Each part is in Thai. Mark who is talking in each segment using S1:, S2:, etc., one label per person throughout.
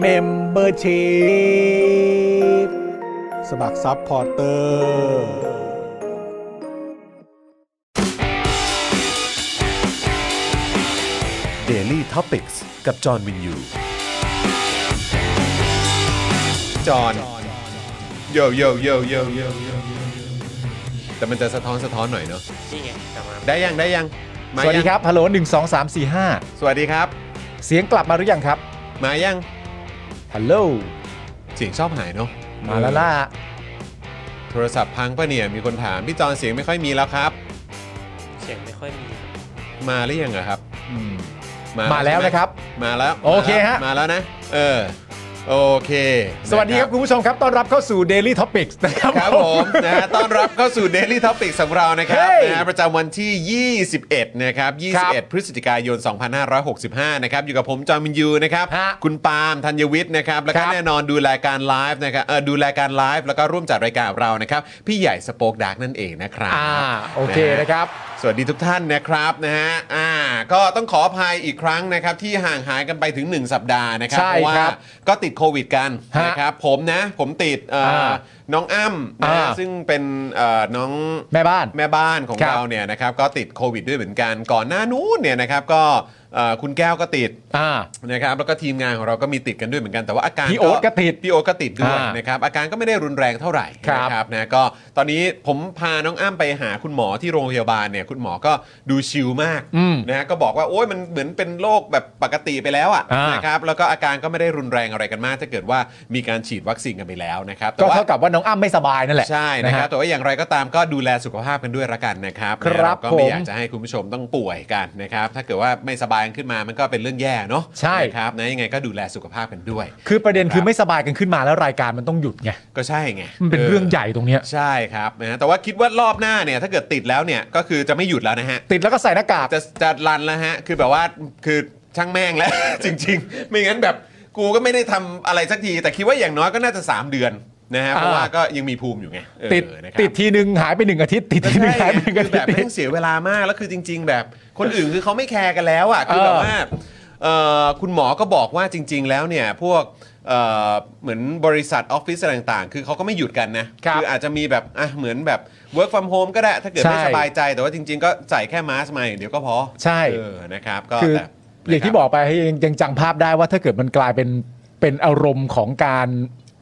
S1: เมมเบอร์ชีพสมัครซัพพอร์เตอร์
S2: Daily t o p i c กกับจอห์นวินยู
S3: จอนโยโยโยโยโยโยแต่มันจะสะท้อนสะท้อนหน่อยเนาะ
S4: นี่ไงกลับมา
S3: ได้ยังได้ยังมา
S5: สวัส
S3: ยั
S5: ดีครับ ฮัลโหลหนึ่งสองสามสี่ห้า
S3: สวัสดีครับ
S5: เสียงกลับมาหรือยังครับ
S3: มายัง
S5: ฮัลโหล
S3: เสียงชอบหายเนาะ
S5: มาแล้วล่ะ
S3: โทรศัพท์พังปะเนี่ยมีคนถามพี่จอนเสียงไม่ค่อยมีแล้วครับ
S4: เสียงไม่ค่อยมี
S3: มาหรือยังอะครับ
S5: มาแล้ว
S3: ใช่ไห
S5: นะครับ
S3: มาแล้ว
S5: โอเคฮะ
S3: มาแล้วนะ เออโอเค
S5: สวัสดีครับ
S3: นะ
S5: คุณผู้ชมครับ ต้อนรับเข้าสู่ Daily Topics นะครับ
S3: ครับผมนะฮะต้อนรับเข้าสู่ Daily Topic สำหรับเรานะครับ
S5: เฮ้ย
S3: นะฮะประจำวันที่ 21 นะครับ
S5: ครับ
S3: 21 พฤศจิกายน 2565 นะครับ อยู่กับผมจอมินยูนะครับ
S5: ฮะ
S3: คุณปาล์มธัญวิทย์นะครับ แล้ว
S5: ค
S3: ก็
S5: รับ
S3: แน่นอนดูรายการไลฟ์นะครับเออดูรายการไลฟ์แล้วก็ร่วมจัดรายการกับเรานะครับ พี่ใหญ่สปอคดักนั่นเองนะครับ
S5: อ่าโอเคนะครับ
S3: ฮ สวัสดีทุกท่านนะครับนะฮะ อ่า ก็ต้องขออภัยอีกครั้งนะครับ ที่ห่างหายกันไปถึง 1 สัปดาห์นะครั
S5: ใช่
S3: เพราะว่า
S5: ครับ
S3: ก็ติดโควิดกัน
S5: ฮะ
S3: นะครับ ผมนะ ผมติดเอ่ออาน้องอ้ำนะฮะ
S5: อ่า
S3: ซึ่งเป็นเอ่อน้อง
S5: แม่บ้าน
S3: แม่บ้านของ
S5: ครับ
S3: เราเนี่ยนะครับก็ติดโควิดด้วยเหมือนกันก่อนหน้านู้นเนี่ยนะครับก็เอ่อคุณแก้วก็ติด
S5: อ่า
S3: นะครับแล้วก็ทีมงานของเราก็มีติดกันด้วยเหมือนกันแต่ว่าอาการ
S5: พี่โอ๊ตก็ติด
S3: พี่โอ๊ตก็ติดด้วย
S5: อ่าน
S3: นะครับอาการก็ไม่ได้รุนแรงเท่าไหร่
S5: ครับ
S3: นะครับนะก็ตอนนี้ผมพาน้องอ้ำไปหาคุณหมอที่โรงพยาบาลเนี่ยคุณหมอก็ดูชิลมาก
S5: อืม
S3: นะฮะก็บอกว่าโอ๊ยมันเหมือนเป็นโรคแบบปกติไปแล้วอ่ะ
S5: อ่าน
S3: นะครับแล้วก็อาการก็ไม่ได้รุนแรงอะไรกันมาก ถ้าเกิดว่ามีการฉีดวัคซีนกันไปแล้วนะครับแต่
S5: ก็
S3: ว่า
S5: เท่ากับว่าน้องอ้ำไม่สบายนั่นแหละ
S3: ใช่นะครับ
S5: ฮ
S3: แต่ว่าอย่างไรก็ตามก็ดูแลสุขภาพกันด้วยละกันนะครับ
S5: ครับ
S3: นะก็ไม่
S5: ผม
S3: อยากจะให้คุณผู้ชมต้องป่วยกันนะครับถ้าเกิดว่าไม่สบายขึ้นมามันก็เป็นเรื่องแย่เนาะ
S5: ใช่
S3: นะครับนะยังไงก็ดูแลสุขภาพกันด้วย
S5: คือประเด็น
S3: ครับ
S5: คือไม่สบายกันขึ้นมาแล้วรายการมันต้องหยุดไง
S3: ก็ใช่ไง
S5: มันเป็นเรื่องใหญ่ตรงเนี้ย
S3: ใช่ครับนะแต่ว่าคิดว่ารอบหน้าเนี่ยถ้าเกิดติดแล้วเนี่ยก็คือจะไม่หยุดแล้วนะฮะ
S5: ติดแล้วก็ใส่หน้ากาก
S3: จะจะรันแล้วฮะคือแบบว่าคือช่างแม่งแล้ว จริง ๆ ไม่งั้นแบบกูก็ไม่ได้ทำอะไรสักที แต่คิดว่าอย่างน้อยก็น่าจะสามเดือนนะฮะเพราะ
S5: อ่า
S3: ว่าก็ยังมีภูมิอยู่ไงเออ
S5: ติด
S3: นะครับ
S5: ติดทีหนึ่งหายไปหนึ่งอาทิตย์ติด
S3: ก็
S5: ทีหนึ่ง
S3: ใช่
S5: หายไปห
S3: ไง
S5: นึ่ง
S3: คื
S5: อา
S3: อ
S5: ทิต
S3: แบบ
S5: ย์
S3: แม่งเสียเวลามากแล้วคือจริง ๆ แบบ คนอื่นคือเขาไม่แคร์กันแล้วอ่ะคือแบบ
S5: เออ
S3: ว่าเอ่อคุณหมอก็บอกว่าจริง ๆ แล้วเนี่ยพวกเอ่อเหมือนบริษัทออฟฟิศอะไรต่างๆ คือเขาก็ไม่หยุดกันนะครับออาจจะมีแบบอ่ะเหมือนแบบ work from home ก็ได้ถ้าเกิดไม่
S5: ใช่
S3: สบายใจแต่ว่าจริง ๆ ก็ใส่แค่มาสก์มาอย่างเดียวก็พอ
S5: ใช่
S3: เออนะครับก็
S5: คือ
S3: แต่
S5: อย่างที่บอกไปยังยังจำภาพได้ว่าถ้าเกิดมันกลายเป็นเป็นอารมณ์ของการ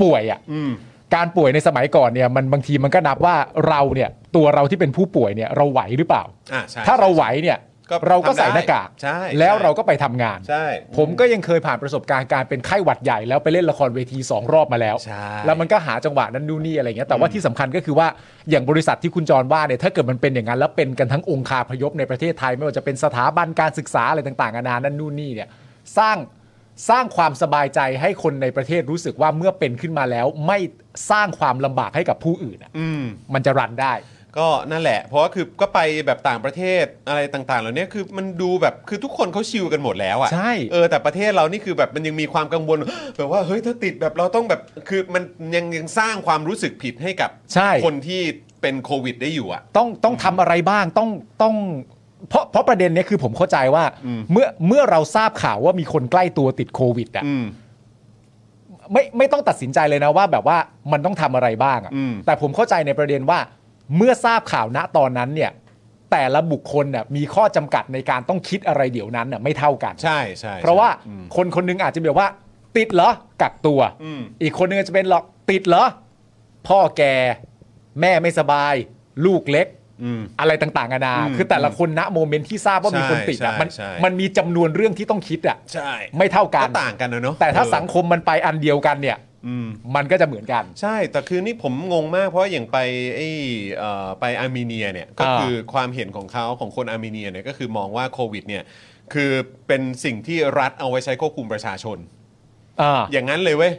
S5: ป่วยอ่ะ
S3: อืม
S5: การป่วยในสมัยก่อนเนี่ยมันบางทีมันก็นับว่าเราเนี่ยตัวเราที่เป็นผู้ป่วยเนี่ยเราไหวหรือเปล่า
S3: อ่ะใช่
S5: ถ้าเราไหวเนี่ย
S3: ก็
S5: เราก็ใส่
S3: ทำ
S5: ห
S3: ได้
S5: น้ากาก
S3: ใช่
S5: แล้ว
S3: ใช่
S5: เราก็ไปทำงาน
S3: ใช่
S5: ผมก็ยังเคยผ่านประสบการณ์การเป็นไข้หวัดใหญ่แล้วไปเล่นละครเวทีสองรอบมาแล้ว
S3: ใช่
S5: แล้วมันก็หาจังหวะนั้นนู่นนี่อะไรเงี้ยแต่ว่าที่สำคัญก็คือว่าอย่างบริษัทที่คุณจรว่าเนี่ยถ้าเกิดมันเป็นอย่างนั้นแล้วเป็นกันทั้งองค์คาพยพในประเทศไทย ไม่ว่าจะเป็นสถาบันการศึกษาอะไรต่างๆนานานั่นนู่นนี่เนี่ยสร้างสร้างความสบายใจให้คนในประเทศรู้สึกว่าเมื่อเป็นขึ้นมาแล้ว ไม่สร้างความลำบากให้กับผู้อื่นอะ
S3: อืม
S5: มันจะรันได้
S3: ก็นั่นแหละ เพราะว่าคือก็ไปแบบต่างประเทศอะไรต่างๆเหล่านี้คือมันดูแบบคือทุกคนเขาชิลกันหมดแล้วอะ
S5: ใช่
S3: เออแต่ประเทศเรานี่คือแบบมันยังมีความกังวล แบบว่าเฮ้ยถ้าติดแบบเราต้องแบบคือมันยังยังสร้างความรู้สึกผิดให้กับ
S5: ใช่
S3: คนที่เป็นโควิดได้อยู่อะ
S5: ต้องต้องทำอะไรบ้างต้องต้องเพราะเพราะประเด็นเนี้ยคือผมเข้าใจว่า
S3: อืม
S5: เมื่อเมื่อเราทราบข่าวว่ามีคนใกล้ตัวติดโควิดอ่ะ
S3: อืม
S5: ไม่ไม่ต้องตัดสินใจเลยนะว่าแบบว่ามันต้องทำอะไรบ้างอะ
S3: อืม
S5: แต่ผมเข้าใจในประเด็นว่า เมื่อทราบข่าวณตอนนั้นเนี่ย แต่ละบุคคลน่ะมีข้อจำกัดในการต้องคิดอะไรเดี๋ยวนั้นน่ะไม่เท่ากัน
S3: ใช่ใช่
S5: เพราะว่า
S3: อืม
S5: คนคนหนึงอาจจะแบบว่า ติดเหรอกักตัว
S3: อืม
S5: อีกคนนึงอาจจะเป็นหรอกติดเหรอ พ่อแก่แม่ไม่สบาย ลูกเล็ก
S3: อืม
S5: อะไรต่างๆนานา
S3: อืม
S5: คือแต่ละคนณโมเมนต์ที่ทราบว่ามีคนติดอ่ะ
S3: ใช่
S5: มัน
S3: ใช่
S5: มันมีจำนวนเรื่องที่ต้องคิดอ่ะ
S3: ใช่
S5: ไม่เท่ากัน
S3: ก็ต่างกันนะเนาะ
S5: แต่ถ้า
S3: เออ
S5: สังคมมันไปอันเดียวกันเนี่ย
S3: อืม
S5: มันก็จะเหมือนกัน
S3: ใช่ แต่คือนี่ผมงงมากเพราะอย่างไปไอ้เอ่อไปอาร์เมเนียเนี่ยก็
S5: อ่า
S3: คือความเห็นของเขาของคนอาร์เมเนียเนี่ยก็คือมองว่าโควิดเนี่ยคือเป็นสิ่งที่รัฐเอาไว้ใช้ควบคุมประชาชน อย่างนั้นเลยเว้ย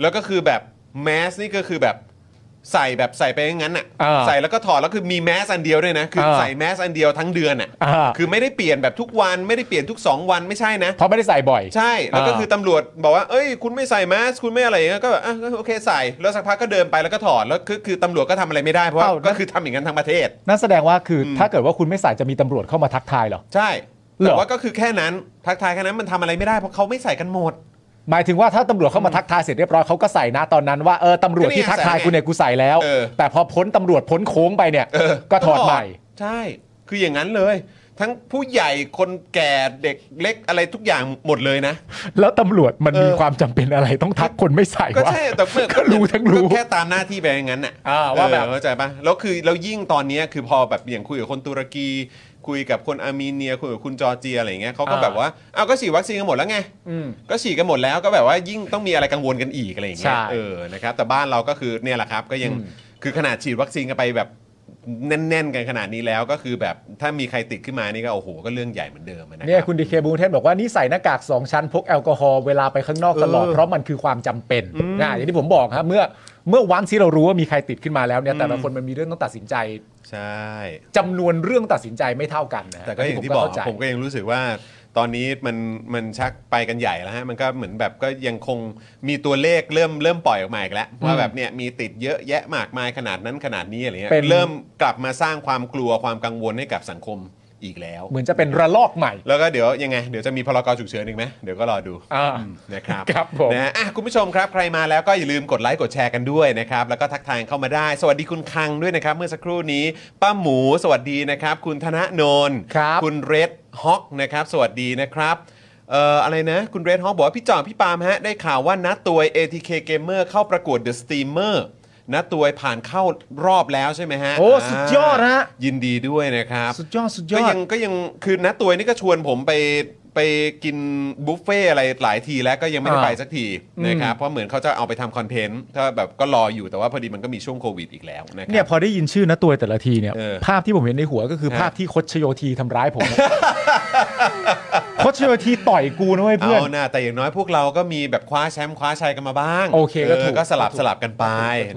S3: แล้วก็คือแบบแมสนี่ก็คือแบบใส่แบบใส่ไปอย่างนั้นอ่ะ
S5: อ่า
S3: ใส่แล้วก็ถอดแล้วคือมีแมสอันเดียวด้วยนะคืออา ใส่แมสอันเดียวทั้งเดือนอ่ะ
S5: อ่า
S3: คือไม่ได้เปลี่ยนแบบทุกวันไม่ได้เปลี่ยนทุกสองวันไม่ใช่นะ
S5: เพราะไม่ได้ใส่บ่อย
S3: ใช่ แล้วก็
S5: อ่า
S3: คือตำรวจบอกว่า เอ้ย คุณไม่ใส่แมส คุณไม่อะไรอย่างเงี้ยก็แบบอ่ะก็โอเคใส่ แล้วสักพักก็เดินไปแล้วก็ถอด แล้วคือคือตำรวจก็ทำอะไรไม่ได้ เพราะว่า
S5: เอ้า
S3: ก็คือทำอย่างนั้นทั้งประเทศ
S5: นั่นแสดงว่าคืออ
S3: ม
S5: ถ้าเกิดว่าคุณไม่ใส่จะมีตำรวจเข้ามาทักทายเหรอ
S3: ใช่
S5: เหรอ
S3: แต่ว่าก็คือแค่นั้น ทักทายแค่นั้นมันทำอะไรไม่ได้ เพราะเขาไม่ใส่กันหมด
S5: หมายถึงว่าถ้าตำรวจเข้ามาทักทายเสร็จเรียบร้อยเขาก็ใส่นะตอนนั้นว่าเออตำรวจที่ทักทายกูเนี่ยกูใส่แล้ว
S3: เออ
S5: แต่พอพ้นตำรวจพ้นโค้งไปเนี่ย
S3: เออ
S5: ก็ถอดใหม่
S3: ใช่ คืออย่างนั้นเลย ทั้งผู้ใหญ่คนแก่เด็กเล็กอะไรทุกอย่างหมดเลยนะ
S5: แล้วตำรวจมัน
S3: เออ
S5: มีความจำเป็นอะไรต้องทักคนไม่ใส่
S3: ก็
S5: วะ
S3: ใช่แต่เมื่อ
S5: ก็รู้ทั้งรู้
S3: ก็แค่ตามหน้าที่ไปอย่างนั้นน่ะ
S5: อ่าว่าแบบ
S3: เออเข้าใจปะแล้วคือแล้วยิ่งตอนเนี้ยคือพอแบบอย่างคุยกับคนตุรกี คุยกับคนอาร์เมเนียคุยกับคุณจอร์เจียอะไรอย่างเงี้ยเขาก็แบบว่าเอาก็ฉีดวัคซีนกันหมดแล้วไงก็ฉีดกันหมดแล้วก็แบบว่ายิ่งต้องมีอะไรกังวลกันอีกอะไรอย่างเงี้ย
S5: ใช่
S3: เออนะครับแต่บ้านเราก็คือเนี่ยแหละครับ ก็ยังคือขนาดฉีดวัคซีนกันไปแบบแน่นๆ กันขนาดนี้แล้วก็คือแบบถ้ามีใครติดขึ้นมานี่ก็โอ้โหก็เรื่องใหญ่เหมือนเดิมอะนะรับ
S5: เนี่ยคุณดีเคบูเทนบอกว่านี่ใส่หน้ากากสองชั้นพกแอลกอฮอล์เวลาไปข้างนอกตลอด
S3: เออ
S5: เพราะมันคือความจำเป็นนะอย่างที่ผมบอกครับเมื่อเมื่อวันที่เรารู้ว่ามีใครติดขึ้นมาแล้วเนี่ยแต่ละ
S3: อืม
S5: คนมันมีเรื่องต้องตัดสินใจ
S3: ใช่
S5: จำนวนเรื่องตัดสินใจไม่เท่ากันนะ
S3: แต่ก็อย่างที่
S5: ผม
S3: บอก
S5: เข้าใจ
S3: ผมก็ยังรู้สึกว่าตอนนี้มันมันชักไปกันใหญ่แล้วฮะมันก็เหมือนแบบก็ยังคงมีตัวเลขเริ่มเริ่มปล่อยออกมาอีกแล้วว่าแบบเนี่ยมีติดเยอะแยะมากมายขนาดนั้นขนาดนี้อะไรเงี้ย
S5: เป็น
S3: เริ่มกลับมาสร้างความกลัวความกังวลให้กับสังคมอีกแล้ว
S5: เหมือนจะเป็นระลอกใหม่
S3: แล้วก็เดี๋ยวยังไงเดี๋ยวจะมีพรกฉุกเฉินอีกไหมเดี๋ยวก็รอดู
S5: อ่า
S3: อืมนะครับ
S5: ครับผม
S3: นะฮะอ่ะคุณผู้ชมครับใครมาแล้วก็อย่าลืมกดไลค์กดแชร์กันด้วยนะครับ แล้วก็ทักทายเข้ามาได้ สวัสดีคุณคังด้วยนะครับ เมื่อสักครู่นี้ป้าหมูสวัสดีนะครับ คุณธนโนน
S5: ครับ
S3: คุณเรดฮอกนะครับ สวัสดีนะครับเอ่ออะไรนะ คุณเรดฮอกบอกว่าพี่จอมพี่ปาล์มฮะได้ข่าวว่านัดตัว ATK Gamer เข้าประกวด The Steamer นะตัวยผ่านเข้ารอบแล้วใช่ไหมฮะ
S5: โอ้สุดยอดฮะ
S3: ายินดีด้วยนะครับ
S5: สุดยอดสุดย
S3: ก็
S5: อด
S3: ยังก็ยังคือนะตัวนี่ก็ชวนผมไปไปกินบุฟเฟ่อะไรหลายทีแล้วก็ยังไม่ได้
S5: อ่า
S3: ไปสักทีนะครับเพราะเหมือนเขาจะเอาไปทำคอนเทนต์ถ้าแบบก็รออยู่แต่ว่าพอดีมันก็มีช่วงโควิดอีกแล้วนะค
S5: เนี่
S3: รั
S5: ย
S3: บ
S5: พอได้ยินชื่อนะตัวแต่ละทีเนี่ย
S3: เออ
S5: ภาพที่ผมเห็นในหัวก็คือ
S3: ฮะ
S5: ภาพที่คดชโยธีทำร้ายผมอะ คดชโยธีต่อยกูนะเว้ยเพื่อน
S3: เอาหน้าแต่อย่างน้อยพวกเราก็มีแบบคว้าแชมป์คว้าชัยกันมาบ้าง
S5: โอเคก็ถูก
S3: ก็สลับ
S5: ก็ถูก
S3: สลับกันไป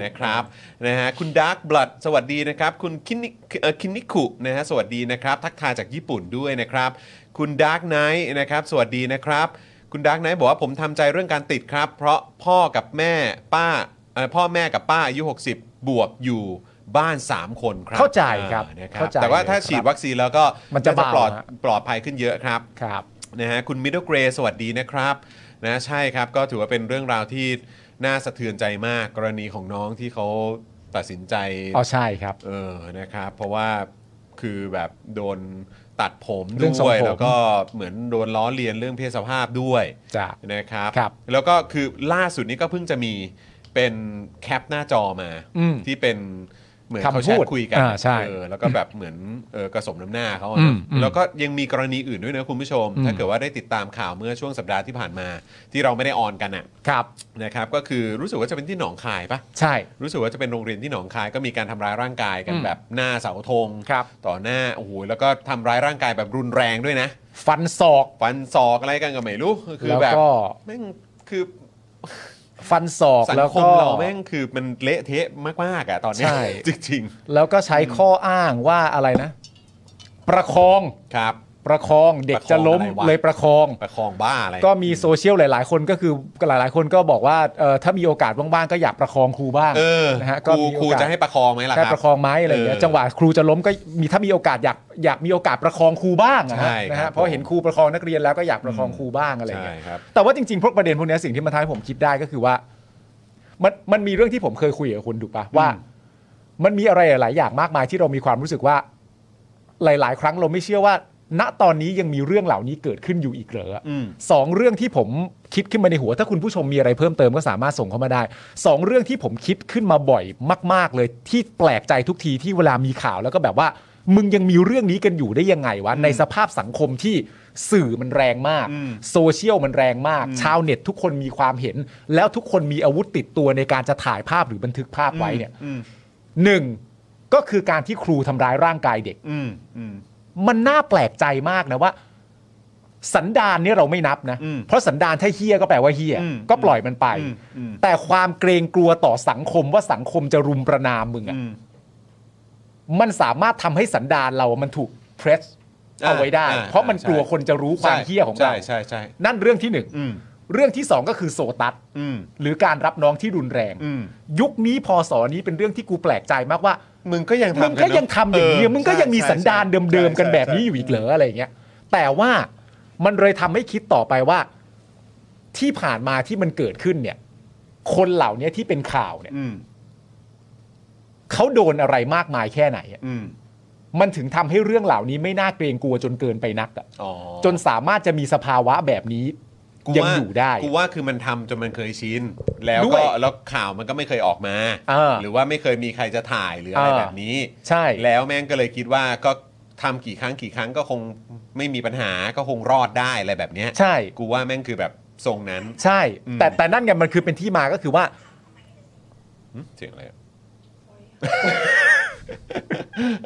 S3: นะครับนะฮะคุณดาร์ b บลัดสวัสดีนะครับ คุณคินิเอ่อคินิคุนะฮะสวัสดีนะครับ ทักทายจากญี่ปุ่นด้วยนะครับ คุณดาร์ k ไนท์นะครับ สวัสดีนะครับ คุณดาร์ k ไนท์บอกว่าผมทำใจเรื่องการติดครับ เพราะพ่อกับแม่ป้าเอ่อพ่อแม่กับป้าอายุ 60 บวกอยู่บ้าน 3 คนครับ
S5: เข้าใจครับ
S3: อ่านะ
S5: เข้าใจ
S3: แต่ว่าถ้า
S5: ครับ
S3: ฉีดวัคซีนแล้วก็
S5: มันจะ
S3: าปลอด
S5: เบาฮะ
S3: ปลอดภัยขึ้นเยอะครับ
S5: ครับ
S3: นะฮะคุณมิดเดิลเกรสวัสดีนะครับนะใช่ครับก็ถือว่าเป็นเรื่องราวที่น่าสะเทือนใจมากกรณีของน้องที่เขาตัดสินใจ
S5: อ๋อใช่ครับ
S3: เออนะครับ เพราะว่าคือแบบโดนตัดผม
S5: เรื่
S3: ด้
S5: องทรง
S3: วย
S5: ผม
S3: แล้วก็เหมือนโดนล้อเลียนเรื่องเพศสภาพด้วย
S5: จ้ะ
S3: นะครับ
S5: ครับ
S3: แล้วก็คือล่าสุดนี้ก็เพิ่งจะมีเป็นแคปหน้าจอมา
S5: อืม
S3: ที่เป็นเหมือน
S5: คำ
S3: เขาแช
S5: พูด
S3: ทคุยกัน
S5: อ่าใช่
S3: เออแล้วก็แบบเหมือนเออกระสมน้ำหน้าเขาอะ
S5: อื
S3: นะ
S5: มอืม
S3: แล้ว ก็ยังมีกรณีอื่นด้วยนะคุณผู้ชม ถ้าเกิดว่าได้ติดตามข่าวเมื่อช่วงสัปดาห์ที่ผ่านมา ที่เราไม่ได้ออนกันน่ะ
S5: ครับ
S3: นะครับก็คือรู้สึกว่าจะเป็นที่หนองคายปะ
S5: ใช่
S3: รู้สึกว่าจะเป็นโรงเรียนที่หนองคายก็มีการทำร้ายร่างกายกัน
S5: อืม
S3: แบบหน้าเสาธง
S5: ครับ
S3: ต่อหน้าโอ้โหแล้วก็ทำร้ายร่างกายแบบรุนแรงด้วยนะ
S5: ฟันศอก
S3: ฟันศอกอะไรกันก็ไม่รู้คือ
S5: แล้ว
S3: แบบ
S5: ก็
S3: แม่งคือ
S5: ฟันศอก
S3: สัง
S5: แล้ว
S3: คม
S5: ก็
S3: เราแม่งคือมันเละเทะมากๆอ่ะตอนเนี้ย
S5: ใช่
S3: จริง
S5: แล้วก็ใช้ข้ออ้างว่าอะไรนะ ประคอง
S3: ๆครับ
S5: ประคองเด็ก
S3: ประคอง
S5: จะล้ม
S3: อะไรวะ
S5: เลยประคอง
S3: ประคองบ้าอะไร
S5: ก็มีโซเชียลหลาย ๆ คนก็คือหลาย ๆ คนก็บอกว่าเอ่อถ้ามีโอกาสว่าง ๆ ก็อยากประคองครูบ้าง
S3: เออ
S5: นะฮะ
S3: ค
S5: ก็
S3: รู
S5: มี
S3: ครู
S5: โอกาส
S3: จะให้ประคองไหมล่ะค
S5: ได้
S3: รับ
S5: ประคองไม้อะไรอย่างเงี้ย
S3: เออ
S5: จังหวะครูจะล้มก็มีถ้ามีโอกาสอยากอยากมีโอกาสประคองครูบ้างอะ
S3: ใช่
S5: ฮะ
S3: ครับ
S5: นะฮะเพ
S3: ผ
S5: ราะ
S3: ม
S5: เห็นครูประคองนักเรียนแล้วก็อยากประคองครูบ้างอะไรอย่าง
S3: ใช่
S5: เงี้ย
S3: ครับ
S5: แต่ว่าจริงๆพวกประเด็นพวกเนี้ยสิ่งที่มันทำให้ผมคิดได้ก็คือว่า มันมันมีเรื่องที่ผมเคยคุยกับคุณถูกปะว่า มันมีอะไรหลายๆอย่างมากมายที่เรามีความรู้สึกว่า หลาย ๆ ครั้งเราไม่เชื่อว่า ณตอนนี้ยังมีเรื่องเหล่านี้เกิดขึ้นอยู่อีกเหรออะ
S3: อืม
S5: สองเรื่องที่ผมคิดขึ้นมาในหัว ถ้าคุณผู้ชมมีอะไรเพิ่มเติมก็สามารถส่งเข้ามาได้สองเรื่องที่ผมคิดขึ้นมาบ่อยมาก ๆ เลยที่แปลกใจทุกทีที่เวลามีข่าวแล้วก็แบบว่า มึงยังมีเรื่องนี้กันอยู่ได้ยังไงวะในสภาพสังคมที่สื่อมันแรงมาก โซเชียลมันแรงมาก ชาวเน็ตทุกคนมีความเห็น แล้วทุกคนมีอาวุธติดตัวในการจะถ่ายภาพหรือบันทึกภาพไว้เนี่ย
S3: อืม
S5: หนึ่งก็คือการที่ครูทำร้ายร่างกายเด็ก
S3: อืมอืม
S5: มันน่าแปลกใจมากนะว่า สันดานเนี่ยเราไม่นับนะ
S3: อืม
S5: เพราะสันดานถ้าเฮี้ยก็แปลว่าเฮี้ย
S3: อืม
S5: ก็ปล่อยมันไป
S3: อืมอืม
S5: แต่ความเกรงกลัวต่อสังคมว่าสังคมจะรุมประนามมึงอะ
S3: อืม
S5: มันสามารถทำให้สันดานเรามันถูกเพรสเอาไว้ได้
S3: อ่า
S5: เพราะมัน
S3: ใช่
S5: กลัวคนจะรู้ความเฮี้ยของเรา
S3: ใช่ใช่ใช่
S5: นั่นเรื่องที่หนึ่ง
S3: อืม
S5: เรื่องที่สองก็คือโซตัส
S3: อืม
S5: หรือการรับน้องที่รุนแรง
S3: อืม
S5: ยุคนี้พอสอนี้เป็นเรื่องที่กูแปลกใจมากว่า
S3: มึงก็ยัง
S5: มึง
S3: ทำ
S5: ก็
S3: นเนอะ
S5: ยังทำอย่างนี้
S3: เออ
S5: มึงก็ยังมี
S3: ใช่
S5: สันดาน
S3: ใช่
S5: เดิมๆกัน
S3: ใช่
S5: แบบนี้อยู่อีกเหรออะไรอย่างเงี้ย แต่ว่ามันเลยทำให้คิดต่อไปว่า ที่ผ่านมาที่มันเกิดขึ้นเนี่ย คนเหล่านี้ที่เป็นข่าวเนี่ย
S3: อืม
S5: เขาโดนอะไรมากมายแค่ไหนอะ
S3: อืม
S5: มันถึงทำให้เรื่องเหล่านี้ไม่น่าเกรงกลัวจนเกินไปนักอะ
S3: อ๋อ
S5: จนสามารถจะมีสภาวะแบบนี้
S3: กู
S5: ยัง
S3: ว่า
S5: อยู่ได้
S3: กูว่าคือมันทำจนมันเคยชินแล้ว
S5: ด้ว
S3: ก็
S5: ย
S3: แล้วข่าวมันก็ไม่เคยออกมา
S5: เออ
S3: หรือว่าไม่เคยมีใครจะถ่ายหรืออะไร
S5: เออ
S3: แบบนี้
S5: ใช่
S3: แล้วแม่งก็เลยคิดว่าก็ทำกี่ครั้งกี่ครั้งก็คงไม่มีปัญหาก็คงรอดได้อะไรแบบเนี้ย
S5: ใช่
S3: กูว่าแม่งคือแบบทรงนั้น
S5: ใช่
S3: อืม
S5: แต่แต่นั่นไงมันคือเป็นที่มาก็คือว่า
S3: หึเสียง อะไรอะ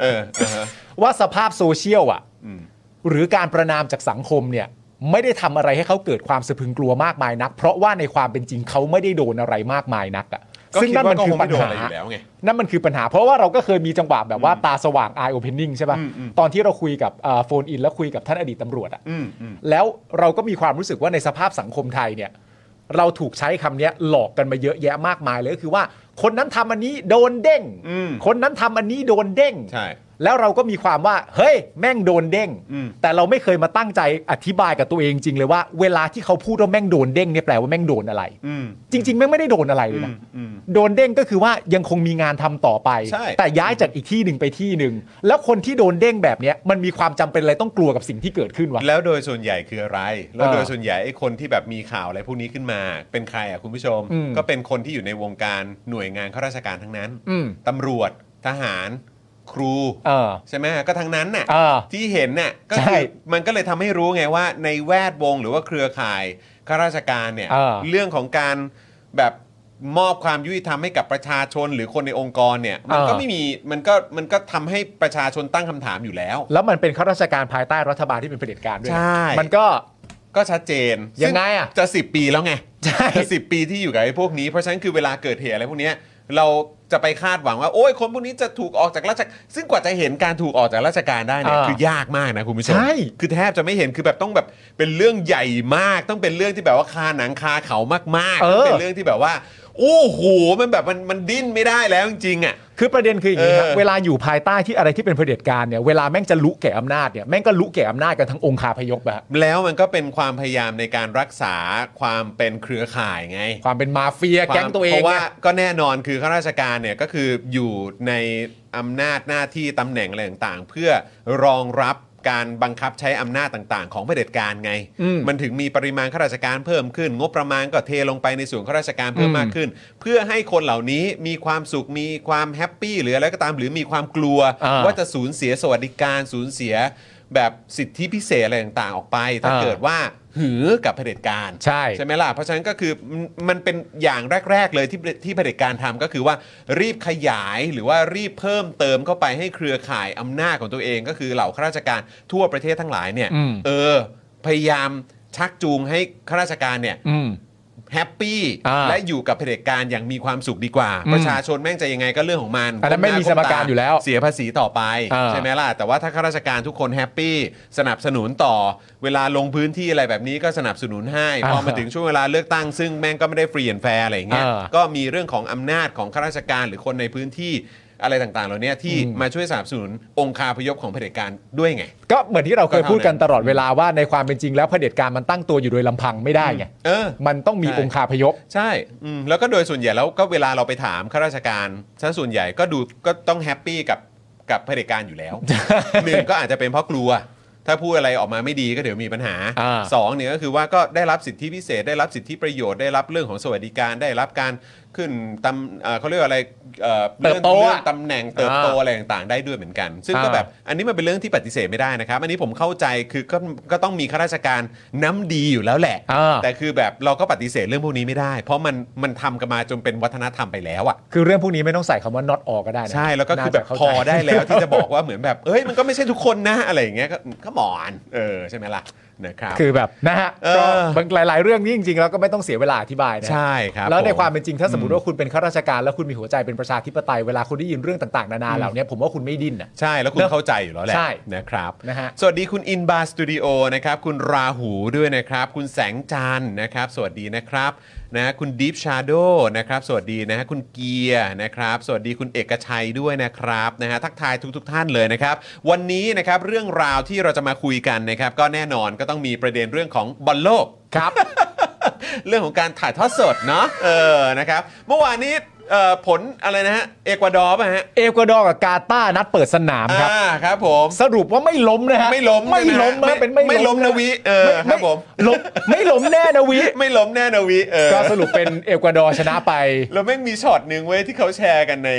S3: เออเออฮะ
S5: ว่าสภาพโซเชียลอ่ะ
S3: อืม
S5: หรือการประนามจากสังคมเนี่ย ไม่ได้ทำอะไรให้เขาเกิดความสะพรึงกลัวมากมายนัก เพราะว่าในความเป็นจริงเขาไม่ได้โดนอะไรมากมายนักอ่ะ
S3: ก็
S5: ซึ่ง
S3: คิด
S5: นั่น
S3: ว่า
S5: มัน
S3: ก็
S5: คื
S3: ค
S5: อง ปัญ
S3: ไม่โดน
S5: หา
S3: อะไรอยู่แล้วไง
S5: นั่นมันคือปัญหา เพราะว่าเราก็เคยมีจังหวะแบบว่าตาสว่าง eye opening ใช่
S3: อืมอืม
S5: ปะ่ะตอนที่เราคุยกับโฟนอินแล้วคุยกับท่านอดีตตำรวจอ่ะ
S3: อืมอืม
S5: แล้วเราก็มีความรู้สึกว่าในสภาพสังคมไทยเนี่ย เราถูกใช้คำเนี้ยหลอกกันมาเยอะแยะมากมายเลยก็คือว่า คนนั้นทำอันนี้โดนเด้ง
S3: อืม
S5: คนนั้นทำอันนี้โดนเด้ง
S3: ใช่
S5: แล้วเราก็มีความว่า เฮ้ย แม่งโดนเด้ง
S3: อืม
S5: แต่เราไม่เคยมาตั้งใจอธิบายกับตัวเองจริงเลยว่าเวลาที่เขาพูดว่าแม่งโดนเด้งเนี่ยแปลว่าแม่งโดนอะไร
S3: อืม
S5: จริง ๆ แม่งไม่ได้โดนอะไรเลย
S3: อื
S5: นะ
S3: มอืม
S5: โดนเด้งก็คือว่ายังคงมีงานทำต่อไป
S3: ใช่
S5: แต่ย้ายจากอีกที่หนึ่งไปที่หนึ่งแล้วคนที่โดนเด้งแบบเนี้ยมันมีความจำเป็นอะไรต้องกลัวกับสิ่งที่เกิดขึ้นวะ
S3: แล้วโดยส่วนใหญ่คืออะไร แล้ว
S5: เออ
S3: โดยส่วนใหญ่ไอ้คนที่แบบมีข่าวอะไรพวกนี้ขึ้นมา เป็นใครอ่ะคุณผู้ชม
S5: อืม
S3: ก็เป็นคนที่อยู่ในวงการหน่วยงานข้าราชการทั้งนั้น
S5: อืม
S3: ตำรวจทหาร ครู
S5: เออ
S3: ใช่ไหมก็ทั้งนั้นน่ะ
S5: เออ
S3: ที่เห็นน่ะก็คือ
S5: ใช่
S3: มันก็เลยทำให้รู้ไงว่า ในแวดวงหรือว่าเครือข่ายข้าราชการเนี่ย
S5: เออ
S3: องของการแบบมอบความยุติธรรมให้กับประชาชนหรือคนในองค์กรเนี่ยมันก็
S5: เออ
S3: ไม่มีมันก็มันก็ทำให้ประชาชนตั้งคำถามอยู่แล้ว
S5: แล้วมันเป็นข้าราชการภายใต้รัฐบาลที่เป็นเผด็จการด้วยนะ
S3: ใช่
S5: มันก็
S3: ก็ชัดเจน
S5: ยังไงอะ
S3: ซึ่จะ 10 ปีแล้วไง
S5: ใช่
S3: จะสิปีที่อยู่กับไอ้พวกนี้เพราะฉะนั้นคือเวลาเกิดเหตุอะไรพวกเนี้ยเราจะไปคาดหวังว่าโอ้ยคนพวกนี้จะถูกออกจากราชการซึ่งกว่าจะเห็นการถูกออกจากราชการได้เนี่ย
S5: อ่า
S3: คือยากมากนะคุณผู้ชม
S5: ใช่
S3: คือแทบจะไม่เห็นคือแบบต้องแบบเป็นเรื่องใหญ่มาก ต้องเป็นเรื่องที่แบบว่าคาหนังคาเขามากๆต้องเป็นเรื่องที่แบบว่าโอ้โหมันแบบมันมันดิ้นไม่ได้แล้วจริงๆอ่ะ
S5: คือประเด็นคืออย่างนี้ครับ
S3: เออ
S5: เวลาอยู่ภายใต้ที่อะไรที่เป็นเผด็จการเนี่ยเวลาแม่งจะลุแก่อำนาจเนี่ยแม่งก็ลุแก่อำนาจกันทั้งองคาพยพแบบ
S3: แล้วมันก็เป็นความพยายามในการรักษาความเป็นเครือข่ายไง
S5: ความเป็นมาเฟียแก๊งตัวเอ
S3: เพ
S5: ง
S3: ราะว่า
S5: เนี่ย
S3: ก็แน่นอนคือข้าราชการเนี่ยก็คืออยู่ในอำนาจหน้าที่ตำแหน่งอะไรต่างๆ เพื่อรองรับการบังคับใช้อำนาจต่างๆ ของเผด็จการไง
S5: อืม
S3: มันถึงมีปริมาณข้าราชการเพิ่มขึ้น งบประมาณก็เทลงไปในส่วนข้าราชการเพิ่ม
S5: อืม
S3: มากขึ้น เพื่อให้คนเหล่านี้มีความสุขมีความแฮปปี้หรืออะไรก็ตามหรือมีความกลัว
S5: อ่า
S3: ว่าจะสูญเสียสวัสดิการสูญเสียแบบสิทธิพิเศษอะไรต่างๆ ออกไป ถ้า
S5: อ่า
S3: เกิดว่าหือกับเผด็จการ
S5: ใช่
S3: ใช่ไหมล่ะ เพราะฉะนั้นก็คือมันมันเป็นอย่างแรก ๆ เลยที่ที่เผด็จการทำก็คือว่ารีบขยายหรือว่ารีบเพิ่มเติมเข้าไปให้เครือข่ายอำนาจของตัวเอง ก็คือเหล่าข้าราชการทั่วประเทศทั้งหลายเนี่ย
S5: อืม
S3: เออพยายามชักจูงให้ข้าราชการเนี่ย
S5: อืม
S3: แฮปปี้
S5: อ่า
S3: และอยู่กับเผด็จการอย่างมีความสุขดีกว่า
S5: อืม
S3: ประชาชนแม่งจะยังไงก็เรื่องของมัน
S5: อันนั้นไม่มีสมการอยู่แล้ว
S3: เสียภาษีต่อไป
S5: อ่า
S3: ใช่ไหมล่ะแต่ว่าถ้าข้าราชการทุกคนแฮปปี้สนับสนุนต่อเวลาลงพื้นที่อะไรแบบนี้ก็สนับสนุนให้ พอมาถึงช่วงเวลาเลือกตั้งซึ่งแม่งก็ไม่ได้ฟรีแอนแฟร์อะไรอย่างเงี้ย
S5: เออ
S3: ก็มีเรื่องของอำนาจของข้าราชการหรือคนในพื้นที่อะไรต่างๆ เหล่านี้ที่
S5: อืม
S3: มาช่วยสนับสนุนองคาพยพของเผด็จการด้วยไง
S5: ก็เหมือนที่เราเคยพูดกัน
S3: ก็เท่านั้น
S5: ตลอดเวลาว่าในความเป็นจริงแล้วเผด็จการมันตั้งตัวอยู่โดยลำพังไม่ได้ไง
S3: เออ
S5: มันต้องมี
S3: ใช่
S5: องคาพยพ
S3: ใช่อืมแล้วก็โดยส่วนใหญ่แล้วก็เวลาเราไปถามข้าราชการซะส่วนใหญ่ก็ดูก็ต้องแฮปปี้กับกับเผด็จการอยู่แล้วหนึ่งก็อาจจะเป็นเพราะกลัว ถ้าพูดอะไรออกมาไม่ดีก็เดี๋ยวมีปัญหา
S5: อ่า
S3: สองเนี่ยก็คือว่าก็ได้รับสิทธิพิเศษ ได้รับสิทธิประโยชน์ได้รับเรื่องของสวัสดิการได้รับการขึ้นตำเอ่อเขาเรียกว่าอะไรอ่อ
S5: เติบโตอะ
S3: ลื่นตำแหน่งเติบโต
S5: อ่า
S3: อะไรต่างๆได้ด้วยเหมือนกัน ซึ่งก็
S5: อ่า
S3: แบบอันนี้มันเป็นเรื่องที่ปฏิเสธไม่ได้นะครับอันนี้ผมเข้าใจคือก็ก็ต้องมีข้าราชการน้ำดีอยู่แล้วแหละ
S5: อ่า
S3: แต่คือแบบเราก็ปฏิเสธเรื่องพวกนี้ไม่ได้ เพราะมันมันทำกันมาจนเป็นวัฒนธรรมไปแล้วอ่ะ
S5: คือเรื่องพวกนี้ไม่ต้องใส่คำว่า not all ก็ได้นะ
S3: ใช่แล้วก็คือแบบ
S5: น่าจะเข้า
S3: พ
S5: ใจ
S3: อได้ แล้วที่จะบอกว่าเหมือนแบบเอ้ยมันก็ไม่ใช่ทุกคนนะอะไรอย่างเงี้ยก็ก็หมอนเออใช่ไหมล่ะนะครับ
S5: คือแบบนะฮะ
S3: เออ
S5: ก็บางหลาย ๆ เรื่องนี่จริง ๆ แล้วก็ไม่ต้องเสียเวลาอธิบายนะ
S3: ใช่ครับ
S5: แล้วในความ
S3: ผ
S5: เป็นจริงถ้าสมมติว่าคุณเป็นข้าราชการแล้วคุณมีหัวใจเป็นประชาธิปไตยเวลาคุณได้ยินเรื่องต่าง ๆ นานาเหล่านี้ผมว่าคุณไม่ดิ้นอ่ะ
S3: ใช่แล้วคุณเข้าใจอยู่แล้วแหละ
S5: ใช่
S3: นะครับ
S5: นะฮะ
S3: สวัสดีคุณอินบาร์สตูดิโอนะครับคุณราหูด้วยนะครับ คุณแสงจันทร์นะครับ สวัสดีนะครับนะคุณดีฟชาโดนะครับ สวัสดีนะฮะคุณเกียร์นะครับ สวัสดีคุณเอกชัยด้วยนะครับนะฮะทักทายทุกทท่านเลยนะครับ วันนี้นะครับเรื่องราวที่เราจะมาคุยกันนะครับ ก็แน่นอนก็ต้องมีประเด็นเรื่องของบอลโลก
S5: ครับ
S3: เรื่องของการถ่ายทอดสดเนาะเออนะครับ เมื่อวานนี้เอ่อผลอะไรนะฮะเอกวาดอร์ป่ะฮะ
S5: เอกวาดอร์กับกาตาร์นัดเปิดสนามครับ
S3: อ่าครับผม
S5: สรุปว่าไม่ล้มนะฮะ
S3: ไม่ล้ม
S5: ไม่ล้ม
S3: ใช่
S5: นะ
S3: ไห
S5: เป็นไม่
S3: ไม่ล้มนะวิเออ
S5: ไ
S3: ครับผม
S5: ล้มไม่ล้มแน่นะวิ
S3: ไม่ล้มแน่นะวิเออ
S5: ก็สรุปเป็นเอกวาดอร์ชนะไป
S3: แล้วแม่งมีช็อตหนึ่งเว้ยที่เขาแชร์กันใน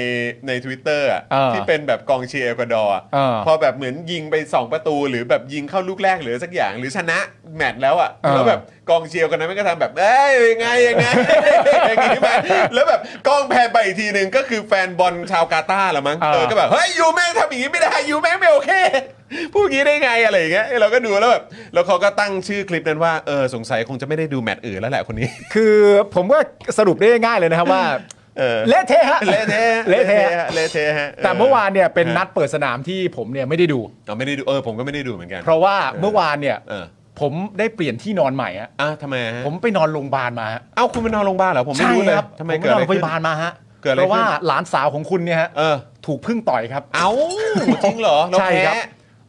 S3: ใน Twitter อ่ะ
S5: เออ
S3: ที่เป็นแบบกองเชียร์เอกวาดอร์อะ
S5: เออ
S3: พอแบบเหมือนยิงไป 2 ประตู หรือแบบยิงเข้าลูกแรกหรือสักอย่าง หรือชนะแมตช์แล้วอ่ะ
S5: เออ
S3: แล้วแบบกองเชียร์คนนั้นมันก็ทำแบบเอ้ยยังไงยังไง อย่างงี้มาแล้วแบบกล้องแพนไปอีกทีหนึ่งก็คือแฟนบอลชาวกาตาร์ละมั้งเออก็แบบเฮ้ยยูแม่งทำอย่างงี้ไม่ได้ยูแม่งไม่โอเค พูดอย่างงี้ได้ไงอะไรอย่างเงี้ยเราก็ดูแล้วแบบแล้วเขาก็ตั้งชื่อคลิปนั้นว่าเออสงสัยคงจะไม่ได้ดูแมตช์อื่นแล้วแหละคนนี้
S5: คือผมก็สรุปได้ง่ายๆเลยนะครับว่า
S3: เออ
S5: เละเทะฮะ
S3: เละเทะ
S5: เละเทะ
S3: เละเทะฮะ
S5: แต่เมื่อวานเนี่ยเป็นนัดเปิดสนามที่ผมเนี่ยไม่ได้ดู
S3: เราไม่ได้ดูเออผมก็ไม่ได้ดูเหมือนกัน
S5: เพราะว่าเมื่อวานเนี่ย
S3: เออ
S5: ผมได้เปลี่ยนที่นอนใหม่ฮะ
S3: อ่ะทำไมฮะ
S5: ผมไปนอนโรงพยาบาลมาฮะ
S3: เอ้าคุณไปนอนโรงพยาบาลเหรอผมไม่รู้เลยทำไม
S5: ผมไป
S3: เกิ
S5: นอ
S3: ด
S5: น
S3: อะไร
S5: โรงพ
S3: ขึ้น
S5: ยาบาลมาฮะ
S3: เกิดอะไร
S5: เพ
S3: ขึ้น
S5: ราะว่าหลานสาวของคุณเนี่ยฮะ
S3: เออ
S5: ถูกพึ่งต่อยครับ
S3: เอ้าจริงเหรอเรา
S5: ใช่
S3: แพ้
S5: ครับ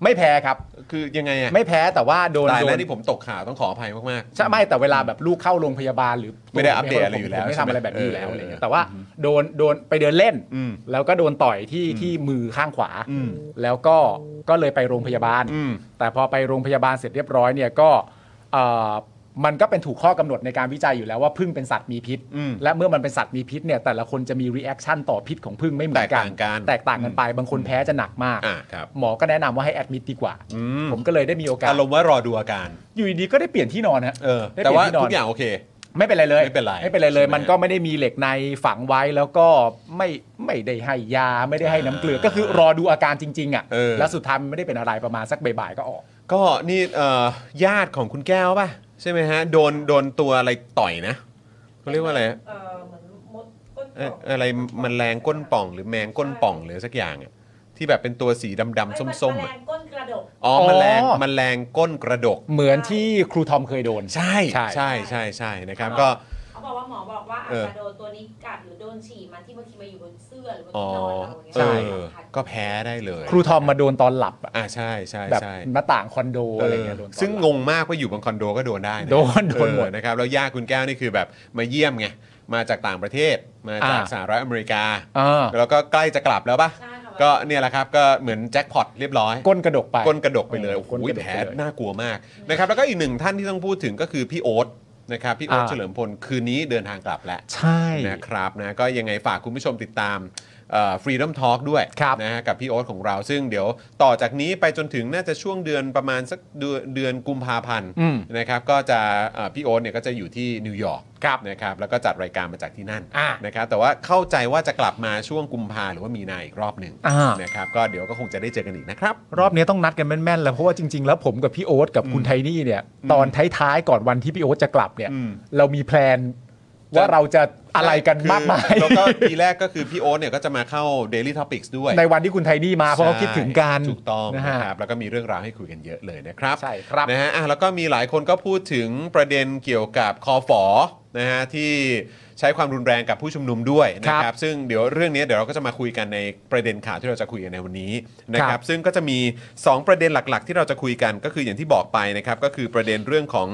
S5: ไม่แพ้ครับ
S3: คือยังไงอะ
S5: ไม่แพ้แต่ว่าโดน
S3: ตาย
S5: โด
S3: แล้ว
S5: น
S3: ที่ผมตกข่าวต้องขออภัยมาก
S5: ใช่ไม่แต่เวลาแบบลูกเข้าโรงพยาบาลหรือ
S3: ไม่ได้อัปเดตอะไรอยู่แล้ว
S5: ผมไม่
S3: ใช่
S5: ทำ
S3: ไหม
S5: อะไรแบบนี้อยู่แล้ว
S3: เออ
S5: อะไรเงี้ยแต่ว่าโดนโดนไปเดินเล่น
S3: อืม
S5: แล้วก็โดนต่อยที่ที่มือข้างขวา
S3: อืม
S5: แล้วก็ก็เลยไปโรงพยาบาล
S3: ๆอืม
S5: แต่พอไปโรงพยาบาลเสร็จเรียบร้อยเนี่ยก็เอ่อมันก็เป็นถูกข้อกำหนดในการวิจัยอยู่แล้วว่าพึ่งเป็นสัตว์มีพิษ
S3: อืม
S5: และเมื่อมันเป็นสัตว์มีพิษเนี่ยแต่ละคนจะมีรีแอคชั่นต่อพิษของพึ่งไม่เหมือนกัน
S3: แตกต่างกัน
S5: แตกต่างกันไป บางคนแพ้จะหนักมาก
S3: อ่าครับ
S5: หมอก็แนะนำว่าให้แอดมิดดีกว่า
S3: อืม
S5: ผมก็เลยได้มีโอกาส
S3: อารมณ์ว่ารอดูอาการ
S5: อยู่ดีๆก็ได้เปลี่ยนที่นอนฮะ
S3: เออ
S5: ได้
S3: แต่
S5: เปลี่
S3: ว่าย
S5: นที่นอ
S3: ทุ
S5: น
S3: กอย่างโอเค
S5: ไม่เป็นไรเลย
S3: ไม่เป็นไร
S5: ไม่เป็นไรเลย
S3: ใช่ไหม
S5: มันก็ไม่ได้มีเหล็กในฝังไว้แล้วก็ไม่ไม่ได้ให้ยาไม่ได้ให้น้ำเกลือก็คือรอดูอาการจริงๆอ่ะ
S3: เออ
S5: แล้วสุดท้ายมันไม่ได้เป็นอะไรประมาณสักบ่ายๆก็ออก
S3: ก็นี่เอ่อญาติของคุณแก้วป่ะใช่ไหมฮะโดนโดนตัวอะไรต่อยนะเขาเรียกว่าอะไร
S6: เอ่อเหมือนมดก้น
S3: เอ่ออะไรมันแรงก้นป่อง หรือแมงก้นป่องหรือสักอย่างอะที่แบบเป็นตัวสีดำๆส้มๆ
S6: แม
S3: อะ
S6: ลงก้นกระดก
S3: อ๋อ
S5: อ๋อ
S3: แมลงแมลงก้นกระดก
S5: เหมือนที่ครูทอมเคยโดน
S3: ใช่
S5: ใช่
S3: ใช่ใช่ใช่นะครับ
S6: อ๋อ
S3: ก็
S6: เขาบอกว่าหมอบอกว่าอา
S3: เออ
S6: จจะโดนตัวนี้กัดหรือโดนฉี่มันที่บางทีมาอยู่บนเสื้อหรือบน
S3: อ๋อ
S6: ที่นอนเราอย่างเงี้ย
S3: เออ
S6: สัมผัส
S3: ก็แพ้ได้เลย
S5: ครูทอมมาโดนตอนหลับอะ
S3: อ่าใช่ใช่
S5: แบบ
S3: ใช่
S5: หน้าต่างคอนโด
S3: เอ
S5: อะไร
S3: อ
S5: เงี้ยโดนตอนหลับ
S3: ซึ่งงงมากว่าอยู่บนคอนโดก็โดนได้ะ
S5: โดนโดนหมด
S3: เออนะครับแล้วย่าคุณแก้วนี่คือแบบมาเยี่ยมไงมาจากต่างประเทศมาจาก
S5: อ่า
S3: สหรัฐอเมริกา
S5: อ่า
S3: แล้วก็ใกล้จะกลับแล้วป่ะ
S6: ใช่ค่ะ
S3: ก็เนี่ยแหละครับก็เหมือนแจ็คพอตเรียบร้อย
S5: ก้นกระดกไป
S3: ก้นกระดกไปเลย
S5: เออ
S3: โอ้โห
S5: ก้นกระดก
S3: แผล
S5: ไปเลย
S3: น่ากลัวมากนะครับแล้วก็อีกหนึ่งท่านที่ต้องพูดถึงก็คือพี่โอ๊ตนะครับพี่โอ๊ต
S5: อ่า
S3: เฉลิมพลคืนนี้เดินทางกลับแล้ว
S5: ใช่
S3: นะครับนะก็ยังไงฝากคุณผู้ชมติดตามฟรีดอมทอล์กด้วย
S5: ครับ
S3: นะฮะกับพี่โอ๊ตของเราซึ่งเดี๋ยวต่อจากนี้ไปจนถึงน่าจะช่วงเดือนประมาณสักเดือนเดือนกุมภาพันธ์
S5: อืม
S3: นะครับก็จะเอ่อพี่โอ๊ตเนี่ยก็จะอยู่ที่นิวยอร์กนะครับแล้วก็จัดรายการมาจากที่นั่น
S5: อ่า
S3: นะครับแต่ว่าเข้าใจว่าจะกลับมาช่วงกุมภาหรือว่ามีนาอีกรอบหนึ่ง
S5: อ่าน
S3: นะครับก็เดี๋ยวก็คงจะได้เจอกันอีกนะครับ
S5: รอบนี้ต้องนัดกันแม่นๆแล้วเพราะว่าจริง ๆ แล้วผมกับพี่โอ๊ตกับคุณไทนี่เนี่ย ตอนท้ายๆก่อนวันที่พี่โอ๊ตจะกลับเนี่ย
S3: อืม
S5: เรามีแพลนว่าเราจะอะไรกันมากมาย
S3: แล้วก็ ทีแรกก็คือพี่โอ๊ตเนี่ยก็จะมาเข้า Daily Topics ด้วย
S5: ในวันที่คุณไทนี่มาเพราะเขาคิดถึงกัน
S3: ใช่ถูกต้อง
S5: นะฮะ
S3: นะครับ แล้วก็มีเรื่องราวให้คุยกันเยอะเลยนะครับ
S5: ใช่ครับ
S3: นะฮะอ่ะแล้วก็มีหลายคนก็พูดถึงประเด็นเกี่ยวกับคอฝอนะฮะที่ใช้ความรุนแรงกับผู้ชุมนุมด้วย
S5: ค
S3: นะค
S5: รั
S3: รับบ ซึ่งเดี๋ยวเรื่องนี้เดี๋ยวเราก็จะมาคุยกันในประเด็นข่าวที่เราจะคุยกันในวันนี้นะ
S5: ค
S3: ค
S5: รั
S3: รับบ ซึ่งก็จะมี 2 ประเด็นหลักๆ ที่เราจะคุยกันก็คืออย่างที่บอกไปนะครับก็คือประเด็นเรื่องของ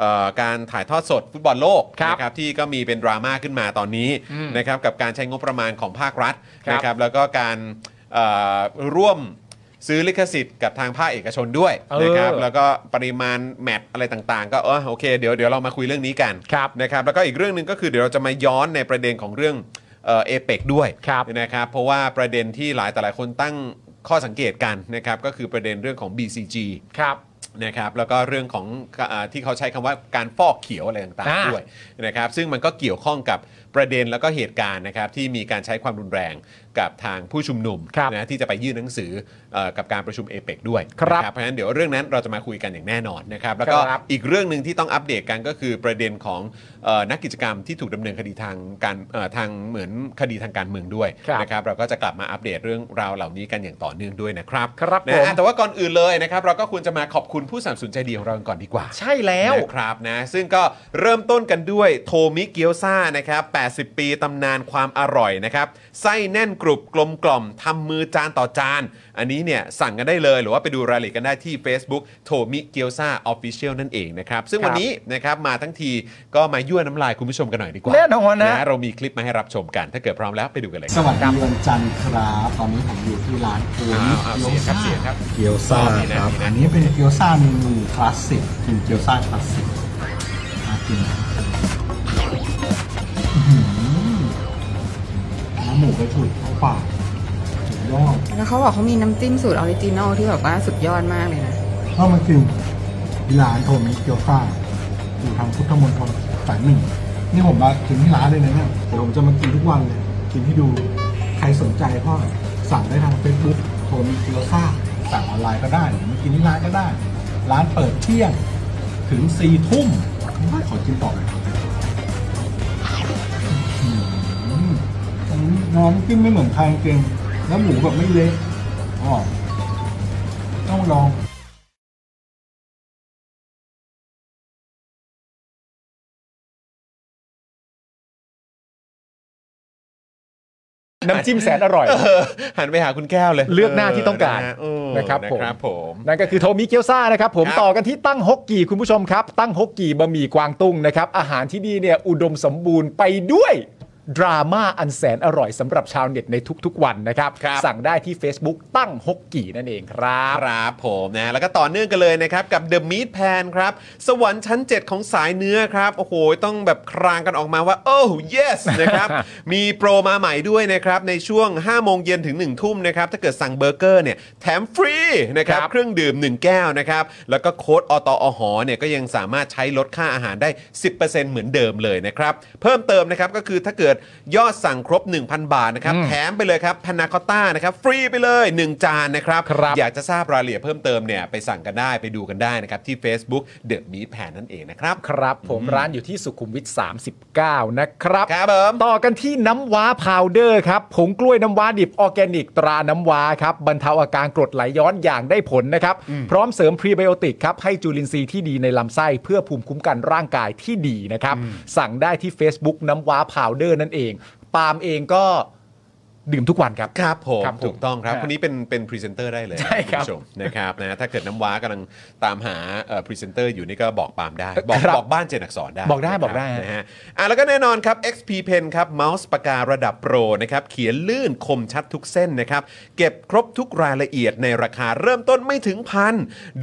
S3: เอ่อการถ่ายทอดสดฟุตบอลโลก
S5: ครับ
S3: นะ นะครับที่ก็มีเป็นดราม่าขึ้นมาตอนนี้นะครับกับการใช้งบประมาณของภาครัฐ
S5: ครับ
S3: นะครับแล้วก็การเอ่อร่วม ซื้อลิขสิทธิ์กับทางภาคเอกชนด้วย
S5: เออ
S3: นะครับแล้วก็ปริมาณแมตช์อะไรต่างๆ ก็เออโอเคเดี๋ยวเดี๋ยวเรามาคุยเรื่องนี้กัน
S5: ครับ
S3: นะครับแล้วก็อีกเรื่องหนึ่งก็คือเดี๋ยวเราจะมาย้อนในประเด็นของเรื่องเอ่อเปกด้วย
S5: ครับ
S3: นะครับเพราะว่าประเด็นที่หลายแต่หลายคนตั้งข้อสังเกตกันนะครับก็คือประเด็นเรื่องของ BCG
S5: ครับ
S3: นะครับแล้วก็เรื่องของอ่าที่เขาใช้คำว่าการฟอกเขียวอะไรต่าง
S5: อ่า
S3: ๆด้วยนะครับซึ่งมันก็เกี่ยวข้องกับประเด็นแล้วก็เหตุการณ์นะครับที่มีการใช้ความรุนแรงกับทางผู้ชุมนุม
S5: ครับ
S3: นะที่จะไปยื่นหนังสือเอ่อกับการประชุมเอเปกด้วย
S5: ครับ
S3: นะเพราะฉะนั้นเดี๋ยวเรื่องนั้นเราจะมาคุยกันอย่างแน่นอนนะครับแล้วก็
S5: ครับ
S3: อีกเรื่องหนึ่งที่ต้องอัปเดตกันก็คือประเด็นของเอ่อนักกิจกรรมที่ถูกดำเนินคดีทางการเอ่อทางเหมือนคดีทางการเมืองด้วย
S5: ครับ
S3: นะครับเราก็จะกลับมาอัปเดตเรื่องราวเหล่านี้กันอย่างต่อเนื่องด้วยนะครับ
S5: ครับ
S3: นะ
S5: ผม
S3: อ่ะ แต่ว่าก่อนอื่นเลยนะครับเราก็ควรจะมาขอบคุณผู้สนับสนุนใจดีของเรากันก่อนดีกว่า
S5: ใช่แล้ว
S3: นะครับนะซึ่งก็เริ่มต้นกันด้วยโทมิเกียวซ่านะครับ 80 ปีตำนานความอร่อยนะครับไส้แน่นกรุบกลมกล่อมทำมือจานต่อจาน อันนี้เนี่ยสั่งกันได้เลยหรือว่าไปดูรายละเอียดกันได้ที่ Facebook โทมิเกียวซ่าออฟฟิเชียลนั่นเองนะครับ ซึ่งวันนี้นะครับมาทั้งทีก็มายั่วน้ำลายคุณผู้ชมกันหน่อยดีกว่า
S5: แน่นอนนะ
S3: เรามีคลิปมาให้รับชมกันถ้าเกิดพร้อมแล้วไปดูกันเลยค
S7: ส
S3: รับ
S7: วัสดีวันจันทร์ครับ ตอนนี้ผมอยู่ที่ร้านโอ
S3: อ้า
S7: นิ
S3: วอ้าวเสียงครับเสียงครับ
S7: เกียวซ่า
S3: นี่นะ
S7: ครับ
S3: นี่นะ
S7: อันนี้เป็นเกียวซ่าเมนูคลาสสิกกินเกียวซ่าคลาสสิกน่ากินอื้อหือน้ำหมูกระถุยเข้าปากสุดยอด
S8: แล้วเขาบอกเขามีน้ำจิ้มสูตรออริจินอลที่แบบว่าสุดยอดมากเลยนะ
S7: เข้ามากินที่ร้านโทมิเกียวซ่าอยู่ทางพุทธมณฑลสายหนึ่งนี่ผมมาถึงที่ร้านเลยนะเนี่ยเดี๋ยวผมจะมากินทุกวันเลย กินให้ดูใครสนใจก็สั่งได้ทาง Facebook โทมิเกียวซ่าสั่งออนไลน์ก็ได้หรือมากินที่ร้านก็ได้ ร้านเปิดเที่ยงถึงสี่ทุ่มขอกินต่อเลยอืมอันนี้น้ำจิ้มไม่เหมือนใครจริงๆแล้วหมูแบบไม่เละอ๋อต้องลอง
S5: น้ำจิ้มแสนอร่อย
S3: เออหันไปหาคุณแก้วเลย
S5: เลือกหน้าที่ต้องการ
S3: เออ
S5: นะครับผม
S3: นะครับผม
S5: นั่นก็คือโทมิเกียวซ่านะครับผม
S3: ครับ
S5: ต่อกันที่ตั้งฮกกี่คุณผู้ชมครับ ตั้งฮกกี่บะหมี่กวางตุ้งนะครับ อาหารที่ดีเนี่ยอุดมสมบูรณ์ไปด้วย ดราม่าอันแสนอร่อยสำหรับชาวเน็ตในทุกๆ วันนะครับ
S3: ครับ
S5: สั่งได้ที่ Facebook ตั้งฮกกี่นั่นเองครับ
S3: ครับผมนะแล้วก็ต่อเนื่องกันเลยนะครับ กับ The Meat Pan ครับ สวรรค์ชั้น 7 ของสายเนื้อครับ โอ้โห ต้องแบบครางกันออกมาว่า โอ้ yes นะครับ มีโปรมาใหม่ด้วยนะครับ ในช่วง 5 โมงเย็นถึง 1 ทุ่มนะครับ ถ้าเกิดสั่งเบอร์เกอร์เนี่ยแถมฟรีนะครับ
S5: ครับ
S3: เครื่องดื่ม 1 แก้วนะครับ แล้วก็โค้ดอตอหอเนี่ยก็ยังสามารถใช้ลดค่าอาหารได้ 10%เหมือนเดิมเลยนะครับ เพิ่มเติมนะครับก็คือถ้าเกิดยอดสั่งครบ 1,000 บาทนะครับแถมไปเลยครับพนาคอต้านะครับฟรีไปเลย 1 จานนะครับ
S5: ครับ
S3: อยากจะทราบรายละเอียดเพิ่มเติมเนี่ยไปสั่งกันได้ไปดูกันได้นะครับ ที่ Facebook The Meat Pan นั่นเองนะครับ
S5: ครับผมร้านอยู่ที่สุขุมวิท 39 นะครับ
S3: ครับผม
S5: ต่อกันที่น้ำว้าพาวเดอร์ครับผงกล้วยน้ำว้าดิบออร์แกนิกตราน้ำว้าครับบรรเทาอาการกรดไหลย้อนอย่างได้ผลนะครับ พร้อมเสริมพรีไบโอติกครับให้จุลินทรีย์ที่ดีในลำไส้เพื่อภูมิคุ้มกันร่างกายที่ดีนะครับ สั่งได้ที่ Facebook น้ำว้าพาวเดอร์นั่นเอง ปาล์มเองก็ดื่มทุกวันครับ
S3: ครับผม
S5: ครับผม
S3: ถูกต้องครับ
S5: ครับ
S3: คนนี้เป็นเป็นพรีเซนเตอร์ได้เลย
S5: ใช่ครับ
S3: ณผู้ชมนะครับนะถ้าเกิดน้ำว้ากำลังตามหาพรีเซนเตอร์อยู่นี่ก็บอกปาล์มได้ บอก
S5: ครับ
S3: บอกบ้านเจนอักษรได้
S5: บอกได้
S3: นะครั
S5: บอกได้ฮะ
S3: นะฮะอ่ะแล้วก็แน่นอนครับ XP Pen ครับเมาส์ปากการะดับโปรนะครับเขียนลื่นคมชัดทุกเส้นนะครับเก็บครบทุกรายละเอียดในราคาเริ่มต้นไม่ถึงพัน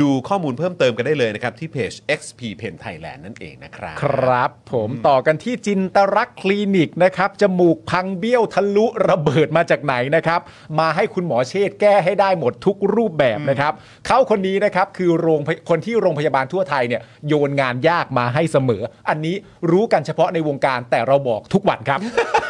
S3: ดูข้อมูลเพิ่มเติมกันได้เลยนะครับที่เพจ XP Pen Thailand นั่นเองนะครับ
S5: ครับผมต่อกันที่จินตรักษณ์คลินิกนะครับ จมูกพังเบี้ยวทะลุระเบิดมาจากไหนนะครับ มาให้คุณหมอเชษฐ์แก้ให้ได้หมดทุกรูปแบบนะครับเขาคนนี้นะครับคือโรงพยคนที่โรงพยาบาลทั่วไทยเนี่ยโยนงานยากมาให้เสมอ อันนี้รู้กันเฉพาะในวงการแต่เราบอกทุกวันครับ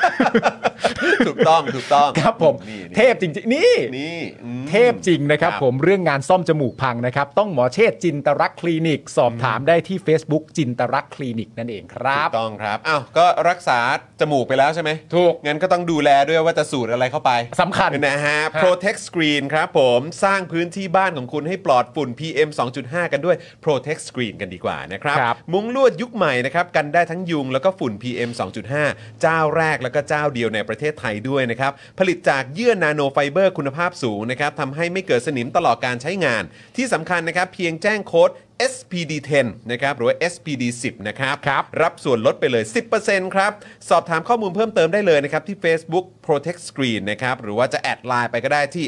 S3: ถูกต้องถูกต้อง
S5: ครับผม
S3: นี่นี่
S5: เทพจริงๆ นี่
S3: นี่อืม
S5: เทพจริงนะครับ
S3: ครับ
S5: ผมเรื่องงานซ่อมจมูกพังนะครับ ต้องหมอเชษฐ์จินตรักษณ์คลินิก สอบถามได้ที่ Facebook จินตรักษณ์คลินิกนั่นเองครั
S3: ถู
S5: บ
S3: กต้องครับอ้าวก็รักษาจมูกไปแล้วใช่ไหม
S5: ถูก
S3: งั้นก็ต้องดูแลด้วยว่าจะสูดอะไรเข้าไป
S5: สำคัญ
S3: นะฮะ Protect Screen ครับผมสร้างพื้นที่บ้านของคุณให้ปลอดฝุ่น PM 2.5 กันด้วย Protect Screen กันดีกว่านะครับ
S5: ครับ
S3: มุ้งลวดยุคใหม่นะครับ กันได้ทั้งยุงแล้วก็ฝุ่น PM 2.5 เจ้าแรกแล้วก็เจ้าเดียวในประเทศไทยด้วยนะครับ ผลิตจากเยื่อนาโนไฟเบอร์คุณภาพสูงนะครับทำให้ไม่เกิดสนิมตลอดการใช้งาน ที่สำคัญนะครับ เพียงแจ้งโค้ด SPD 10นะครับหรือว่า SPD 10นะครับ
S5: ครับ
S3: รับส่วนลดไปเลย 10%ครับ สอบถามข้อมูลเพิ่มเติมได้เลยนะครับที่ Facebook Protect Screen นะครับหรือว่าจะแอดไลน์ไปก็ได้ที่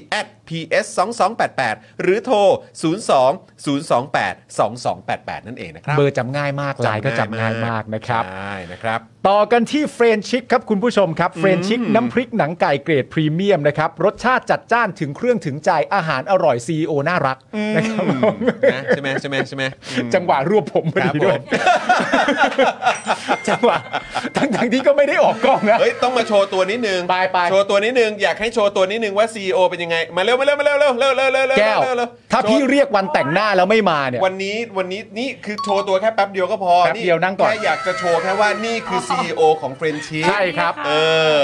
S3: @ps2288 หรือโทร 02-028-2288 นั่นเองนะครับ
S5: เบอร์จำง่ายมากไลน์ก็จำง่ายมากนะครับ
S3: ใช่นะครับ
S5: ต่อกันที่เฟรนชิกครับคุณผู้ชมครับเฟรนชิกน้ำพริกหนังไก่เกรดพรีเมียมนะครับรสชาติจัดจ้านถึงเครื่องถึงใจอาหารอร่อยซีโอน่ารักนะครับผม
S3: นะใช่ไหมใช่ไหมใช่ไหมอืม
S5: จังหวะรวบผมพอ
S3: ครับ
S5: ดีด้วย
S3: ผม
S5: จังหวะทั้งทั้งที่ก็ไม่ได้ออกกล้องนะ
S3: เฮ้ย ต้องมาโชว์ตัวนิดนึง
S5: ไปไป
S3: โชว์ตัวนิดนึง อยากให้โชว์ตัวนิดนึงว่า CEO เป็นยังไง มาเร็วมาเร็วมาเร็วเร็วเร็วเร็วเร็วเร็ว
S5: แก้ว
S3: เร็เร็เร็
S5: ถ้าพี่
S3: โชว์
S5: เรียกวันแต่งหน้าแล้วไม่มาเนี่ย
S3: วันนี้วันนี้นี่คือโชว์ตัวแค่แป๊บเดียวก็พอ
S5: แป๊บเดียวนั่งก่อน
S3: แค่อยากจะโชว์แค่ว่านี่คือ CEO ของเฟรนชี
S5: ใช่ครับ
S3: เอ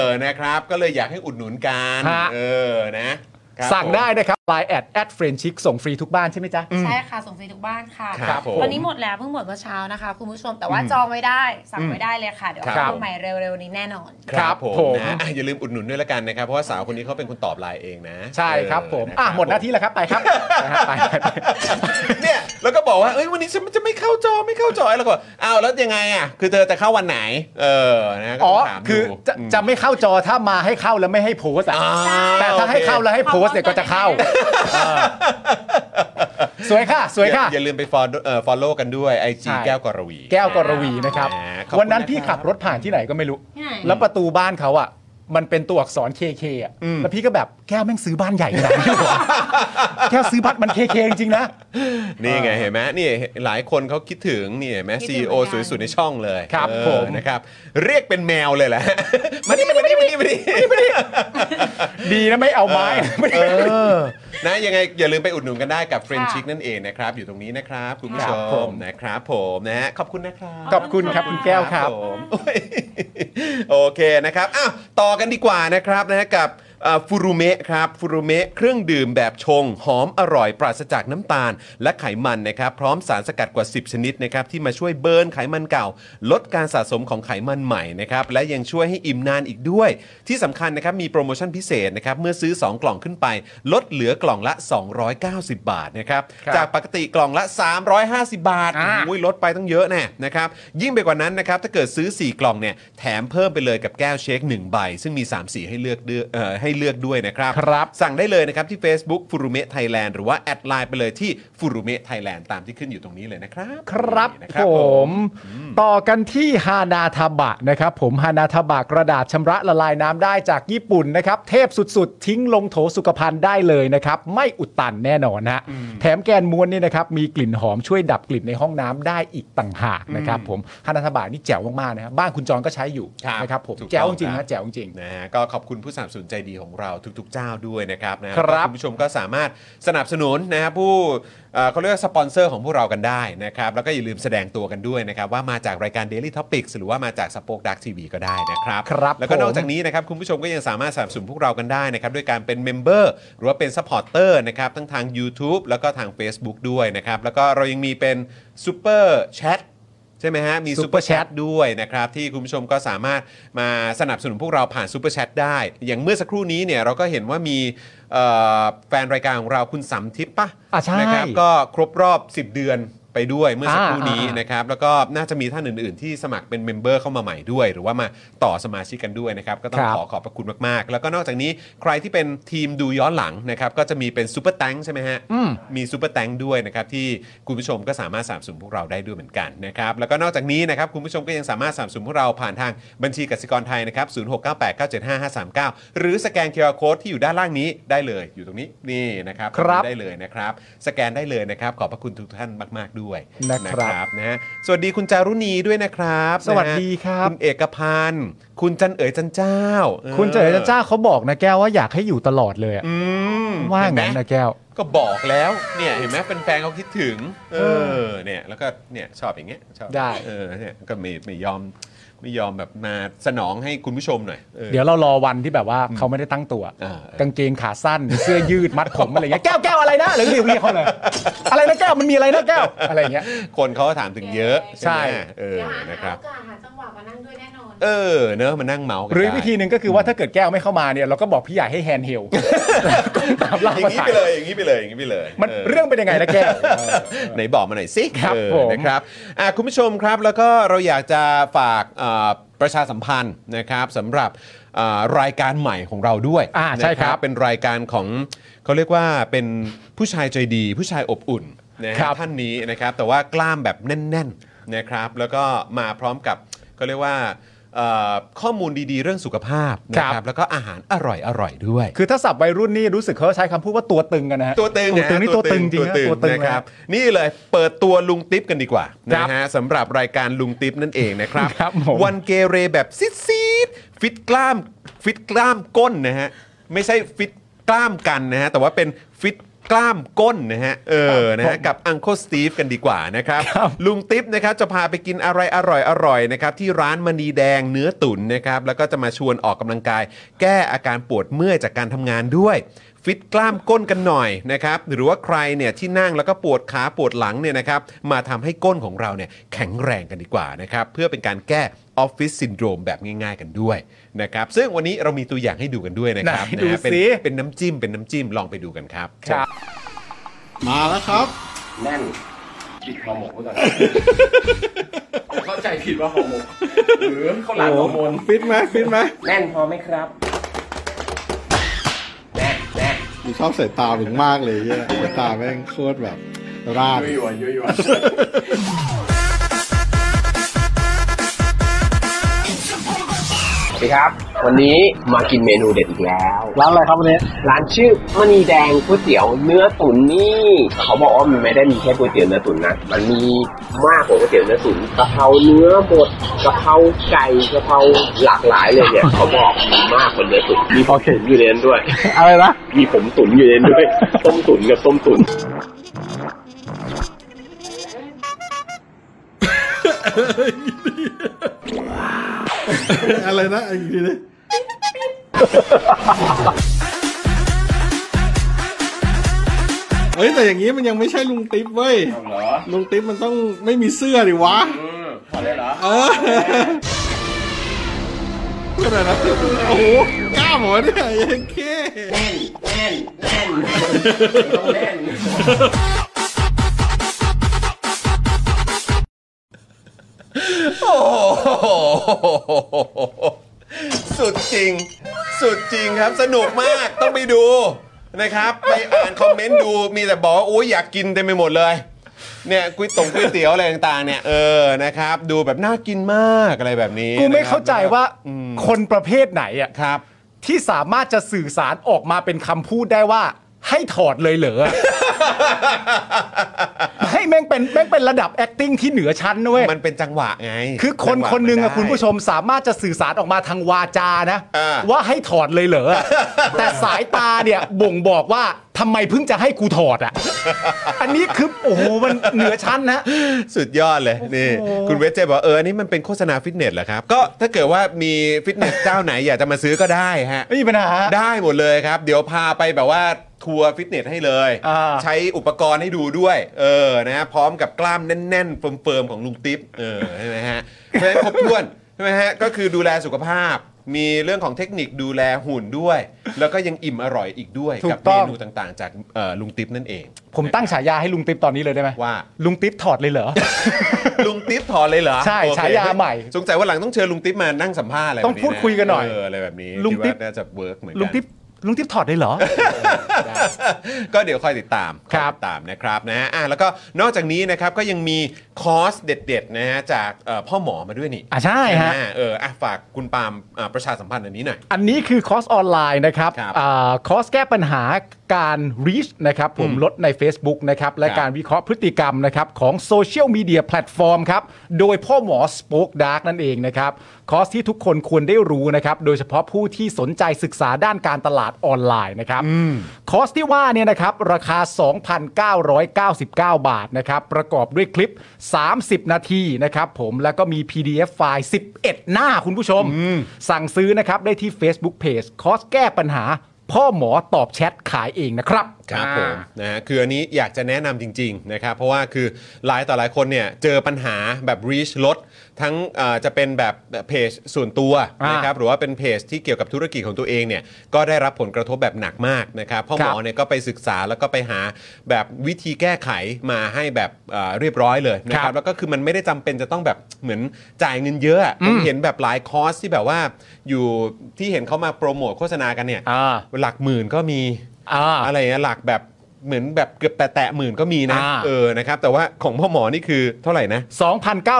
S3: อนะครับ ก็เลยอยากให้อุดหนุนกัน
S5: ฮะ
S3: เออนะครับ
S5: สั่งได้นะครับไลน์แอดแอดเฟรนชิกส่งฟรีทุกบ้านใช่ไหมจ๊ะ
S6: ใช่ค่ะ ส่งฟรีทุกบ้านค่ะ
S3: ครับผม
S6: ตอนนี้หมดแล้วเพิ่งหมดเมื่อเช้านะคะ คุณผู้ชมแต่ว่าจองไว้ได้ สั่งไว้ได้เลยค่ะ เดี๋ยว
S3: ครับ
S6: เข้าใหม่เร็วๆนี้แน่นอน
S3: ครับ
S5: ครับ
S3: ผ
S5: ผม ม
S3: นะอ่ะอย่าลืมอุดหนุนด้วยละกันนะครับ เพราะว่าสาวคนนี้เขาเป็นคนตอบไลน์เองนะ
S5: ใช่ครับผม
S3: เ
S5: อ่ะหมดหน้าที่แล้วครับไป ครับนะฮะไปไปไป
S3: เนี่ยแล้วก็บอกว่าเอ้ยวันนี้ฉันจะไม่เข้าจอไม่เข้าจอแล้วก็อ้าวแล้วยังไงอ่ะคือเธอจะเข้าวันไหน เออนะก็
S5: อ๋อ
S3: ต้องถามดู
S5: คือจะ
S3: ม
S5: จะไม่เข้าจอถ้ามาให้เข้าแล้วไม่ให้โพสต์อ่ะ
S3: อ่า
S5: แต่ถ้าให้
S3: โอเค
S5: เข้าแล้วให้โพสต์เนี่ยก็จะเข้าเออสวยค่ะ สวยค่ะ
S3: อย่าอย่าลืมไป follow เอ่อ follow กันด้วย IG
S5: ใช่
S3: แก้วกรวี
S5: แก้วกรวีนะครับ
S3: อ่าขอบคุณ
S5: วันนั้นพี่
S3: นะครับ
S5: ขับรถผ่านที่ไหนก็ไม่รู้
S6: ที่ไหน
S5: แล้วประตูบ้านเขาอ่ะ มันเป็นตัวอักษร KK อ่ะ
S3: อืม
S5: แล้วพี่ก็แบบแก้วแม่งซื้อบ้านใหญ่ขนาดนี้เหรอ แก้วซื้อบ้านมัน KK จริงๆนะ
S3: นี่ไงเห็นไหมนี่หลายคนเขาคิดถึงนี่เห็นไหม
S6: คิด
S3: ซี
S6: ถึง
S3: โอ
S6: เหมือน
S3: สวย
S6: กัน
S3: สุดในช่องเลย
S5: ครับ
S3: เออ
S5: ผม
S3: นะครับ เรียกเป็นแมวเลยแหละ มานี่มานี่มานี่มานี่มานี่
S5: ดีนะไม่เอาไม้ไม่ได้
S3: นะยังไงอย่าลืมไปอุดหนุนกันได้กับเฟรนชิก
S6: ค่ะ
S3: นั่นเองนะครับ อยู่ตรงนี้นะครับคุณผู้
S5: ค
S3: ช
S5: รับผม ม
S3: นะครับผมนะฮะขอบคุณนะครับ
S5: ขอบคุณครับคุณแก้วครับ
S3: ผมโอเคนะครับอ้าวต่อกันดีกว่านะครับนะฮะกับฟูรุเมะครับฟูรุเมะเครื่องดื่มแบบชง หอมอร่อยปราศจากน้ำตาล และไขมันนะครับพร้อมสารสกัดกว่า 10 ชนิดนะครับที่มาช่วยเบิร์นไขมันเก่า ลดการสะสมของไขมันใหม่นะครับและยังช่วยให้อิ่มนานอีกด้วย ที่สำคัญนะครับมีโปรโมชั่นพิเศษนะครับเมื่อซื้อ 2 กล่องขึ้นไป ลดเหลือกล่องละ 290 บาทนะครับ
S5: ครับ
S3: จากปกติกล่องละ 350 บาท
S5: อ่า
S3: อุ้ยลดไปต้องเยอะแน่นะครับ ยิ่งไปกว่านั้นนะครับ ถ้าเกิดซื้อ 4 กล่องเนี่ย แถมเพิ่มไปเลยกับแก้วเช็ค 1 ใบ ซึ่งมี 3 สีให้เลือกเดือเอ่อให้เลือกด้วยนะครับ
S5: ครับ
S3: สั่งได้เลยนะครับ ที่ Facebook ฟูรุเมะไทยแลนด์หรือว่า แอดไลน์ไปเลยที่ฟูรุเมะไทยแลนด์ตามที่ขึ้นอยู่ตรงนี้เลยนะครับ
S5: ครับ
S3: นี่นะ
S5: ผม ต่อกันที่ฮานาทาบะนะครับผมฮานาทาบะกระดาษชำระละลายน้ำได้จากญี่ปุ่นนะครับ เทพสุดๆ ทิ้งลงโถสุขภัณฑ์ได้เลยนะครับ ไม่อุดตันแน่นอนฮะแถมแกนม้วนนี่นะครับ มีกลิ่นหอมช่วยดับกลิ่นในห้องน้ำได้อีกต่างหากนะครับผมฮานาทาบะนี่แจ๋วมากๆนะครับบ้านคุณจอนก็ใช้อยู่
S3: ครับ
S5: นะครับผม
S3: ถูกต้อง
S5: แจ๋วจริง
S3: ครั
S5: ฮะ
S3: บ
S5: แจ๋วจริง
S3: นะฮะก็ขอบคุณผู้สนับสนุนใจดีของเราทุกๆเจ้าด้วยนะครับนะครับ แล้วคุณผู้ชมก็สามารถสนับสนุนนะฮะผู้เอ่อเขาเรียกว่าสปอนเซอร์ของพวกเรากันได้นะครับแล้วก็อย่าลืมแสดงตัวกันด้วยนะครับว่ามาจากรายการ Daily Topics หรือว่ามาจากสป o อ e ดักทีวีก็ได้นะครับ
S5: ครับ
S3: แล้วก็นอก
S5: ผม
S3: จากนี้นะครับคุณผู้ชมก็ยังสามารถสนับสนุนพวกเรากันได้นะครับด้วยการเป็นเมมเบอร์หรือว่าเป็นซัพพอร์เตอร์นะครับทั้งทาง YouTube แล้วก็ทาง Facebook ด้วยนะครับแล้วก็เรายังมีเป็นซูเปอร์แชทใช่ไหมฮะมี
S5: Super Chat
S3: ด้วยนะครับที่คุณผู้ชมก็สามารถมาสนับสนุนพวกเราผ่านซูเปอร์แชทได้ อย่างเมื่อสักครู่นี้เนี่ยเราก็เห็นว่ามีเอ่อแฟนรายการของเราคุณสำทิปปะ
S5: อ่ะใช่
S3: นะครับก็ครบรอบ 10 เดือนไปด้วยเมื่อสักครู่
S5: อ่า
S3: นี้
S5: อ่า
S3: นะครับแล้วก็น่าจะมีท่านอื่นๆ ที่สมัครเป็นเมมเบอร์เข้ามาใหม่ด้วย หรือว่ามาต่อสมาชิกกันด้วยนะครับก็ต้อง
S5: ครับ
S3: ขอขอบพระคุณมากๆ แล้วก็นอกจากนี้ใครที่เป็นทีมดูย้อนหลังนะครับก็จะมีเป็นซูเปอร์แตงใช่ไหมฮะ มีซูเปอร์แตงด้วยนะครับที่คุณผู้ชมก็สามารถสามสูนพวกเราได้ด้วยเหมือนกันนะครับแล้วก็นอกจากนี้นะครับคุณผู้ชมก็ยังสามารถสามสูนพวกเราผ่านทางบัญชีกสิกรไทยนะครับศูนย์หกเก้าแปดเก้าเจ็ดห้าห้าสามเก้าหรือสแกนเคอร์โค้ดที่อยู่ด้านล่างนี้ได้เลยอยู่ตรงนี้นี่นะครับ
S5: ครับ
S3: ได้เลยนะครับสแกนได้เลยนะครับขอบพระคุณทุกท่านมาก ๆด้วย
S5: นะครับ
S3: นะฮะสวัสดีคุณจารุณีด้วยนะครับ
S5: สวัสดี
S3: นะฮะ
S5: ครับ
S3: คุณเอกพันธ์คุณจันเอ๋ยจันเจ้าออ
S5: คุณเจริญจ้าเขาบอกนะแก้วว่าอยากให้อยู่ตลอดเลยอะ
S3: อืม
S5: ว่างั้น
S3: เห็ไหม
S5: นะแก้ว
S3: ก็บอกแล้วเนี่ยเห็นไหมแฟนๆเขาคิดถึง เออเนี่ยแล้วก็เนี่ยชอบอย่างเงี้ยชอบ
S5: ได้
S3: เออเนี่ยก็ไม่ไม่ยอมไม่ยอมแบบมาสนองให้คุณผู้ชมหน่อยออ
S5: เดี๋ยวเรารอวันที่แบบว่าเขาไม่ได้ตั้งตัว
S3: อ่าก
S5: างเกงขาสั้น เสื้อยืดมัดผมอะไรอย่างเงี้ยแก้วแก้วอะไรนะหรือเรียกเรียกเขาเลย อะไรนะแก้วมันมีอะไรนะแก้วอะไรอย่างเงี้ย
S3: คนเขาก็ถามถึงเยอะ ใช่ไหม
S5: ใช่
S3: เออ
S6: เดี๋ยวหา
S3: นะครับ
S6: โอกาสหาจังหวะมานั่งด้วยแน่นอน
S3: เออเนอะมานั่งเมาส์กัน
S5: หรือ
S3: ได้
S5: วิธีหนึ่งก็คือว่าถ้าเกิดแก้วไม่เข้ามาเนี่ยเราก็บอกพี่ใหญ่ให้แฮนด์เฮลตามล่า
S3: อ
S5: ภา
S3: ย่างนี้
S5: ษา
S3: ไปเลยอย่างนี้ไปเลยอย่างนี้ไปเลย
S5: มัน
S3: เออ
S5: เรื่องเป็นยังไงนะแก้ว
S3: ไหนบอกมาหน่อยสิ
S5: ครับ
S3: เออ
S5: ผม
S3: นะครับอ่ะคุณผู้ชมครับแล้วก็เราอยากจะฝากเอ่อประชาสัมพันธ์นะครับสำหรับเอ่อรายการใหม่ของเราด้วย
S5: อ่าใช่
S3: นะครับเป็นรายการของเขาเรียกว่าเป็นผู้ชายใจดี ผู้ชายอบอุ่นนะฮะ
S5: ครับ
S3: ท่านนี้นะครับแต่ว่ากล้ามแบบแน่นๆนะครับ แล้วก็มาพร้อมกับเขาเรียกว่าเอ่อข้อมูลดีๆ เรื่องสุขภาพนะครับแล้วก็อาหารอร่อยๆด้วย
S5: คือถ้าสับวัยรุ่นนี่รู้สึกเขาใช้คำพูดว่าตัวตึงกันนะฮะ
S3: ตัวตึง
S5: ตัวตึง
S3: ะ
S5: นี่ตัวตึงจริงนะ
S3: ตัวตึง
S5: นะ
S3: นะครับ นี่เลยเปิดตัวลุงติ๊บกันดีกว่า
S5: ครั
S3: นะ
S5: บ
S3: ฮะสำหรับรายการลุงติ๊บนั่นเองนะครับ
S5: ครับผม
S3: วันเกเรแบบซิดซีดๆฟิตกล้ามฟิตกล้ามก้นนะฮะไม่ใช่ฟิตกล้ามกันนะฮะแต่ว่าเป็นฟิตกล้ามก้นนะฮะเออนะฮะกับอัง l e ลสตีฟกันดีกว่านะครับ ลุงติ๊บนะครับจะพาไปกินอะไรอร่อยอร่อยๆนะครับที่ร้านมณีแดงเนื้อตุ๋นนะครับแล้วก็จะมาชวนออกกำลังกาย แก้อาการปวดเมื่อยจากการทำงานด้วย ฟิตกล้ามก้นกันหน่อยนะครับหรือว่าใครเนี่ยที่นั่งแล้วก็ปวดขาปวดหลังเนี่ยนะครับมาทำให้ก้นของเราเนี่ยแข็งแรงกันดีกว่านะครับเพื่อเป็นการแก้ออฟฟิศซินโดรมแบบง่ายๆกันด้วยนะครับซึ่งวันนี้เรามีตัวอย่างให้ดูกันด้วยนะครับ
S5: ไหน
S3: นะฮะเป็น
S5: ดูสิ
S3: เป็นน้ำจิ้มเป็นน้ำจิ้มลองไปดูกันครับ
S5: ครับ
S9: มาแล้วครับ
S10: แน่นบิดห่อหมกไว้ก่อน เข้าใจผิดว่าห่อหมกหรือข้าวหลามห่อหมก
S9: ฟิตไหมฟิตไหม
S10: แน่นพอไหมครับ แน่นแน่น
S9: ผมชอบสายตามึงมากเลยเหี้ยสายตาแม่งโคตรแบบ ราด
S10: ยั่วยวนยั่วยวน สวัสดีครับ วันนี้มากินเมนูเด็ดอีกแล้ว ร้านอะไรครับวันนี้ ร้านชื่อมณีแดงก๋วยเตี๋ยวเนื้อตุ๋นนี่ เขาบอกว่ามันไม่ได้มีแค่ก๋วยเตี๋ยวเนื้อตุ๋นนะ มันมีมากกว่าก๋วยเตี๋ยวเนื้อตุ๋นกะเพราเนื้อบดกะเพราไก่กะเพราหลากหลายเลยเนี่ย เขาบอกมีมากกว่าเนื้อตุ๋นมีพอตุ๋นอยู่ในนั้นด้วย อะไรนะมีผมตุ๋นอยู่ในนั้น ด้วย ต้มตุ๋นกับต้มตุ๋น
S9: อะไรนะอีกทีนึงเฮ้ยแต่อย่างนี้มันยังไม่ใช่ลุงติ๊บเว้ยลุงติ๊บมันต้องไม่มีเสื้อดิวะเออขนาดนั้นโอ้โหกล้าหมดเนี่ยยังเค้
S3: โอ้โหสุดจริง สุดจริงครับสนุกมากต้องไปดูนะครับไปอ่านคอมเมนต์ดูมีแต่บอกว่าโอ้ยอยากกินเต็มไปหมดเลยเนี่ยก๋วยตงก๋วยเตี๋ยวอะไรต่างๆ เนี่ยเออนะครับ ดูแบบน่ากินมากอะไรแบบนี้
S5: กูไม่
S3: นะครับ
S5: เข้าใจว่าคนประเภทไหนอ่ะ
S3: ครับ
S5: ที่สามารถจะสื่อสารออกมาเป็นคำพูดได้ว่าให้ถอดเลยเหรอ ให้แม่งเป็นแม่งเป็นระดับ acting ที่เหนือชั้นนะเว้ย
S3: มันเป็นจังหวะไง
S5: คือคน
S3: จัหวะ
S5: คนหนึ่งอะ
S3: มัได้
S5: คุณผู้ชมสามารถจะสื่อสารออกมาทางวาจานะ
S3: อ่า
S5: ว่าให้ถอดเลยเหรอ แต่สายตาเนี่ย บ่งบอกว่าทำไมเพิ่งจะให้กูถอดอ่ะ อันนี้คือโอ้โหมันเหนือชั้นนะ
S3: สุดยอดเลยนี่คุณเวจเจบอกว่าเอออันนี้มันเป็นโฆษณาฟิตเนสเหรอครับก็ถ้าเกิดว่ามีฟิตเนสเจ้าไหนอยากจะมาซื้อก็ได้ฮะ
S5: ไม่มีปัญหา
S3: ได้หมดเลยครับ เดี๋ยวพาไปแบบว่าทัวร์ฟิตเนสให้เลย
S5: อ่า
S3: ใช้อุปกรณ์ให้ดูด้วย เออนะฮะพร้อมกับกล้ามแน่นๆเฟิร์มๆของลุงติ๊บเออใช่ไหมฮะเพราะฉะนั้นครบถ้วนใช่ไหมฮะก็คือดูแลสุขภาพ มีเรื่องของเทคนิคดูแลหุ่นด้วย แล้วก็ยังอิ่มอร่อยอีกด้วย
S5: ถู
S3: กั
S5: กต้อ
S3: เม
S5: ง
S3: นูต่างๆ จากเอ่อลุงติ๊บนั่นเอง
S5: ผมตั้งฉายาให้ลุงติ๊บตอนนี้เลยได้ไหม
S3: ว่า
S5: ลุงติ๊บถอดเลยเหรอ
S3: ลุงติ๊บถอนเลยเหรอ
S5: ใช่
S3: โอเค
S5: ฉายาใหม่
S3: สงสัยว่าหลังต้องเชิญลุงติ๊บมานั่งสัมภาษณ์อะไร
S5: ต้อง
S3: แบบะ
S5: พูดคุยกันหน่อย
S3: เอะไรแบบนี้
S5: ลุงติ๊บ
S3: คิดว่าน่าจะเวิร์กเหมือนกัน
S5: ลุงติ๊บลุงติ๊บถอดเลยเหรอ
S3: ก็เดี๋ยวคอยติดตาม
S5: ครับ
S3: อยติดตามนะครับนะฮะอ่ะแล้วก็นอกจากนี้นะครับก็ยังมีคอร์สเด็ดๆนะฮะจากเอ่อพ่อหมอมาด้วยนี่
S5: อ่ะใช่ฮะ
S3: นเอออ่ะฝากคุณปาล์มอ่ะประชาสัมพันธ์อันนี้หน่อย
S5: อันนี้คือคอร์สออนไลน์นะครับ
S3: ครับ
S5: อาคอร์สแก้ปัญหาการ reach นะครับผมลดใน Facebook นะครับและ
S3: ครับ
S5: การวิเคราะห์พฤติกรรมนะครับของโซเชียลมีเดียแพลตฟอร์มครับโดยพ่อหมอ Spoke Dark นั่นเองนะครับคอร์สที่ทุกคนควรได้รู้นะครับโดยเฉพาะผู้ที่สนใจศึกษาด้านการตลาดออนไลน์นะครับคอร์สที่ว่าเนี่ยนะครับราคา 2,999 บาทนะครับประกอบด้วยคลิป 30 นาทีนะครับผมแล้วก็มี PDF ไฟล์ 11 หน้าคุณผู้ชม สั่งซื้อนะครับได้ที่ Facebook Page คอร์สแก้ปัญหา พ่อหมอตอบแชทขายเองนะครับ
S3: ครับ
S5: อ่า
S3: ผมนะฮะคืออันนี้อยากจะแนะนำจริงๆนะครับเพราะว่าคือหลายต่อหลายคนเนี่ยเจอปัญหาแบบ reach ลดทั้งเอ่อจะเป็นแบบเพจส่วนตัว
S5: อ่าน
S3: นะครับหรือว่าเป็นเพจที่เกี่ยวกับธุรกิจของตัวเองเนี่ยก็ได้รับผลกระทบแบบหนักมากนะครับพ่อหมอ
S5: ครับ
S3: เนี่ยก็ไปศึกษาแล้วก็ไปหาแบบวิธีแก้ไขมาให้แบบเอ่อเรียบร้อยเลยนะค
S5: ครั
S3: รับบ แล้วก็คือมันไม่ได้จำเป็นจะต้องแบบเหมือนจ่ายเงินเยอะอะผมเห็นแบบหลายคอร์สที่แบบว่าอยู่ที่เห็นเขามาโปรโมทโฆษณากันเนี่ย
S5: อ่า
S3: หลักหมื่นก็มี
S5: อ่า
S3: อะไรเงี้ยหลักแบบเหมือนแบบเกือบแตะแตะหมื่นก็มีนะ
S5: อ่า
S3: เออนะครับแต่ว่าของพ่อหมอนี่คือเท่าไหร่นะ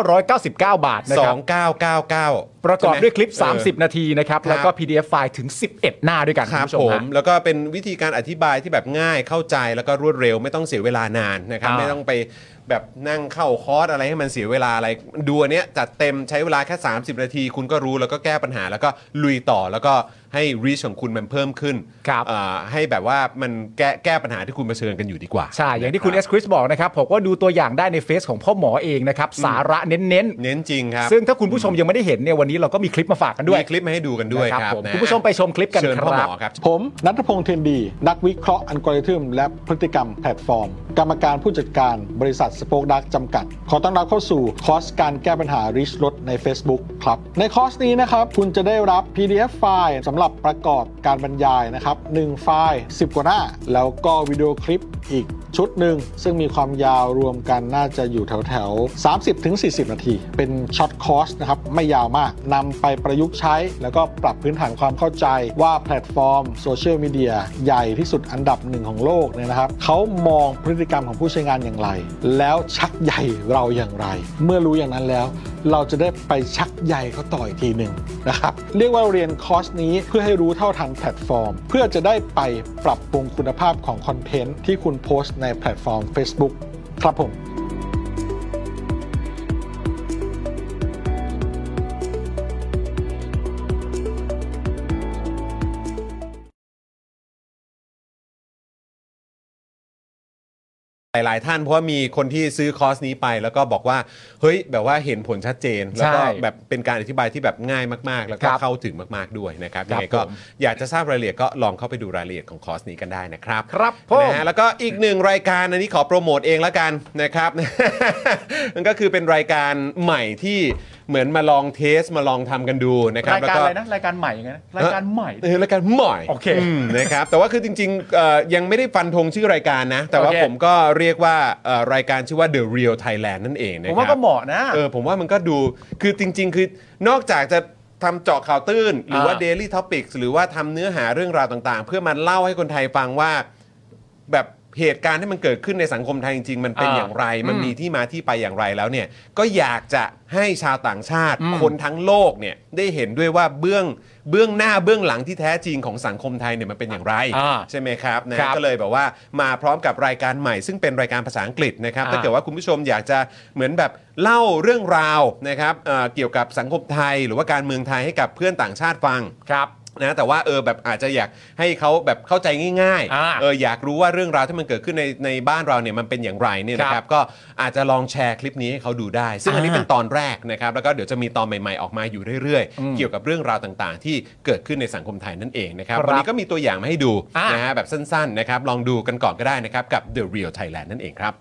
S5: 2,999 บาทนะ
S3: ส
S5: ค
S3: อ
S5: รับ
S3: งเก้าเก้าเก้า
S5: ประกอบ
S3: ใช่ไหม
S5: ด้วยคลิป
S3: เออ
S5: 30 นาทีนะครับ
S3: ครับ
S5: แล้วก็ PDF ไฟล์ถึง 11 หน้าด้วยกัน
S3: ค
S5: ณ
S3: รับ
S5: ผู้ชม
S3: ผ
S5: ฮะ
S3: มแล้วก็เป็นวิธีการอธิบายที่แบบง่ายเข้าใจแล้วก็รวดเร็วไม่ต้องเสียเวลานานนะครับ
S5: อ่า
S3: ไม่ต้องไปแบบนั่งเข้าคอร์สอะไรให้มันเสียเวลาอะไรดูอันเนี้ยจัดเต็มใช้เวลาแค่ 30 นาที คุณก็รู้แล้วก็แก้ปัญหา แล้วก็ลุยต่อแล้วก็ให้ reach ของคุณมันเพิ่มขึ้น
S5: ครับ
S3: อ่าให้แบบว่ามันแก้แก้ปัญหาที่คุณเผชิญกันอยู่ดีกว่า
S5: ใช่ อย่างที่คุณ
S3: นะ
S5: เอ
S3: รับ
S5: สคริสบอกนะครับผมก็ดูตัวอย่างได้ในเฟซของพ่อหมอเองนะครับ สาระเน้น
S3: เน้นจริงครับ
S5: ๆ ซึ่งถ้าคุณผู้ชมยังไม่ได้เห็นเนี่ยวันนี้เราก็มีคลิปมาฝากกันด้วย
S3: มีคลิปมาให้ดูกันด้วย
S5: นะครับ ผม
S3: นะ
S5: คุณผู้ชมไปชมคลิปกัน
S3: เชิญ
S5: ค
S3: พ่อหม
S5: รับ
S3: อครับ
S7: ผมนัทพงษ์เทนดี นักวิเคราะห์อัลกอริทึมและพฤติกรรมแพลตฟอร์ม กรรมการผู้จัดการบริษัทสโปกดักจำกัด ขอต้อนรับเข้าสู่คอร์สการแก้ปัญหาริชลดใน Facebook ครับ ในคอร์สนี้นะครับ คุณจะได้รับ PDF ไฟล์สำหรับประกอบการบรรยายนะครับ 1 ไฟล์ 10 กว่าหน้า แล้วก็วิดีโอคลิปอีกชุดหนึ่ง ซึ่งมีความยาวรวมกันน่าจะอยู่แถวแถวๆ30-40 นาที เป็นช็อตคอร์สนะครับ ไม่ยาวมากนำไปประยุกต์ใช้ แล้วก็ปรับพื้นฐานความเข้าใจว่าแพลตฟอร์มโซเชียลมีเดียใหญ่ที่สุดอันดับหนึ่งของโลกเนี่ยนะครับเขามองพฤติกรรมของผู้ใช้งานอย่างไร แล้วชักใหญ่เราอย่างไร เมื่อรู้อย่างนั้นแล้ว เราจะได้ไปชักใหญ่เขาต่ออีกทีหนึ่งนะครับเรียกว่าเรียนคอร์สนี้เพื่อให้รู้เท่าทันแพลตฟอร์ม เพื่อจะได้ไปปรับปรุงคุณภาพของคอนเทนต์ที่คุณโพสต์ในแพลตฟอร์ม Facebook ครับผม
S3: หลายๆท่านเพราะว่ามีคนที่ซื้อคอร์สนี้ไป แล้วก็บอกว่าเฮ้ยแบบว่าเห็นผลชัดเจน แล้วก็
S5: ใช่
S3: แบบเป็นการอธิบายที่แบบง่ายมากๆ แล้วก็
S5: ครับ
S3: เข้าถึงมากๆด้วยนะครับ
S5: ครั
S3: ยัง
S5: บ
S3: ไงก็
S5: ผม
S3: อยากจะทราบรายละเอียดก็ลองเข้าไปดูรายละเอียดของคอร์สนี้กันได้นะครับ
S5: ครับผม
S3: นะฮะแล้วก็อีกหนึ่งรายการอันนี้ขอโปรโมทเองละกัน นะครับ มันก็คือเป็นรายการใหม่ที่เหมือนมาลองเทสมาลองทำกันดูนะครับแล้ว
S5: ใหม่ยังไงนะ
S3: เออรายการใหม่
S5: โอเค
S3: มนะครับแต่ว่าคือจริงๆเอ่อยังไม่ได้ฟันธงชื่อรายการนะ แต่ว่า
S5: โอเค
S3: ผมก็เรียกว่าเอ่อรายการชื่อว่า The Real Thailand นั่นเองนะค
S5: ผม
S3: รับ
S5: ว่าก็เหมาะนะ
S3: เออผมว่ามันก็ดูคือจริง ๆ คือนอกจากจะทำเจาะข่าวตื้น หรือว่า
S5: อ่า
S3: Daily Topics หรือว่าทำเนื้อหาเรื่องราวต่างๆ เพื่อมาเล่าให้คนไทยฟังว่า แบบเหตุการณ์ที่มันเกิดขึ้นในสังคมไทยจริงๆ มันเป็น
S5: อ่า
S3: อย่างไร มัน
S5: อืม
S3: มีที่มาที่ไปอย่างไรแล้วเนี่ยก็อยากจะให้ชาวต่างชาติ
S5: อืม
S3: คนทั้งโลกเนี่ยได้เห็นด้วยว่าเบื้องเบื้องหน้าเบื้องหลังที่แท้จริงของสังคมไทยเนี่ยมันเป็นอย่างไร
S5: อ่า
S3: ใช่ไหมครับนะครับ ก็เลยแบบว่ามาพร้อมกับรายการใหม่ ซึ่งเป็นรายการภาษาอังกฤษนะครับ
S5: อ่า
S3: ถ้าเกิดว่าคุณผู้ชมอยากจะเหมือนแบบเล่าเรื่องราวนะครับเอ่อเกี่ยวกับสังคมไทย หรือว่าการเมืองไทยให้กับเพื่อนต่างชาติฟัง นะแต่ว่าเออแบบอาจจะอยากให้เขาแบบเข้าใจง่าย
S5: อ่า
S3: เอออยากรู้ว่าเรื่องราวที่มันเกิดขึ้นในในบ้านเราเนี่ยมันเป็นอย่างไรเนี่ยนะค
S5: ค
S3: รั
S5: รั
S3: บบ ก็อาจจะลองแชร์คลิปนี้ให้เขาดูได้ ซึ่งอันนี้
S5: อ่า
S3: เป็นตอนแรกนะครับแล้วก็เดี๋ยวจะมีตอนใหม่ๆออกมาอยู่เรื่อยๆ เกี่ยวกับเรื่องราวต่างๆ ที่เกิดขึ้นในสังคมไทยนั่นเองนะครับ
S5: ครับ
S3: วันนี้ก็มีตัวอย่างมาให้ดู
S5: อ่าน
S3: นะฮะแบบสั้นๆนะครับลองดูกันก่อนก็ได้นะครับกับ The Real Thailand นั่นเองครับ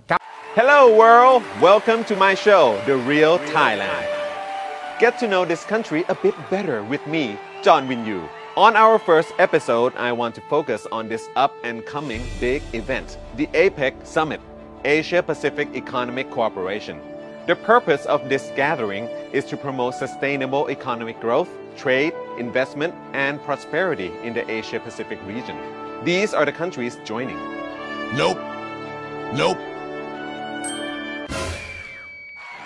S11: Hello, world. Welcome to my show, The Real Thailand. Get to know this country a bit better with me, John Winyu. On our first episode, I want to focus on this up and coming big event, the APEC Summit, Asia Pacific Economic Cooperation. The purpose of this gathering is to promote sustainable economic growth, trade, investment, and prosperity in the Asia Pacific region. These are the countries joining.
S2: Nope. Nope.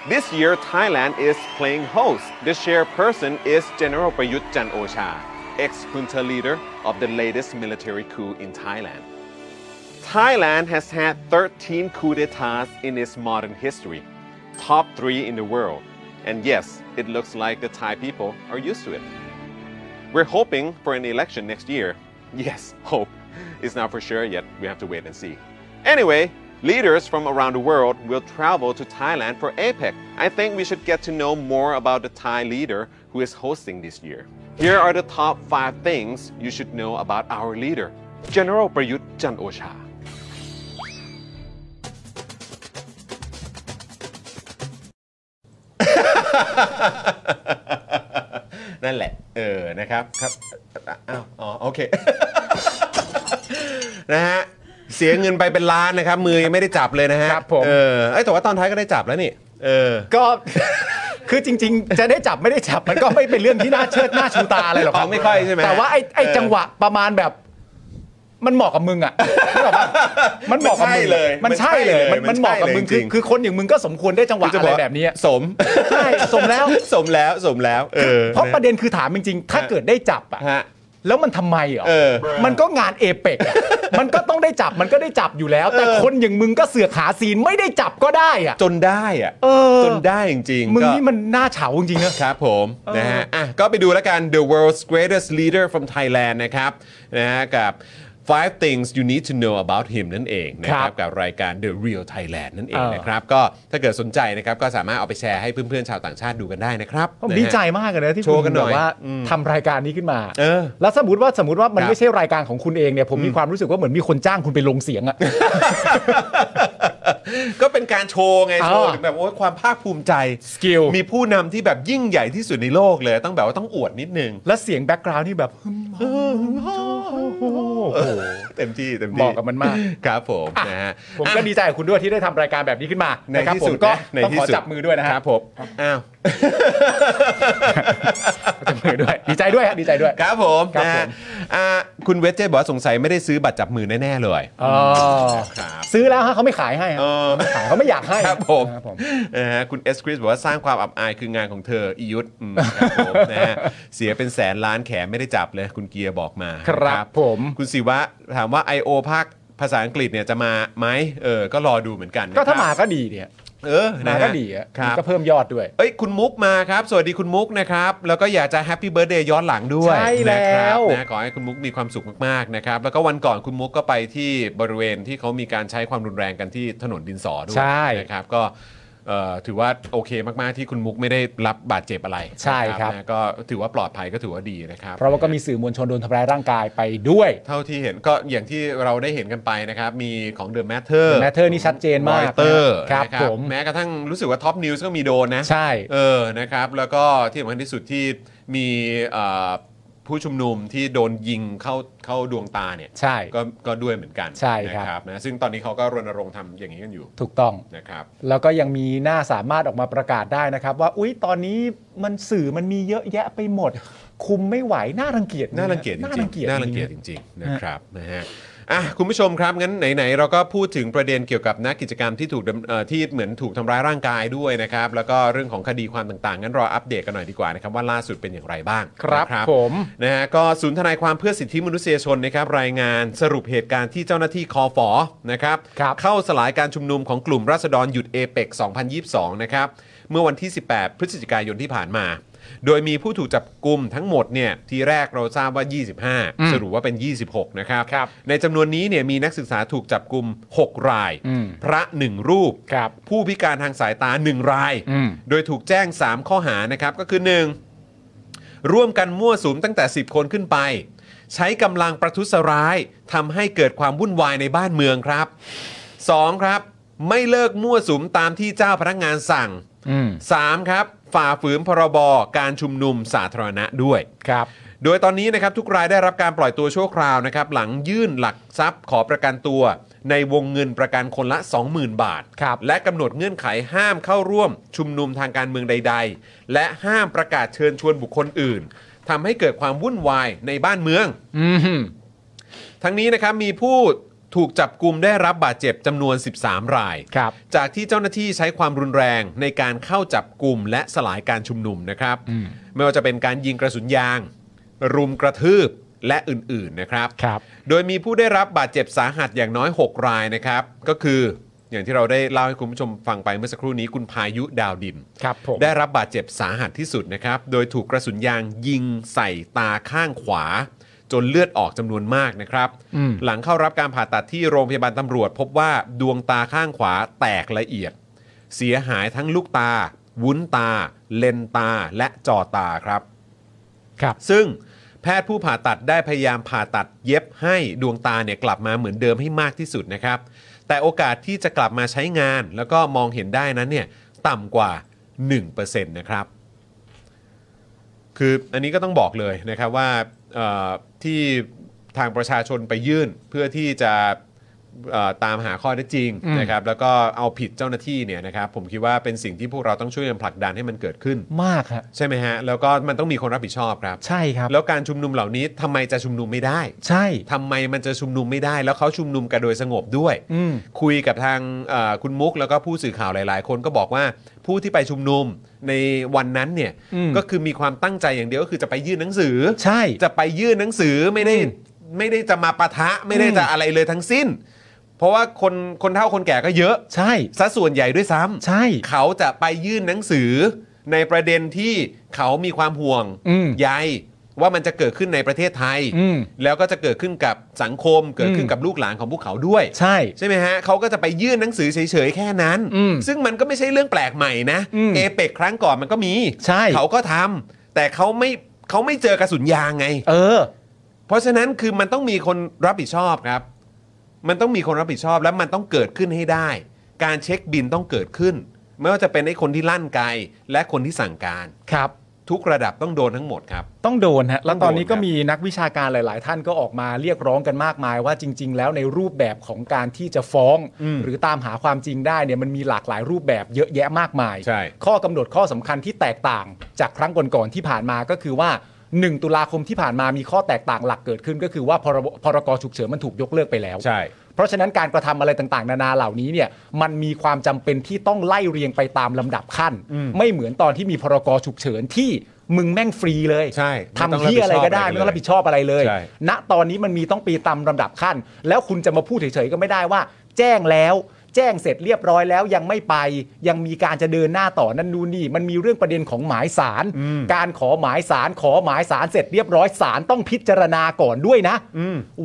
S11: This year, Thailand is playing host. The chairperson is General Prayut Chan Osha, ex-junta leader of the latest military coup in Thailand. Thailand has had 13 coups d'etats in its modern history, top three in the world. And yes, it looks like the Thai people are used to it. We're hoping for an election next year. Yes, hope. It's not for sure yet. We have to wait and see. Anyway, leaders from around the world will travel to Thailand for APEC. I think we should get to know more about the Thai leader who is hosting this year. Here are the top five things you should know about our leader, General Prayut Chan Osha.
S3: นั่นแหละ เออ นะครับครับอ้าวอ๋อ โอเค นะฮะ เสียเงินไปเป็นล้านนะครับ มือยังไม่ได้จับเลยนะฮะครับผมเออเอ้ยแต่ว่าตอนท้ายก็ได้จับแล้วนี่ เออ
S5: ก็ คือจริง ๆ จะได้จับไม่ได้จับมันก็ไม่เป็นเรื่องที่น่าเชิดหน้าชูตาอะไรหรอก
S3: อ๋อไม่ค่อยใช่ไหม
S5: แต่ว่าไอ้ไอ้
S3: เออ
S5: จังหวะประมาณแบบ มันเหมาะกับมึงอ่ะนึกออกปะมันเหมาะกับมึง
S3: มันใช่เล
S5: มันใช่เล
S3: ย
S5: ย มันมั
S3: มั
S5: น น
S3: ใช่เลย
S5: เหมาะกับมึง
S3: จริ
S5: คืองคือ
S3: ๆ
S5: คนอย่างมึงก็สมควรได้จังหวะอะไรแบบนี้
S3: สม
S5: ใช่สมแล้ว
S3: สมแล้ว สมแล้ว เออ
S5: เพราะ
S3: น
S5: ประเด็นคือถามจริงๆ ถ้าเกิดได้จับอ่ะแล้วมันทำไมเหรอ
S3: เออ
S5: มันก็งานเอเปกมันก็ต้องได้จับมันก็ได้จับอยู่แล้ว แต่
S3: เออ
S5: คนอย่างมึงก็เสือกหาซีนไม่ได้จับก็ได้อ่ะ
S3: จนได้อ่ะ
S5: เออ
S3: จนได้จริงๆ
S5: มึง
S3: ก็
S5: นี่มันน่าเฉาจริงๆนะครับ
S3: ผมนะฮะอ่ะก็ไปดูแล้วกัน The World's Greatest Leader from Thailand นะครับนะฮะกับ five things you need to know about him นั่นเองนะครับกับรายการ The Real Thailand นั่นเอง
S5: เออ
S3: นะครับก็ถ้าเกิดสนใจนะครับก็สามารถเอาไปแชร์ให้เพื่อนๆชาวต่างชาติดูกันได้นะครับ
S5: ผม
S3: นะฮะ
S5: ดีใจมากเลยนะที่
S3: โชว์กันหน่อย
S5: คุณแบบว่า
S3: อืม
S5: ทำรายการนี้ขึ้นมาแล้วสมมติว่าสมมติว่ามัน
S3: ครับ
S5: ไม่ใช่รายการของคุณเองเนี่ยผมมีความรู้สึกว่าเหมือนมีคนจ้างคุณไปลงเสีย งอะ
S3: ก็เป็นการโชว์ไง
S5: อ่า
S3: โชว์ถึงแบบว่าความภาคภูมิใจ
S5: สกิล
S3: มีผู้นำที่แบบยิ่งใหญ่ที่สุดในโลกเลย ต้องแบบว่าต้องอวดนิดนึง
S5: และเสียงแบ็กกราวน์นี่ แบบ
S3: เออเต็มที่เต็มที่
S5: เหมาะกับมันมาก
S3: ครับผมนะฮะ
S5: ผมก็ดีใจกับคุณด้วยที่ได้ทำรายการแบบนี้ขึ้นมา
S3: ใน
S5: นะครับ
S3: ที่
S5: ผ
S3: สุ
S5: ม
S3: ด
S5: ก็
S3: นะใน
S5: ต้อง
S3: ที่
S5: ขอ
S3: สุด
S5: จับมือด้วยนะฮะ
S3: ครับผมอ้าว
S5: จับมือด้วย ดีใจ ด้วยฮะดีใจด้วย
S3: ครับผม
S5: ครับ
S3: นะ
S5: ผ
S3: ฮะ
S5: ม
S3: อ่าคุณเวจเจบอกว่าสงสัยไม่ได้ซื้อบัตรจับมือแน่ ๆ เลย
S5: อ๋อ
S3: ครับ
S5: ซื้อแล้วฮะเขาไม่ขายให้ฮะไม่ขายเขาไม่อยากให้
S3: ครับผมนะฮะคุณเอสคริสบอกว่าสร้างความอับอายคืองานของเธออียุทธอืมครับผมนะฮะเสียเป็นแสนล้านแขนไม่ได้จับเลยคุณเกียร์บอกมา
S5: ครับ
S3: นะ
S5: ผม
S3: คุณศิวะถามว่า I.O. ภาคภาษาอังกฤษเนี่ยจะมาไหมเออก็รอดูเหมือนกันนะ
S5: ก็ถ้า
S3: ครับ
S5: มาก็ดีเนี่ย
S3: เออนะ
S5: มา
S3: ฮะ
S5: ก็ดีอะ
S3: ครับ
S5: ก็เพิ่มยอดด้วย
S3: เอ้ยคุณมุกมาครับ สวัสดีคุณมุกนะครับ แล้วก็อยากจะแฮปปี้เบิร์ดเดย์ย้อนหลังด้วย
S5: ใช่
S3: นะครั
S5: แล้ว
S3: นะขอให้คุณมุกมีความสุขมากๆนะครับ แล้วก็วันก่อนคุณมุกก็ไปที่บริเวณที่เขามีการใช้ความรุนแรงกันที่ถนนดินสอด้วย
S5: ใช่
S3: นะครับก็เอ่อถือว่าโอเคมากๆที่คุณมุกไม่ได้รับบาดเจ็บอะไร
S5: ใช่ครับ
S3: นะก็ถือว่าปลอดภัยก็ถือว่าดีนะครับ
S5: เพราะว่าก็มีสื่อมวลชนโดนทำร้ายร่างกายไปด้วย
S3: เท่าที่เห็นก็อย่างที่เราได้เห็นกันไปนะครับ มีของ The Matter
S5: The Matter นี่ชัดเจนมาก
S3: รอยเตอร์
S5: ครับผม
S3: แม้กระทั่งรู้สึกว่า Top News ก็มีโดนนะ
S5: ใช่
S3: เออนะครับ แล้วก็ที่สำคัญที่สุดที่มีเอ่อผู้ชุมนุมที่โดนยิงเข้าเข้าดวงตาเนี่ย
S5: ใช่
S3: ก็ก็ด้วยเหมือนกัน
S5: ใช่ครับ
S3: นะนะซึ่งตอนนี้เขาก็รณรงค์ทำอย่างนี้กันอยู่
S5: ถูกต้อง
S3: นะครับ
S5: แล้วก็ยังมีหน้าสามารถออกมาประกาศได้นะครับ ว่าอุ๊ยตอนนี้มันสื่อมันมีเยอะแยะไปหมด คุมไม่ไหวน่ารังเกียจ
S3: น่ารังเกียจจริง
S5: น่า
S3: ๆ
S5: รังเกียจ
S3: น่ารังเกียจจริงๆนะครับนะฮะอ่ะคุณผู้ชมครับงั้นไหนๆเราก็พูดถึงประเด็นเกี่ยวกับนักกิจกรรมที่ถูกดำเอ่อที่เหมือนถูกทำร้ายร่างกายด้วยนะครับ แล้วก็เรื่องของคดีความต่างๆงั้นรออัปเดตกันหน่อยดีกว่านะครับว่าล่าสุดเป็นอย่างไรบ้าง
S5: ครับ
S3: นะ
S5: ผม
S3: นะฮะก็ศูนย์ทนายความเพื่อสิทธิมนุษยชนนะครับรายงานสรุปเหตุการณ์ที่เจ้าหน้าที่คอฟอนะครับเข้าสลายการชุมนุมของกลุ่มราษฎรหยุดเอเปก2022 นะครับเมื่อวันที่ 18 พฤศจิกายนที่ผ่านมา โดยมีผู้ถูกจับกลุ่มทั้งหมดเนี่ยทีแรกเราทราบว่า 25 สรุปว่าเป็น 26 นะครับ ในจำนวนนี้เนี่ยมีนักศึกษาถูกจับกลุ่ม 6 ราย
S5: อืม
S3: พระ 1 รูป ผู้พิการทางสายตา 1 ราย
S5: อืม
S3: โดยถูกแจ้ง 3 ข้อหานะครับก็คือ 1. ร่วมกันมั่วสุมตั้งแต่ 10 คนขึ้นไป ใช้กำลังประทุษร้ายทำให้เกิดความวุ่นวายในบ้านเมืองครับ 2. ครับ ไม่เลิกมั่วสุมตามที่เจ้าพนักงานสั่ง
S5: อืม
S3: 3. ครับ ฝ่าฝืนพรบการชุมนุมสาธารณะด้วย
S5: ครับ
S3: โดยตอนนี้นะครับทุกรายได้รับการปล่อยตัวชั่วคราวนะครับหลังยื่นหลักทรัพย์ขอประกันตัว ในวงเงินประกันคนละ 20,000 บาท และกำหนดเงื่อนไขห้ามเข้าร่วมชุมนุมทางการเมืองใด ๆ และห้ามประกาศเชิญชวนบุคคลอื่นทำให้เกิดความวุ่นวายในบ้านเมือง
S5: อืม
S3: ทั้งนี้นะครับมีผู้ถูกจับกลุ่มได้รับบาดเจ็บจำนวน 13 ราย
S5: ครับ
S3: จากที่เจ้าหน้าที่ใช้ความรุนแรงในการเข้าจับกลุ่มและสลายการชุมนุมนะครับ
S5: อืม
S3: ไม่ว่าจะเป็นการยิงกระสุนยาง รุมกระทืบและอื่นๆนะครับ
S5: ครับ
S3: โดยมีผู้ได้รับบาดเจ็บสาหัสอย่างน้อย 6 รายนะครับ ก็คืออย่างที่เราได้เล่าให้คุณผู้ชมฟังไปเมื่อสักครู่นี้คุณพายุดาวดิน
S5: ครับผม
S3: ได้รับบาดเจ็บสาหัสที่สุดนะครับ โดยถูกกระสุนยางยิงใส่ตาข้างขวา จนเลือดออกจำนวนมากนะครับ
S5: อืม
S3: หลังเข้ารับการผ่าตัดที่โรงพยาบาลตำรวจ พบว่าดวงตาข้างขวาแตกละเอียด เสียหายทั้งลูกตา วุ้นตา เลนตา และจอตาครับ
S5: ครับ
S3: ซึ่งแพทย์ผู้ผ่าตัดได้พยายามผ่าตัดเย็บให้ดวงตาเนี่ยกลับมาเหมือนเดิมให้มากที่สุดนะครับ แต่โอกาสที่จะกลับมาใช้งาน แล้วก็มองเห็นได้นั้นเนี่ยต่ำกว่า 1%นะครับ คืออันนี้ก็ต้องบอกเลยนะครับว่าเอ่อที่ทางประชาชนไปยื่นเพื่อที่จะเอ่อตามหาข้อเท็จจริง
S5: อืม
S3: นะครับแล้วก็เอาผิดเจ้าหน้าที่เนี่ยนะครับผมคิดว่าเป็นสิ่งที่พวกเราต้องช่วยกันผลักดันให้มันเกิดขึ้น
S5: มากฮะ
S3: ใช่ไหมฮะ แล้วก็มันต้องมีคนรับผิดชอบครับ
S5: ใช่ครับ
S3: แล้วการชุมนุมเหล่านี้ทำไมจะชุมนุมไม่ได้
S5: ใช่
S3: ทำไมมันจะชุมนุมไม่ได้ แล้วเขาชุมนุมกันโดยสงบด้วย
S5: อืม
S3: คุยกับทางเอ่อคุณมุกแล้วก็ผู้สื่อข่าวหลาย ๆ คนก็บอกว่าผู้ที่ไปชุมนุมในวันนั้นเนี่ย
S5: อืม
S3: ก็คือมีความตั้งใจอย่างเดียวก็คือจะไปยื่นหนังสือ
S5: ใช่
S3: จะไปยื่นหนังสือไม่ได้ไม่ได้จะมาปะทะไม่ได้
S5: อืม
S3: จะอะไรเลยทั้งสิ้น เพราะว่าคนคนเฒ่าคนแก่ก็เยอะ
S5: ใช่
S3: ซะส่วนใหญ่ด้วยซ้ำ
S5: ใช่
S3: เขาจะไปยื่นหนังสือในประเด็นที่เขามีความห่วง
S5: อืม
S3: ใยว่ามันจะเกิดขึ้นในประเทศไทย
S5: อืม
S3: แล้วก็จะเกิดขึ้นกับสังคมเกิดขึ้น
S5: อืม
S3: กับลูกหลานของพวกเขาด้วย
S5: ใช่
S3: ใช่ไหมฮะเขาก็จะไปยื่นหนังสือเฉยๆ แค่นั้น
S5: อืม
S3: ซึ่งมันก็ไม่ใช่เรื่องแปลกใหม่นะ
S5: อืม
S3: เอเปกครั้งก่อนมันก็มี
S5: ใช่
S3: เขาก็ทำแต่เขาไม่เขาไม่เจอกระสุนยางไง
S5: เออ
S3: เพราะฉะนั้นคือมันต้องมีคนรับผิดชอบครับ มันต้องมีคนรับผิดชอบแล้วมันต้องเกิดขึ้นให้ได้ การเช็คบินต้องเกิดขึ้น ไม่ว่าจะเป็นไอ้คนที่ลั่นไกลและคนที่สั่งการ
S5: ครับ
S3: ทุกระดับต้องโดนทั้งหมดครับ
S5: ต้องโดนฮะ แล้วตอนนี้
S3: ต้
S5: ก็
S3: องโดนครับ
S5: มีนักวิชาการหลาย ๆ ท่านก็ออกมาเรียกร้องกันมากมายว่าจริง ๆ แล้วในรูปแบบของการที่จะฟ้อง
S3: อืม
S5: หรือตามหาความจริงได้เนี่ยมันมีหลากหลายรูปแบบเยอะแยะมากมาย
S3: ใช่
S5: ข้อกำหนดข้อสำคัญที่แตกต่าง จากครั้งก่อน ๆ ที่ผ่านมาก็คือว่า 1 ตุลาคมที่ผ่านมามีข้อแตกต่างหลักเกิดขึ้น ก็คือว่าพรบพรกฉุกเฉินมันถูกยกเลิกไปแล้ว
S3: ใช่
S5: เพราะฉะนั้นการกระทำอะไรต่างๆ นานาเหล่านี้เนี่ยมันมีความจำเป็นที่ต้องไล่เรียงไปตามลำดับขั้น
S3: อืม
S5: ไม่เหมือนตอนที่มีพรกฉุกเฉินที่มึงแม่งฟรีเลย
S3: ใช่
S5: ทำที่อะไรก็ได้
S3: ไม่
S5: ไม่ต้อง ง
S3: ต้อรั
S5: รั
S3: บบ ผิ
S5: ผิ
S3: ด
S5: ด
S3: ช
S5: ช
S3: อ
S5: อ
S3: บบอะ
S5: อะไร ไร
S3: เล
S5: เลย ย
S3: ใช่
S5: ณตอนนี้มันมีต้องปีตามลำดับขั้น แล้วคุณจะมาพูดเฉยๆก็ไม่ได้ว่า แจ้งแล้ว แจ้งเสร็จเรียบร้อยแล้วยังไม่ไป ยังมีการจะเดินหน้าต่อนั่นนู่นนี่มันมีเรื่องประเด็นของหมายสาร การขอหมายสารขอหมายสารเสร็จเรียบร้อยสารต้องพิจารณาก่อนด้วยนะ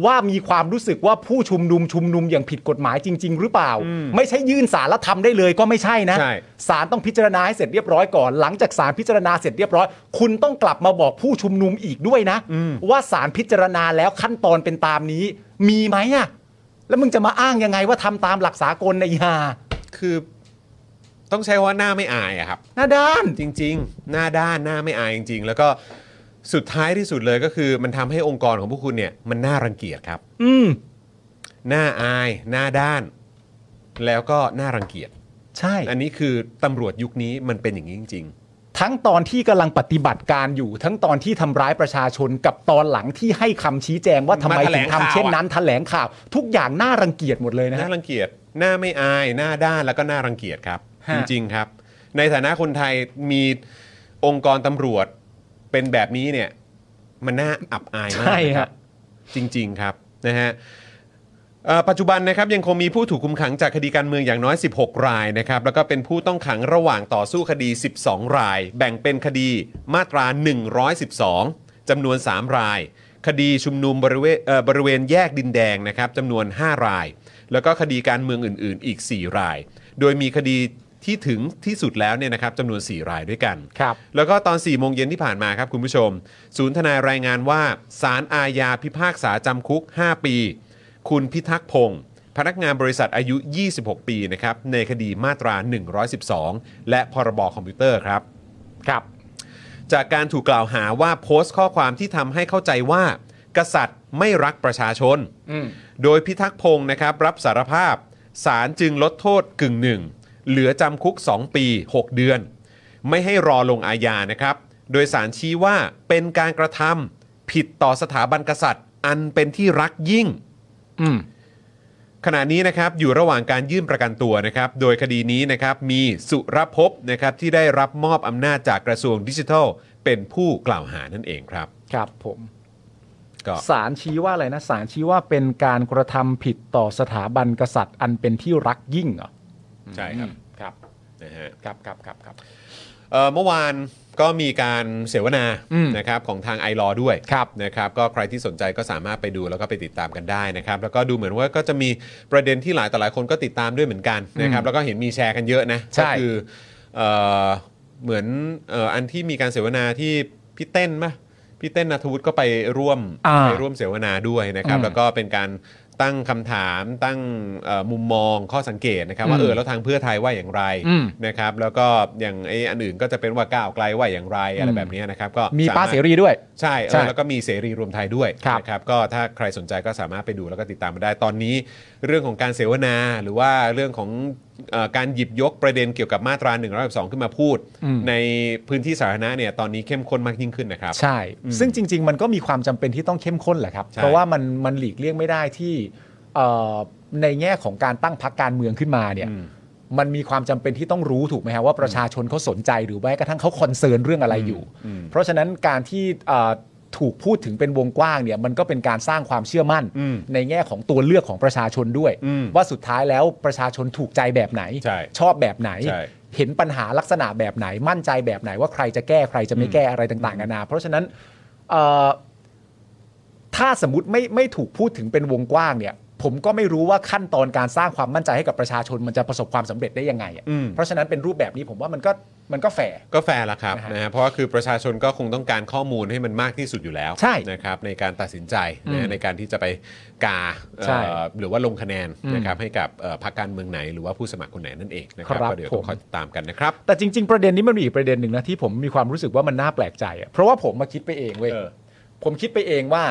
S5: ว่ามีความรู้สึกว่าผู้ชุมนุมชุมนุมอย่างผิดกฎหมายจริง ๆ หรือเปล่า ไม่ใช่ยื่นสารแล้วทำได้เลยก็ไม่ใช่นะ
S3: ใช่
S5: ศาลต้องพิจารณาให้เสร็จเรียบร้อยก่อน หลังจากศาลพิจารณาเสร็จเรียบร้อย คุณต้องกลับมาบอกผู้ชุมนุมอีกด้วยนะ ว่าศาลพิจารณาแล้วขั้นตอนเป็นตามนี้ มีไหมอะแล้วมึงจะมาอ้างยังไงว่าทำตามหลักสากลในะอีฮา
S3: คือต้องใช้คำว่าหน้าไม่อายอะครับ
S5: หน้าด้าน
S3: จริงๆ หน้าด้านหน้าไม่อายจริง ๆ แล้วก็สุดท้ายที่สุดเลยก็คือมันทำให้องค์กรของพวกคุณเนี่ยมันน่ารังเกียจครับ
S5: อืม
S3: หน้าอาย หน้าด้าน แล้วก็น่ารังเกียจ
S5: ใช่
S3: อันนี้คือตำรวจยุคนี้มันเป็นอย่างนี้จริง
S5: ทั้งตอนที่กำลังปฏิบัติการอยู่ ทั้งตอนที่ทำร้ายประชาชนกับตอนหลังที่ให้คำชี้แจงว่าทำไม
S3: มาแถล
S5: ถึ
S3: ง
S5: ง
S3: ข่าวอะ
S5: ทำเช่นนั้นแถลงข่าว ทุกอย่างน่ารังเกียจหมดเลยนะ
S3: ๆ
S5: ฮะ
S3: น่ารังเกียจ หน้าไม่อาย หน้าด้านแล้วก็น่ารังเกียจครับ
S5: ฮะ
S3: จริง ๆ ครับ ในฐานะคนไทยมีองค์กรตำรวจเป็นแบบนี้เนี่ย มันน่าอับอายมากนะ
S5: ใช่
S3: ครับ
S5: ฮะ
S3: จริง ๆ ครับนะฮะเอ่อปัจจุบันนะครับยังคงมีผู้ถูกคุมขังจากคดีการเมืองอย่างน้อย 16 รายนะครับแล้วก็เป็นผู้ต้องขังระหว่างต่อสู้คดี 12 ราย แบ่งเป็นคดีมาตรา 112จำนวน 3 ราย คดีชุมนุมบริเวณเอ่อบริเวณแยกดินแดงนะครับจำนวน 5 ราย แล้วก็คดีการเมืองอื่น ๆ อีก 4 ราย โดยมีคดีที่ถึงที่สุดแล้วเนี่ยนะครับจำนวน 4 รายด้วยกัน
S5: ครับ
S3: แล้วก็ตอน 4 โมงเย็นที่ผ่านมาครับ คุณผู้ชม ศูนย์ทนายรายงานว่า สารอาญาพิพากษาจำคุก 5 ปี คุณพิทักษ์พงศ์พนักงานบริษัทอายุ 26 ปีนะครับ ในคดีมาตรา 112 และพรบอคอมพิวเตอร์ครับ
S5: ครับ
S3: จากการถูกกล่าวหาว่าโพสต์ข้อความที่ทำให้เข้าใจว่า กษัตริย์ไม่รักประชาชน
S5: อืม
S3: โดยพิทักษ์พงศ์นะครับรับสารภาพศาลจึงลดโทษกึ่งหนึ่ง เหลือจำคุก 2 ปี 6 เดือน ไม่ให้รอลงอาญานะครับ โดยสารชี้ว่าเป็นการกระทำผิดต่อสถาบันกษัตริย์ อันเป็นที่รักยิ่ง
S5: อืม
S3: ขณะนี้นะครับอยู่ระหว่างการยื่นประกันตัวนะครับโดยคดีนี้นะครับมีสุรภพนะครับที่ได้รับมอบอำนาจจากกระทรวงดิจิทัล เป็นผู้กล่าวหานั่นเองครับ
S5: ครับผม
S3: ก็
S5: สารชี้ว่าอะไรนะสารชี้ว่าเป็นการกระทำผิดต่อสถาบันกษัตริย์ อันเป็นที่รักยิ่งเหรอ
S3: ใช่ครับ
S5: ครับ
S3: นะฮะ
S5: ครับครับครับครับ
S3: เอ่อเมื่อวานก็มีการเสวนา
S5: อืม
S3: นะครับของทางไอรอด้วย
S5: ครับ
S3: นะครับก็ใครที่สนใจก็สามารถไปดูแล้วก็ไปติดตามกันได้นะครับ แล้วก็ดูเหมือนว่าก็จะมีประเด็นที่หลายต่อหลายคนก็ติดตามด้วยเหมือนกันนะครับ แล้วก็เห็นมีแชร์กันเยอะนะ
S5: ใช่
S3: ก็คือเอ่อเหมือนเอ่ออันที่มีการเสวนาที่พี่เต้นปะพี่เต้นนัทวุฒิก็ไปร่วม
S5: อ่า
S3: ไปร่วมเสวนาด้วยนะครับ
S5: อืม
S3: แล้วก็เป็นการ ตั้งคำถามตั้งเอ่อมุมมองข้อสังเกตนะครับ ว่า
S11: อืม
S3: เออแล้วทางเพื่อไทยว่าอย่างไร
S11: อืม
S3: นะครับ แล้วก็อย่างไอ้อันอื่นก็จะเป็นว่าก้าวไกลว่าอย่างไรอะไร
S5: อืม
S3: แบบนี้นะครับก็
S5: มีป้า
S3: ถ
S5: เสรีด้วย
S3: ใช่เอ
S5: ใช่
S3: อแล้วก็มีเสรีรวมไทยด้วยนะครับก็ถ้าใครสนใจก็สามารถไปดูแล้วก็ติดตามมาได้ตอนนี้ เรื่องของการเสวนาหรือว่าเรื่องของเอ่อการหยิบยกประเด็นเกี่ยวกับมาตรา1นึขึ้นมาพูด
S5: อืม
S3: ในพื้นที่สาธารณะเนี่ยตอนนี้เข้มข้นมากยิ่งขึ้นนะครับ
S5: ใช่
S3: อืม
S5: ซึ่งจริง ๆ มันก็มีความจำเป็นที่ต้องเข้มข้นแหละครับ
S3: ใช่
S5: เพราะว่ามันมันหลีกเลี่ยงไม่ได้ที่เอ่อในแง่ของการตั้งพักการเมืองขึ้นมาเนี่ยมันมีความจำเป็นที่ต้องรู้ถูกไหมฮะว่าประชาชนเขาสนใจหรือแม้กระทั่งเขาคอนเซิร์นเรื่องอะไรอยู่
S3: อืม
S5: เพราะฉะนั้นการที่เอ่อถูกพูดถึงเป็นวงกว้างเนี่ยมันก็เป็นการสร้างความเชื่อมั่น ในแง่ของตัวเลือกของประชาชนด้วย ว่าสุดท้ายแล้วประชาชนถูกใจแบบไหนชอบแบบไหน
S3: ใช่
S5: เห็นปัญหาลักษณะแบบไหนมั่นใจแบบไหนว่าใครจะแก้ใครจะไม่แก้อะไรต่างๆนานาเพราะฉะนั้นเอ่อถ้าสมมติไม่ไม่ถูกพูดถึงเป็นวงกว้างเนี่ย ผมก็ไม่รู้ว่าขั้นตอนการสร้างความมั่นใจให้กับประชาชนมันจะประสบความสำเร็จได้ยังไงอะ
S3: อืม
S5: เพราะฉะนั้นเป็นรูปแบบนี้ผมว่ามันก็มันก็แฝง
S3: ก็แฟร์ละครับนะฮะเพราะว่าคือประชาชนก็คงต้องการข้อมูลให้มันมากที่สุดอยู่แล้ว
S5: ใช่
S3: นะครับในการตัดสินใจ
S5: อืม
S3: นะในการที่จะไปกาเอ่อ
S5: ใช่
S3: หรือว่าลงคะแนน
S5: อืม
S3: นะครับให้กับเอ่อพรรคการเมืองไหนหรือว่าผู้สมัครคนไหนนั่นเองนะครั
S5: ครับ บ
S3: ก็เดี๋ยว
S5: ผ
S3: ต้อ
S5: ม
S3: งคอยติดตามกันนะครับ
S5: แต่จริง ๆ ประเด็นนี้มันมีอีกประเด็นหนึ่งนะที่ผมมีความรู้สึกว่ามันน่าแปลกใจอะเพราะว่าผมมาคิดไปเองเว้ยผมคิดไปเองว่า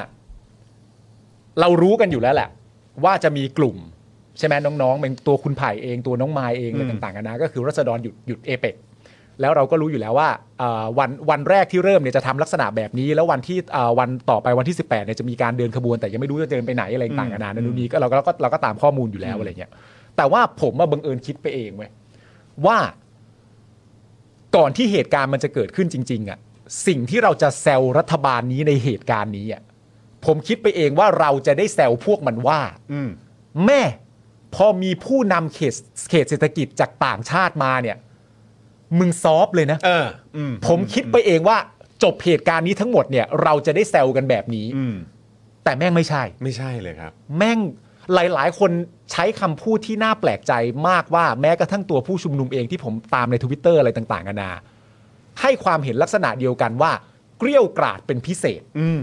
S5: เรารู้กันอยู่แล้วแหละ ว่าจะมีกลุ่ม ใช่ไหมน้องๆเป็นตัวคุณไผ่เองตัวน้องไมายเองอะไรต่างๆกันานะก็คือรัษฎรหยุดหยุดเอเปกแล้วเราก็รู้อยู่แล้วว่าเอ่อวันวันแรกที่เริ่มเนี่ยจะทำลักษณะแบบนี้ แล้ววันที่เอ่อวันต่อไปวันที่ 18เนี่ยจะมีการเดินขบวนแต่ยังไม่รู้จะเดินไปไหนอะไรต่างๆกันานะนั่นนู่นนี่ก็เราก็เราก็เราก็ตามข้อมูลอยู่แล้วอะไรเงี้ยแต่ว่าผมมาบังเอิญคิดไปเองเว้ยว่า ก่อนที่เหตุการณ์มันจะเกิดขึ้นจริง ๆอะสิ่งที่เราจะแซวรัฐบาลนี้ในเหตุการณ์นี้อะผมคิดไปเองว่าเราจะได้แซวพวกมันว่า
S3: อืม
S5: แม่พอมีผู้นำเขตเขตเศรษฐกิจจากต่างชาติมาเนี่ย มึงซอฟเลยนะผมคิดไปเองว่า จบเหตุการณ์นี้ทั้งหมดเนี่ย เราจะได้แซวกันแบบนี้แต่แม่งไม่ใช่
S3: ไม่ใช่เลยครับ
S5: แม่งหลายๆ คนใช้คำพูดที่น่าแปลกใจมากว่าแม้กระทั่งตัวผู้ชุมนุมเองที่ผมตามในทวิตเตอร์อะไรต่างๆนานา ให้ความเห็นลักษณะเดียวกันว่า เกลี้ยวกราดเป็นพิเศษ
S3: อืม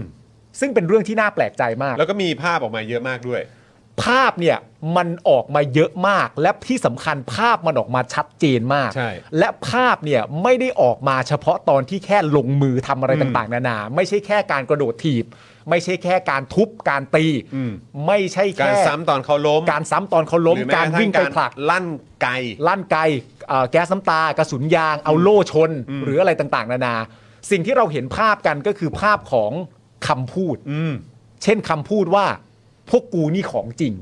S5: ซึ่งเป็นเรื่องที่น่าแปลกใจมาก
S3: แล้วก็มีภาพออกมาเยอะมากด้วย
S5: ภาพเนี่ยมันออกมาเยอะมาก และที่สำคัญภาพมันออกมาชัดเจนมาก
S3: ใช่
S5: และภาพเนี่ยไม่ได้ออกมาเฉพาะตอนที่แค่ลงมือทำอะไรต่างๆ นานา ไม่ใช่แค่การกระโดดถีบ ไม่ใช่แค่การทุบการตี
S3: อืม
S5: ไม่ใช่แค่
S3: การซ้ำตอนเขาล้ม
S5: การซ้ำตอนเขาล้ม
S3: หรือแม้
S5: การวิ่ง
S3: ก
S5: ไประ
S3: ทั่งการ
S5: ผลัก
S3: ลั่นไก
S5: ลั่นไกเอ่อแก๊สน้ำตากระสุนยาง เอาโล่ชน หรืออะไรต่างๆ นานา สิ่งที่เราเห็นภาพกันก็คือภาพของคำพูดเช่นคำพูดว่า พวกกูนี่ของจริง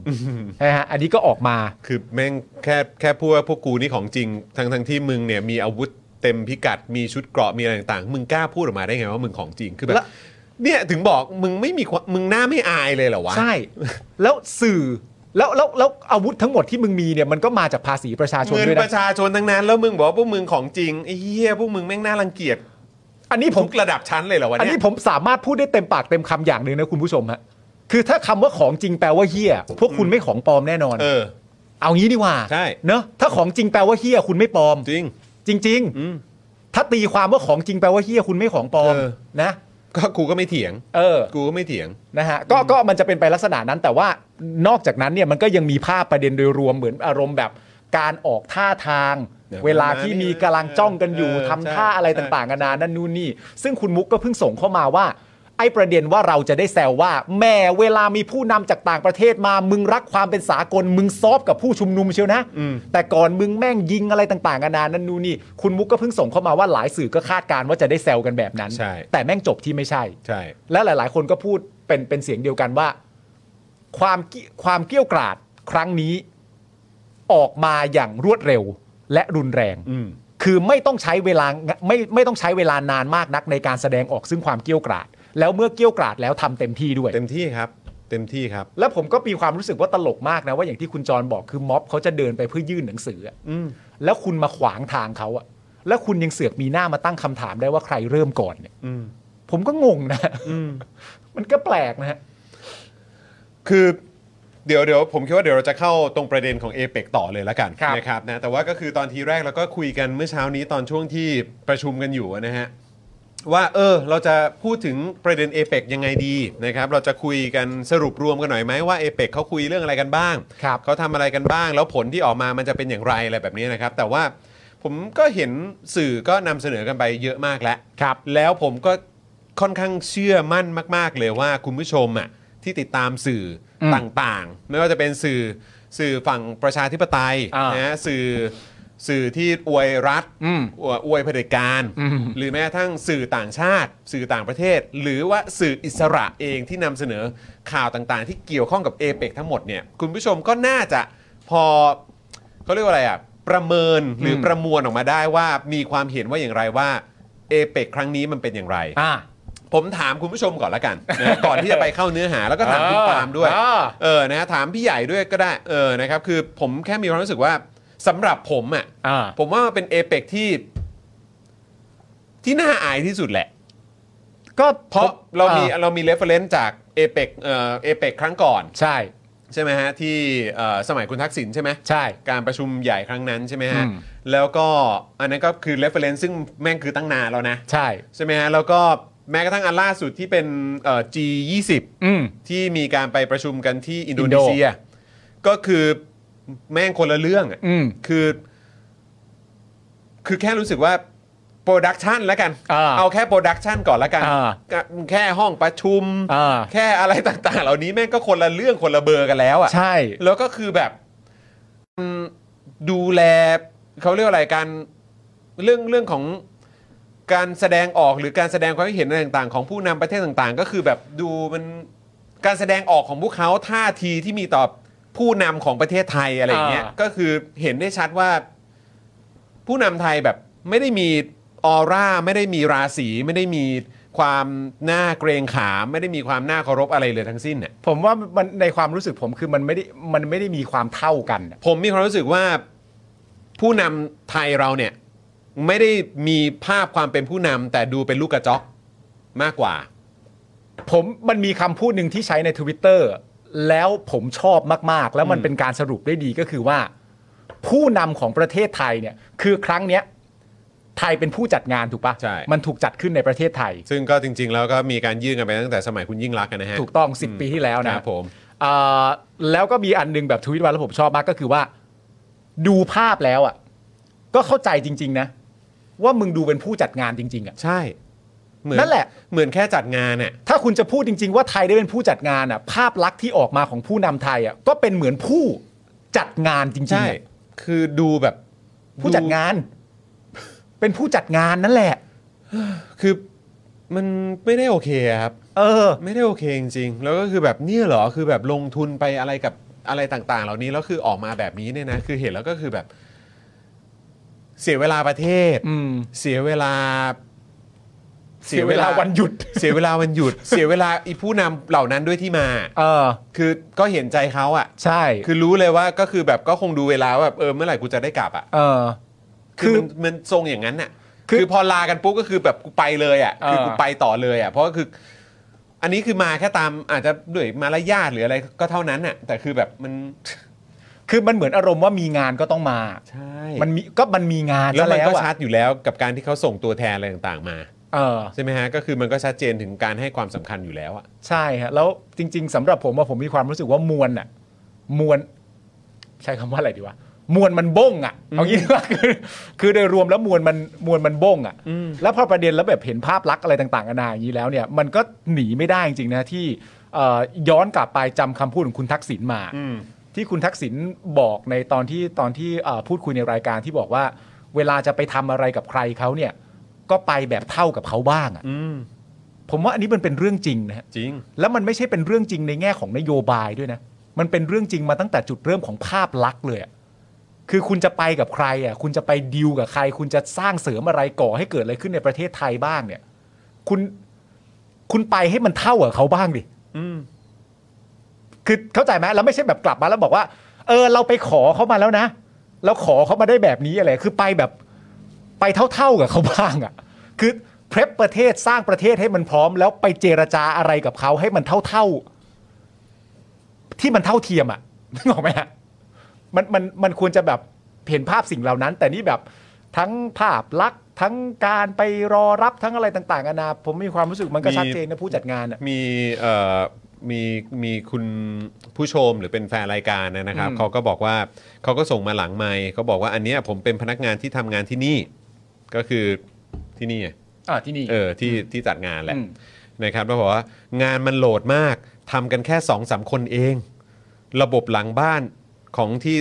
S5: นะฮะอันนี้ก็ออกมา
S3: คือแม่งแค่แค่พูดว่าพวกกูนี่ของจริงทั้งทั้งที่มึงเนี่ยมีอาวุธเต็มพิกัดมีชุดเกราะมีอะไรต่างๆ มึงกล้าพูดออกมาได้ไงว่ามึงของจริงคือแบบเนี่ยถึงบอกมึงไม่มีความมึงหน้าไม่อายเลยเหรอวะ
S5: ใช่ แล้วสื่อแล้วแล้วแล้วอาวุธทั้งหมดที่มึงมีเนี่ยมันก็มาจากภาษีประชาชน
S3: เงิน
S5: ด้วย
S3: ป
S5: นะ
S3: ระชาชนทั้งนั้นแล้วมึงบอกว่าพวกมึงของจริงไอ้เหี้ยพวกมึงแม่งน่ารังเกียจ
S5: อันนี้ผม
S3: ทุกระดับชั้นเลยเหรอวะ
S5: อัน
S3: เนี่
S5: นี้
S3: ย
S5: ผมสามารถพูดได้เต็มปากเต็มคำอย่างหนึ่งนะคุณผู้ชมฮะคือถ้าคำว่าของจริงแปลว่าเฮี้ยพวกคุณไม่ของปลอมแน่นอน
S3: เออ
S5: เอางี้ดีกว่า
S3: ใช่
S5: เนอะถ้าของจริงแปลว่าเฮี้ยคุณไม่ปลอม
S3: จริง
S5: จริง ๆ ถ้าตีความว่าของจริงแปลว่าเฮี้ยคุณไม่ของปลอม
S3: เออ
S5: นะ
S3: ก็กูก็ไม่เถียง
S5: เออ
S3: กูก็ไม่เถียง
S5: นะฮะก็ก็มันจะเป็นไปลักษณะนั้นแต่ว่านอกจากนั้นเนี่ยมันก็ยังมีภาพประเด็นโดยรวมเหมือนอารมณ์แบบการออกท่าทาง
S3: เดี๋ยว
S5: เวลาที่มีกำลังจ้องกันอยู่
S3: เออ
S5: ทำท่า
S3: ใช่
S5: อะไรต่างๆกันานานั่นนู่นนี่ ซึ่งคุณมุกก็เพิ่งส่งเข้ามาว่า ไอ้ประเด็นว่าเราจะได้แซวว่าแหม่เวลามีผู้นำจากต่างประเทศมามึงรักความเป็นสากลมึงซอฟกับผู้ชุมนุมเชียวนะ แต่ก่อนมึงแม่งยิงอะไรต่างๆกันานานั่นนู่นนี่ คุณมุกก็เพิ่งส่งเข้ามาว่าหลายสื่อก็คาดการณ์ว่าจะได้แซวกันแบบนั้น
S3: ใช่
S5: แต่แม่งจบที่ไม่ใช่
S3: ใช่
S5: และหลาย ๆ คนก็พูดเป็นเป็นเสียงเดียวกันว่า ความเกี้ความเกรี้ยวกราดครั้งนี้ออกมาอย่างรวดเร็วและรุนแรง
S3: อืม
S5: คือไม่ต้องใช้เวลาไม่ไม่ต้องใช้เวลานานมากนักในการแสดงออกซึ่งความเกรี้ยวกราด แล้วเมื่อเกรี้ยวกราดแล้วทำเต็มที่ด้วย
S3: เต็มที่ครับ เต็มที่ครับ
S5: แล้วผมก็มีความรู้สึกว่าตลกมากนะว่าอย่างที่คุณจรบอกคือม็อบเขาจะเดินไปเพื่อยื่นหนังสืออะ
S3: อืม
S5: แล้วคุณมาขวางทางเขาอะแล้วคุณยังเสือกมีหน้ามาตั้งคำถามได้ว่าใครเริ่มก่อนเนี่ย
S3: อืม
S5: ผมก็งงนะ
S3: อืม
S5: มันก็แปลกนะฮะ
S3: คือเดี๋ยวเดี๋ยวผมคิดว่าเดี๋ยวเราจะเข้าตรงประเด็นของ a อเปต่อเลยละกันนะครับนะแต่ว่าก็คือตอนทีแรกเราก็คุยกันเมื่อเช้านี้ตอนช่วงที่ประชุมกันอยู่นะฮะ ว่าเออเราจะพูดถึงประเด็น a p e c ยังไงดีนะครับเราจะคุยกันสรุปรวมกันหน่อยไหมว่า a p e c เขาคุยเรื่องอะไรกันบ้าง เขาทำอะไรกันบ้าง แล้วผลที่ออกมามันจะเป็นอย่างไรอะไรแบบนี้นะครับ แต่ว่าผมก็เห็นสื่อก็นำเสนอกันไปเยอะมากแล้วครับแล้วผมก็ค่อนข้างเชื่อมั่นมาก ๆ เลยว่าคุณผู้ชมอ่ะที่ติดตามสื่อ
S5: อืม
S3: ต่างๆ ไม่ว่าจะเป็นสื่อสื่อฝั่งประชาธิปไตยนะฮะสื่อสื่อที่อวยรัฐ
S5: อืม
S3: อวอวยเผด็จการ
S5: อืม
S3: หรือแม้กระทั่งสื่อต่างชาติ สื่อต่างประเทศ หรือว่าสื่ออิสระเองที่นำเสนอข่าวต่างๆ ที่เกี่ยวข้องกับเอเปกทั้งหมดเนี่ยคุณผู้ชมก็น่าจะพอเขาเรียกว่าอะไรอ่ะ ประเมินหรือประมวลออกมาได้ว่ามีความเห็นว่าอย่างไรว่าเอเปกครั้งนี้มันเป็นอย่างไร ผมถามคุณผู้ชมก่อนละกัน นะก่อนที่จะไปเข้าเนื้อหาแล้วก็ถามคุณปาล์มด้วย
S5: อ่า
S3: เออนะฮะถามพี่ใหญ่ด้วยก็ได้เออนะครับคือผมแค่มีความรู้สึกว่าสำหรับผมอ่ะ
S5: อ่า
S3: ผมว่ามันเป็นเอเปกที่ ที่น่าอายที่สุดแหละ
S5: ก็
S3: เพราะเรามี
S5: อ่า
S3: เรามีเรฟเฟรนซ์จากเอเปกเอ่อเอเปกครั้งก่อน
S5: ใช่
S3: ใช่ไหมฮะที่เอ่อสมัยคุณทักษิณใช่ไหม
S5: ใช่
S3: การประชุมใหญ่ครั้งนั้นใช่ไหมฮะ
S5: อืม
S3: แล้วก็อันนั้นก็คือเรฟเฟรนซ์ซึ่งแม่งคือตั้งนานแล้วนะ
S5: ใช่
S3: ใช่ไหมฮะแล้วก็แม้กระทั่งอันล่าสุดที่เป็นเอ่อ G20
S5: อืม
S3: ที่มีการไปประชุมกันที่อินโด
S5: อิน
S3: นี
S5: โด
S3: เซีย ก็คือแม่งคนละเรื่องอะ
S5: อืม
S3: คือคือแค่รู้สึกว่าโปรดักชันแล้วกัน
S5: อ่า
S3: เอาแค่โปรดักชันก่อนแล้วกัน
S5: อ่า
S3: ก็แค่ห้องประชุม
S5: อ่า
S3: แค่อะไรต่าง ๆ เหล่านี้แม่งก็คนละเรื่องคนละเบอร์กันแล้ว
S5: ใช่
S3: อะ่ะแล้วก็คือแบบอืมดูแลเขาเรียกว่าอะไรการเรื่องเรื่องของการแสดงออกหรือการแสดงความคิดเห็นอะไรต่าง ๆ ของผู้นำประเทศต่าง ๆ ก็คือแบบดูมันการแสดงออกของพวกเขาท่าทีที่มีต่อผู้นำของประเทศไทยอะไรอย่างเงี้ย
S5: อ่า
S3: ก็คือเห็นได้ชัดว่า ผู้นำไทยแบบไม่ได้มีออร่า ไม่ได้มีราศีไม่ได้มีความน่าเกรงขาม ไม่ได้มีความน่าเคารพอะไรเลยทั้งสิ้นเนี่ย
S5: ผมว่ามันในความรู้สึกผมคือมันไม่ได้มันไม่ได้มีความเท่ากันน่ะ
S3: ผมมีความรู้สึกว่าผู้นำไทยเราเนี่ย ไม่ได้มีภาพความเป็นผู้นำแต่ดูเป็นลูกกระจอกมากกว่า
S5: ผมมันมีคำพูดหนึ่งที่ใช้ใน Twitter แล้วผมชอบมาก ๆ แล้วมันเป็นการสรุปได้ดีก็คือว่า ผู้นำของประเทศไทยเนี่ยคือครั้งเนี้ยไทยเป็นผู้จัดงานถูกปะ
S3: ใช่
S5: มันถูกจัดขึ้นในประเทศไทย
S3: ซึ่งก็จริง ๆ แล้วก็มีการยื่นกันไปตั้งแต่สมัยคุณยิ่งรักษณ์นะฮะ
S5: ถูกต้อง 10 ปีที่แล้ว
S3: ค
S5: นะ
S3: รับผม
S5: เอ่อแล้วก็มีอันหนึงแบบทวิตไว้แล้วผมชอบมากก็คือว่า ดูภาพแล้วอ่ะ ก็เข้าใจจริง ๆ นะ ว่ามึงดูเป็นผู้จัดงานจริง ๆ อ่ะ
S3: ใช่เมือ
S5: นั่นแหละ
S3: เหมือนแค่จัดงานเนี่ย
S5: ถ้าคุณจะพูดจริง ๆ ว่าไทยได้เป็นผู้จัดงานอ่ะ ภาพลักษณ์ที่ออกมาของผู้นำไทยอ่ะก็เป็นเหมือนผู้จัดงานจริงๆ
S3: ใช่
S5: อะ
S3: คือดูแบบ
S5: ผู้จัดงาน เป็นผู้จัดงานนั่นแหละ
S3: คือมันไม่ได้โอเคอะครับ
S5: เออ
S3: ไม่ได้โอเคจริงๆ แล้วก็คือแบบเนี่ยเหรอ คือแบบลงทุนไปอะไรกับอะไรต่างๆ เหล่านี้ แล้วคือออกมาแบบนี้เนี่ยนะ คือเห็นแล้วก็คือแบบ เสียเวลาประเทศ
S5: อืม
S3: เสียเวลา
S5: เสียเวลาวันหยุด
S3: เสียเวลาวันหยุด เสียเวลาอีผู้นำเหล่านั้นด้วยที่มา
S5: เออ
S3: คือก็เห็นใจเขาอะ
S5: ใช่
S3: คือรู้เลยว่าก็คือแบบก็คงดูเวลาว่าแบบเออเมื่อไหร่กูจะได้กลับอะ
S5: เออ
S3: คื
S5: คือ อ
S3: มันมันทรงอย่างนั้นน่ะ
S5: คือ
S3: คือพอลากันปุ๊บก็คือแบบกูไปเลยอะคือ
S5: เออ
S3: กูไปต่อเลยอะเพราะก็คือ อันนี้คือมาแค่ตามอาจจะด้วยมารยาทหรืออะไรก็เท่านั้นน่ะ แต่คือแบบมัน
S5: คือมันเหมือนอารมณ์ว่ามีงานก็ต้องมา
S3: ใช่
S5: มันมีก็มันมีงาน
S3: แล้ว
S5: ซะ
S3: มัน
S5: แล้ว
S3: ก็ชั
S5: อ่ะ
S3: ดอยู่แล้วกับการที่เขาส่งตัวแทนอะไรต่างๆมา
S5: เออ
S3: ใช่ไหมฮะก็คือมันก็ชัดเจนถึงการให้ความสำคัญอยู่แล้วอะ
S5: ใช่ฮะแล้วจริง ๆสำหรับผมว่าผมมีความรู้สึกว่ามวลน่ะ มวลใช้คำว่าอะไรดีวะมวลมันบ้งอ่ะเอางี้ดีกว่าคือคือโดยรวมแล้วมวลมันมวลมันบ้งอ่ะ แล้วพอประเด็นแล้วแบบเห็นภาพลักษณ์อะไรต่างๆนานาอย่างนี้แล้วเนี่ยมันก็หนีไม่ได้จริงๆนะที่เอ่อย้อนกลับไปจำคำพูดของคุณทักษิณมา ที่คุณทักษิณบอกในตอนที่ตอนที่เอ่อพูดคุยในรายการที่บอกว่า เวลาจะไปทำอะไรกับใครเขาเนี่ย ก็ไปแบบเท่ากับเขาบ้างอ่ะผมว่าอันนี้มันเป็นเรื่องจริงนะฮะ
S3: จริง
S5: แล้วมันไม่ใช่เป็นเรื่องจริงในแง่ของนโยบายด้วยนะ มันเป็นเรื่องจริงมาตั้งแต่จุดเริ่มของภาพลักษณ์เลยอะคือคุณจะไปกับใครอ่ะ คุณจะไปดีลกับใคร คุณจะสร้างเสริมอะไรก่อให้เกิดอะไรขึ้นในประเทศไทยบ้างเนี่ย คุณ คุณไปให้มันเท่ากับเขาบ้างดิ คือเข้าใจไหมแล้วไม่ใช่แบบกลับมาแล้วบอกว่า เออ เราไปขอเขามาแล้วนะ เราขอเขามาได้แบบนี้อะไร คือไปแบบ ไปเท่าๆกับเขาบ้างอะ่ะ คือเพรพประเทศสร้างประเทศให้มันพร้อม แล้วไปเจรจาอะไรกับเขาให้มันเท่าๆ ที่มันเท่าเทียมอะ่ะ นึกออกไหมฮะมันมันมันควรจะแบบเห็นภาพสิ่งเหล่านั้น แต่นี่แบบ ทั้งภาพลักษณ์ทั้งการไปรอรับทั้งอะไรต่างๆนานาผมมีความรู้สึกมันก็ชัดเจนนะผู้จัดงานอะ
S3: มีเอ่อมีมีคุณผู้ชมหรือเป็นแฟนรายการนะครับ
S5: อืม
S3: เขาก็บอกว่าเขาก็ส่งมาหลังไมค์เขาบอกว่าอันเนี้ยผมเป็นพนักงานที่ทำงานที่นี่ ก็คือที่นี่ไง
S5: อ่าที่นี่
S3: เออที่ที่จัดงานแหละ
S5: อืม
S3: นะครับแล้วบอกว่างานมันโหลดมากทำกันแค่สองสามคนเอง ระบบหลังบ้านของที่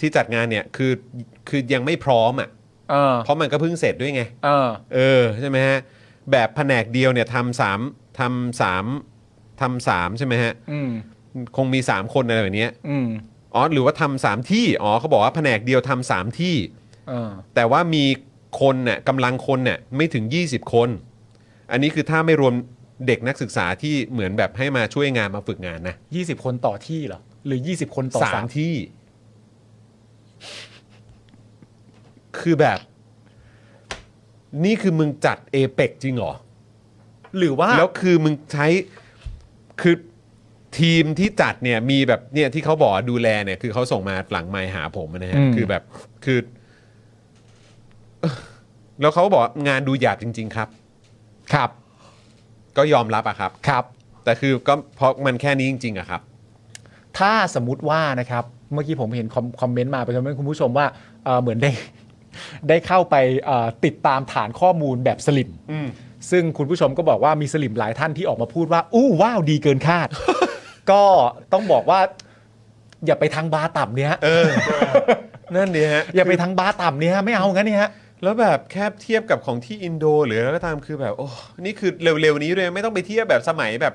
S3: ที่จัดงานเนี่ยคือคือยังไม่พร้อมอ่ะ
S5: เออ
S3: เพราะมันก็เพิ่งเสร็จด้วยไง
S5: เออ
S3: เออใช่ไหมฮะแบบแผนกเดียวเนี่ยทำสามทำสามทำสามใช่ไหมฮะ
S5: อืม
S3: คงมี 3 คนอะไรแบบเนี้ย
S5: อืม
S3: อ๋อหรือว่าทำสามที่อ๋อเขาบอกว่าแผนกเดียวทำสามที่
S5: เออ
S3: แต่ว่ามีคนน่ะกำลังคนน่ะไม่ถึง 20 คน อันนี้คือถ้าไม่รวมเด็กนักศึกษาที่เหมือนแบบให้มาช่วยงานมาฝึกงานนะ
S5: ยี่สิบคนต่อที่เหรอ หรือยี่สิบคนต่อ
S3: สา
S5: สาม ม
S3: ที่ คือแบบ นี่คือมึงจัดเอเปกจริงเหรอ
S5: หรือว่า
S3: แล้วคือมึงใช้คือทีมที่จัดเนี่ยมีแบบเนี่ยที่เขาบอกดูแลเนี่ย คือเขาส่งมาหลังไมค์หาผมนะฮะ
S5: อืม
S3: คือแบบคือ แล้วเขาบอกงานดูหยาบจริง ๆ ครับ
S5: ครับ
S3: ก็ยอมรับอะครับ
S5: ครับ
S3: แต่คือก็เพราะมันแค่นี้จริง ๆอะครับ
S5: ถ้าสมมติว่านะครับ เมื่อกี้ผมเห็นคอมคอมเมนต์มาไปคอมเมนต์คุณผู้ชมว่าเอ่อเหมือนได้ ได้เข้าไปเอ่อติดตามฐานข้อมูลแบบสลิม
S3: อืม
S5: ซึ่งคุณผู้ชมก็บอกว่ามีสลิมหลายท่านที่ออกมาพูดว่า อู้ว้าวดีเกินคาด ก็ต้องบอกว่า อย่าไปทางบาร์ต่ำเนี่ยฮะ
S3: เออ นั่นดีฮะ
S5: อย่าไปทางบาร์ต่ำเนี่ยฮะไม่เอางั้นเนี่ยฮะ
S3: แล้วแบบแค่เทียบกับของที่อินโดหรืออะไรก็ตามคือแบบ โอ้นี่คือเร็วๆนี้เลยไม่ต้องไปเทียบแบบสมัยแบบ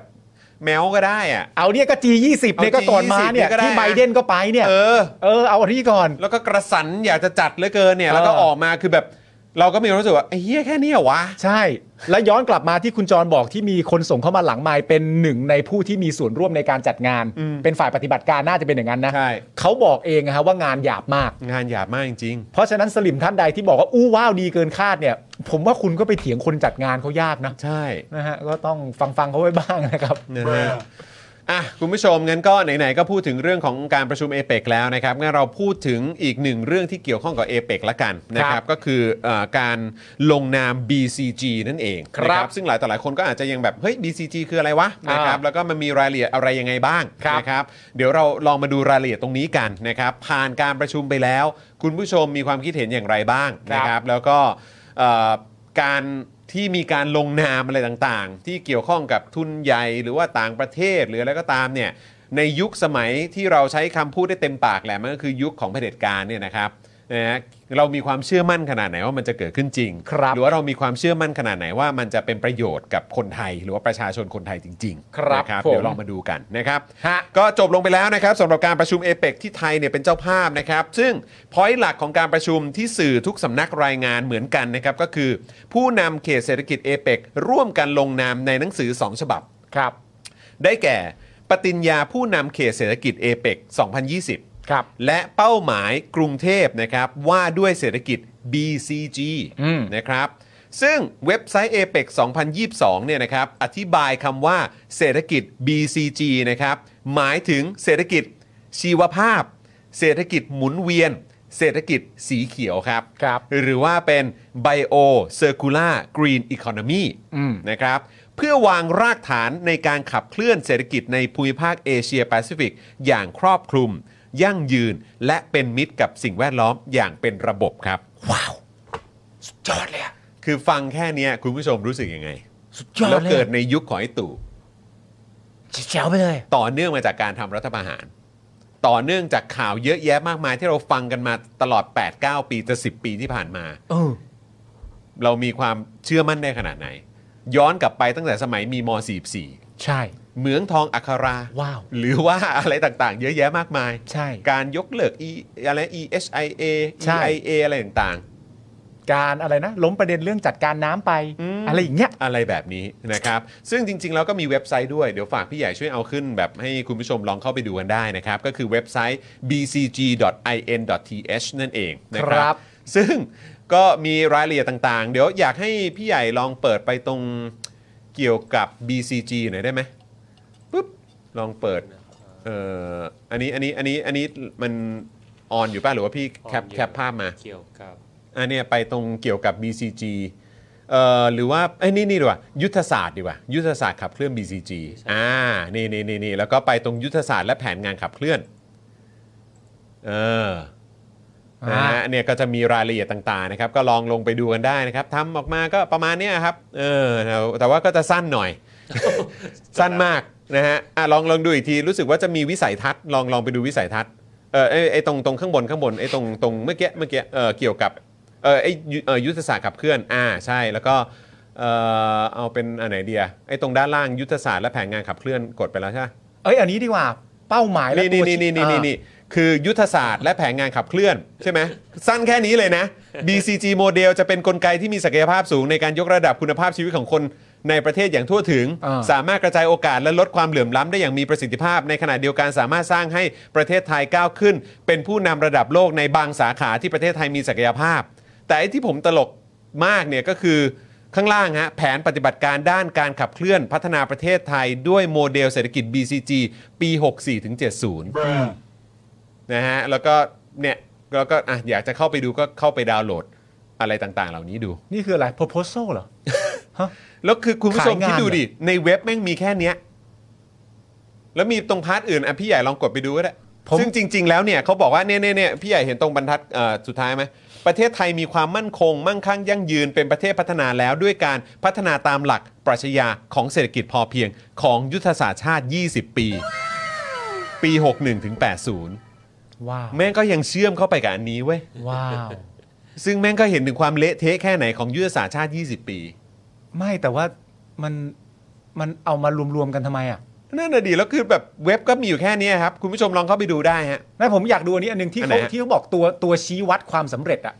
S3: แมวก็ได้อะ
S5: เอาเนี่ยก็ G20 เนี่ยก็ก่อนมาเนี่ย
S3: เอา G20
S5: ที่ไบเดนก็ไปเนี่ย
S3: เออ
S5: เออเอาอันนี้ก่อน
S3: แล้วก็กระสันอยากจะจัดเหลือเกินเนี่ย
S5: เออ
S3: แล้วก็ออกมาคือแบบ เราก็มีความรู้สึกว่าไอ้เฮียแค่เนี้ยวะ
S5: ใช่ แล้วย้อนกลับมาที่คุณจรบอกที่มีคนส่งเข้ามาหลังไมค์เป็นหนึ่งในผู้ที่มีส่วนร่วมในการจัดงาน
S3: อืม
S5: เป็นฝ่ายปฏิบัติการน่าจะเป็นอย่างนั้นนะ
S3: ใช่
S5: เขาบอกเองนะฮะว่างานหยาบมาก
S3: งานหยาบมากจริง
S5: เพราะฉะนั้นสลิมท่านใดที่บอกว่า อู้ว้าวดีเกินคาดเนี่ย ผมว่าคุณก็ไปเถียงคนจัดงานเขายากนะ
S3: ๆ ใช่
S5: นะฮะก็ต้องฟังฟังๆเขาไว้บ้างนะครับ
S3: นะฮะอ่ะคุณผู้ชมงั้นก็ไหนๆก็พูดถึงเรื่องของการประชุมเอเปกแล้วนะครับงั้นเราพูดถึงอีกหนึ่งเรื่องที่เกี่ยวข้องกับเอเปกละกันนะค
S5: ครั
S3: รับบ ก็คือเอ่อการลงนาม BCG นั่นเอง
S5: ครับ
S3: นะซึ่งหลายต่อหลายคนก็อาจจะยังแบบเฮ้ย BCG คืออะไรวะ
S5: อ่าน
S3: นะครับแล้วก็มันมีรายละเอียดอะไรยังไงบ้าง
S5: ครับ
S3: นะครับเดี๋ยวเราลองมาดูรายละเอียดตรงนี้กันนะครับผ่านการประชุมไปแล้ว คุณผู้ชมมีความคิดเห็นอย่างไรบ้าง
S5: ครับ
S3: นะครับ แล้วก็เอ่อการที่มีการลงนามอะไรต่างๆ ที่เกี่ยวข้องกับทุนใหญ่หรือว่าต่างประเทศหรืออะไรก็ตามเนี่ยในยุคสมัยที่เราใช้คำพูดได้เต็มปากแหละมันก็คือยุคของเผด็จการเนี่ยนะครับนะฮะเรามีความเชื่อมั่นขนาดไหนว่ามันจะเกิดขึ้นจริง
S5: ครับ
S3: หรือว่าเรามีความเชื่อมั่นขนาดไหนว่ามันจะเป็นประโยชน์กับคนไทย หรือว่าประชาชนคนไทยจริงๆ
S5: ครับ
S3: นะบ
S5: ผม
S3: เดี๋ยวลองมาดูกันนะครับ
S5: ฮะ
S3: ก็จบลงไปแล้วนะครับสำหรับการประชุมเอเปกที่ไทยเนี่ยเป็นเจ้าภาพนะครับ ซึ่งพอยต์หลักของการประชุมที่สื่อทุกสำนักรายงานเหมือนกันนะครับ ก็คือผู้นำเขตเศรษฐกิจเอเปกร่วมกันลงนามในหนังสือ 2 ฉบับ
S5: ครับ
S3: ได้แก่ ปฏิญญาผู้นำเขตเศรษฐกิจเอเปก2020
S5: ครับ
S3: และเป้าหมายกรุงเทพนะครับ ว่าด้วยเศรษฐกิจ BCG
S5: อืม
S3: นะครับ ซึ่งเว็บไซต์ APEC 2022 เนี่ยนะครับ อธิบายคำว่าเศรษฐกิจ BCG นะครับ หมายถึงเศรษฐกิจชีวภาพ เศรษฐกิจหมุนเวียน เศรษฐกิจสีเขียวครับ
S5: ครับ
S3: หรือว่าเป็น Bio Circular Green Economy
S5: อืม
S3: นะครับเพื่อวางรากฐานในการขับเคลื่อนเศรษฐกิจในภูมิภาคเอเชียแปซิฟิกอย่างครอบคลุม ยั่งยืน และเป็นมิตรกับสิ่งแวดล้อมอย่างเป็นระบบครับ
S5: ว้าวสุดยอดเลยอะ
S3: คือฟังแค่เนี้ยคุณผู้ชมรู้สึกยังไง
S5: สุดยอด
S3: แล้ว
S5: เลย
S3: เกิด
S5: อะ
S3: ในยุคของไอ้ตู่
S5: แจ๋วไปเลย
S3: ต่อเนื่องมาจากการทำรัฐประหาร ต่อเนื่องจากข่าวเยอะแยะมากมายที่เราฟังกันมาตลอด 8-9 ปีจะ 10 ปีที่ผ่านมา
S5: เออ
S3: เรามีความเชื่อมั่นได้ขนาดไหน ย้อนกลับไปตั้งแต่สมัยมีม .44
S5: ใช่
S3: เหมืองทองอัครา
S5: ว้าว
S3: หรือว่าอะไรต่างๆ เยอะแยะมากมาย
S5: ใช่
S3: การยกเลิก e อะไร EHIA
S5: ใช่
S3: EIA อะไรต่าง
S5: การอะไรนะ ล้มประเด็นเรื่องจัดการน้ำไป
S3: ๆ
S5: อะไรอย่างเงี้ย
S3: อะไรแบบนี้นะครับ ซึ่งจริงๆ แล้วก็มีเว็บไซต์ด้วย เดี๋ยวฝากพี่ใหญ่ช่วยเอาขึ้นแบบให้คุณผู้ชมลองเข้าไปดูกันได้นะครับ ก็คือเว็บไซต์ bcg.in.th นั่นเองนะค
S5: ครั
S3: รับ
S5: บ
S3: ซึ่งก็มีรายละเอียดต่างๆ เดี๋ยวอยากให้พี่ใหญ่ลองเปิดไปตรงเกี่ยวกับ BCG หน่อยได้ไหมปุ๊บลองเปิด เอ่ออันนี้อันนี้อันนี้อันนี้มันออนอยู่ป่ะหรือว่าพี่แคป
S4: ออนอยู่
S3: แคปภาพมา
S4: เกี่ยวกับ
S3: อันเนี้ยไปตรงเกี่ยวกับ BCG เอ่อหรือว่าไอ้ยนี่นี่ดีกว่ายุทธศาสตร์ดีกว่ายุทธศาสตร์ขับเคลื่อน BCG อ่านี่นี่นี่นี่แล้วก็ไปตรงยุทธศาสตร์และแผนงานขับเคลื่อนเออ นะฮะเนี่ยก็จะมีรายละเอียดต่างๆนะครับก็ลองลงไปดูกันได้นะครับทำออกมาก็ประมาณเนี้ยครับเออแล้วแต่ว่าก็จะสั้นหน่อย สั้นมากนะฮะอ่ะลองลองดูอีกทีรู้สึกว่าจะมีวิสัยทัศน์ลองลองไปดูวิสัยทัศน์เออไอ้ไอ้ตรงตรงข้างบนข้างบนไอ้ตรงตรงเมื่อกี้เมื่อกี้เออเกี่ยวกับเออไอ้ยุเอ่อยุทธศาสตร์ขับเคลื่อนอ่าใช่แล้วก็เออเอาเป็นอันไหนเดียไอ้ตรงด้านล่างยุทธศาสตร์และแผนงานขับเคลื่อนกดไปแล้วใช่ไหม
S5: เอ้ยอันนี้ดีกว่าเป้าหมายและ
S3: นี่
S5: ตัว
S3: นี่นี่นี่
S5: อ่า
S3: นี่นี่คือยุทธศาสตร์และแผนงานขับเคลื่อน ใช่ไหมสั้นแค่นี้เลยนะ BCG โมเดลจะเป็นกลไกที่มีศักยภาพสูงในการยกระดับคุณภาพชีวิตของคนในประเทศอย่างทั่วถึง
S5: อ่า
S3: สามารถกระจายโอกาสและลดความเหลื่อมล้ำได้อย่างมีประสิทธิภาพ ในขณะเดียวกันสามารถสร้างให้ประเทศไทยก้าวขึ้น เป็นผู้นำระดับโลกในบางสาขาที่ประเทศไทยมีศักยภาพ แต่ไอ้ที่ผมตลกมากเนี่ยก็คือข้างล่างฮะแผนปฏิบัติการด้านการขับเคลื่อนพัฒนาประเทศไทยด้วยโมเดลเศรษฐกิจ BCG ปี 64-70 นะฮะแล้วก็เนี่ยแล้วก็อ่ะอยากจะเข้าไปดูก็เข้าไปดาวน์โหลดอะไรต่างๆ เหล่านี้ดู
S5: นี่คืออะไร proposal เหรอ
S3: แล้วคือคุณผู้ช
S5: ขา
S3: ม
S5: ยงาน
S3: คิดดูดิในเว็บแม่งมีแค่เนี้ยแล้วมีตรงพาร์ทอื่นอ่ะพี่ใหญ่ลองกดไปดูก็ได้ซึ่งจริง ๆ แล้วเนี่ยเขาบอกว่าเนี่ยเนี่ยเนี่ยพี่ใหญ่เห็นตรงบรรทัดเอ่อสุดท้ายไหมประเทศไทยมีความมั่นคง มั่งคั่งยั่งยืนเป็นประเทศพัฒนาแล้วด้วยการพัฒนาตามหลักปรัชญาของเศรษฐกิจพอเพียงของยุทธศาสตร์ชาติ 20 ปี ปี 61ถึง80
S5: ว้าว
S3: แม่งก็ยังเชื่อมเข้าไปกับอันนี้เว้ย
S5: ว้าว
S3: ซึ่งแม่งก็เห็นถึงความเละเทะแค่ไหนของยุทธศาสตร์ชาติ 20 ปี
S5: ไม่แต่ว่ามันมันเอามารวมๆกันทำไมอ่ะ
S3: นั่นน่ะดีแล้วคือแบบเว็บก็มีอยู่แค่เนี้ยครับ คุณผู้ชมลองเข้าไปดูได้ฮะ
S5: ไม่ผมอยากดูอันนี้อันหนึงที่
S3: อันไหน
S5: เขา
S3: ฮะ
S5: ที่เขาบอกตัวตัวชี้วัดความสำเร็จอ่ะ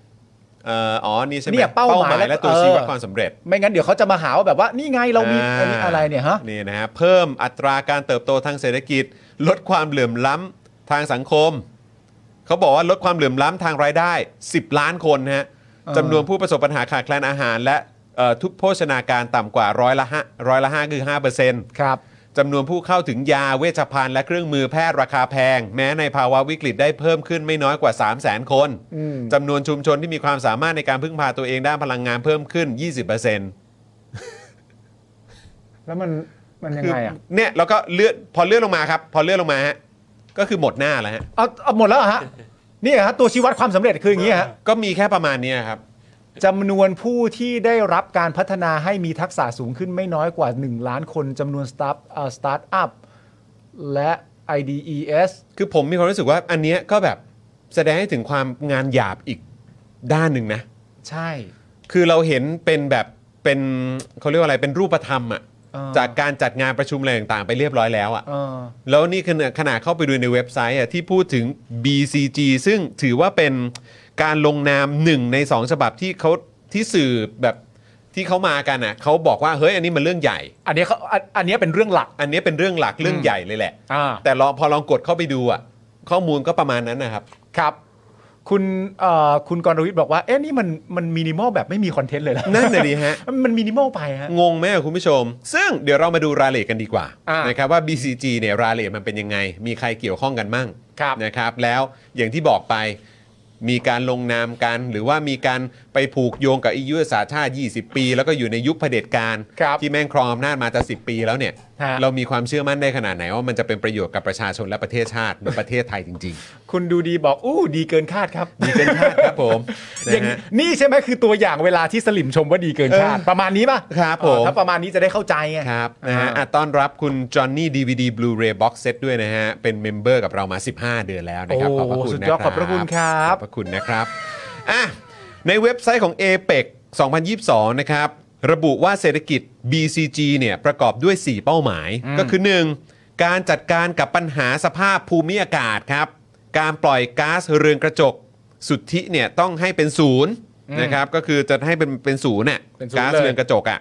S3: เอ่ออ๋อ นี่ใช่ไหม
S5: เนี่ยเป้าหมายและ
S3: และตัว
S5: เออ
S3: ชี้วัดความสำเร็จ
S5: ไม่งั้นเดี๋ยวเขาจะมาหาว่าแบบว่านี่ไงเรามีอันนี้อะไรเนี่ยฮะ
S3: นี่นะฮะ เพิ่มอัตราการเติบโตทางเศรษฐกิจ ลดความเหลื่อมล้ำทางสังคม เขาบอกว่าลดความเหลื่อมล้ำทางรายได้ 10 ล้านคนนะฮะ
S5: เออ
S3: จำนวนผู้ประสบปัญหาขาดแคลนอาหาร และเอ่อทุกโภชนาการต่ำกว่าร้อยละห้าร้อยละห้าคือห้าเปอร์เซ็นต์
S5: ครับ
S3: จำนวนผู้เข้าถึงยาเวชภัณฑ์และเครื่องมือแพทย์ราคาแพง แม้ในภาวะวิกฤตได้เพิ่มขึ้นไม่น้อยกว่า 3 0 0 0 0 0 คน
S5: อืม
S3: จำนวนชุมชนที่มีความสามารถในการพึ่งพาตัวเองด้านพลังงานเพิ่มขึ้น 20%
S5: แล้วมันมันยัง
S3: คือ
S5: ไงอ่ะ
S3: เนี่ยแล้วก็เลื่อนพอเลื่อนลงมาครับ พอเลื่อนลงมาฮะก็คือหมดหน้าแล้วฮะ
S5: เอาเอาหมดแล้วเหรอฮะนี่เหรอฮะตัวชี้วัดความสำเร็จคืออย่างนี้ฮะ
S3: ก็มีแค่ประมาณเนี้ยครับ
S5: จำนวนผู้ที่ได้รับการพัฒนาให้มีทักษะสูงขึ้นไม่น้อยกว่า 1 ล้านคนจำนวนสตาร์ทสตาร์ทอัพและ IDES
S3: คือผมมีความรู้สึกว่าอันเนี้ยก็แบบแสดงให้ถึงความงานหยาบอีกด้านหนึ่งนะ
S5: ใช่
S3: คือเราเห็นเป็นแบบเป็นเขาเรียกว่าอะไรเป็นรูปธรรมอ่ะ
S5: เออ
S3: จากการจัดงานประชุมอะไรต่างๆ ไปเรียบร้อยแล้วอ่ะ
S5: เออ
S3: แล้วนี่คือขนาดเข้าไปดูในเว็บไซต์อ่ะที่พูดถึง BCG ซึ่งถือว่าเป็นการลงนามหนึ่งในสองฉบับที่เขาที่สื่อแบบที่เขามากันอ่ะเขาบอกว่าเฮ้ยอันนี้มันเรื่องใหญ่
S5: อันนี้เขาอันอันนี้เป็นเรื่องหลัก
S3: อันนี้เป็นเรื่องหลักเรื่อง
S5: อืม
S3: ใหญ่เลยแหละ
S5: อ่า
S3: แต่ลองพอลองกดเข้าไปดูอ่ะข้อมูลก็ประมาณนั้นนะครับ
S5: ครับ คุณเอ่อคุณกรณวิทย์บอกว่า เอ๊ะนี่มันมันมินิมอลแบบไม่มีคอนเทนต์เลยเหรอ
S3: นั่นเลยดีฮะ
S5: มันมินิมอลไปฮะ
S3: งงไหมอะคุณผู้ชม ซึ่งเดี๋ยวเรามาดูรายละเอียดกันดีกว่า
S5: อ่าน
S3: นะครับว่า BCG เนี่ยรายละเอียดมันเป็นยังไง มีใครเกี่ยวข้องกันมั่ง
S5: ครับ
S3: นะครับแล้วอย่างที่บอกไปมีการลงนามกัน หรือว่ามีการไปผูกโยงกับอายุทธศาสตร์ชาติ 20 ปี แล้วก็อยู่ในยุคเผด็จการ
S5: ครับ
S3: ที่แม่งครองอำนาจมาจะ10 ปีแล้วเนี่ย
S5: ฮะ
S3: เรามีความเชื่อมั่นได้ขนาดไหนว่ามันจะเป็นประโยชน์กับประชาชนและประเทศชาติและประเทศไทยจริง
S5: คุณดูดีบอก อู้ดีเกินคาดครับ
S3: ๆดีเกินคาดครับผมนะ
S5: อย่างนี้
S3: ฮะ
S5: นี่ใช่ไหมคือตัวอย่างเวลาที่สลิมชมว่าดีเกินคาด
S3: เออ
S5: ประมาณนี้ป่ะ
S3: ครับผม
S5: เออถ้าประมาณนี้จะได้เข้าใจไง
S3: ครับนะฮะ
S5: อ่า
S3: อ่ะต้อนรับคุณจอห์นนี่ DVD Blu-ray Box Set ด้วยนะฮะ เป็นเมมเบอร์กับเรามา 15 เดือนแล้วนะ
S5: โอ้
S3: ครับ ขอบพระ
S5: โห
S3: คุณ
S5: สุด
S3: นะ
S5: ย
S3: ค
S5: อด
S3: รับ
S5: ขอบพระคุณครั
S3: ขอบ บพระคุณนะครับอ่ะในเว็บไซต์ของ APEC 2022 นะครับ ระบุว่าเศรษฐกิจ BCG เนี่ย ประกอบด้วย 4 เป้าหมาย ก็คือ 1. การจัดการกับปัญหาสภาพภูมิอากาศครับ การปล่อยก๊าซเรือนกระจก สุทธิเนี่ยต้องให้เป็นศูนย์นะครับก็คือจะให้เป็นเป็นศูนย์เนี่ย
S5: เป็นศูนย์
S3: ก๊าซ
S5: เลย
S3: เรือนกระจกอ่ะ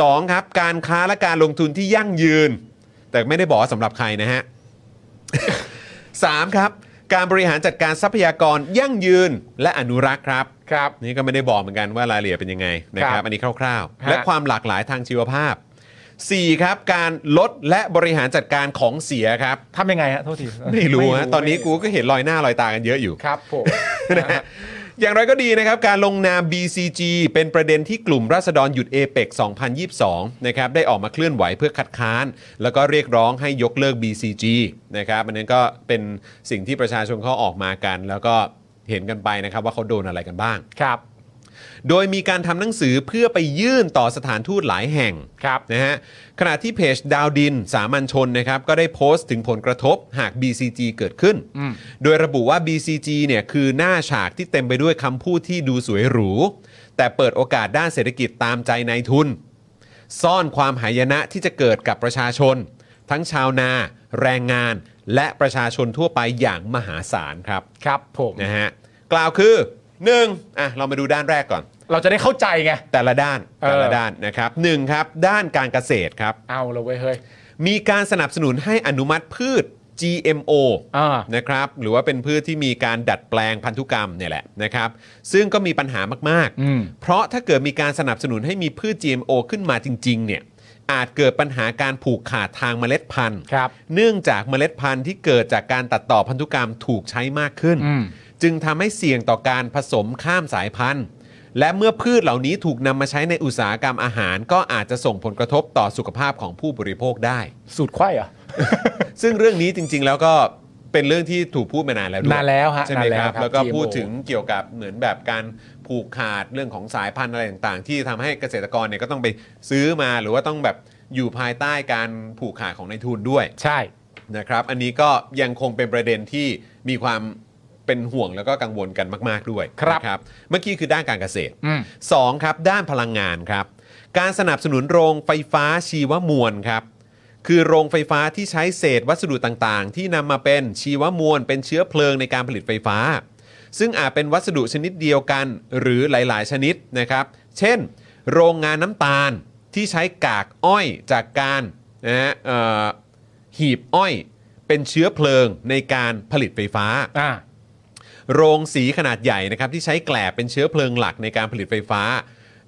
S3: สองครับการค้าและการลงทุนที่ยั่งยืน แต่ไม่ได้บอกว่าสำหรับใครนะฮะ สามครับ การบริหารจัดการทรัพยากรยั่งยืนและอนุรักษ์ครับ
S5: ครับ
S3: นี่ก็ไม่ได้บอกเหมือนกันว่ารายละเอียดเป็นยังไงนะค
S5: ค
S3: รั
S5: รับ บ
S3: อันนี้คร่าวๆ
S5: ฮะ
S3: และความหลากหลายทางชีวภาพสี่ครับการลดและบริหารจัดการของเสียครับ
S5: ทำยังไงฮะโทษที
S3: ไม่รู้ฮะตอนนี้กูก็เห็นรอยหน้า รอยตากันเยอะอยู่
S5: ครับผม
S3: นะฮะ อย่างไรก็ดีนะครับ การลงนาม BCG เป็นประเด็นที่กลุ่มราษฎรหยุดเอเปก2022 นะครับ ได้ออกมาเคลื่อนไหวเพื่อคัดค้าน แล้วก็เรียกร้องให้ยกเลิก BCG นะครับอันนั้นก็เป็นสิ่งที่ประชาชนเขาออกมากัน แล้วก็เห็นกันไปนะครับว่าเขาโดนอะไรกันบ้าง
S5: ครับ
S3: โดยมีการทำหนังสือเพื่อไปยื่นต่อสถานทูตหลายแห่งนะฮะขณะที่เพจดาวดินสามัญชนนะครับก็ได้โพสต์ถึงผลกระทบหาก BCG เกิดขึ้น โดยระบุว่า BCG เนี่ยคือหน้าฉากที่เต็มไปด้วยคำพูดที่ดูสวยหรู แต่เปิดโอกาสด้านเศรษฐกิจตามใจนายทุน ซ่อนความหายนะที่จะเกิดกับประชาชน ทั้งชาวนา แรงงาน และประชาชนทั่วไปอย่างมหาศาลครับ
S5: ครับผม
S3: นะฮะกล่าวคือหนึ่งอ่ะเรามาดูด้านแรกก่อน
S5: เราจะได้เข้าใจไง
S3: แต่ละด้าน
S5: เออ
S3: แต่ละด้านนะครับหนึ่งครับ ด้านการเกษตรครับ
S5: เอาเลยเว้ยเฮ้ย
S3: มีการสนับสนุนให้อนุมัติพืช GMO นะครับหรือว่าเป็นพืชที่มีการดัดแปลงพันธุกรรมเนี่ยแหละนะครับ ซึ่งก็มีปัญหามาก
S5: อืม
S3: เพราะถ้าเกิดมีการสนับสนุนให้มีพืช GMO ขึ้นมาจริง ๆ เนี่ย อาจเกิดปัญหาการผูกขาดทางเมล็ดพันธุ์
S5: ครับ
S3: เนื่องจากเมล็ดพันธุ์ที่เกิดจากการตัดต่อพันธุกรรมถูกใช้มากขึ้น
S5: อืม
S3: จึงทำให้เสี่ยงต่อการผสมข้ามสายพันธุ์ และเมื่อพืชเหล่านี้ถูกนำมาใช้ในอุตสาหกรรมอาหาร ก็อาจจะส่งผลกระทบต่อสุขภาพของผู้บริโภคได้
S5: สูตรไข่เหรอ
S3: ซึ่งเรื่องนี้จริง ๆ แล้วก็เป็นเรื่องที่ถูกพูดมานานแล้วด้วย
S5: นานแล้วฮะ
S3: ใช่ไหม
S5: นานแล้
S3: คว รับ
S5: ครับ
S3: แล้วก็
S5: GMO
S3: พูดถึงเกี่ยวกับเหมือนแบบการผูกขาดเรื่องของสายพันธุ์อะไรต่างๆ ที่ทำให้เกษตรกรเนี่ยก็ต้องไปซื้อมาหรือว่าต้องแบบอยู่ภายใต้การผูกขาดของนายทุนด้วย
S5: ใช่
S3: นะครับอันนี้ก็ยังคงเป็นประเด็นที่มีความเป็นห่วงแล้วก็กังวลกันมาก ๆ ด้วย
S5: ครับ
S3: นะเมื่อกี้คือด้านการเกษตร
S5: อืม
S3: 2ครับด้านพลังงานครับ การสนับสนุนโรงไฟฟ้าชีวมวลครับคือโรงไฟฟ้าที่ใช้เศษวัสดุต่างๆ ที่นำมาเป็นชีวมวล เป็นเชื้อเพลิงในการผลิตไฟฟ้า ซึ่งอาจเป็นวัสดุชนิดเดียวกันหรือหลายๆ ชนิดนะครับ เช่น โรงงานน้ำตาลที่ใช้กากอ้อยจากการนะฮะเอ่อหีบอ้อยเป็นเชื้อเพลิงในการผลิตไฟฟ้า
S5: อ่า
S3: โรงสีขนาดใหญ่นะครับที่ใช้แกลบเป็นเชื้อเพลิงหลักในการผลิตไฟฟ้า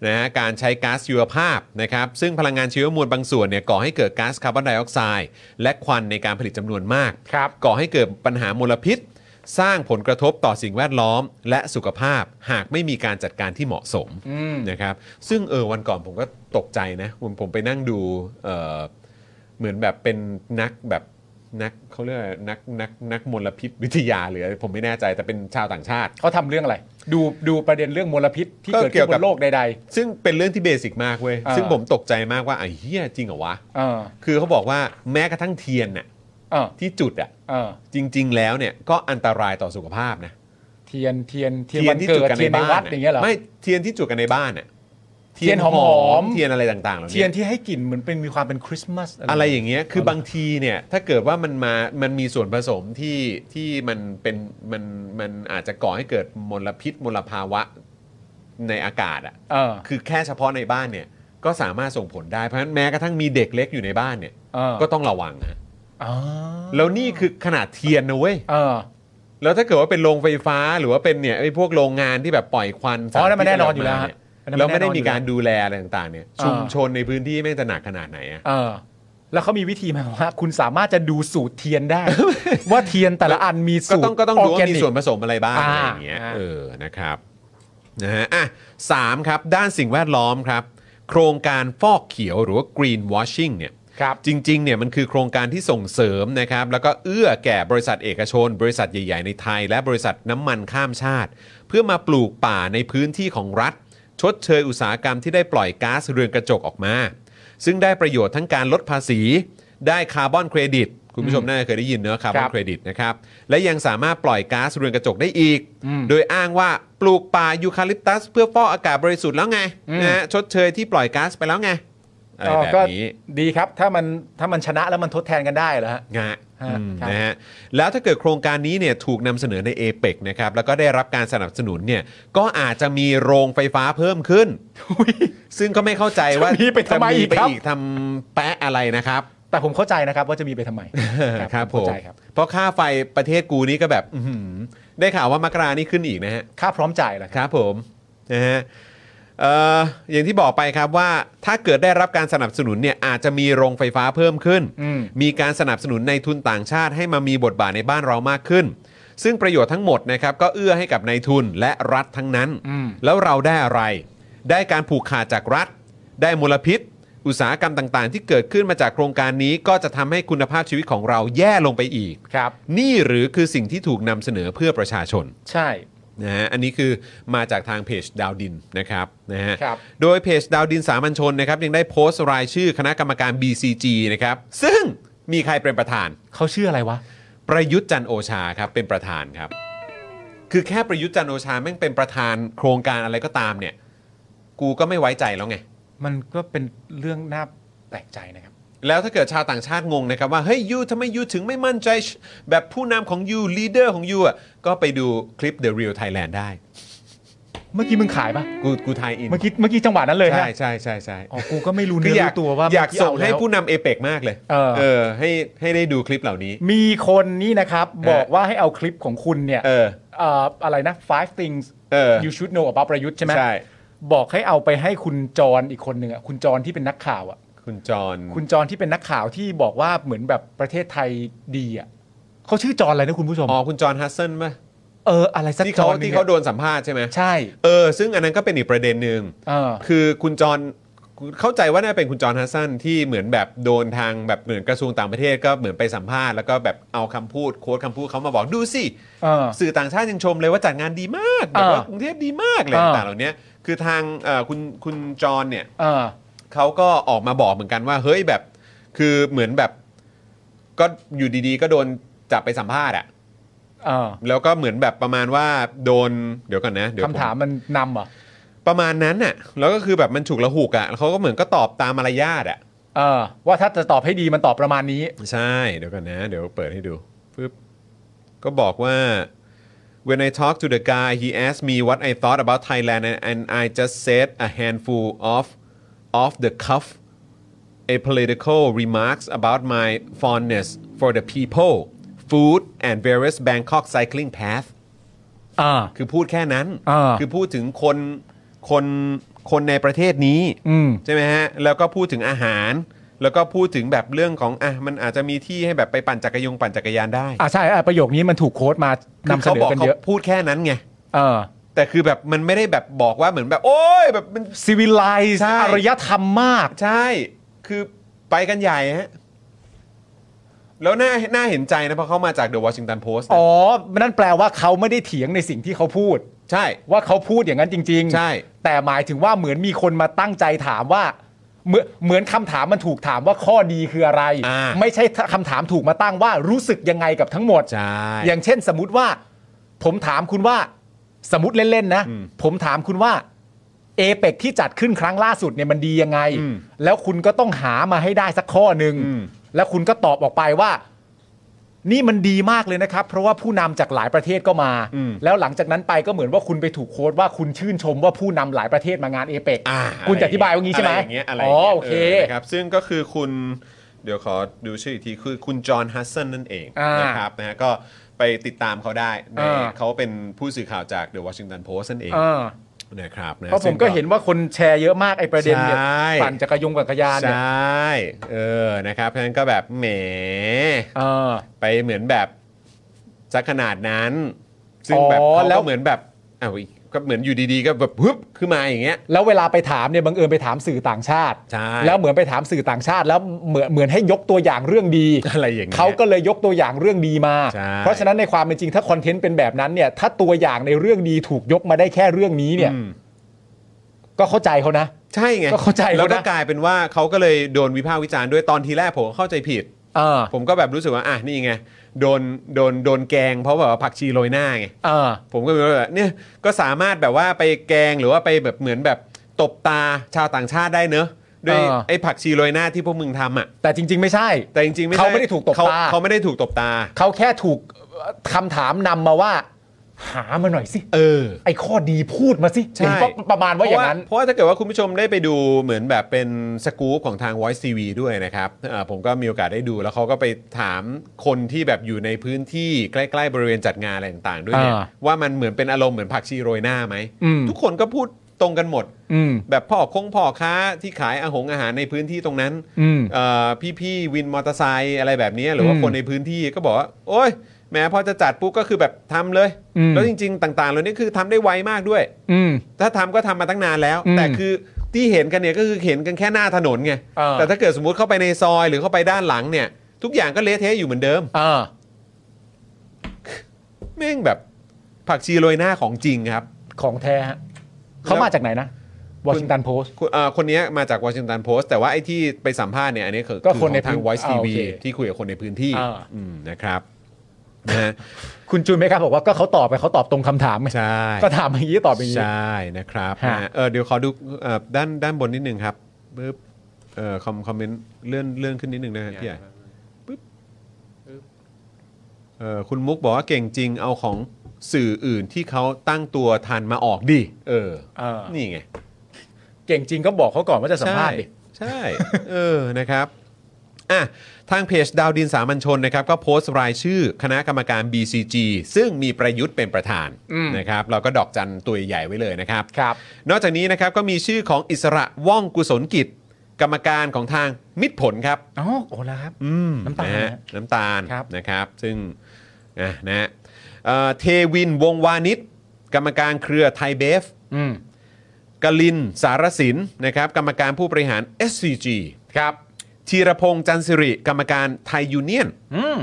S3: นะฮะการใช้ก๊าซชีวภาพนะครับซึ่งพลังงานชีวมวลบางส่วนเนี่ยก่อให้เกิดก๊าซคาร์บอนไดออกไซด์และควันในการผลิตจำนวนมาก
S5: ครับ
S3: ก่อให้เกิดปัญหามลพิษ สร้างผลกระทบต่อสิ่งแวดล้อม และสุขภาพหากไม่มีการจัดการที่เหมาะสม
S5: อืม
S3: นะครับซึ่งเออวันก่อนผมก็ตกใจนะผมผมไปนั่งดูเอ่อเหมือนแบบเป็นนักแบบนักเขาเรียกอะไรนักนักนักมลพิษวิทยาหรืออะไรผมไม่แน่ใจแต่เป็นชาวต่างชาติ
S5: เขาทำเรื่องอะไร ดูดูประเด็นเรื่องมลพิษที่
S3: ก็
S5: เกิด
S3: เกี่
S5: ขึ้นบ
S3: ยวกับ
S5: นโลกใด
S3: ซึ่งเป็นเรื่องที่เบสิกมากเว้ย
S5: อ่า
S3: ซึ่งผมตกใจมากว่าไอ้เฮียจริงเหรอวะ
S5: ๆเออ
S3: คือเขาบอกว่าแม้กระทั่งเทียนน่ะ
S5: เออ
S3: ที่จุดอ่ะ
S5: เออ
S3: จริง ๆ แล้วเนี่ยก็อันตรายต่อสุขภาพนะ
S5: เทียนเทียนเทียน
S3: เทีย
S5: วัน น
S3: ที่
S5: เกิ
S3: จุด
S5: ด
S3: กัน
S5: เที
S3: ใน
S5: ยนใน
S3: บ้าน
S5: วัด
S3: น่ะ
S5: อย่างเงี้ยเหรอ
S3: ไม่เทียนที่จุดกันในบ้านน่ะ
S5: เทียนหอม
S3: เทียนอะไรต่างๆเหล่า
S5: เทียน
S3: นี้
S5: ที่ให้กลิ่นเหมือนเป็นมีความเป็นคริสต์มาส
S3: อะไรอย่างเงี้ยคือบางทีเนี่ยถ้าเกิดว่ามันมามันมีส่วนผสมที่ที่มันเป็นมันมันอาจจะก่อให้เกิดมลพิษมลภาวะในอากาศอ่ะ
S5: เออ
S3: คือแค่เฉพาะในบ้านเนี่ยก็สามารถส่งผลได้เพราะฉะนั้นแม้กระทั่งมีเด็กเล็กอยู่ในบ้านเนี่ย
S5: เออ
S3: ก็ต้องระวังนะ
S5: อ๋อ
S3: แล้วนี่คือขนาดเทียนนะเว้ย
S5: เออ
S3: แล้วถ้าเกิดว่าเป็นโรงไฟฟ้าหรือว่าเป็นเนี่ยไอ้พวกโรงงานที่แบบปล่อยควัน
S5: เพราะนั่นมันแน่
S3: สารพิษ
S5: นอนอยู่
S3: ะไร
S5: แล้ว
S3: กมา
S5: ฮะ
S3: เนี่
S5: อันนั้น
S3: เราไม่ได้
S5: แน่นอน
S3: มี
S5: อยู่
S3: การ
S5: แล้ว
S3: ดูแลอะไรต่างๆเนี่ย
S5: อ่า
S3: ชุมชนในพื้นที่แม่งจะหนักขนาดไหนอะ
S5: เออ แล้วเขามีวิธีไหมว่า คุณสามารถจะดูสูตรเทียน ได้ ว่าเทียนแต่ละอันมี
S3: ก็
S5: สูตร
S3: ต้องก็ต้องดู
S5: ร์แ
S3: ว่ามีส่วนผสมอะไรบ้างอะ
S5: อ่า
S3: ไรอย่างเงี้ย
S5: อ่า
S3: เออนะครับนะฮะอ่ะสามครับ ด้านสิ่งแวดล้อมครับ โครงการฟอกเขียวหรือว่า green washing เนี่ย
S5: ครับ
S3: จริงๆเนี่ยมันคือโครงการที่ส่งเสริมนะครับแล้วก็เอื้อแก่บริษัทเอกชน บริษัทใหญ่ ๆ ในไทย และบริษัทน้ำมันข้ามชาติ เพื่อมาปลูกป่าในพื้นที่ของรัฐ ชดเชยอุตสาหกรรมที่ได้ปล่อยก๊าซเรือนกระจกออกมา ซึ่งได้ประโยชน์ทั้งการลดภาษี ได้คาร์บอนเครดิต คุณผู้ชมน่าจะเคยได้ยินเนอะคาร์บอน
S5: ครับ
S3: เครดิตนะครับ และยังสามารถปล่อยก๊าซเรือนกระจกได้อีก
S5: อืม
S3: โดยอ้างว่าปลูกป่ายูคาลิปตัส เพื่อฟอกอากาศบริสุทธิ์แล้วไง
S5: อืม
S3: นะฮะชดเชยที่ปล่อยก๊าซไปแล้วไง อะไร
S5: อ๋อ
S3: แบ
S5: ก็
S3: บนี้
S5: ดีครับ ถ้ามันถ้ามันชนะแล้วมันทดแทนกันได้เหรอ ฮะ
S3: นะฮะ
S5: ฮะ
S3: อืม
S5: ครับ
S3: นะฮะแล้วถ้าเกิดโครงการนี้เนี่ยถูกนำเสนอใน a p e c นะครับแล้วก็ได้รับการสนับสนุนเนี่ยก็อาจจะมีโรงไฟฟ้าเพิ่มขึ้น ซึ่งก็ไม่เข้าใจว่า
S5: จะมีไปทำไมอีกครับ
S3: จะทำแปะอะไรนะครับ
S5: แต่ผมเข้าใจนะครับว่าจะมีไปทำไม
S3: ครับผ
S5: เข้าม ใจครับ
S3: เพราะค่าไฟประเทศกูนี้ก็แบบอื้อหือได้ข่าวว่ามกรานี่ขึ้นอีกนะฮะ
S5: ค่าพร้อมจ่ายเหรอ
S3: ครับผมนะฮะเอ่ออย่างที่บอกไปครับว่าถ้าเกิดได้รับการสนับสนุนเนี่ยอาจจะมีโรงไฟฟ้าเพิ่มขึ้น
S5: อืม
S3: มีการสนับสนุนในทุนต่างชาติให้มามีบทบาทในบ้านเรามากขึ้น ซึ่งประโยชน์ทั้งหมดนะครับก็เอื้อให้กับนายทุนและรัฐทั้งนั้น แล้วเราได้อะไร ได้การผูกขาดจากรัฐ ได้มลพิษ อุตสาหกรรมต่างๆ ที่เกิดขึ้นมาจากโครงการนี้ก็จะทำให้คุณภาพชีวิตของเราแย่ลงไปอีก
S5: ครับ
S3: นี่หรือคือสิ่งที่ถูกนำเสนอเพื่อประชาชน
S5: ใช่
S3: นะฮะอันนี้คือมาจากทางเพจดาวดินนะครับนะฮะ
S5: ครับ
S3: โดยเพจดาวดินสามัญชนนะครับยังได้โพสต์รายชื่อคณะกรรมการ BCG นะครับซึ่งมีใครเป็นประธาน
S5: เขาชื่ออะไรวะ
S3: ประยุทธ์จันทร์โอชาครับเป็นประธานครับ คือแค่ประยุทธ์จันทร์โอชาแม่งเป็นประธานโครงการอะไรก็ตามเนี่ย กูก็ไม่ไว้ใจแล้วไง
S5: มันก็เป็นเรื่องน่าแปลกใจนะครับ
S3: แล้วถ้าเกิดชาวต่างชาติงงนะครับว่า เฮ้ยยูทำไมยูถึงไม่มั่นใจ แบบผู้นำของยูลีเดอร์ของยูอ่ะก็ไปดูคลิป The Real Thailand ได้
S5: เมื่อกี้มึงขายปะ
S3: กูกูไทยอิน
S5: เมื่อกี้เมื่อกี้จังหวะนั้นเลยฮะ
S3: ใช่ใช่ใช่ใช่
S5: อ๋อกูก็ไม่รู้
S3: คื
S5: เนื้
S3: อ
S5: ออย
S3: อาก
S5: รู้ตัวว่า
S3: อยาก
S5: เมื่
S3: ส่ง
S5: เ
S3: ให้ผู้นำเอเปกมากเลย
S5: เออ
S3: ให้ให้ได้ดูคลิปเหล่านี้
S5: มีคนนี่นะครับบอกว่าให้เอาคลิปของคุณเนี่ย
S3: เออ
S5: เอ่ออะไรนะ five things
S3: เออ
S5: you should know about ประยุทธ์ใช่ไหม
S3: ใช่
S5: บอกให้เอาไปให้คุณจรอีกคนหนึ่งอ่ะคุณจรที่เป็นนักข่าวอ่ะ
S3: คุณจร
S5: คุณจรที่เป็นนักข่าวที่บอกว่าเหมือนแบบประเทศไทยดีอ่ะเขาชื่อจรอะไรนะคุณผู้ชม
S3: อ๋อคุณจรฮัสเซนป่ะ
S5: เอออะไรสัก
S3: ที่
S5: จร
S3: เขา
S5: หนึ่ง
S3: ที่
S5: นี่ย
S3: เขาโดนสัมภาษณ์ใช่ไหม
S5: ใช่
S3: เออซึ่งอันนั้นก็เป็นอีกประเด็นหนึ่ง
S5: เออ
S3: คือคุณจรเข้าใจว่าน่าจะเป็นคุณจรฮัสซันที่เหมือนแบบโดนทางแบบเหมือนกระทรวงต่างประเทศก็เหมือนไปสัมภาษณ์แล้วก็แบบเอาคำพูดโค้ดคำพูดเขามาบอกดูสิ
S5: เออ
S3: สื่อต่างชาติยังชมเลยว่าจัดงานดีมากแบบว่ากรุงเทพดีมากเลย
S5: เออ
S3: ต่างๆเหล่านี้คือทางเอ่อคุณคุณจรเนี่ย
S5: เออ
S3: เขาก็ออกมาบอกเหมือนกันว่าเฮ้ยแบบคือเหมือนแบบก็อยู่ดีๆ ก็โดนจับไปสัมภาษณ์อะ
S5: เออ
S3: แล้วก็เหมือนแบบประมาณว่าโดนเดี๋ยวก่อนนะเดี๋ยวผ
S5: คำถามมันนำเหรอ่ะ
S3: ประมาณนั้นน่ะแล้วก็คือแบบมันฉุกละหุกอะแล้วเขาก็เหมือนก็ตอบตามมารยาทอะ
S5: เออ ว่าถ้าจะตอบให้ดีมันตอบประมาณนี้
S3: ใช่เดี๋ยวก่อนนะ เดี๋ยวเปิดให้ดูปึ๊บก็บอกว่า when I talked to the guy he asked me what I thought about Thailand and, and I just said a handful of off the cuff a political remarks about my fondness for the people, food, and various Bangkok cycling path.
S5: อ่า
S3: คือพูดแค่นั้น
S5: อ่า
S3: คือพูดถึงคนคนคนในประเทศนี้
S5: อืม
S3: ใช่ไหมฮะ แล้วก็พูดถึงอาหาร แล้วก็พูดถึงแบบเรื่องของอ่ะมันอาจจะมีที่ให้แบบไปปั่นจักรยงปั่นจักรยานได้
S5: อ่าใช่อ่ะประโยคนี้มันถูกโค้ดมา
S3: คื
S5: นำเสนอกันเยอะ
S3: ขาบพูดแค่นั้นไง
S5: เออ
S3: แต่คือแบบมันไม่ได้แบบบอกว่าเหมือนแบบ โอ้ยแบบมัน
S5: ซีวิลไลซ์
S3: ใช่
S5: อารยธรรมมาก
S3: ใช่ คือไปกันใหญ่ฮะ แล้วน่าน่าเห็นใจนะ เพราะเขามาจาก The Washington Post นะ
S5: อ๋อ นั่นแปลว่าเขาไม่ได้เถียงในสิ่งที่เขาพูด
S3: ใช่
S5: ว่าเขาพูดอย่างนั้นจริงๆ
S3: ใช่
S5: แต่หมายถึงว่าเหมือนมีคนมาตั้งใจถามว่า เหมือนเหมือนคำถามมันถูกถามว่าข้อดีคืออะไร
S3: อ่า
S5: ไม่ใช่คำถามถูกมาตั้งว่ารู้สึกยังไงกับทั้งหมด
S3: ใช่
S5: อย่างเช่นสมมติว่า ผมถามคุณว่าสมมติเล่น ๆ นะ
S3: อืม
S5: ผมถามคุณว่าเอเปกที่จัดขึ้นครั้งล่าสุดเนี่ยมันดียังไง
S3: อืม
S5: แล้วคุณก็ต้องหามาให้ได้สักข้อหนึ่ง
S3: อืม
S5: แล้วคุณก็ตอบออกไปว่า นี่มันดีมากเลยนะครับ เพราะว่าผู้นำจากหลายประเทศก็มา
S3: อืม
S5: แล้วหลังจากนั้นไปก็เหมือนว่าคุณไปถูกโค้ดว่าคุณชื่นชมว่าผู้นำหลายประเทศมางานเอเปก
S3: อ่า
S5: คุณจะอธิบายว่างี้ใช่ไหม
S3: อะไรอย่างเงี้ยอะไร
S5: อ๋อง
S3: ย่างี้ย
S5: โอเค
S3: นะครับซึ่งก็คือคุณเดี๋ยวขอดูชื่ออีกทีคือคุณจอห์นฮัสเซนนั่นเอง
S5: อ่าน
S3: นะครับนะฮะก็ไปติดตามเขาได้ใน
S5: อ่า
S3: เขาเป็นผู้สื่อข่าวจาก The Washington Post นั่นเอง
S5: อ่า
S3: นะครับน
S5: เพราะผ
S3: ซึ่
S5: ม
S3: ง
S5: ก็เห็นว่าคนแชร์เยอะมากไอ้ประเด็นเนี่ย
S3: ใช่
S5: ปั่นจักรยงจักรยาน
S3: ใช
S5: เนี่ย่
S3: เออนะครับเพราะฉะนั้นก็แบบแหม
S5: เออ
S3: ไปเหมือนแบบสักขนาดนั้น ซึ่งแบบ
S5: อ๋อ
S3: เขา
S5: แล้
S3: ก็
S5: ว
S3: เหมือนแบบอ้าวอีกก็เหมือนอยู่ดีๆ ก็แบบฮึบขึ้นมาอย่างเงี้ย
S5: แล้วเวลาไปถามเนี่ยบังเอิญไปถามสื่อต่างชาติ
S3: ใช่
S5: แล้วเหมือนไปถามสื่อต่างชาติ แล้วเหมือนเหมือนให้ยกตัวอย่างเรื่องดี
S3: อะไรอย่างเงี้ย
S5: เขาก็เลยยกตัวอย่างเรื่องดีมา
S3: ใช่
S5: เพราะฉะนั้นในความเป็นจริงถ้าคอนเทนต์เป็นแบบนั้นเนี่ย ถ้าตัวอย่างในเรื่องดีถูกยกมาได้แค่เรื่องนี้เนี่ย
S3: อืม
S5: ก็เข้าใจเขานะ
S3: ใช่ไง
S5: ก็เข้าใจเขานะ
S3: แล้วก็กลายเป็นว่าเขาก็เลยโดนวิพากษ์วิจารณ์ด้วยตอนทีแรกผมเข้าใจผิด
S5: เออ
S3: ผมก็แบบรู้สึกว่าอ่ะนี่ไงโดนโดนโดนแกงเพราะแบบว่าผักชีโรยหน้าไง
S5: เออ
S3: ผมก็แบบเนี่ยก็สามารถแบบว่าไปแกงหรือว่าไปแบบเหมือนแบบตบตาชาวต่างชาติได้เนอะด้วย
S5: เออ
S3: ไอ้ผักชีโรยหน้าที่พวกมึงทำอ่ะ
S5: แต่จริง ๆ ไม่ใช่
S3: แต่จริงๆไม่ใช่
S5: เขาไม่ได้ถูกตบตา
S3: เขเขาไม่ได้ถูกตบตา
S5: เขาแค่ถูกเอ่อคำถามนำมาว่า หามาหน่อยสิ
S3: เออ
S5: ไอ้ข้อดีพูดมาสิ
S3: ใช่
S5: ผมก็ประมาณว่าอย่างนั้น
S3: เพราะว่าเพระว่ถ้าเกิดว่าคุณผู้ชมได้ไปดูเหมือนแบบเป็นสกู๊ปของทาง Voice TV ด้วยนะครับเอ่อผมก็มีโอกาสได้ดูแล้วเขาก็ไปถามคนที่แบบอยู่ในพื้นที่ใกล้ๆบริเวณจัดงานอะไรต่างๆ ด้วยเนี่ย
S5: อ่า
S3: ว่ามันเหมือนเป็นอารมณ์เหมือนผักชีโรยหน้าไหม
S5: อืม
S3: ทุกคนก็พูดตรงกันหมด
S5: อืม
S3: แบบพ่อคงพ่อค้าที่ขายอาหงอาหารในพื้นที่ตรงนั้น
S5: อืม
S3: เอ่อพี่ๆวินมอเตอร์ไซค์อะไรแบบนี้หรือว่า
S5: อืม
S3: คนในพื้นที่ก็บอกว่า โอ๊ย แม้พอจะจัดปุ๊บก็คือแบบทำเลย
S5: อืม
S3: แล้วจริง ๆ ต่างๆเหล่านี้คือทำได้ไวมากด้วย
S5: อืม
S3: ถ้าทำก็ทำมาตั้งนานแล้ว
S5: อืม
S3: แต่คือที่เห็นกันเนี่ยก็คือเห็นกันแค่หน้าถนนไง
S5: เออ
S3: แต่ถ้าเกิดสมมติเข้าไปในซอยหรือเข้าไปด้านหลังเนี่ย ทุกอย่างก็เละเทะอยู่เหมือนเดิม
S5: เออ
S3: แม่งแบบผักชีโรยหน้าของจริงครับ
S5: ของแท้ฮะเขามาจากไหนนะวอชิงตันโพส
S3: คุณเอ่อคนเนี้ยมาจากวอชิงตันโพสต์แต่ว่าไอ้ที่ไปสัมภาษณ์เนี่ยอันนี้คือ
S5: ก็คนใน
S3: อทาง
S5: พื้น
S3: Voice
S5: อ่า
S3: TV
S5: โอเค
S3: ที่คุยกับคนในพื้นที่
S5: อ่า
S3: อืมนะครับนะฮะ
S5: คุณจูนไหมครับบอกว่าก็เขาตอบไปเขาตอบตรงคำถามไง
S3: ใช่
S5: ก็ถามอย่างนี้ตอบอย่างนี้
S3: ใช่นะครับ
S5: ฮะ
S3: นะฮะเออเดี๋ยวขอดูเอ่อด้านด้านบนนิดนึงครับปึ๊บเอ่อคอมคอมเมนต์เลื่อนเลื่อนขึ้นนิดนึงนะฮะพี่ใหญ่เอ่อคุณมุกบอกว่าเก่งจริงเอาของสื่ออื่นที่เขาตั้งตัวทันมาออกดิเออ
S5: เออ
S3: นี่ไง
S5: เก่งจริงก็บอกเขาก่อนว่าจะสัมภาษณ์ดิ
S3: ใช่ เออ นะครับอ่ะทางเพจดาวดินสามัญชนนะครับ ก็โพสต์รายชื่อคณะกรรมการ BCG ซึ่งมีประยุทธ์เป็นประธาน
S5: อืม
S3: นะครับ เราก็ดอกจันตัวใหญ่ไว้เลยนะครับ
S5: ครับ
S3: นอกจากนี้นะครับ ก็มีชื่อของอิสระว่องกุศลกิจ กรรมการของทางมิตรผลครับ
S5: อ๋อโอ้แล้วครับ
S3: อืม
S5: น้ำตาล
S3: นะฮะ
S5: นะ
S3: น้ำตาล
S5: ครับ
S3: นะครับ ซึ่งอ่ะนะฮะเอ่อเทวินวงวานิชกรรมการเครือไทยเบฟ
S5: อืม
S3: กลินสารสินนะครับกรรมการผู้บริหาร SCG
S5: ครับ
S3: ธีรพงษ์จันทร์สิริ กรรมการไทยยูเนียน
S5: อืม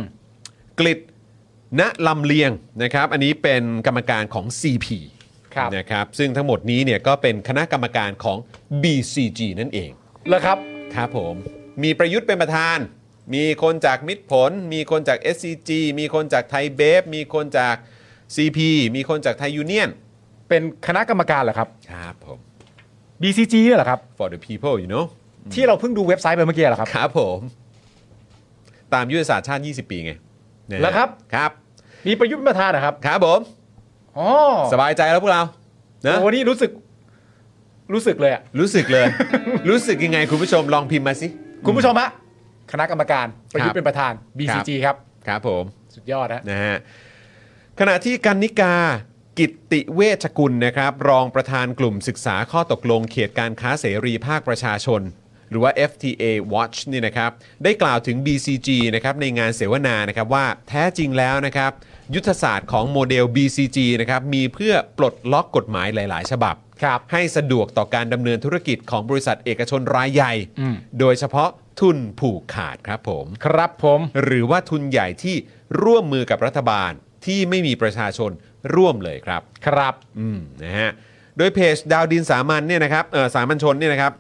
S3: กฤษณลำเลียงนะครับ อันนี้เป็นกรรมการของ CP
S5: ครับ
S3: นะครับ ซึ่งทั้งหมดนี้เนี่ยก็เป็นคณะกรรมการของ BCG นั่นเอง
S5: แล้วครับ
S3: ครับผม มีประยุทธ์เป็นประธาน มีคนจากมิตรผล มีคนจาก SCG มีคนจากไทยเบฟ มีคนจาก CP มีคนจากไทยยูเนียน
S5: เป็นคณะกรรมการเหรอครับ
S3: ครับผม
S5: BCG เนี่ยเหรอครับ
S3: for the people you know
S5: ที่เราเพิ่งดูเว็บไซต์ไปเมื่อกี้เหรอครับ
S3: ครับผม ตามยุทธศาสตร์ชาติ 20 ปีไงนะฮะ
S5: แล้วครับ
S3: ครับ
S5: มีประยุทธ์เป็นประธานนะครับ
S3: ครับผม
S5: อ๋อ
S3: สบายใจแล้วพวกเรานะ
S5: โอ้นี่รู้สึก รู้สึกเลยอะ
S3: รู้สึกเลย รู้สึกยังไงคุณผู้ชมลองพิมพ์มาสิ
S5: คุณผู้ชมฮะคณะกรรมการประยุท
S3: ครั
S5: ธ์
S3: บ
S5: เป็นประธาน BCG ครับ
S3: ครับผม
S5: สุดยอดฮะ
S3: นะฮะขณะที่กันนิกากิตติเวชกุลนะครับ รองประธานกลุ่มศึกษาข้อตกลงเขตการค้าเสรีภาคประชาชน หรือว่า FTA Watch นี่นะครับ ได้กล่าวถึง BCG นะครับในงานเสวนานะครับว่าแท้จริงแล้วนะครับ ยุทธศาสตร์ของโมเดล BCG นะครับมีเพื่อปลดล็อกกฎหมายหลาย ๆ ฉบับ
S5: ครับ
S3: ให้สะดวกต่อการดำเนินธุรกิจของบริษัทเอกชนรายใหญ่
S5: อืม
S3: โดยเฉพาะทุนผูกขาดครับผม
S5: ครับผม
S3: หรือว่าทุนใหญ่ที่ร่วมมือกับรัฐบาลที่ไม่มีประชาชนร่วมเลยครับ
S5: ครับ
S3: อืมนะฮะ โดยเพจดาวดินสามัญเนี่ยนะครับเอ่อสามัญชนเนี่ยนะครับ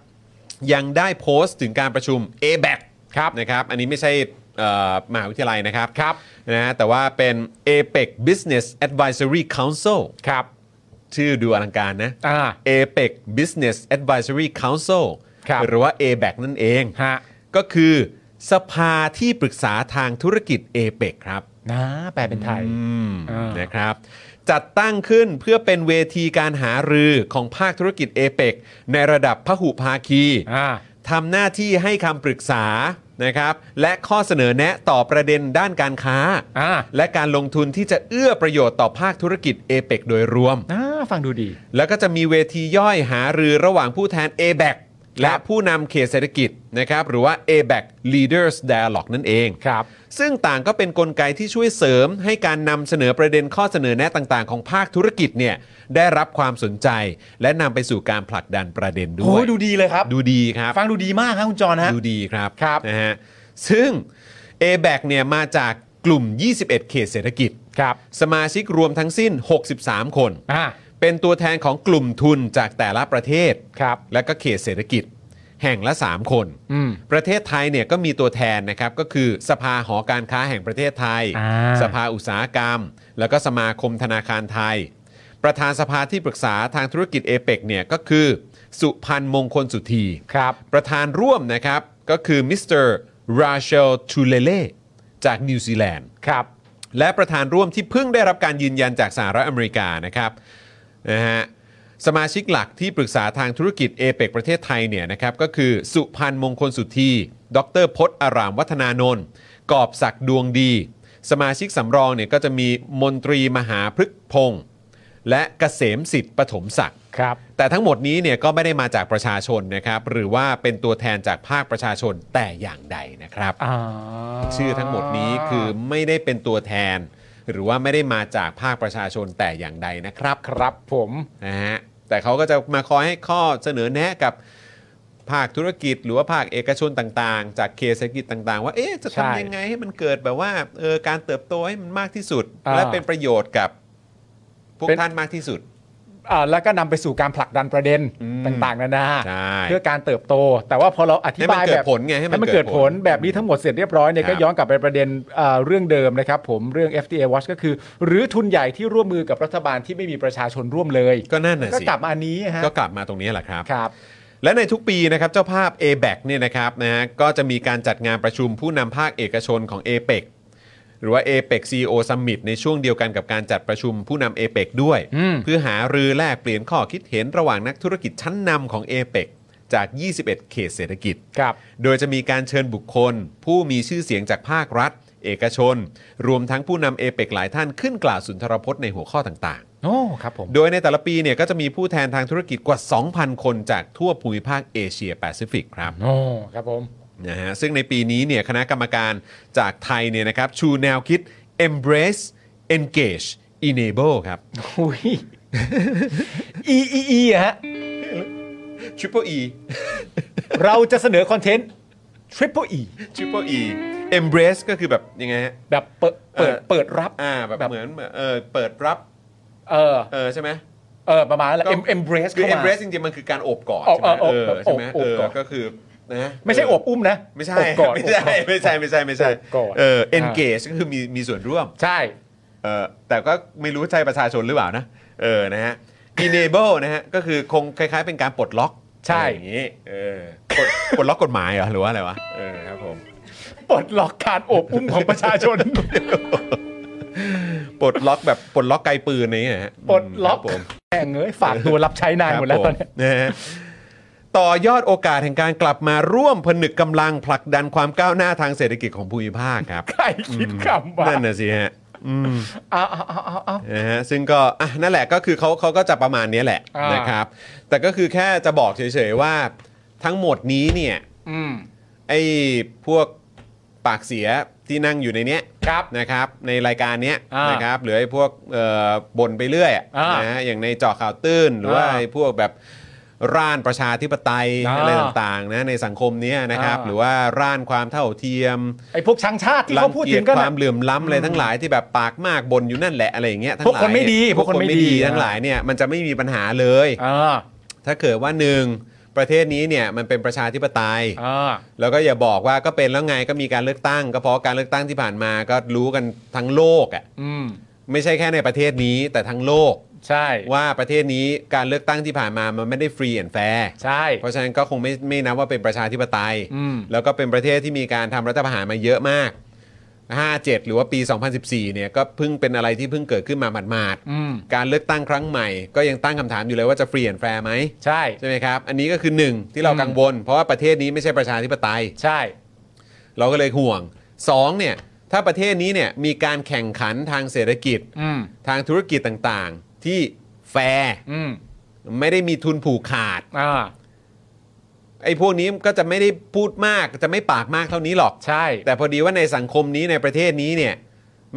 S3: ยังได้โพสต์ถึงการประชุม a b a c
S5: ครับ
S3: นะครับ อันนี้ไม่ใช่เอ่อมหาวิทยาลัยนะครับ
S5: ครับ
S3: นะฮะแต่ว่าเป็น APEC Business Advisory Council
S5: ครับ
S3: ชื่อดูอลังการนะ
S5: อ่า
S3: APEC Business Advisory Council
S5: ครับ
S3: หรือว่า ABAC นั่นเอง
S5: ฮะ
S3: ก็คือสภาที่ปรึกษาทางธุรกิจ APEC ครับ
S5: นะแปลเป็นไทย
S3: อืม
S5: อ่าน
S3: นะครับ จัดตั้งขึ้นเพื่อเป็นเวทีการหารือของภาคธุรกิจ APEC ในระดับพหุภาคี
S5: อ่า
S3: ทำหน้าที่ให้คำปรึกษานะครับและข้อเสนอแนะต่อประเด็นด้านการค้า
S5: อ่า
S3: และการลงทุนที่จะเอื้อประโยชน์ต่อภาคธุรกิจ APEC โดยรวม
S5: อ่าฟังดูดี
S3: แล้วก็จะมีเวทีย่อยหารือระหว่างผู้แทน a b a c และผู้นำเขตเศรษฐกิจนะครับหรือว่า a b a c Leaders Dialogue นั่นเอง
S5: ครับ
S3: ซึ่งต่างก็เป็นกลไกที่ช่วยเสริมให้การนำเสนอประเด็นข้อเสนอแนะต่างๆ ของภาคธุรกิจเนี่ยได้รับความสนใจ และนำไปสู่การผลักดันประเด็นด้ว
S5: โอ้
S3: ย
S5: ยดูดีเลยครับ
S3: ดูดีครับ
S5: ฟังดูดีมากครับคุณจอนฮะ
S3: ดูดีครับ
S5: ครับ
S3: นะฮะซึ่ง a b a c เนี่ยมาจากกลุ่ม 21 เขตเศรษฐกิจ
S5: ครับ
S3: สมาชิกรวมทั้งสิ้น 63 คน
S5: อ่า
S3: เป็นตัวแทนของกลุ่มทุนจากแต่ละประเทศ
S5: ครับ
S3: และก็เขตเศรษฐกิจ แห่งละ 3 คน
S5: อืม
S3: ประเทศไทยเนี่ยก็มีตัวแทนนะครับก็คือสภาหอการค้าแห่งประเทศไทย
S5: อ่า
S3: สภาอุตสาหกรรม แล้วก็สมาคมธนาคารไทย ประธานสภาที่ปรึกษาทางธุรกิจเอเปกเนี่ยก็คือ สุพันธ์มงคลสุธี
S5: ครับ
S3: ประธานร่วมนะครับก็คือมิสเตอร์ราเชลทูเลเล่จากนิวซีแลนด์
S5: ครับ
S3: และประธานร่วมที่เพิ่งได้รับการยืนยันจากสหรัฐอเมริกานะครับนะฮะสมาชิกหลักที่ปรึกษาทางธุรกิจเอเปกประเทศไทยเนี่ยนะครับก็คือสุพันธ์มงคลสุธีดรพศอารามวัฒนานนท์กอบศักดิ์ดวงดี สมาชิกสำรองเนี่ยก็จะมีมนตรีมหาพฤกษ์พงศ์และเกษมสิทธิ์ปฐมศักดิ์
S5: ครับ
S3: แต่ทั้งหมดนี้เนี่ยก็ไม่ได้มาจากประชาชนนะครับ หรือว่าเป็นตัวแทนจากภาคประชาชนแต่อย่างใดนะครับ
S5: อ่า
S3: ชื่อทั้งหมดนี้คือไม่ได้เป็นตัวแทน หรือว่าไม่ได้มาจากภาคประชาชนแต่อย่างใดนะครับ
S5: ครับผม
S3: นะฮะแต่เขาก็จะมาคอยให้ข้อเสนอแนะกับภาคธุรกิจ หรือว่าภาคเอกชนต่างๆ จากเคสเศรษฐกิจต่างๆ ว่าเอ๊ะจะ
S5: ใช่
S3: ทำยังไงให้มันเกิดแบบว่าเออการเติบโตให้มันมากที่สุด
S5: อ่า
S3: และเป็นประโยชน์กับพวก
S5: เป็น
S3: ท่านมากที่สุด
S5: อ่าแล้วก็นำไปสู่การผลักดันประเด็นต่างๆนานา
S3: ใช่
S5: เพื่อการเติบโต แต่ว่าพอเราอธิบาย
S3: ให้มันเกิ
S5: แบ
S3: ด
S5: บ
S3: ผลไงให้มัน
S5: มัน
S3: เกิ
S5: เกิ
S3: ด
S5: ด
S3: ผ
S5: ผ
S3: ล
S5: ลแบบนี้ทั้งหมดเสร็จเรียบร้อยเนี่ย
S3: ครั
S5: ก็
S3: บ
S5: ย้อนกลับไปประเด็นอ่าเรื่องเดิมนะครับผมเรื่อง FTA Watch ก็คือ หรือทุนใหญ่ที่ร่วมมือกับรัฐบาลที่ไม่มีประชาชนร่วมเลย
S3: ก็นั่นน่ะ
S5: ก็
S3: สิ
S5: กลับมาอันนี้ฮะ
S3: ก็กลับมาตรงนี้แหละครับ
S5: ครับ
S3: และในทุกปีนะครับเจ้าภาพ a b a c เนี่ยนะครับนะฮะก็จะมีการจัดงานประชุมผู้นำภาคเอกชนของ a p e c หรือว่า a p e c CEO Summit ในช่วงเดียวกันกับการจัดประชุมผู้นำ a p e c ด้วย
S5: อืม
S3: เพื่อหารือแลกเปลี่ยนข้อคิดเห็นระหว่างนักธุรกิจชั้นนำของ a p e c จาก 21 เขตเศรษฐกิจ
S5: ครับ
S3: โดยจะมีการเชิญบุคคล ผู้มีชื่อเสียงจากภาครัฐ เอกชน รวมทั้งผู้นำเอเปกหลายท่านขึ้นกล่าวสุนทรพจน์ในหัวข้อต่างๆ
S5: โอ้ครับผม
S3: โดยในแต่ละปีเนี่ยก็จะมีผู้แทนทางธุรกิจกว่า 2,000 คนจากทั่วภูมิภาคเอเชียแปซิฟิกครับ
S5: โอ้ครับผม
S3: นะฮะซึ่งในปีนี้เนี่ยคณะกรรมการจากไทยเนี่ยนะครับชูแนวคิด embrace engage enable ครับ
S5: อุ้ย อีอีอีอะฮะ
S3: triple e
S5: เราจะเสนอคอนเทนต์ triple E
S3: triple e embrace ก็คือแบบยังไงฮะ
S5: แบบเปิดเปิด
S3: เออ
S5: เปิดรับ
S3: อ่าแบบ
S5: แบบ
S3: เหมือนเออเปิดรับ
S5: เออ
S3: เออใช่ไหม
S5: เออประมาณนั้นแหละ
S3: ก็
S5: em- embrace
S3: คือ
S5: เข้ามา
S3: embrace จริงๆมันคือการโอบกอด
S5: โอบ
S3: ใช่ไหม
S5: โอบ
S3: เออ
S5: แบบ
S3: ใช่ไหม
S5: โอบ
S3: เออก
S5: อด
S3: ก็คือนะ
S5: ไม่ใช่อวบอุ้มนะ
S3: ไม่ใช่
S5: อวบกอด
S3: ไม่ใช่
S5: อวบกอด
S3: ไม่ใช่ไม่ใช่ไม่ใช่
S5: โอบกอด
S3: เออ engage ก็คือมีมีส่วนร่วม
S5: ใช่
S3: เออแต่ก็ไม่รู้ใช่ประชาชนหรือเปล่านะ เออนะฮะ enable นะฮะ ก็คือคงคล้ายๆเป็นการปลดล็อก
S5: ใช่
S3: อะไรอย่างนี้เออปลดปลดล็อกกฎหมายเหรอหรือว่าอะไรวะเออครับผม
S5: ปลดล็อกการโอบอุ้มของประชาชน
S3: ปลดล็อกแบบปลดล็อกไกลปืนอะไรอย่างเงี้ยฮะ
S5: ปลดล็อก
S3: ครับผม
S5: แม่งเอ้ยฝากตัวรับใช้นายหมดแล้ว
S3: ค
S5: ตอ
S3: รับ
S5: นเนี้ย
S3: ผมนะฮะต่อยอดโอกาสแห่งการกลับมาร่วมผนึกกำลังผลักดันความก้าวหน้าทางเศรษฐกิจของภูมิภาคครับ
S5: ใครคิดคำว่า
S3: นั่นน่ะสิฮะอืม
S5: เอาเอาเอาเอาเอา
S3: นะฮะซึ่งก็อ่ะนั่นแหละก็คือเขาเขาก็จะประมาณเนี้ยแหละ
S5: อ่าน
S3: นะครับ แต่ก็คือแค่จะบอกเฉยๆว่าทั้งหมดนี้เนี่ย
S5: อืม
S3: ไอ้พวกปากเสียที่นั่งอยู่ในเนี้ย
S5: ครับ
S3: นะครับในรายการเนี้ย
S5: อ่าน
S3: นะครับหรือไอ้พวกเอ่อบ่นไปเรื่อยอะ
S5: อ่าน
S3: นะฮะอย่างในเจาะข่าวตื้น หรือว่า
S5: อ่า
S3: ไอ้พวกแบบร่านประชาธิปไตย
S5: อ่า
S3: อะไรต่างๆนะในสังคมเนี้ยนะครับ
S5: อ่า
S3: หรือว่าร่านความเท่าเทียม
S5: ไอ้พวกชังชาติที่เขาพูด
S3: รังกี
S5: ถึ
S3: ยจ
S5: งกัน
S3: ควา
S5: น่ะ
S3: มเหลื่อมล้ำอะไรทั้งหลายที่แบบปากมากบ่นอยู่นั่นแหละอะไรอย่างเงี้ยทั้งหลาย
S5: พวกคนไม่ดี
S3: เย
S5: พวกคนไม่ดีอ่า
S3: ทั้งหลายเนี่ยมันจะไม่มีปัญหาเลย
S5: อ่า
S3: ถ้าเกิดว่าหนึ่งประเทศนี้เนี่ยมันเป็นประชาธิปไตย
S5: อ่า
S3: แล้วก็อย่าบอกว่าก็เป็นแล้วไงก็มีการเลือกตั้ง ก็เพราะการเลือกตั้งที่ผ่านมาก็รู้กันทั้งโลกอ่ะ
S5: อืม
S3: ไม่ใช่แค่ในประเทศนี้แต่ทั้งโลก
S5: ใช่
S3: ว่าประเทศนี้การเลือกตั้งที่ผ่านมามันไม่ได้ฟรีแอนแฟร์
S5: ใช่
S3: เพราะฉะนั้นก็คงไม่ไม่นับว่าเป็นประชาธิปไตย
S5: อืม
S3: แล้วก็เป็นประเทศที่มีการทำรัฐประหารมาเยอะมาก 57 หรือว่าปี 2014 เนี่ยก็เพิ่งเป็นอะไรที่เพิ่งเกิดขึ้นมาหมาด
S5: อืม
S3: ๆการเลือกตั้งครั้งใหม่ ก็ยังตั้งคำถามอยู่เลยว่าจะฟรีแอนแฟร์ไหม
S5: ใช่
S3: ใช่ไหมครับ อันนี้ก็คือหนึ่งที่เรากังวล เพราะว่าประเทศนี้ไม่ใช่ประชาธิปไตย
S5: ใช่
S3: เราก็เลยห่วงสองเนี่ยถ้าประเทศนี้เนี่ยมีการแข่งขันทางเศรษฐกิจ
S5: อืม
S3: ทางธุรกิจต่างๆ ที่แฟร์
S5: อืม
S3: ไม่ได้มีทุนผูกขาด
S5: อ่า
S3: ไอ้พวกนี้ก็จะไม่ได้พูดมากจะไม่ปากมากเท่านี้หรอก
S5: ใช่
S3: แต่พอดีว่าในสังคมนี้ในประเทศนี้เนี่ย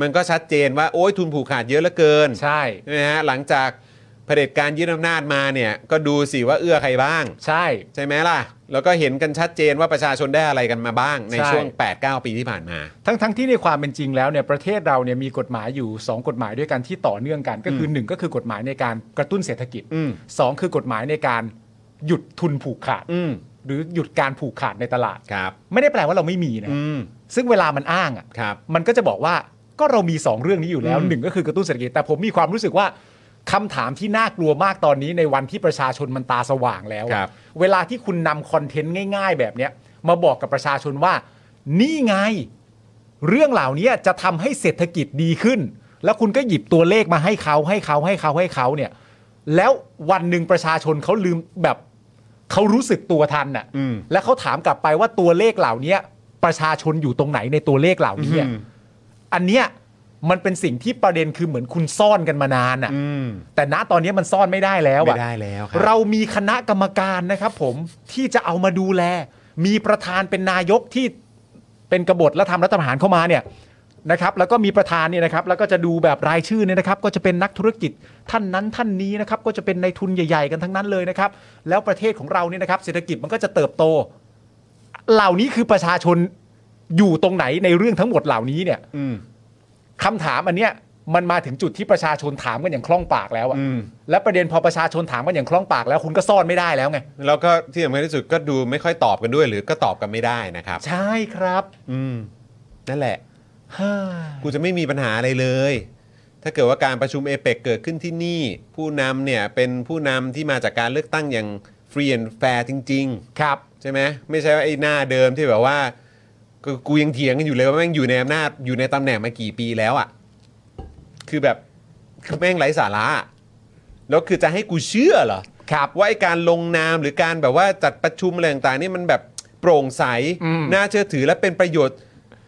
S3: มันก็ชัดเจนว่าโอ้ยทุนผูกขาดเยอะเหลือเกิน
S5: ใช่
S3: ใช่ไหมฮะหลังจากเผด็จการยึดอำนาจมาเนี่ยก็ดูสิว่าเอื้อใครบ้าง
S5: ใช่
S3: ใช่ไหมล่ะ แล้วก็เห็นกันชัดเจนว่าประชาชนได้อะไรกันมาบ้าง ใน
S5: ใช่
S3: ช่วง 8-9 ปีที่ผ่านมา
S5: ทั้งทั้งที่ในความเป็นจริงแล้วเนี่ยประเทศเราเนี่ยมีกฎหมายอยู่ 2 กฎหมายด้วยกันที่ต่อเนื่องกันก็คือ 1 ก็คือกฎหมายในการกระตุ้นเศรษฐกิจ
S3: อืม
S5: 2 คือกฎหมายในการหยุดทุนผูกขาด
S3: อืม
S5: หรือหยุดการผูกขาดในตลาด
S3: ครับ
S5: ไม่ได้แปลว่าเราไม่มีนะ
S3: อืม
S5: ซึ่งเวลามันอ้างอ่ะ
S3: ครับ
S5: มันก็จะบอกว่าก็เรามี 2 เรื่องนี้อยู่แล้ว
S3: อืม
S5: หนึ่งก็คือกระตุ้นเศรษฐกิจแต่ผมมีความรู้สึกว่าคำถามที่น่ากลัวมากตอนนี้ในวันที่ประชาชนมันตาสว่างแล้วอะ
S3: ครับ
S5: เวลาที่คุณนำคอนเทนต์ง่าย ๆ แบบเนี้ยมาบอกกับประชาชนว่า นี่ไง เรื่องเหล่านี้จะทำให้เศรษฐกิจดีขึ้น แล้วคุณก็หยิบตัวเลขมาให้เขาให้เขาให้เขาให้เขาเนี่ย แล้ววันหนึ่งประชาชนเขาลืมแบบเขารู้สึกตัวทันน่ะ
S3: อืม
S5: แล้วเขาถามกลับไปว่าตัวเลขเหล่านี้ประชาชนอยู่ตรงไหนในตัวเลขเหล่านี้อะอันเนี้ยมันเป็นสิ่งที่ประเด็นคือเหมือนคุณซ่อนกันมานานอ่ะ
S3: อืม
S5: แต่ณตอนนี้มันซ่อนไม่ได้แล้ว
S3: ไม่
S5: อะ
S3: ได้แล้วครั
S5: เรามีคณะกรรมการนะครับผมที่จะเอามาดูแล มีประธานเป็นนายกที่เป็นกบฏและทำรัฐประหารเข้ามาเนี่ย นะครับแล้วก็มีประธานเนี่ยนะครับแล้วก็จะดูแบบรายชื่อเนี่ยนะครับก็จะเป็นนักธุรกิจท่านนั้นท่านนี้นะครับก็จะเป็นในทุนใหญ่ ๆ กันทั้งนั้นเลยนะครับแล้วประเทศของเราเนี่ยนะครับเศรษฐกิจมันก็จะเติบโต เหล่านี้คือประชาชนอยู่ตรงไหนในเรื่องทั้งหมดเหล่านี้เนี่ยคำถามอันเนี้ยมันมาถึงจุดที่ประชาชนถามกันอย่างคล่องปากแล้วอะและประเด็นพอประชาชนถามกันอย่างคล่องปากแล้ว คุณก็ซ่อนไม่ได้แล้วไง
S3: แล้วก็ที่สำคัญที่สุดก็ดูไม่ค่อยตอบกันด้วยหรือก็ตอบกันไม่ได้นะครับ
S5: ใช่ครับ
S3: อืม นั่นแหละ กูจะไม่มีปัญหาอะไรเลย ถ้าเกิดว่าการประชุมเอเปกเกิดขึ้นที่นี่ ผู้นำเนี่ยเป็นผู้นำที่มาจากการเลือกตั้งอย่างฟรีแอนแฟร์จริง
S5: ๆ ครับ
S3: ใช่ไหมไม่ใช่ว่าไอ้หน้าเดิมที่แบบว่ากูกูยังเถียงกันอยู่เลยว่าแม่งอยู่ในอำนาจอยู่ในตำแหน่งมากี่ปีแล้วอะ่ะ คือแบบแม่งไร้สาระอะแล้วคือจะให้กูเชื่อเหรอ
S5: ครับ
S3: ว่าไอ้การลงนามหรือการแบบว่าจัดประชุมอะไรต่างๆนี่มันแบบโปร่งใส
S5: อืม
S3: น่าเชื่อถือและเป็นประโยชน์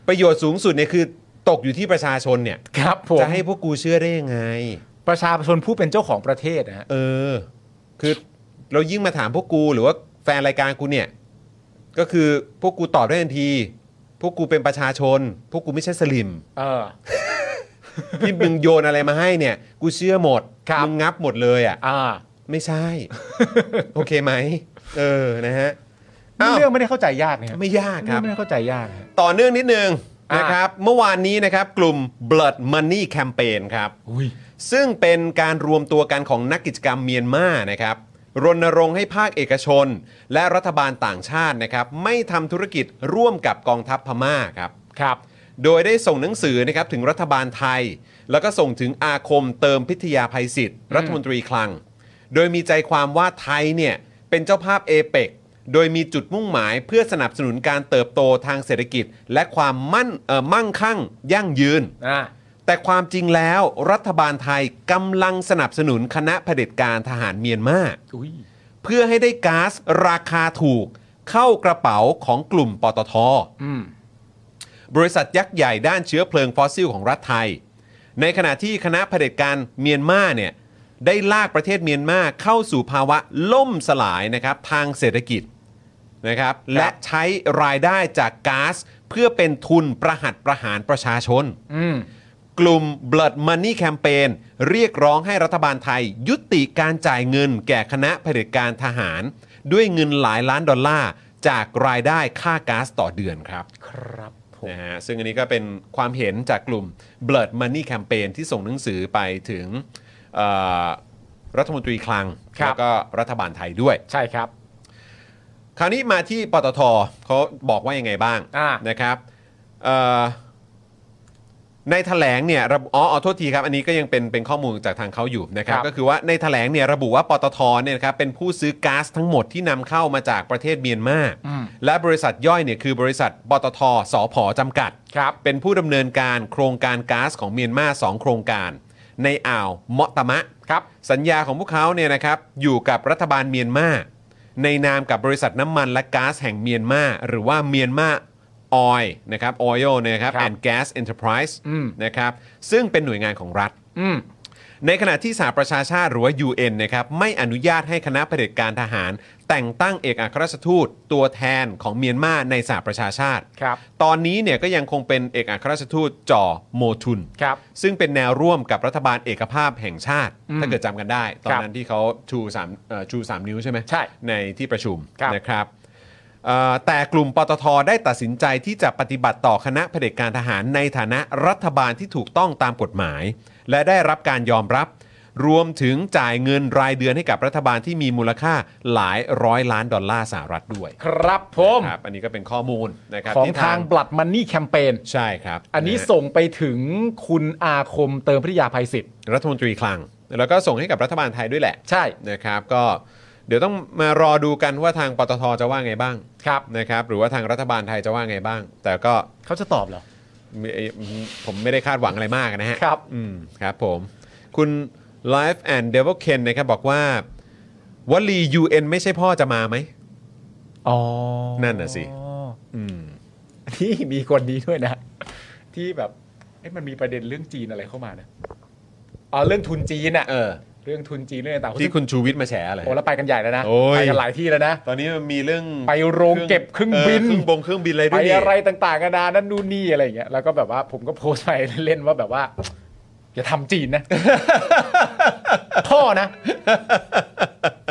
S3: ประโยชน์สูงสุดเนี่ยคือตกอยู่ที่ประชาชนเนี่ย
S5: ครับผม
S3: จะให้พวกกูเชื่อได้ยังไง
S5: ประชาชนผู้เป็นเจ้าของประเทศนะฮะ
S3: เออ คือเรายิ่งมาถามพวกกูหรือว่าแฟนรายการกูเนี่ย ก็คือพวกกูตอบได้ทันที พวกกูเป็นประชาชน พวกกูไม่ใช่สลิม
S5: เออ
S3: ที่มึงโยนอะไรมาให้เนี่ย กูเชื่อหมด
S5: ครับ
S3: มึงงับหมดเลยอ่ะ
S5: อ่า
S3: ไม่ใช่ โอเคไหม เออ นะฮะ อ้าว
S5: เรื่องไม่ได้เข้าใจยากเนี่ย
S3: ไม่ยากค
S5: เรื่อ
S3: รั
S5: ง
S3: บ
S5: ไม่ได้เข้าใจยากฮะ
S3: ต่อเนื่องนิดนึง
S5: อ่าน
S3: นะครับ เมื่อวานนี้นะครับ กลุ่ม Blood Money Campaign ครับ
S5: อุ้ย
S3: ซึ่งเป็นการรวมตัวกันของนักกิจกรรมเมียนมานะครับรณรงค์ให้ภาคเอกชน และรัฐบาลต่างชาตินะครับ ไม่ทำธุรกิจร่วมกับกองทัพพม่าครับ
S5: ครับ
S3: โดยได้ส่งหนังสือนะครับถึงรัฐบาลไทย แล้วก็ส่งถึงอาคมเติมพิทยาภัยศิษย์รัฐมนตรีคลัง โดยมีใจความว่าไทยเนี่ยเป็นเจ้าภาพเอเปกโดยมีจุดมุ่งหมายเพื่อสนับสนุนการเติบโตทางเศรษฐกิจ และความมั่นเอ่อมั่งคั่งยั่งยืน
S5: อ่า
S3: แต่ความจริงแล้วรัฐบาลไทยกำลังสนับสนุนคณะเผด็จการทหารเมียนมา
S5: อุ้ย
S3: เพื่อให้ได้ก๊าซราคาถูก เข้ากระเป๋าของกลุ่มปตท
S5: อืม
S3: บริษัทยักษ์ใหญ่ด้านเชื้อเพลิงฟอสซิลของรัฐไทย ในขณะที่คณะเผด็จการเมียนมาเนี่ยได้ลากประเทศเมียนมาเข้าสู่ภาวะล่มสลายนะครับทางเศรษฐกิจนะครับและใช้รายได้จากก๊าซเพื่อเป็นทุนประหัตประหารประชาชน
S5: อืม
S3: กลุ่ม Blood Money Campaign เรียกร้องให้รัฐบาลไทย ยุติการจ่ายเงินแก่คณะเผด็จการทหาร ด้วยเงินหลายล้านดอลลาร์จากรายได้ค่าก๊าซต่อเดือนครับ
S5: ครับผม
S3: นะฮะซึ่งอันนี้ก็เป็นความเห็นจากกลุ่ม Blood Money Campaign ที่ส่งหนังสือไปถึงเอ่อรัฐมนตรีคลัง
S5: ครับ
S3: แล้วก็รัฐบาลไทยด้วย
S5: ใช่ครับ
S3: คราวนี้มาที่ปตทเขาบอกว่ายังไงบ้าง
S5: อ่า
S3: นะครับเอ่อในถแถลงเนี่ยระบุอ๋ออ๋อโทษทีครับ อันนี้ก็ยังเป็นเป็นข้อมูลจากทางเขาอยู่นะครับ
S5: ครับ
S3: ก็คือว่าในถแถลงเนี่ยระบุว่าปตทเนี่ยนะครับเป็นผู้ซื้อก๊าซทั้งหมดที่นำเข้ามาจากประเทศเมียนมา
S5: อืม
S3: และบริษัทย่อยเนี่ยคือบริษัทปตทสอผอจำกัด
S5: ครับ
S3: เป็นผู้ดำเนินการโครงการก๊าซของเมียนมาสองโครงการ ในอ่าวเมาะตะมะ
S5: ครับ
S3: สัญญาของพวกเขาเนี่ยนะครับอยู่กับรัฐบาลเมียนมาในนามกับบริษัทน้ำมันและก๊าซแห่งเมียนมาหรือว่าเมียนมาออยนะครับออยล์นะครับ
S5: ครับ
S3: and gas enterprise
S5: อืม
S3: นะครับซึ่งเป็นหน่วยงานของรัฐ
S5: อืม
S3: ในขณะที่สหประชาชาติหรือว่า UN นะครับไม่อนุญาตให้คณะเผด็จการทหาร แต่งตั้งเอกอัครราชทูตตัวแทนของเมียนมาในสหประชาชาติ
S5: ครับ
S3: ตอนนี้เนี่ยก็ยังคงเป็นเอกอัครราชทูตจ่อโมทุน
S5: ครับ
S3: ซึ่งเป็นแนวร่วมกับรัฐบาลเอกภาพแห่งชาติ
S5: อืม
S3: ถ้าเกิดจำกันได้ ตอนนั้นที่เขาชูสามเอ่อชูสามนิ้วใช่ไหม
S5: ใช่
S3: ในที่ประชุม
S5: ครับ
S3: นะครับเอ่อแต่กลุ่มปตทได้ตัดสินใจที่จะปฏิบัติต่อคณะเผด็จการทหารในฐานะรัฐบาลที่ถูกต้องตามกฎหมาย และได้รับการยอมรับ รวมถึงจ่ายเงินรายเดือนให้กับรัฐบาลที่มีมูลค่าหลายร้อยล้านดอลลาร์สหรัฐด้วย
S5: ครับผม
S3: ครับอันนี้ก็เป็นข้อมูลนะครับ
S5: ของทางบลัดมันนี่แคมเปญ
S3: ใช่ครับ
S5: อันนี้
S3: ะฮะ
S5: ส่งไปถึงคุณอาคมเติมพิทยาภัยศิษย์
S3: รัฐมนตรีคลัง แล้วก็ส่งให้กับรัฐบาลไทยด้วยแหละ
S5: ใช่
S3: นะครับ ก็เดี๋ยวต้องมารอดูกันว่าทางปตทจะว่าไงบ้าง
S5: ครับ
S3: นะครับ หรือว่าทางรัฐบาลไทยจะว่าไงบ้าง แต่ก็
S5: เขาจะตอบเหรอ
S3: ไม่ผมไม่ได้คาดหวังอะไรมากนะฮะ
S5: ครับ
S3: อืมครับผม คุณ Life and Devil Ken นะครับ บอกว่าวลี UN ไม่ใช่พ่อจะมาไหม
S5: อ๋อ
S3: นั่นน่ะสิ อืม
S5: ที่มีคนนี้ด้วยนะ ที่แบบเอ๊ะมันมีประเด็นเรื่องจีนอะไรเข้ามานะอ๋อเรื่องทุนจีนอ่ะ
S3: เออ
S5: เรื่องทุนจีนเรื่องต่างๆ
S3: ที่คุณชูวิทย์มาแฉอะไร
S5: โอ้แล้วไปกันใหญ่แล้วนะ
S3: โอ้ย
S5: ไปกันหลายที่แล้วนะ
S3: ตอนนี้มันมีเรื่อง
S5: ไปโรงเก็บเครื่องบิน
S3: เครื่องบงเครื่องบินอะไรด้
S5: ไป
S3: วยนี่
S5: อะไรต่างๆกันานานั่นนู่นนี่อะไรอย่างเงี้ยแล้วก็แบบว่าผมก็โพสต์ไปเล่นๆว่าแบบว่า อย่าทำจี นนะ พ่อนะ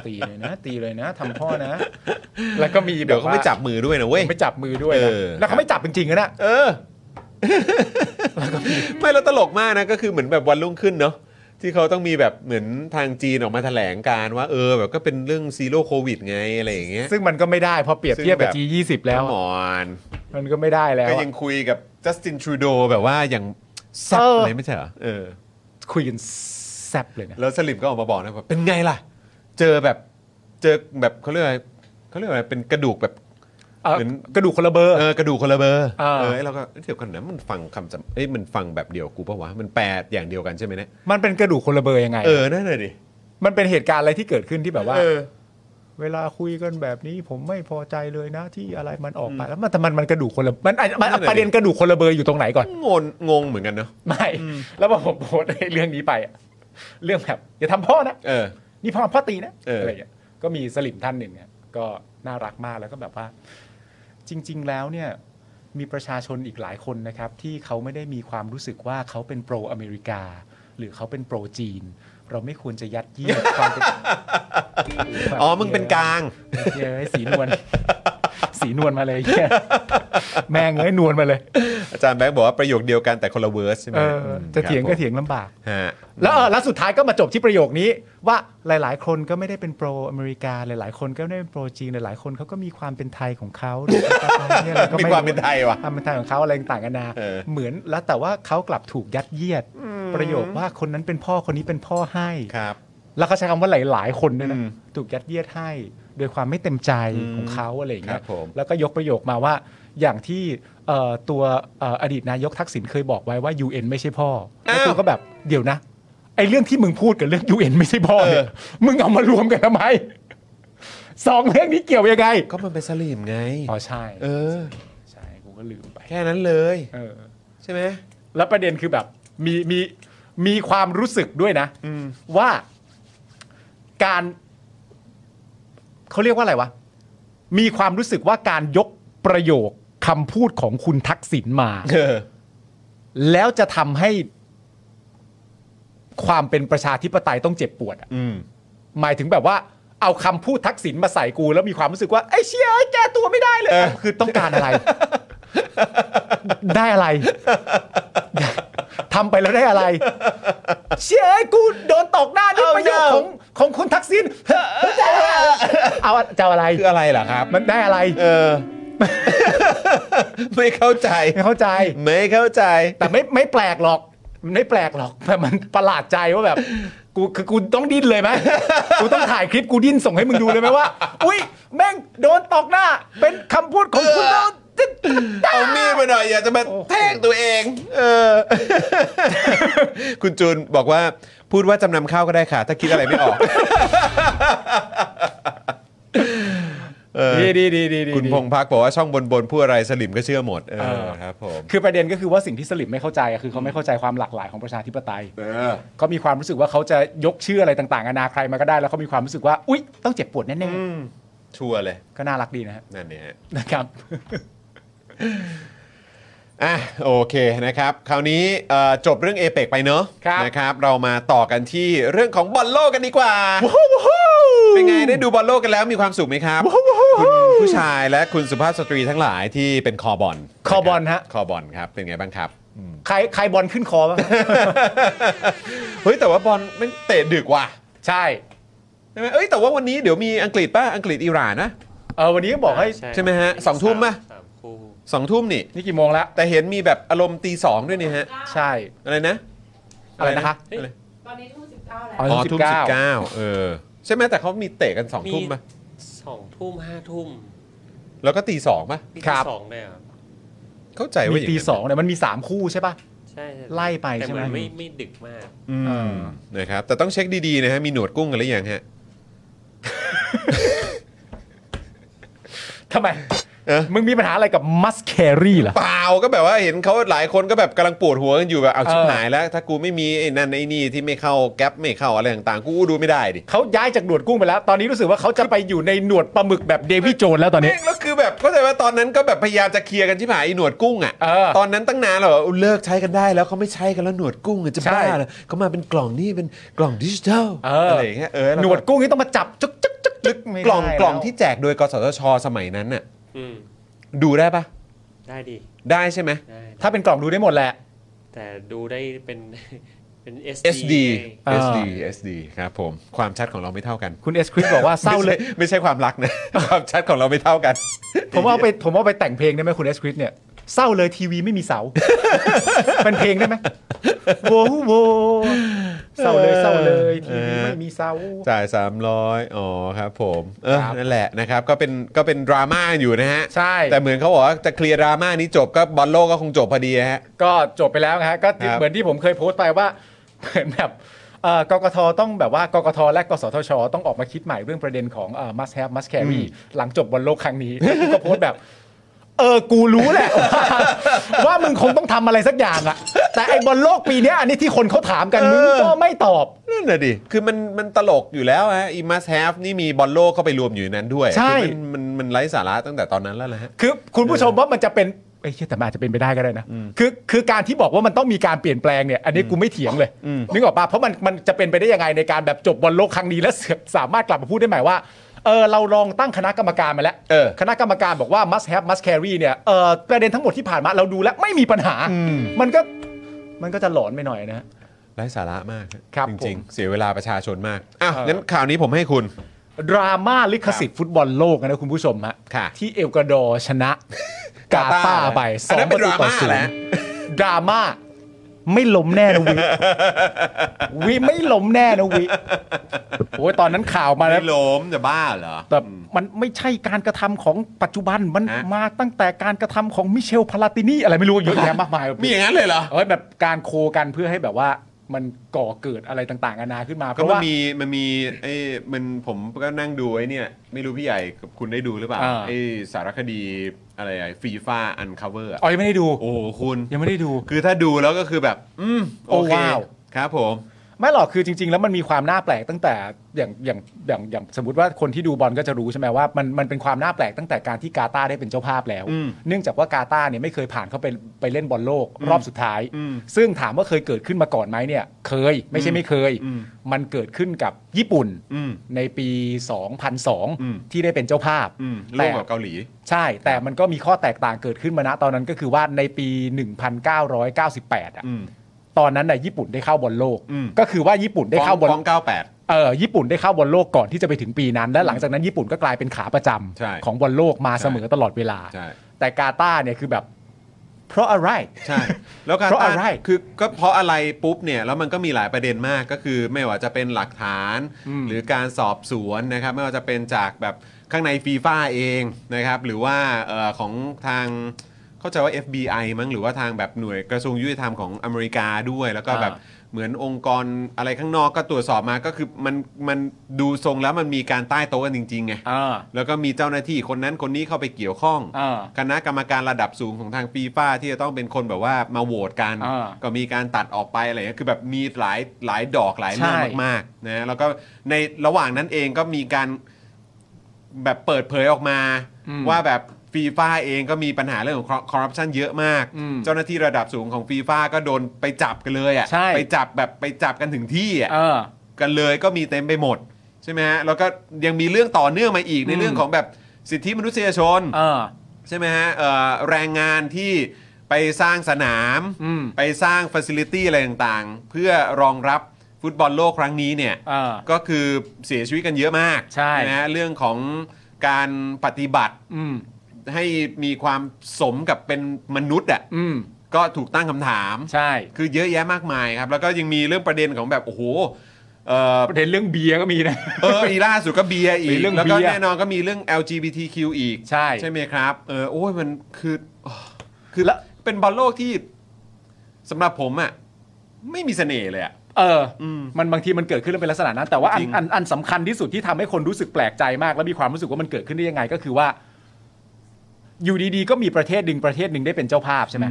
S5: ตีเลยนะ ตีเลยนะทำพ่อนะ แล้วก็มี
S3: เดี๋ยวเขาไม่จับมือด้วยนะเว้ย
S5: ไม่จับมือด้วยนะ
S3: เออ
S5: แล้วเขาไม่จับจริงๆนะ
S3: เออ ไม่แล้วตลกมากนะก็คือเหมือนแบบวันรุ่งขึ้นเนาะที่เขาต้องมีแบบเหมือนทางจีนออกมาแถลงการว่าเออแบบก็เป็นเรื่องซีโร่โควิดไงอะไรอย่างเงี้ย
S5: ซึ่งมันก็ไม่ได้เพอเปรียบเทียบกับ
S3: ซึ่งแบบ
S5: G20 แล้ว
S3: หม
S5: อะ
S3: อน
S5: มันก็ไม่ได้แล้ว
S3: ก็
S5: อะ
S3: ยังคุยกับจัสตินทรูโดแบบว่าอย่างซับอะไรไม่ใช่เหรอเออ
S5: คุยกันแซบเลยนะ
S3: แล้วสลิมก็ออกมาบอกนะแบบเป็นไงล่ะ เจอแบบเจอแบบเขาเรียกอะไรเขาเรียกอะไรเป็นกระดูกแบบ
S5: เอ่อ
S3: เหมือน
S5: กระดูกคนละเบอร์
S3: เออกระดูกคนละเบอร์
S5: อ่า
S3: เออเราก็เดี๋ยวกันนะมันฟังคำจำเอ้ยมันฟังแบบเดียวกูปะวะมันแปลอย่างเดียวกันใช่ไหมเนี่ย
S5: มันเป็นกระดูกคนละเบอร์ยังไง
S3: เออนั่นเลยดิ
S5: มันเป็นเหตุการณ์อะไรที่เกิดขึ้นที่แบบว่า
S3: เออ
S5: เวลาคุยกันแบบนี้ผมไม่พอใจเลยนะที่อะไรมันออกไปแล้วมันแต่มันมันกระดูกคนละมันอ่ะมัน
S3: นั่นแหละดิ
S5: ประเด็นกระดูกคนละเบอร์อยู่ตรงไหนก่อน
S3: งงงงเหมือนกันเนาะ
S5: ไม่แล้วพอผมโพสต์ไอ้เรื่องนี้ไปอะเรื่องแบบอย่าทำพ่อนะ
S3: เออ
S5: นี่พ่อพ่อตีนะ
S3: เอออ
S5: อะไรอย่างเงี้ยก็มีสลิมท่านหนึ่งเนี่ยก็น่ารักมากแล้วก็แบบว่า จริง ๆ แล้วเนี่ยมีประชาชนอีกหลายคนนะครับ ที่เขาไม่ได้มีความรู้สึกว่าเขาเป็นโปรอเมริกา หรือเขาเป็นโปรจีน เราไม่ควรจะยัดเยียดความเป็น
S3: อ๋อมึงเป็นกลาง
S5: เย้ยสีนวล สีนวลมาเลยเหี้ย แม่งเอ้ยนวลมาเลย
S3: อาจารย์แบงค์บอกว่าประโยคเดียวกันแต่คนละเวอร์สใช่ไหม
S5: เออจะเถียงก็เถียงลำบาก
S3: ฮะ
S5: แล้วเออแล้วสุดท้ายก็มาจบที่ประโยคนี้ ว่าหลาย ๆ คนก็ไม่ได้เป็นโปรอเมริกาหลาย ๆ คนก็ไม่ได้เป็นโปรจีนหลาย ๆ คนเขาก็มีความเป็นไทยของเขาหรืออะไรก็
S3: มี
S5: รู้
S3: ความเป็นไทยว่ะ
S5: ความเป็นไทยของเขาอะไรต่างกันานา
S3: เออ
S5: เหมือนแล้วแต่ว่าเขากลับถูกยัดเยียด ประโยคว่าคนนั้นเป็นพ่อคนนี้เป็นพ่อให้
S3: ครับ
S5: แล้วเขาใช้คำว่าหลายๆ คนด้วยนะ
S3: อืม
S5: ถูกยัดเยียดให้โดยความไม่เต็มใจ
S3: อืม
S5: ของเขาอะไรอย่างเงี้
S3: ค
S5: ย
S3: รับผม
S5: แล้วก็ยกประโยคมาว่าอย่างที่เอ่อตัวเอ่ออดีตนายกทักษิณเคยบอกไว้ว่า UN ไม่ใช่พ่ออแล้ว
S3: าว
S5: กูก็แบบเดี๋ยวนะไอ้เรื่องที่มึงพูดกับเรื่อง UN ไม่ใช่พ่อเนี่ยมึงเอามารวมกันทำไม สองเรื่องนี้เกี่ยวยังไง
S3: ก็มันเป็นสลิมไง
S5: อ๋อใช่
S3: เออ
S5: ใช่กูก็ลืมไป
S3: แค่นั้นเลย
S5: เออ
S3: ใช่ไหม
S5: แล้วประเด็นคือแบบมีมีมีความรู้สึกด้วยนะ
S3: อืม
S5: ว่าการเขาเรียกว่าอะไรวะ มีความรู้สึกว่าการยกประโยคคำพูดของคุณทักษิณมา
S3: เออ
S5: แล้วจะทำให้ความเป็นประชาธิปไตยต้องเจ็บปวดอะ
S3: อืม
S5: หมายถึงแบบว่า เอาคำพูดทักษิณมาใส่กู แล้วมีความรู้สึกว่าไอ้เชี่ยแกตัวไม่ได้เลย
S3: เออ
S5: คือต้องการอะไร ได้อะไร ทำไปแล้วได้อะไร เชี่ยกูโดนตกหน้าด้วยประโยคของของคุณทักษิณเอาจะเอาอะไร
S3: คืออะไรล่ะครับ
S5: มันได้อะไร
S3: เออ ไม่เข้าใจ
S5: ไม่เข้าใจ
S3: ไม่เข้าใจ
S5: แต่ไม่ไม่แปลกหรอกมันไม่แปลกหรอกแต่มันประหลาดใจว่าแบบ กูคือกูต้องดิ้นเลยไหม กูต้องถ่ายคลิปกูดิ้นส่งให้มึงดูเลยไหมว่า อุ้ยแม่งโดนตอกหน้า เป็นคำพูดของคุณโดน
S3: เอามีดมาหน่อยอยากจะมาแทงตัวเอง เออ คุณจูนบอกว่าพูดว่าจำนำข้าวก็ได้ค่ะ ถ้าคิดอะไรไม่ออก เออ
S5: ดีดีดีดีดี
S3: คุณพงพักบอกว่าช่องบนบนๆพูดอะไรสลิมก็เชื่อหมด เอ
S5: เอ
S3: อ
S5: อ
S3: ครับผม
S5: คือประเด็นก็คือว่าสิ่งที่สลิมไม่เข้าใจอะคือเขาไม่เข้าใจความหลากหลายของประชาธิปไตย
S3: เออ
S5: เขามีความรู้สึกว่าเขาจะยกชื่ออะไรต่างๆนานาใครมาก็ได้ แล้วเขามีความรู้สึกว่า อุ๊ย ต้องเจ็บปวดแน่
S3: อืม ชัวร์เลย
S5: ๆ ก็น่ารักดีนะฮะ
S3: นั่นเนี่ยฮะ
S5: นะครับ
S3: อ่ะโอเคนะครับ คราวนี้เอ่อจบเรื่องเอเปกไปเนอะ
S5: ครับ
S3: นะครับ เรามาต่อกันที่เรื่องของบอลโลกกันดีกว่าเป็นไงได้ดูบอลโลกกันแล้วมีความสุขไหมครับคุณผู้ชายและคุณสุภาพสตรีทั้งหลายที่เป็นคอบอล
S5: คอบอลฮะ
S3: คอบอลครับเป็นไงบ้างครับ
S5: ใครใครบอลขึ้นคอบ้าง
S3: เฮ้ยแต่ว่าบอลมันเตะดึกว่ะ
S5: ใช่
S3: ใช่ไหมเอ้ยแต่ว่าวันนี้เดี๋ยวมีอังกฤษป่ะอังกฤษอิหร่านนะ
S5: เออวันนี้ก็บอกให้
S3: ใช่ไหมฮะสองทุ่มป่ะ
S4: สามคู่
S3: สองทุ่มนี่
S5: นี่กี่โมงแล้ว
S3: แต่เห็นมีแบบอารมณ์ตีสองด้วยนี่ฮะ
S5: ใช่
S3: อะไรนะ
S5: อะไรนะคะ
S3: อะไร
S6: ตอนนี้ทุ่มสิบเก้าแล้ว
S5: อ๋อ
S3: อ๋อ
S5: ทุ่
S3: ทุ่
S5: ม
S3: ม
S5: สิ
S3: สิ
S5: บบเก้า
S3: เก้าเออ ใช่ไหมแต่เขามีเตะกันสองทุ่มป่ะ
S4: สองทุ่มห้าทุ่ม
S3: แล้วก็ตีสองป่ะ
S4: ปี
S5: ครั
S4: ที่
S5: บ
S4: สองเลยครับ
S3: เข้าใจว่า
S5: มี
S3: อย่าง
S5: ตี
S3: นั้นนะ
S5: สองเนี่ยมันมีสามคู่ใช่ป่ะ
S4: ใช่ใช่
S5: ไล่ไป
S4: แต่
S5: ใช่ไหม
S4: นไม่ไม่ดึกมาก
S3: อืมนะครับ แต่ต้องเช็คดี ๆ นะฮะ มีหนวดกุ้งกันหรือยังฮะ
S5: ทำไม มึงมีปัญหาอะไรกับมัสแครี่เหรอ
S3: เปล่าก็แบบว่าเห็นเขาหลายคนก็แบบกำลังปวดหัวกันอยู่แบบเอา
S5: เออ
S3: ชิบหายแล้ว ถ้ากูไม่มีไอ้นั่นไอ้นี่ที่ไม่เข้าแก๊ปไม่เข้าอะไรต่างๆ กูดูไม่ได้ดิ
S5: เขาย้ายจากหนวดกุ้งไปแล้ว ตอนนี้รู้สึกว่าเขาจะไปอยู่ในหนวดปลาหมึกแบบเดวี่โจนแล้วตอนนี้
S3: แม่งแล้วคือแบบเข้าใจว่าตอนนั้นก็แบบพยายามจะเคลียร์กันชิบหายไอ้หนวดกุ้งอ่ะ
S5: เออ
S3: ตอนนั้นตั้งนานแล้วเลิกใช้กันได้แล้วเขาไม่ใช้กันแล้วหนวดกุ้งอะจะ
S5: ใช่
S3: บ้าเหรอเขามาเป็นกล่องนี่เป็นกล่องดิจิทัล
S5: เออ
S3: อะ
S5: อะไร
S3: อย่างเงี้ยเออแล้
S5: หนวดกุ้งนี่ต้องมาจับจึ๊กจึ๊กจึ๊กจึ๊กไม่ได้
S3: กล่องกล่อง
S5: แว
S3: ที่แจกโดยกสทช สมัยนั้นน่ะ
S4: อืม
S3: ดูได้ปะ
S4: ได้ดี
S3: ได้ใช่ไหม
S4: ได้
S5: ถ้าเป็นกล่องดูได้หมดแหละ
S4: แต่ดูได้เป็น เป็น
S3: SD
S4: SD
S3: SD
S5: อ่า
S3: SD ครับผมความชัดของเราไม่เท่ากัน
S5: คุณเอสคริสบอกว่า เศร้าเลย
S3: ไม่ใช่ไม่ใช่ความรักนะ ความชัดของเราไม่เท่ากัน
S5: ผมว่าเอาไปผมว่าเอาไปแต่งเพลงได้ไหมคุณเอสคริสเนี่ยเศร้าเลยทีวีไม่มี เสา เป็นเพลงได้ไหมโวโวเศร้าเลยเศร้าเลยทีวีไม่มีเสา
S3: จ่าย 300 อ๋อครับผมเออ
S5: ครับ
S3: นั่นแหละนะครับ ก็เป็นก็เป็นดราม่าอยู่นะฮะ
S5: ใช่
S3: แต่เหมือนเขาบอกว่าจะเคลียร์ดราม่านี้จบก็บอลโลกก็คงจบพอดีฮะ
S5: ก็จบไปแล้วนะฮะก็
S3: ครับ
S5: เหมือนที่ผมเคยโพสต์ไปว่า เหมือนแบบเอ่อกกทต้องแบบว่ากกทและกสทช ต้องออกมาคิดใหม่เรื่องประเด็นของเอ่อ must have must carry หลังจบบอลโลกครั้ง นี้ ก็โพสต์แบบ เออ กูรู้แหละ ว่าว่ามึงคงต้องทำอะไรสักอย่างอะแต่ไอ้บอลโลกปีเนี้ยอันนี้ที่คนเขาถามกันมึง
S3: เออ
S5: ก็ไม่ตอบ
S3: นั่นน่ะดิ คือมันมันตลกอยู่แล้วฮะอีมัสแฮฟนี่มีบอลโลกเข้าไปรวมอยู่ในนั้นด้วย
S5: ใช่
S3: คือมันมันมันไร้สาระตั้งแต่ตอนนั้นแล้วนะฮะ
S5: คือคุณผู้ชมว่ามันจะเป็นเอ้ยเหี้ยแต่มันอาจจะเป็นไปได้ก็ได้นะคือคือการที่บอกว่ามันต้องมีการเปลี่ยนแปลงเนี่ยอันนี้กูไม่เถียงเลย
S3: อืม
S5: นึกออกปะเพราะมันมันจะเป็นไปได้ยังไงในการแบบจบบอลโลกครั้งนี้แล้วเสือกสามารถกลับมาพูดได้ใหมายว่าเออเราลองตั้งคณะกรรมการมาแล้ว
S3: เออ
S5: คณะกรรมการบอกว่า must have must carry เนี่ยเออประเด็นทั้งหมดที่ผ่านมาเราดูแล้วไม่มีปัญหา มันก็มันก็จะหลอนไปหน่อยนะ
S3: ไร้สาระมาก
S5: ครับ
S3: จ
S5: ผ
S3: ริง
S5: ม
S3: ๆ เสียเวลาประชาชนมากอ่ะ
S5: เออ
S3: งั้นข่าวนี้ผมให้คุณ
S5: ดราม่าลิขสิทธิ์ฟุตบอลโลกนะคุณผู้ชมฮะ
S3: ค่ะ
S5: ที่เอลกวาดอร์ชนะ กาตาร์ไปส
S3: อัน
S5: อ
S3: นั้
S5: ง
S3: น
S5: ป
S3: เป็น
S5: ระตูต่อ
S3: ดราม่า
S5: ศูน
S3: แหละ
S5: ย์ดราม่าไม่ล้มแน่นะวิ วิไม่ล้มแน่นะวิโอ้ยตอนนั้นข่าวมาแล้ว
S3: ไม่ล้มจะบ้าเหรอ
S5: แต่มันไม่ใช่การกระทำของปัจจุบันมัน
S3: ฮะ
S5: มาตั้งแต่การกระทำของมิเชลพาลาตินี่อะไรไม่รู้เยอะแยะมากมาย
S3: มีอย่างนั้นเลยเหรอ
S5: เอาไว้แบบการโคกันเพื่อให้แบบว่ามันก่อเกิดอะไรต่างๆนานาขึ้นมาเพ
S3: ก็
S5: ราะ
S3: มัน
S5: ว่า
S3: มีมันมีไอ้มันผมก็นั่งดูไอ้เนี่ย ไม่รู้พี่ใหญ่กับคุณได้ดูหรือเปล่า
S5: อ่า
S3: ไอ้สารคดีอะไรฟีฟ่าอันคาเวอร์
S5: อ๋อยังไม่ได้ดู
S3: โอ้โหคุณ
S5: ยังไม่ได้ดู
S3: คือถ้าดูแล้วก็คือแบบ อืมโอ
S5: โอ้
S3: เค
S5: ว้าว
S3: ครับผม
S5: ไม่หรอกคือจริง ๆ แล้วมันมีความน่าแปลกตั้งแต่อย่างอย่างอย่างอย่างสมมติว่าคนที่ดูบอลก็จะรู้ใช่ไหมว่ามันมันเป็นความน่าแปลกตั้งแต่การที่กาตาร์ได้เป็นเจ้าภาพแล้ว
S3: อืม
S5: เนื่องจากว่ากาตาร์เนี่ยไม่เคยผ่านเข้าไปไปเล่นบอลโลกรอบสุดท้าย
S3: อืม
S5: ซึ่งถามว่าเคยเกิดขึ้นมาก่อนไหมเนี่ย เคยไม่ใช่ไม่เคย
S3: อืม
S5: มันเกิดขึ้นกับญี่ปุ่น
S3: อืม
S5: ในปี
S3: อืม
S5: 2002 ที่ได้เป็นเจ้าภาพ
S3: อืม
S5: แต่
S3: ร่วมกับเกาหลี
S5: ใช่ แต่มันก็มีข้อแตกต่างเกิดขึ้นมานะตอนนั้นก็คือว่าในปี 1998 อ่ะ
S3: อืม
S5: ตอนนั้นน่ะญี่ปุ่นได้เข้าบอลโลก
S3: อืม
S5: ก็คือว่าญี่ปุ่นได้เข้าบอล
S3: ฟ้องเก้าแปด
S5: เออญี่ปุ่นได้เข้าบอลโลกก่อนที่จะไปถึงปีนั้น และหลังจากนั้นญี่ปุ่นก็กลายเป็นขาประจำ
S3: ใช่
S5: ของบอลโลกมา
S3: ใช่
S5: เสมอตลอดเวลา
S3: ใช่
S5: แต่กาตาร์เนี่ยคือแบบ เพราะอะไร
S3: ใช่ แล้วการ
S5: เพราะอะไร
S3: ต้นคือก็เพราะอะไรปุ๊บเนี่ยแล้วมันก็มีหลายประเด็นมากก็คือไม่ว่าจะเป็นหลักฐาน
S5: อืม
S3: หรือการสอบสวนนะครับ ไม่ว่าจะเป็นจากแบบข้างในฟีฟ่าเองนะครับ หรือว่าเอ่อของทางเข้าใจว่า FBI มั้งหรือว่าทางแบบหน่วยกระทรวงยุติธรรมของอเมริกาด้วย แล้วก็
S5: อ่า
S3: แบบเหมือนองค์กรอะไรข้างนอกก็ตรวจสอบมาก็คือมันมันดูทรงแล้วมันมีการใต้โต๊ะกันจริงๆไง
S5: อ่า
S3: แล้วก็มีเจ้าหน้าที่คนนั้นคนนี้เข้าไปเกี่ยวข้อง
S5: อ่า
S3: คณะกรรมการระดับสูงของทางฟีฟ่าที่จะต้องเป็นคนแบบว่ามาโหวตกัน
S5: อ่า
S3: ก็มีการตัดออกไปอะไรเงี้ยคือแบบมีหลายหลายดอกหลาย
S5: ใช่
S3: เรื่องมากๆนะแล้วก็ในระหว่างนั้นเองก็มีการแบบเปิดเผยออกมา ว่าแบบฟีฟ่าเองก็มีปัญหาเรื่องของคอร์รัปชันเยอะมาก เจ้าหน้าที่ระดับสูงของฟีฟ่าก็โดนไปจับกันเลยอ่ะ
S5: ใช่
S3: ไปจับแบบไปจับกันถึงที่อ่ะ
S5: เออ
S3: กันเลยก็มีเต็มไปหมด ใช่ไหมฮะแล้วก็ยังมีเรื่องต่อเนื่องมาอีกใน
S5: อืม
S3: เรื่องของแบบสิทธิมนุษยชน
S5: เออ
S3: ใช่ไหมฮะเอ่อแรงงานที่ไปสร้างสนาม
S5: อืม
S3: ไปสร้างฟ a ซิลิตี้อะไรต่างๆ เพื่อรองรับฟุตบอลโลกครั้งนี้เนี่ย
S5: เออ
S3: ก็คือเสียชีวิตกันเยอะมาก
S5: ใช่
S3: ไหมฮะเรื่องของการปฏิบัติ
S5: อืม
S3: ให้มีความสมกับเป็นมนุษย์อ่ะ
S5: อืม
S3: ก็ถูกตั้งคำถาม
S5: ใช่
S3: คือเยอะแยะมากมายครับ แล้วก็ยังมีเรื่องประเด็นของแบบ โอ้โหเอ่อ
S5: ประเด็นเรื่องเบียร์ก็มีนะ
S3: เอออีล่าสุดก็เบียร์อี
S5: มี
S3: ก
S5: เรื่อง
S3: แล้วก็
S5: เบียร์
S3: แน่นอนก็มีเรื่อง LGBTQ อีก
S5: ใช่
S3: ใช่ไหมครับ เออโอ้ยมันคือ อ๋อคือ
S5: แล้ว
S3: เป็นบอลโลกที่สำหรับผมอะไม่มีเสน่ห์เลยอะ
S5: เอออ
S3: ม
S5: มันบางทีมันเกิดขึ้นแล้วเป็นลักษณะนั้น แต่ว่าอัน
S3: จริง
S5: อันอันสำคัญที่สุดที่ทำให้คนรู้สึกแปลกใจมาก และมีความรู้สึกว่ามันเกิดขึ้นได้ยังไงก็คือว่า อยู่ดีๆก็มีประเทศดึงประเทศหนึ่งได้เป็นเจ้าภาพใช่ไหม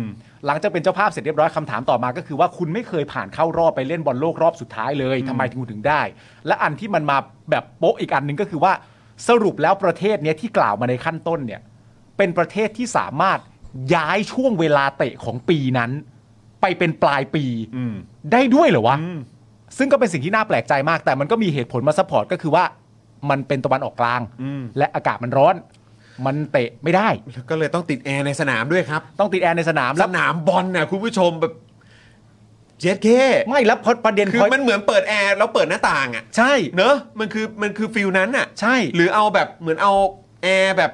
S5: หลังจากเป็นเจ้าภาพเสร็จเรียบร้อยคำถามต่อมาก็คือว่าคุณไม่เคยผ่านเข้ารอบไปเล่นบอลโลกรอบสุดท้ายเลยทำไมถึงคุณถึงได้ และอันที่มันมาแบบโป๊ะอีกอันหนึ่งก็คือว่าสรุปแล้วประเทศเนี้ยที่กล่าวมาในขั้นต้นเนี่ยเป็นประเทศที่สามารถย้ายช่วงเวลาเตะของปีนั้น ไปเป็นปลายปีได้ด้วยเหรอวะซึ่งก็เป็นสิ่งที่น่าแปลกใจมาก แต่มันก็มีเหตุผลมาซัพพอร์ตก็คือว่ามันเป็นตะวันออกกลาง และอากาศมันร้อน มันเตะไม่ได้
S3: แล้วก็เลยต้องติดแอร์ในสนามด้วยครับ
S5: ต้องติดแอร์ในสนาม
S3: ส
S5: แล้ว
S3: นามบอลน่ะคุณผู้ชมแบบเจ็ดเค
S5: ไม่แล้วพอประเด็น
S3: คือ
S5: พอ
S3: มันเหมือนเปิดแอร์แล้วเปิดหน้าต่างอ่ะ
S5: ใช่
S3: เนอะมันคือมันคือฟิลนั้นอ่ะ
S5: ใช่
S3: หรือเอาแบบเหมือนเอาแอร์แบบ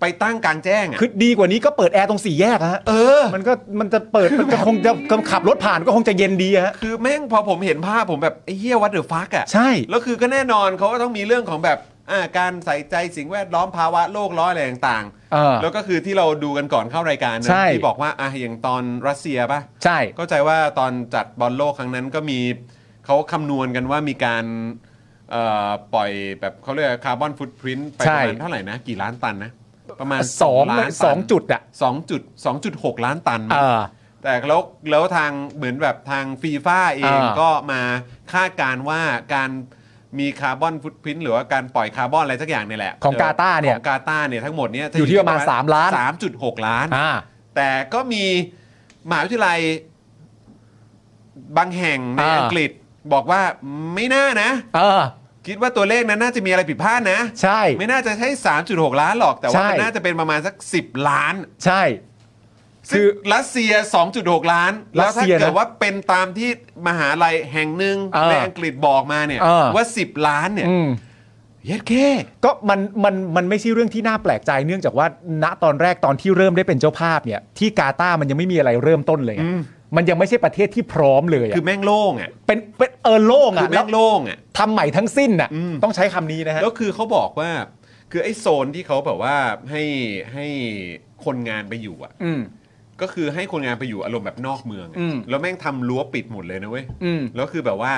S3: ไปตั้งกลางแจ้งอ่ะ
S5: คือดีกว่านี้ก็เปิดแอร์ตรงสี่แยกอะฮะ
S3: เออ
S5: มันก็มันจะเปิดมันก็คงจะขับรถผ่านก็คงจะเย็นดีอะฮะ
S3: คือแม่งพอผมเห็นภาพผมแบบไอ้เหี้ยวัดเดอะฟักอ่ะ
S5: ใช่
S3: แล้วคือก็แน่นอนเขาก็ต้องมีเรื่องของแบบอ่าการใส่ใจสิ่งแวดล้อมภาวะโลกร้อนอะไรต่าง
S5: เออ
S3: ๆ แล้วก็คือที่เราดูกันก่อนเข้ารายการนะ
S5: ใช่
S3: ที่บอกว่าอ่ะอย่างตอนรัสเซียป่ะ
S5: ใช่
S3: เข้าใจว่าตอนจัดบอลโลกครั้งนั้นก็มีเขาคำนวณกันว่ามีการเอ่อปล่อยแบบเขาเรียกคาร์บอนฟุตพิ้นไป
S5: ใช่
S3: ประมาณเท่าไหร่นะ กี่ล้านตันนะ ประมาณ
S5: สอง
S3: ล้าน
S5: สองจุดอะ
S3: สองจุดสองจุดหกล้านตันมั้
S5: เอง อ
S3: แต่แล้วแล้วทางเหมือนแบบทางฟีฟ่าเอง
S5: อ่า
S3: ก็มาคาดการณ์ว่าการมีคาร์บอนฟุตพิ้นหรือว่าการปล่อยคาร์บอนอะไรสักอย่างเนี่ยแหละ
S5: ของกาตาร์เนี่ย
S3: ของกาตาร์เนี่ยทั้งหมดเนี่ย
S5: อยู่ที่ประมาณสามล้าน
S3: สามจุดหกล้าน
S5: อ่า
S3: แต่ก็มีมหาวิทยาลัยบางแห่งใน
S5: อ่า
S3: อังกฤษบอกว่าไม่น่านะ
S5: เออ
S3: คิดว่าตัวเลขนั้นน่าจะมีอะไรผิดพลาดนะ
S5: ใช่
S3: ไม่น่าจะใช่ 3.6 ล้านหรอก แต่ว่า
S5: ใช่
S3: มันน่าจะเป็นประมาณสัก 10 ล้าน
S5: ใช่ คื
S3: ซึ่ง
S5: อ
S3: รัสเซีย 2.6 ล้าน แล้ว
S5: รัส
S3: ถ้า
S5: เซียนะ
S3: เกิดว่าเป็นตามที่มหาลัยแห่งหนึ่ง
S5: เออ
S3: ในอังกฤษบอกมาเนี่ย
S5: เออ
S3: ว่า 10 ล้านเนี่ย
S5: อืม
S3: เย็ดเค
S5: ก็มันมันมันไม่ใช่เรื่องที่น่าแปลกใจเนื่องจากว่าณตอนแรกตอนที่เริ่มได้เป็นเจ้าภาพเนี่ยที่กาตาร์มันยังไม่มีอะไรเริ่มต้นเลยอะมันยังไม่ใช่ประเทศที่พร้อมเลยอะ
S3: คือแม่งโล่งอ่ะ
S5: เป็นเป็นเออโล่ง
S3: คือ
S5: อ่ะแล้
S3: แม่
S5: ว
S3: งโล่งอ่ะ
S5: ทำใหม่ทั้งสิ้นน่ะ
S3: อืม
S5: ต้องใช้คำนี้นะฮะ
S3: แล้วคือเขาบอกว่า คือไอ้โซนที่เขาแบบว่าให้ให้คนงานไปอยู่อ่ะ
S5: อืม
S3: ก็คือให้คนงานไปอยู่อารมณ์แบบนอกเมืองอะ
S5: อืม
S3: แล้วแม่งทำรั้วปิดหมดเลยนะเว้ย
S5: อืม
S3: แล้วคือแบบว่า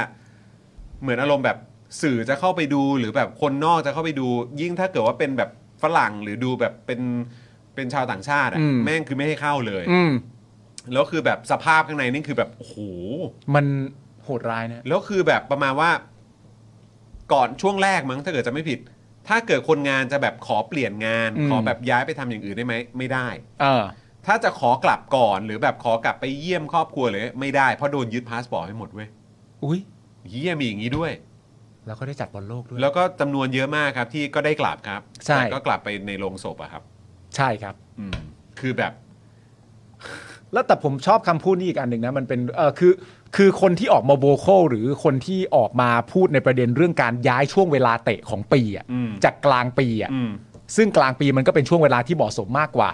S3: เหมือนอารมณ์แบบสื่อจะเข้าไปดูหรือแบบคนนอกจะเข้าไปดู ยิ่งถ้าเกิดว่าเป็นแบบฝรั่งหรือดูแบบเป็นเป็นชาวต่างชาติอะ
S5: อืม
S3: แม่งคือไม่ให้เข้าเลย
S5: อืม
S3: แล้วคือแบบสภาพข้างในนี่คือแบบโอ้โห
S5: มันโหดร้ายนะ
S3: แล้วคือแบบประมาณว่า ก่อนช่วงแรกมั้งถ้าเกิดจะไม่ผิด ถ้าเกิดคนงานจะแบบขอเปลี่ยนงาน ขอแบบย้ายไปทำอย่างอื่นได้ไหมไม่ได้
S5: เออ
S3: ถ้าจะขอกลับก่อนหรือแบบขอกลับไปเยี่ยมครอบครัวเลยไม่ได้เพราะโดนยึดพาสปอร์ตให้หมดเว้ย
S5: อุ้ย
S3: เฮียมีอย่างนี้ด้วย
S5: แล้วก็ได้จัดบอลโลกด้วย
S3: แล้วก็จำนวนเยอะมากครับ ที่ก็ได้กลับครับ
S5: ใช่
S3: แต่ก็กลับไปในโรงศพอะครับ
S5: ใช่ครับ
S3: อืมคือแบบ
S5: แล้วแต่ผมชอบคำพูดนี้อีกอันหนึ่งนะมันเป็นเออคือคือคนที่ออกมาโวโคหรือคนที่ออกมาพูดในประเด็นเรื่องการย้ายช่วงเวลาเตะของปีอ่ะ
S3: อืม
S5: จากกลางปีอ่ะ
S3: อืม
S5: ซึ่งกลางปีมันก็เป็นช่วงเวลาที่เหมาะสมมากกว่า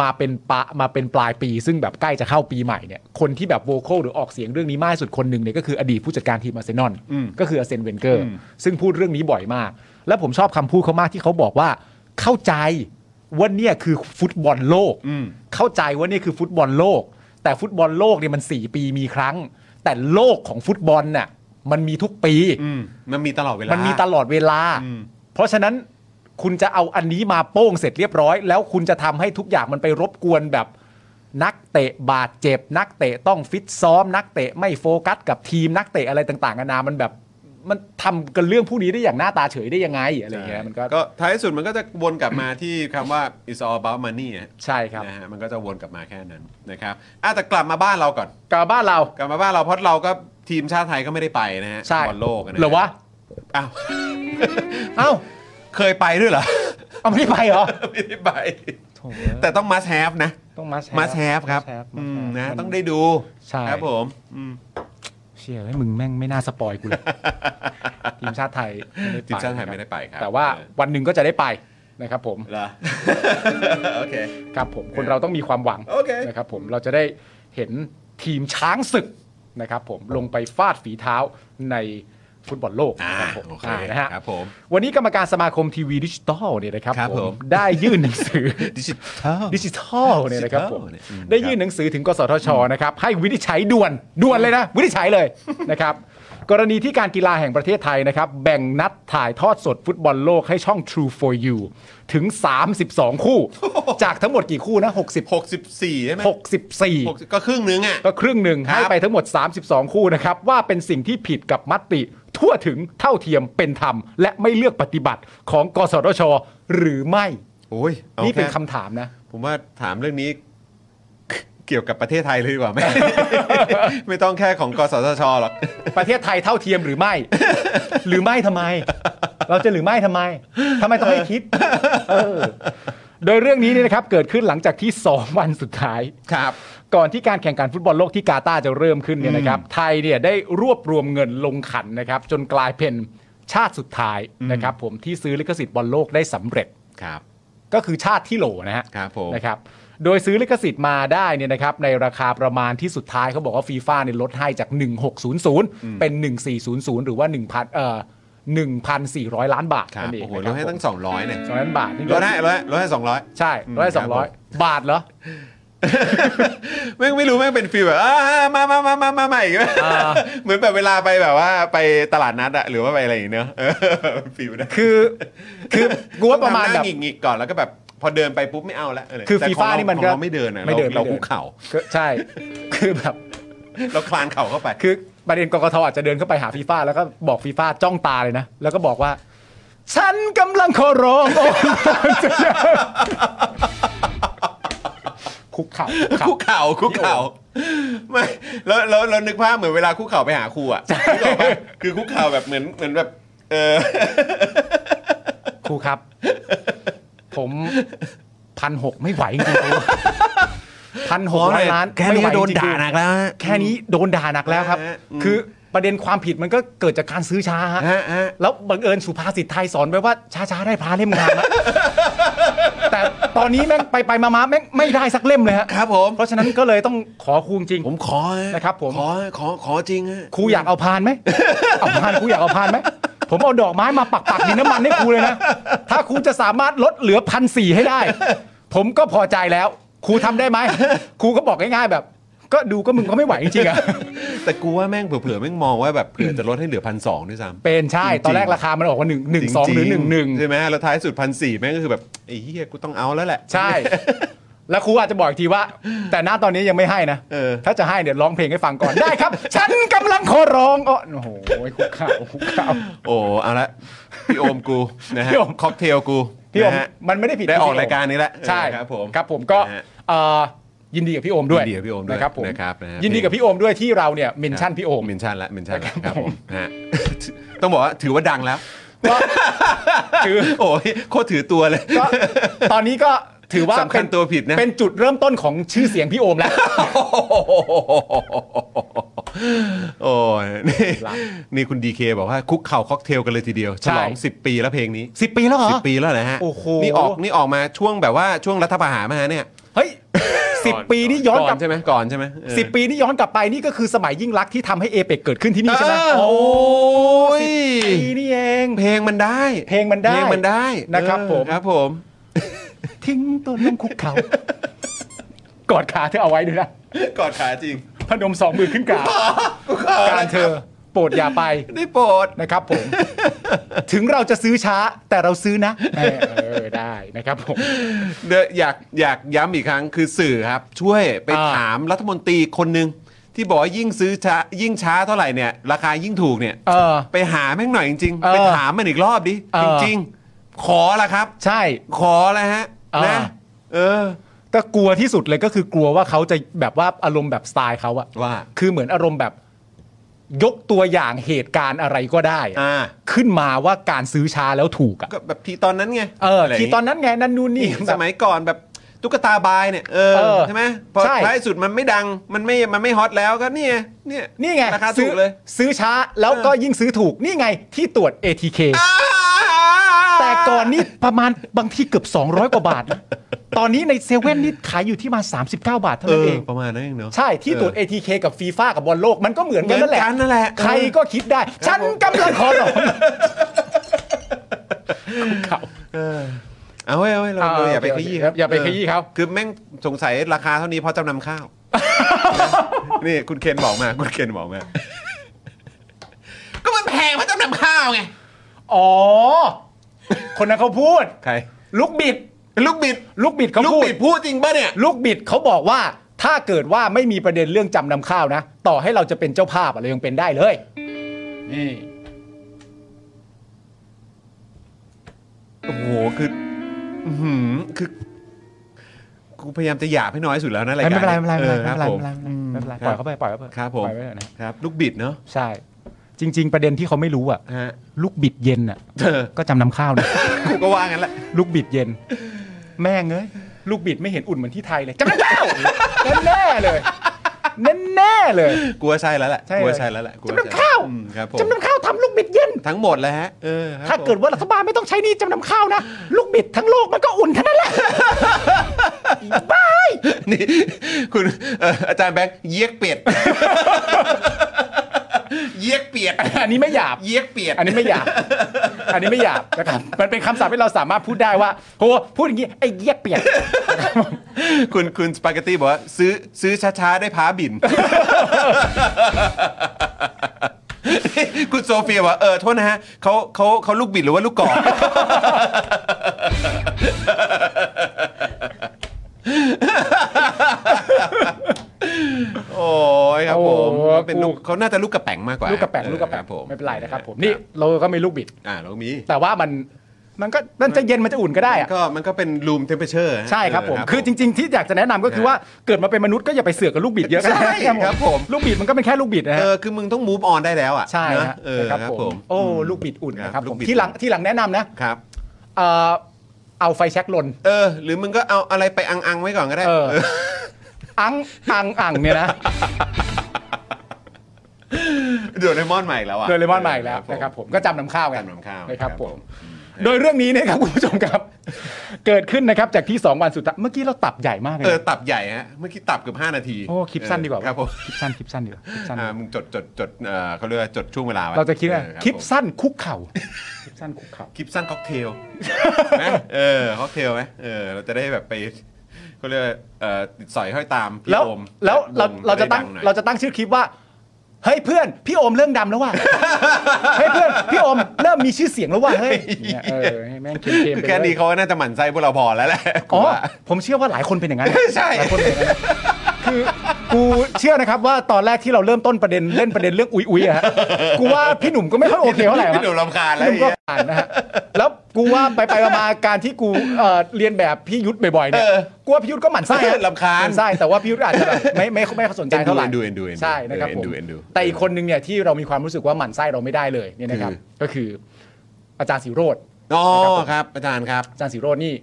S5: มาเป็นปะมาเป็นปลายปี ซึ่งแบบใกล้จะเข้าปีใหม่เนี่ยคนที่แบบโวโคหรือออกเสียงเรื่องนี้มากที่สุดคนหนึ่งเนี่ยก็คืออดีตผู้จัดการทีมอาร์เซนอล
S3: อืม
S5: ก็คืออาร์เซนเวนเกอร์ ซึ่งพูดเรื่องนี้บ่อยมาก และผมชอบคำพูดเขามากที่เขาบอกว่า เข้าใจว่าเนี่ยคือฟุตบอลโลก
S3: อืม
S5: เข้าใจว่านี่คือฟุตบอลโลก แต่ฟุตบอลโลกเนี่ยมัน 4 ปีมีครั้ง แต่โลกของฟุตบอลน่ะมันมีทุกปี
S3: อืม มันมีตลอดเวลา
S5: มั
S3: มัน
S5: มีตลอดเวลา
S3: อืม
S5: เพราะฉะนั้นคุณจะเอาอันนี้มาโป้งเสร็จเรียบร้อย แล้วคุณจะทำให้ทุกอย่างมันไปรบกวนแบบ นักเตะบาดเจ็บ นักเตะต้องฟิตซ้อม นักเตะไม่โฟกัสกับทีมนักเตะอะไรต่างๆนานามันแบบมันทำกันเรื่องผู้นี้ได้อย่างหน้าตาเฉยได้ยังไงอะไรอย่างเงี้ยมันก็
S3: ก็ท้ายสุดมันก็จะวนกลับมาที่คำว่า is all about money อะ
S5: ใช่ครับ
S3: นะฮะมันก็จะวนกลับมาแค่นั้นนะครับอ่ะแต่กลับมาบ้านเราก่อน
S5: กลับบ้านเรา
S3: กลับมาบ้านเราเพราะเราก็ทีมชาติไทยก็ไม่ได้ไปนะฮะ
S5: ใช่
S3: บอลโลกนะฮะ
S5: เหรอวะ
S3: อ้าว
S5: เอ้า
S3: เคยไปด้วยเหรอ
S5: เอาไม่ได้ไปเหรอ
S3: ไม่ได้ไป แต่ต้อง must have นะ
S5: ต้องมัส
S3: must have ครับอืมนะ ต้องได้ดู
S5: ใช่
S3: ครับผมอืม
S5: เชียร์ให้มึงแม่งไม่น่าสปอยกู เลย ทีมชาติไทยม่ด้ป
S3: ทีมชาติไทยไม่ได้ไปครับ
S5: แต่ว่า
S3: เออ
S5: วันหนึ่งก็จะได้ไปนะครับผม
S3: เหรอ โอเค
S5: ครับผมคนเราต้องมีความหวัง
S3: โอเค
S5: นะครับผมเราจะได้เห็นทีมช้างศึกนะครับผมลงไปฟาดฝีเท้าในฟุตบอลโลก
S3: อ่า
S5: นะครับผม
S3: โอเค
S5: อ่านะฮะ
S3: ครับผม
S5: วันนี้กรรมการสมาคมทีวีดิจิตอลเนี่ยนะครับ
S3: ครับผม
S5: ได้ยื่นหนังสื อ
S3: ดิจิทัล
S5: ดิจิทัลเนี่ยนะครับผม
S3: ดิจิทัลเนี่ยอืม
S5: ได้ยื่นหนังสือถึงกสทชนะครับให้วินิจฉัยด่วนด่วนเลยนะ วินิจฉัยเลยนะครับ กรณีที่การกีฬาแห่งประเทศไทยนะครับ แบ่งนัดถ่ายทอดสดฟุตบอลโลกให้ช่อง True for You ถึง 32 คู่ จากทั้งหมดกี่คู่นะ 60
S3: 64 ใช่ไหมหก
S5: 64
S3: ก็ครึ่งนึงอ่ะ
S5: ก็ครึ่งหนึ่ง
S3: ครับ
S5: ให้ไปทั้งหมด 32 คู่นะครับ ว่าเป็นสิ่งที่ผิดกับมติ ทั่วถึงเท่าเทียมเป็นธรรม และไม่เลือกปฏิบัติของกสทช หรือไม่
S3: โอ้ยอา
S5: นี่เป็น
S3: แ
S5: คำถามนะ
S3: ผมว่าถามเรื่องนี้ เกี่ยวกับประเทศไทยเลยดีกว่าไหม ไม่ต้องแค่ของกสทชหรอก
S5: ประเทศไทยเท่าเทียมหรือไม่ หรือไม่ทำไม เราจะหรือไม่ทำไมทำไมต้องให้คิดเออโดยเรื่องนี้เนี่ยนะครับเกิดขึ้นหลังจากที่ 2 วันสุดท้าย
S3: ครับ
S5: ก่อนที่การแข่งขันฟุตบอลโลกที่กาตาร์จะเริ่มขึ้นเนี่ยนะครับ ไทยเนี่ยได้รวบรวมเงินลงขันนะครับ จนกลายเป็นชาติสุดท้ายนะครับ ผมที่ซื้อลิขสิทธิ์บอลโลกได้สำเร็จ
S3: ครับ
S5: ก็คือชาติที่โหลนะฮะ
S3: ครับผม
S5: นะครับ โดยซื้อลิขสิทธิ์มาได้เนี่ยนะครับในราคาประมาณที่สุดท้ายเขาบอกว่าฟีฟ่าเนี่ยลดให้จาก 1600 เป็น 1400 หรือว่า 1,000เอ่อ1,400 ล้านบาท
S3: ครับ
S5: นั่นเอง
S3: โอ้โห
S5: นะค
S3: ล
S5: รั
S3: ด
S5: บ
S3: ให้ตั้ง 200เนี่ย
S5: สองล้านบาทนี่
S3: ลดให้ลดให้ลดให้200
S5: ใช่ลดให้
S3: อืมครับผม
S5: 200 บาทเหรอ
S3: แม่งไม่รู้แม่งเป็นฟีลแบบอ่ามามามามามาใหม่อีกไหม
S5: อ่า
S3: เหมือนแบบเวลาไปแบบว่าไปตลาดนัดอะหรือว่าไปอะไรอย่างเงี้ยเนอะ เออฟีลนะ
S5: คือ คือกูว่าประมาณ
S3: ต้อ
S5: แบ
S3: งทำหน้
S5: บ
S3: หงิกงิกๆก่อนแล้วก็แบบพอเดินไปปุ๊บไม่เอาละะไร
S5: คือ
S3: แต่
S5: ฟี
S3: ขง
S5: ฟ่า
S3: เร
S5: นี่มัน
S3: ของ
S5: ก็
S3: เราไม่เดินนะ
S5: ไม่เดิน
S3: เรา
S5: ไม่เดิน
S3: คุกเข่า
S5: ก็ใช่ คือแบบ
S3: เราคลานเข่าเข้าไป
S5: คือประเด็นกกทอาจจะเดินเข้าไปหาฟีฟ่าแล้วก็บอกฟีฟ่าจ้องตาเลยนะ แล้วก็บอกว่า ฉันกำลังขอร้องโอ้ย คุกเข่ารับ
S3: คุกเข่าคุกเข่าไม่แล้วแล้วแล้วนึกภาพเหมือนเวลาคุกเข่าไปหาครูอ่ะนึกออกปะคือคุกเข่าแบบเหมือนเหมือนแบบ เออ
S5: ครูครับ ผมพันหกไม่ไหวจริงๆพันหกร้อยล้าน
S3: แค่นี้
S5: ไม่ไหว
S3: ก็โดน
S5: จริงๆ
S3: ด่าหนักแล้วฮะ
S5: แค่นี้โดนด่าหนักแล้วครับ
S3: ฮะอืม
S5: คือประเด็นความผิดมันก็เกิดจากการซื้อช้าฮะ
S3: ฮะฮะ
S5: แล้วบังเอิญสุภาษิตไทยสอนไว้ว่าช้าๆได้พระเล่มงามอะ แต่ตอนนี้แม่งไปไปๆมาๆแม่งไม่ได้สักเล่มเลยฮะ
S3: ครับผม
S5: เพราะฉะนั้นก็เลยต้องขอครูจริง
S3: ผมขอฮ
S5: นะครับผม
S3: ขอขอขอจริงฮะ
S5: ครูอยากเอาพานไหม เอาพานครูอยากเอาพานไหม ผมเอาดอกไม้มาปักปักดินน้ำมันให้ครูเลยนะ ถ้าครูจะสามารถลดเหลือพันสี่ให้ได้ ผมก็พอใจแล้ว ครูทำได้ไหม ครูก็บอกง่ายๆแบบ ก็ดูก็มึงก็ไม่ไหวจริงๆอะ
S3: แต่กูว่าแม่งเผื่อๆแม่งมองว่าแบบเผื่อจะลดให้เหลือพันสองด้วยซ้ำ
S5: เป็นใช่ ตอนแรกราคามันออกว่าหนึ่งหนึ่งสองหรือหนึ่งหนึ่ง
S3: ใช่ไหมแล้วท้ายสุดพันสี่แม่งก็คือแบบไอ้เหี้ยกูต้องเอาแล้วแหละ
S5: ใช่ แล้วครูอาจจะบอกอีกทีว่า แต่หน้าตอนนี้ยังไม่ให้นะ
S3: เออ
S5: ถ้าจะให้เดี๋ยวร้องเพลงให้ฟังก่อน ได้ครับ ฉันกำลังขอร้องอ้อโอ้โหคุกเข่าคุกเข่า
S3: โอ้เอาละพี่โอมกูนะฮะ
S5: พี่โอม
S3: ค็อกเทลกู
S5: พี่โอม
S3: นะฮะ
S5: มันไม่ได้ผิด
S3: ได้ออ
S5: ที่
S3: ก
S5: พี่โม
S3: รายการนี้แล้ว
S5: ใช่
S3: เออครับผม
S5: ครับผมก็
S3: นะฮะ
S5: เอ่อยินดีกับพี่โอมด้วย
S3: ยินดีกับพี่โอมด้วย
S5: นะครับผม
S3: นะครับนะฮะ
S5: ยินดีกับพี่โอมด้วยที่เราเนี่ยเมนชั่นพี่โอม
S3: เมนชั่นละเมนชั่นละครับผมนะฮะ ต้องบอกว่าถือว่าดังแล้ว
S5: ถือ
S3: โอ้ยโคตรถือตัวเลย
S5: ก็ตอนนี้ก็ถือว่า
S3: สำคัญ
S5: เป็น
S3: ตัวผิดนะ
S5: เป็นจุดเริ่มต้นของชื่อเสียงพี่โอมแล้ว
S3: โอ้ยนี่
S5: หลับ
S3: นี่คุณดีเคบอกว่าคุกเข่าค็อกเทลกันเลยทีเดียวฉ
S5: ใช่
S3: ลอง10 ปีแล้วเพลงนี้
S5: สิบปีแล้วเหรอ
S3: 10 ปีแล้วนะฮะ
S5: โอ้โห
S3: นี่ออกนี่ออกมาช่วงแบบว่าช่วงรัฐประหารมาฮะเนี่ย
S5: เฮ้ยสิบปีนี่ย้อน
S3: ก่
S5: ก
S3: อ
S5: ลั
S3: น
S5: บ
S3: ใช่ไหมก่อนใช่ไหมเออ
S5: สิบปีนี่ย้อนกลับไปนี่ก็คือสมัยยิ่งรักษณ์ที่ทำให้เอเปกเกิดขึ้นที่นี่ใช่ไหม
S3: เออโอ้ย
S5: ปีนี่เอง
S3: เพลงมันได้
S5: เพลงมันได้
S3: เพลงมันได้
S5: นะครับ
S3: เออ
S5: ผม
S3: ครับผม
S5: ทิ้งตัวลงคุกเขากอดขาเธอเอาไว้ด้วยนะ
S3: กอดขาจริง
S5: พนมสองมือขึ้นก ราบการเธอโปรดอย่าไป
S3: ได้โปรด
S5: นะครับ ผม ถึงเราจะซื้อช้าแต่เราซื้อนะเออเออได้นะครับผม
S3: เดยวอยากอยากย้ำอีกครั้งคือสื่อครับ ช่วยไป
S5: อ่า
S3: ถามรัฐมนตรีคนหนึ่งที่บอกว่ายิ่งซื้อช้ายิ่งช้าเท่าไหร่เนี่ย ราคายิ่งถูกเนี่ย
S5: เออ
S3: ไปหาแม่งหน่อยจริง
S5: เอ
S3: ๆ
S5: อ
S3: ไปถามมันอีกรอบดิ
S5: เอ
S3: จ
S5: อ
S3: ริง ๆ ขอละครับ
S5: ใช่
S3: ขอละฮะ
S5: เออ
S3: นะเออ
S5: ก็กลัวที่สุดเลยก็คือกลัวว่าเขาจะแบบว่าอารมณ์แบบสไตล์เขาอะ
S3: ว่า
S5: คือเหมือนอารมณ์แบบ ยกตัวอย่างเหตุการณ์อะไรก็ได้อะ
S3: อ่า
S5: ขึ้นมาว่าการซื้อช้าแล้วถูกอะ
S3: ก็แบบทีตอนนั้นไง
S5: เออ
S3: อะไร
S5: ที่ตอนนั้นไงนั่นนู่นนี่
S3: นี่
S5: แบ
S3: ส
S5: บ
S3: มัยก่อนแบบตุ๊กตาบายเนี่ยเออ
S5: เออ
S3: ใช่ไหมพอ
S5: ใช่
S3: ท้ายสุดมันไม่ดังมันไม่มันไม่ฮอตแล้วก็เนี่ยเนี่ย
S5: นี่ไง
S3: ราคา
S5: ซื้
S3: ถู
S5: อก
S3: เลย
S5: ซื้อช้าแล้ว
S3: เออ
S5: ก็ยิ่งซื้อถูกนี่ไงที่ตรวจ ATK แต่ก่อนนี่ประมาณบางทีเกือบ 200 กว่าบาทนะตอนนี้ในเซเว่นนี่ขายอยู่ที่มา 39 บาทเท่า
S3: เอ
S5: นั้น
S3: อ
S5: เอง
S3: ประมาณนั้นเองเนอะ
S5: ใช่ที่ตรวจ ATK กับฟีฟ่ากับบอลโลกมันก็เหมือนกันนั่นแหละ
S3: เหมือนกันนั่นแหละ
S5: ใครก็คิดได้ ฉันกำลังขอร้อง
S3: เอาไว้เอาไว้เรา
S5: เออ
S3: เราอย่าไป
S5: โอ
S3: ข
S5: เค
S3: ยี้
S5: ครับอย่าไปขยี้เขา
S3: ออคือแม่งสงสัยราคาเท่านี้เพราะจำนำ ข้าว นี่คุณเคนบอกมา คุณเคนบอกมา พงเพราะจำนำข้าวไง
S5: อ๋อ คนนั้นเขาพูด
S3: ใคร
S5: ลูกบิด
S3: ลูกบิด
S5: ลูกบิดเขา
S3: ลูก
S5: พูด
S3: บิดพูดจริงป่ะเนี่ย
S5: ลูกบิดเขาบอกว่า ถ้าเกิดว่าไม่มีประเด็นเรื่องจำนำข้าวนะ ต่อให้เราจะเป็นเจ้าภาพอะไรายังเป็นได้เลย นี่
S3: โอ้โห คืออื้อหือคือ กูพยายามจะหยาบให้น้อยสุดแล้วนะรายการ
S5: ไม่เป็นไรไม่เป็นไรไม่เป็นไร
S3: ออครับผม
S5: ไม่เป็นไร
S3: ค
S5: ปล่
S3: รับ
S5: อยเขาไปปล่อยเขาไป
S3: ครับผม
S5: ปล่อยไว้เถอะนะครับ
S3: ลูกบิดเนาะ
S5: ใช่ จริง ๆ ประเด็นที่เขาไม่รู้อ่ะ
S3: ฮะ
S5: ลูกบิดเย็นอ่ะ
S3: เออ
S5: ก็จำนำข้าวนะ
S3: กูก็ว่างั้นแหละ
S5: ลูกบิดเย็น แม่งเอ้ยลูกบิดไม่เห็นอุ่นเหมือนที่ไทยเลยจำนำข้าวแน่ๆเลยแน่ๆเลย
S3: กูว่าใช่แล้วแหละ
S5: ใช่เล
S3: กู
S5: ย
S3: ว่าใช่แล้วแหละ
S5: จำนำข้าว
S3: อืมครับผม
S5: จำนำข้าวทำลูกบิดเย็น
S3: ทั้งหมดแล้วฮะ เออครับ
S5: ถ้า
S3: ผม
S5: เกิดว่ารัฐบาลไม่ต้องใช้หนี่จำนำข้าวนะ ลูกบิดทั้งโลกมันก็อุ่นแค่นั้นแห ละบาย
S3: นี่คุณเอ่ออาจารย์แบงค์เยียกเปียด เยียกเปียด
S5: อันนี้ไม่หยาบ
S3: เยียกเปียด
S5: อันนี้ไม่หยาบ อันนี้ไม่หยาบนะครับ มันเป็นคำศัพท์ที่เราสามารถพูดได้ว่าโหพูดอย่างนี้ไอ้เยียเปียก
S3: คุณคุณสปาเกตตี้บอกว่าซื้อซื้อช้าๆได้พ้าบิน คุณโซเฟียบอกว่าเออโทษนะฮะเขาเขาเขาลูกบิดหรือว่าลูกกอก โอ้ยครับผม
S5: โอ้
S3: เป็นลูกเขาน่าจะลูกกระแป๋งมากกว่า
S5: ลูกกระแปงลูกกระแป
S3: ค
S5: ง
S3: บผม
S5: ไม่เป็นไรนะครับผมนี่เราก็ไม่ลูกบิด
S3: อ่าเรามี
S5: แต่ว่ามันมันก็มันจะเย็นมันจะอุ่นก็ได้อะ
S3: ก็มันก็เป็นรูมเทมเ a อร์เชอร์
S5: ใช่ครับผม คือจริง ๆ ที่อยากจะแนะนำก็คือว่าเกิดมาเป็นมนุษย์ก็อย่าไปเสือกกับลูกบิดเยอะ
S3: ใช่ครับผม
S5: ลูกบิดมันก็เป็นแค่ลูกบิดนะ
S3: เอ
S5: ฮะ
S3: อคือมึงต้องมูฟออนได้แล้วอ่ะ
S5: ใช่
S3: นะ
S5: ฮะ
S3: เออครับผม
S5: โอ้ลูกบิดอุ่นนะครับ
S3: ลู
S5: ผ
S3: ก
S5: ม
S3: บิด
S5: ที่หลังที่หลังแนะนำนะครับ เอ่อเอาไฟแช็กลน
S3: เออ หรือมึงก็เอาอะไรไปอังอังๆไว้ก่อน ก็ได้
S5: เออ อังอังอังเนี่ยนะ
S3: เดี๋ยวเลมอนใหม่แล้วอ่ะ
S5: โดยเลมอนใหม่แล้วนะครับผมก็จำนำข้าวกัน
S3: จำนำข้าว
S5: นะครับผม โดยเรื่องนี้เนะครับคุณผู้ชมครับ เกิดขึ้นนะครับจากที่ 2 วันสุดท้ายเมื่อกี้เราตับใหญ่มากเลย
S3: เออ
S5: นะ
S3: ตับใหญ่ฮะเมื่อกี้ตับเกือบ5 นาที
S5: โอ้คลิปสั้นดีกว่า
S3: ครับผม
S5: คลิปสั้นคลิปสั้นดีกว่าคลิปสั้น
S3: อ่ามึงจดจดจดเออเขาเรียกว่าจดช่วงเวลาไว้
S5: เราจะคิดว่า
S3: เออรับ
S5: คลิป
S3: ผม
S5: สั้นคุกเข่าคลิปสั้นคุกเข่า
S3: คลิปสั้นค็อกเทล ไหมเออค็อกเทลไหมเออเราจะได้แบบไปเขาเรียกว่าเอ่อติดสอยห้อยตามพี่
S5: แล้ว
S3: โอม
S5: แล้วเรา
S3: ว
S5: เราจะตั้ง
S3: ได้ดัหน่อย
S5: เราจะตั้งชื่อคลิปว่าเฮ้ยเพื่อนพี่โอมเรื่องดำแล้วว่ะ เฮ้ยเพื่อนพี่โอมเริ่มมีชื่อเสียงแล้วว่ะเฮ้ยเนี่ยเออให้แม่งเข้มๆ
S3: คือ
S5: ไป
S3: แค่
S5: เล
S3: นี้
S5: ย
S3: เขาก็น่าจะหมั่นไส้พวกเราพอแล้วแหละกู
S5: อ๋อ
S3: ว่า
S5: ผมเชื่อว่าหลายคนเป็นอย่างนั้น
S3: ใช่
S5: หลายคนเป็นอย่างนั้นคือกูเชื่อนะครับว่าตอนแรกที่เราเริ่มต้นประเด็นเล่นประเด็นเรื่องอุยอุยอะฮะกูว่าพี่หนุ่มก็ไม่ค่อยโอเคเท่าไหร่วะ
S3: พี่หนุ่มรำคาญแล้ว
S5: เรื่องก็ผ่านนะฮะ แล้วกูว่าไปไปมาๆการที่กูเอ่อเรียนแบบพี่ยุทธบ่อยๆเนี่ย
S3: เออ
S5: กูว่าพี่ยุทธก็หมั่นไส้อะ
S3: รำคาญ
S5: หมั่นไส้แต่ว่าพี่ยุทธอาจจะแบบไม่ไม่ไม่ค่อยสนใจเท่าไหร่
S3: เอ็นดูเอ็นดูเอ็นดู
S5: ใช่นะครับผม
S3: เออเอ็นดูเอ็นดู
S5: แต่อีกคนนึงเนี่ยที่เรามีความรู้สึกว่าหมั่นไส้เราไม่ได้เลยเนี่ยนะครับ
S3: คือ
S5: ก็คืออาจารย์สิโรธ
S3: อ๋อครับ อาจารย์ครับ
S5: อาจารย์สิโรธนี่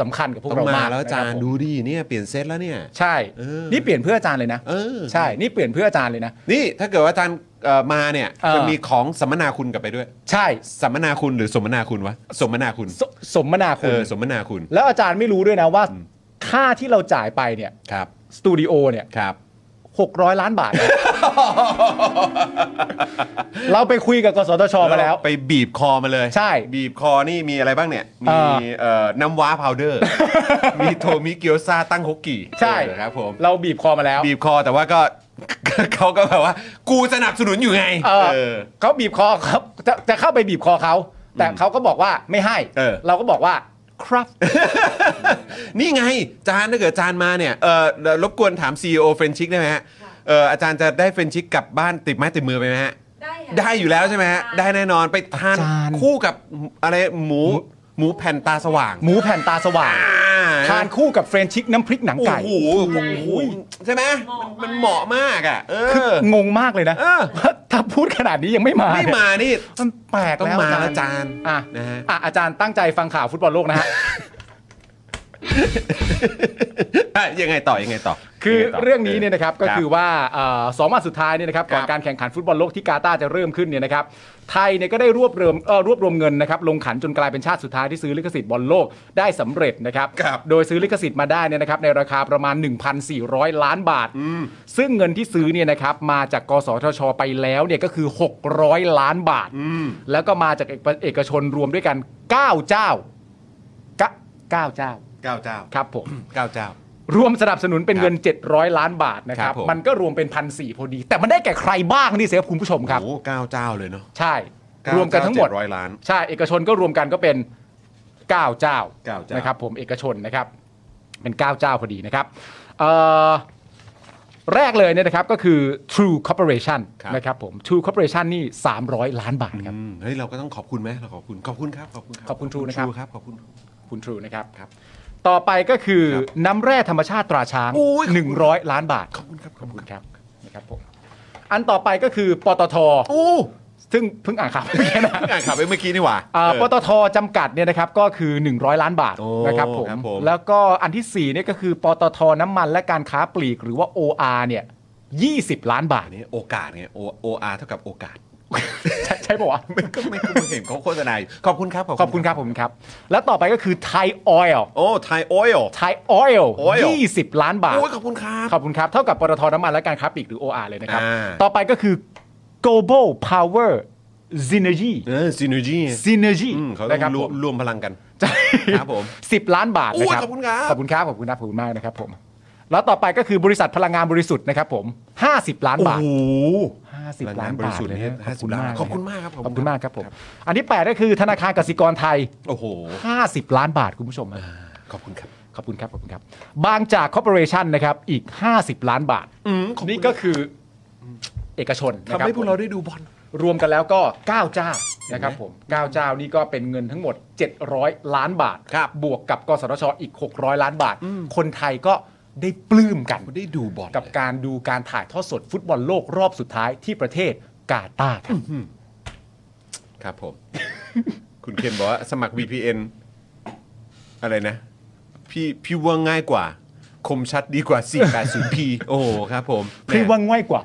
S5: สำคัญกับพวก
S3: ต้องมาม
S5: เราาก
S3: แล้วอาจาร
S5: นะค
S3: ย์
S5: บผม
S3: ดูดิเนี่ยเปลี่ยนเซตแล้วเนี่ย
S5: ใช่
S3: เออ
S5: นี่เปลี่ยนเพื่ออาจารย์เลยนะ
S3: เออ
S5: ใช่ นี่เปลี่ยนเพื่ออาจารย์เลยนะ
S3: นี่ถ้าเกิดว่าอาจารย์เอ่อมาเนี่ย
S5: เออ
S3: จะมีของสัมมนาคุณกลับไปด้วย
S5: ใช่
S3: สัมมนาคุณหรือสมมนาคุณวะสมมนาคุณ
S5: สสมนาคุ
S3: เอ
S5: ณ
S3: อสมมนาคุณ
S5: แล้วอาจารย์ไม่รู้ด้วยนะว่าค่าที่เราจ่ายไปเนี่ย
S3: ครับ
S5: สตูดิโอเนี่ย
S3: ครับ
S5: 600 ล้านบาท เราไปคุยกับกสทชมาแล้ว
S3: ไปบีบคอมาเลย
S5: ใช่
S3: บีบคอนี่มีอะไรบ้างเนี่ย
S5: เอ
S3: มี
S5: อ
S3: เอ่อน้ำว้าพาวเด อร์ มีโทมิเกียวซาตั้งฮกกี่
S5: ใช่
S3: เออครับผม
S5: เราบีบคอมาแล้ว
S3: บีบคอแต่ว่าก็ เขาก็แบบว่า กูสนับสนุนอยู่ไง
S5: เออ
S3: เออ
S5: เขาบีบคอครับจะจะเข้าไปบีบคอเขา แต่เขาก็บอกว่าไม่ให้
S3: เออ
S5: เราก็บอกว่าครับ
S3: นี่ไงจานถ้าเกิดจานมาเนี่ยเออรบกวนถาม CEO เฟรนชิกได้ไหมฮะเอออาจารย์จะได้เฟรนชิกกลับบ้านติดไม้ติดมือไปไหมฮะ
S6: ได้ค่ะ
S3: ได้อยู่แล้วใช่ไหมฮะ ได้แน่นอนไปทาน
S5: จาน
S3: คู่กับอะไรหมูหมูแผ่นตาสว่าง
S5: หมูแผ่นตาสว่าง
S3: อ่
S5: ทานคู่กับเฟรนชิกน้ำพริกหนัง
S3: โอ้
S5: ไก่
S3: โหโอ้โหใช่ไหมมันมันเหมาะมากอ่ะ เออ
S5: งงมากเลยนะ
S3: เออ
S5: ว่าถ้าพูดขนาดนี้ยังไม่มา
S3: ไม่
S5: เนี่ย
S3: มานี่
S5: มันแปลก
S3: ต้อง
S5: แล้ว
S3: มา
S5: อา
S3: อา
S5: จารย์
S3: จารย์
S5: อ่ะ
S3: นะฮะ
S5: อ่ะอาจารย์ตั้งใจฟังข่าวฟุตบอลโลกนะฮะ
S3: อ่ะยังไงต่อยังไงต่อ
S5: คือ
S3: ยังไต่
S5: เรื่องนี้เนี่ยนะครับก็คือว่าเอ่อสองวันสุดท้ายเนี่ยนะครับ
S3: ครั
S5: ก่
S3: บ
S5: อนการแข่งขันฟุตบอลโลกที่กาตาร์จะเริ่มขึ้นเนี่ยนะครับไทยเนี่ยก็ได้รวบรวมเอ่อรวบรวมเงินนะครับลงขันจนกลายเป็นชาติสุดท้ายที่ซื้อลิขสิทธิ์บอลโลกได้สำเร็จนะครับ
S3: ครับ
S5: โดยซื้อลิขสิทธิ์มาได้เนี่ยนะครับในราคาประมาณ 1,400 ล้านบาท ซึ่งเงินที่ซื้อเนี่ยนะครับมาจากกสทช ไปแล้วเนี่ยก็คือ 600 ล้านบาท แล้วก็มาจากเอกเอกชนรวมด้วยกัน 9 เจ้าเก้าเก้าเจ้า
S3: เก้าเจ้า
S5: ครับผม
S3: เก้าเจ้า
S5: รวมสนับสนุนเป็นเงิน 700 ล้านบาทนะค
S3: ค
S5: รั
S3: รับ บผม
S5: มันก็รวมเป็นพันสพอดี แต่มันได้แก่ใครบ้างนี่เสียครับคุณผู้ชมครับ
S3: โอ้โหเก้าเจ้าเลยเนาะ
S5: ใช่
S3: เก้าร
S5: วมกันทั้งหมด
S3: เก้าเจ็ดร้อยล้าน
S5: ใช่เอกชนก็รวมกันก็เป็นเก้าเจ้า
S3: เก้าเจ้าน
S5: นะครับผมเอกชนนะครับเป็นเก้าเจ้าพอดีนะครับเอ่อแรกเลยเนี่ยนะครับก็คือ True Corporation นะครับผม True Corporation นี่ 300 ล้านบาทครับ
S3: อืมเฮ้ยเราก็ต้องขอบคุณไหมเราขอบคุณขอบคุณครับขอบคุณ
S5: ขอบคุณ True นะครับ
S3: ขอบคุณ
S5: คุณทรูนะครับ ต่อไปก็คือน้ำแร่ธรรมชาติตราช้าง 100 ล้านบาท ขอบคุณครับ ขอบคุณครับ นะครับผม อันต่อไปก็คือปตทซึ่งเพิ่งอ่านข่าวไปเมื่อกี้นะ
S3: เพิ่งอ่านข่าวไปเมื่อกี้นี่หว่า
S5: อ่า
S3: เออ
S5: ปตทจำกัดเนี่ยนะครับก็คือ 100 ล้านบาทนะครับผม
S3: ครับผม
S5: แล้วก็อันที่ 4 เนี่ยก็คือปตทน้ำมันและการค้าปลีกหรือว่า OR เนี่ย 20 ล้านบาท
S3: นี่โอกาสไง O OR เท่ากับโอกาส
S5: ใช่ใช่ป่าวะ
S3: ไม่ก็ไม่ก็เห็นเขาโฆษณาอยู่ขอบคุณครับ
S5: ขอบคุณครับผมครับ แล้วต่อไปก็คือไทยออยล์
S3: โอ้ไทยออยล์
S5: ไทยออยล์
S3: Oil
S5: 20 ล้านบาท
S3: โอ้ยขอบคุณครับ
S5: ขอบคุณครับ เท่ากับปตทน้ำมันและการค้าปลีกหรือ OR เลยนะครับ
S3: อ่า
S5: ต่อไปก็คือ global power synergy
S3: เออซีโนจี
S5: synergy
S3: เขาต้
S5: นะ
S3: อ
S5: ครับ
S3: งร
S5: ผ
S3: วม
S5: ม
S3: รวมพลังกัน ครับผม
S5: 10 ล้านบาท
S3: โอ้ย
S5: นะครับ
S3: ขอบคุณครับ
S5: ขอบคุณครับ ขอบคุณครับขอบคุณมากนะครับผม แล้วต่อไปก็คือบริษัทพลังงานบริสุทธิ์นะครับผม 50 ล้านบาท
S3: โอ้โห
S5: 50 ล้านบาทเลยนะ
S3: พลังงานบริสุทธิ์เนี่ย50ล้าน
S5: นะ
S3: ขอบคุณมากครับ
S5: ข
S3: ข
S5: อ
S3: อ
S5: บบ
S3: คุ
S5: คุณมาม
S3: ณาก ก
S5: ค
S3: ค
S5: รั
S3: รั
S5: บบ ผม อันที่ 8 ก็คือธนาคารกสิกรไทย
S3: โอ้โห
S5: 50 ล้านบาท คุณผู้ชมฮะ
S3: ขอบคุณครับ
S5: ขอบคุณครับ ขอบคุณครับ บางจากคอร์ปอเรชันนะครับ อีก 50 ล้านบาท
S3: อืมขอบคุณ
S5: นี่ก็คือเอกชนนะค
S3: ทำ
S5: รับ
S3: ให้พวกเราได้ดูบอล
S5: รวมกันแล้วก็ 9 เจ้านะครับผม 9 เจ้านี่ก็เป็นเงินทั้งหมด 700 ล้านบาท
S3: ครับ
S5: บวกกับกสทชอีก 600 ล้านบาท คนไทยก็ได้ปลื้มกัน
S3: ได้ดูบอล
S5: กับการดูการถ่ายทอดสดฟุตบอลโลกรอบสุดท้ายที่ประเทศกาตาร์ครับ
S3: ครับผม คุณเคนบอกว่าสมัคร VPN อะไรนะ พี่พี่ว่าง่ายกว่า คมชัดดีกว่า 480p โอ้โหครับผมแหม
S5: พี่ว่าง่ายกว่า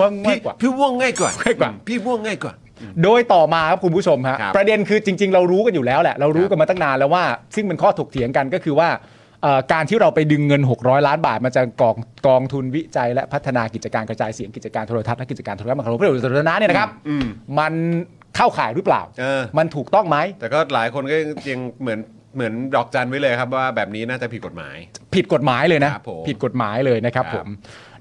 S5: ว่าง่ายกว่า
S3: พี่ว่าง่ายกว่า
S5: ง่ายกว่า
S3: อืมพี่ว่าง่ายกว่า
S5: โดยต่อมาครับคุณผู้ชมฮะ
S3: ครับ
S5: ประเด็นคือจริง ๆ เรารู้กันอยู่แล้วแหละเรารู้กันมาตั้งนานแล้วว่า ซึ่งเป็นข้อถกเถียงกันก็คือว่าเอ่อการที่เราไปดึงเงิน 600 ล้านบาทมาจากกองกองทุนวิจัย และพัฒนากิจการกระจายเสียงกิจการโทรทัศน์และกิจการโทรคมนาคมเพื่อสาธารณะเนี่ยนะครับ
S3: อืม
S5: มันเข้าข่ายหรือเปล่า
S3: เออ
S5: มันถูกต้องไหม
S3: แต่ก็หลายคนก็ยังเหมือนเหมือนดอกจันไว้เลยครับว่าแบบนี้น่าจะผิดกฎหมาย
S5: ผิดกฎหมายเลยนะครับ
S3: ผม
S5: ผิดกฎหมายเลยนะครับ
S3: ครับ
S5: ผม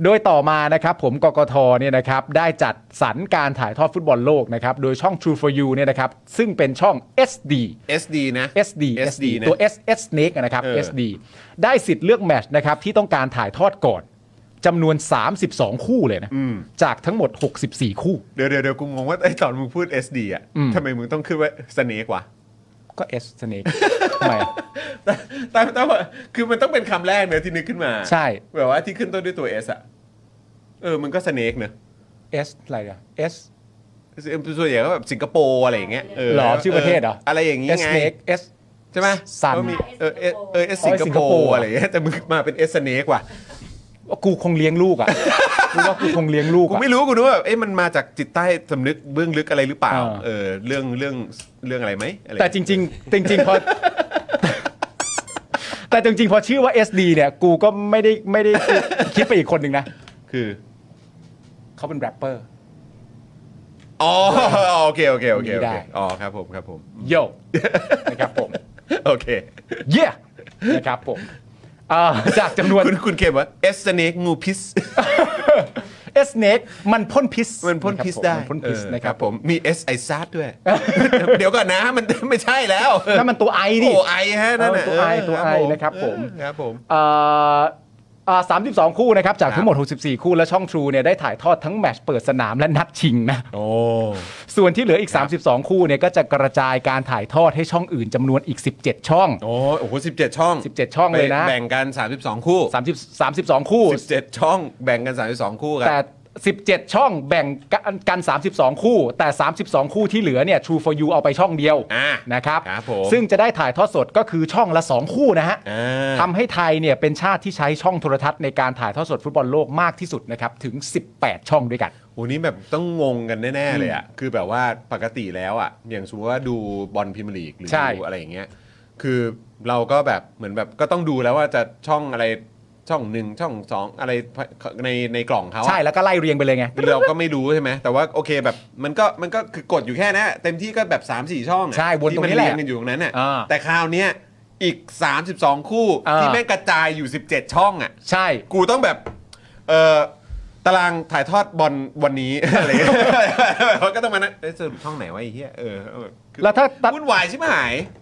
S5: โดยต่อมานะครับผมกกทเนี่ยนะครับได้จัดสรรการถ่ายทอดฟุตบอลโลกนะครับโดยช่อง True for You เนี่ยนะครับซึ่งเป็นช่อง SD
S3: SD นะ
S5: SD
S3: SD นะ
S5: ตัว S S Snake นะครับ
S3: เออ
S5: SD ได้สิทธิ์เลือกแมตช์นะครับที่ต้องการถ่ายทอดก่อนจำนวน 32 คู่เลยนะ
S3: อืม
S5: จากทั้งหมด 64 คู่
S3: เดี๋ยวเดี๋ยวเดี๋ยวกูงงว่าไอ้ตอนมึงพูด SD อ่ะ
S5: อืม
S3: ทำไมมึงต้องขึ้นว่าสเนกวะ
S5: ก็ S Snake ทำไมอะ
S3: แต่แต่แต่ว่าคือมันต้องเป็นคำแรกเนอะที่นึกขึ้นมา
S5: ใช่
S3: แบบว่าที่ขึ้นต้นด้วยตัว S อ่ะ เออ มันก็สเนกเนอะ
S5: S อะไรอะ S
S3: ส่วนใหญ่ก็แบบสิงคโปร์อะไรอย่างเงี้ยเออ
S5: หรอชื่อประเทศเหรอ
S3: อะไรอย่างงี้
S5: S
S3: ไง
S5: Snake S
S3: ใช่ไหม
S5: Sun
S3: ก็มีเออเออเออ S
S5: อ๋
S3: สิ
S5: อง S
S3: ค
S5: สิงค
S3: โป
S5: โปร์
S3: ร์
S5: อะ
S3: อะไรอย่างเงี้ยแต่มึงมาเป็น S สเนกว่ะ
S5: ว่ากูคงเลี้ยงลูกอ่ะ กูว่ากูคงเลี้ยงลูก
S3: กู
S5: อะ
S3: ไม่รู้กูนึกว่าเอ๊ะมันมาจากจิตใต้สำนึกเบื้องลึกอะไรหรือเปล่า
S5: อ่า
S3: เออเรื่องเรื่องเรื่องอะไรไหมอะไร
S5: แต่จริง ๆ จริง ๆ พอ แต่จริง ๆ พอชื่อว่า SD เนี่ย กูก็ไม่ได้ไม่ได้คิดไปอีกคนหนึ่งนะ
S3: คือ
S5: เขาเป็นแรปเปอร์
S3: อ๋ อโอเคโอเคโอเคโอ
S5: ไม่
S3: เค
S5: ได้
S3: อ๋อครับผมครับผม
S5: โยนะครับผม
S3: โอเค
S5: เย่นะครับผมอ่าจากจำนวน
S3: คุณคุณเคบอกว่าเอสเนกงูพิษ
S5: เอสเนกมันพ่นพิษ
S3: มันพ่นพิษ
S5: ะ
S3: ได้
S5: ครับผมมันพ่นพิษ
S3: เออ
S5: นะครับ
S3: ผมมีเอสไอซาดด้วย เดี๋ยวก่อนนะมันไม่ใช่แล้ว
S5: นั่นมันตัวไอดิ
S3: โอ้ไอฮะนั่นน่ะ
S5: เออตัว I
S3: เ
S5: ตัว I
S3: ผม
S5: นะครับผม
S3: เออครับผม
S5: สามสิบสองคู่นะครับ จาก
S3: ครับ
S5: ทั้งหมด 64 คู่และช่อง True เนี่ยได้ถ่ายทอดทั้งแมตช์เปิดสนามและนัดชิงนะ
S3: โอ้
S5: ส่วนที่เหลืออีก 32 คู่เนี่ยก็จะกระจายการถ่ายทอดให้ช่องอื่นจำนวนอีก 17 ช่อง
S3: โอ้โหสิบเจ็ดช่อง
S5: 17 ช่องเลยนะ
S3: แบ่งกัน 32 คู่
S5: 30 32 คู่
S3: สิบเจ็ดช่องแบ่งกัน 32 คู่ค
S5: แต่
S3: รับ
S5: 17 ช่องแบ่งกันกัน 32 คู่ แต่ 32 คู่ที่เหลือเนี่ย True for you เอาไปช่องเดียว
S3: อ่า
S5: นะครับ
S3: ครับผม
S5: ซึ่งจะได้ถ่ายทอดสดก็คือช่องละ 2 คู่นะฮะ
S3: อ่า
S5: ทำให้ไทยเนี่ยเป็นชาติที่ใช้ช่องโทรทัศน์ในการถ่ายทอดสดฟุตบอลโลกมากที่สุดนะครับ ถึง 18 ช่องด้วยกัน
S3: โหนี่แบบต้องงงกันแน่ ๆ เลยอ่ะ คือแบบว่าปกติแล้วอ่ะ อย่างสมมติว่าดูบอลพรีเมียร์ลีกหรือ
S5: ใช่
S3: ดูอะไรอย่างเงี้ย คือเราก็แบบเหมือนแบบก็ต้องดูแล้วว่าจะช่องอะไรช่องหนึ่งช่องสองอะไรในในกล่องเขาอะ
S5: ใช่แล้วก็ไล่เรียงไปเลยไง
S3: เราก็ไม่รู้ใช่ไหมแต่ว่าโอเคแบบมันก็มันก็คือกดอยู่แค่นั้นอะเต็มที่ก็แบบ 3 4 ช่องอะ
S5: ใช่วน
S3: ที่
S5: ตรง
S3: มั
S5: นี้แหละ
S3: เรียงกันอยู่ตรงนั้นอ่ะ
S5: อ่า
S3: แต่คราวเนี้ยอีก 32 คู่
S5: อ่า
S3: ที่แม่งกระจายอยู่ 17 ช่องอ่ะ
S5: ใช่
S3: กูต้องแบบ เออ ตารางถ่ายทอดบอลวันนี้ อะไรเงี้ย เขาก็ต้องมานั่งเอ้ยสรุปช่องไหนวะไอ้เหี้ยเออเออคือ
S5: แล้วถ้าตัด
S3: วุ่นวายใช่ ไหม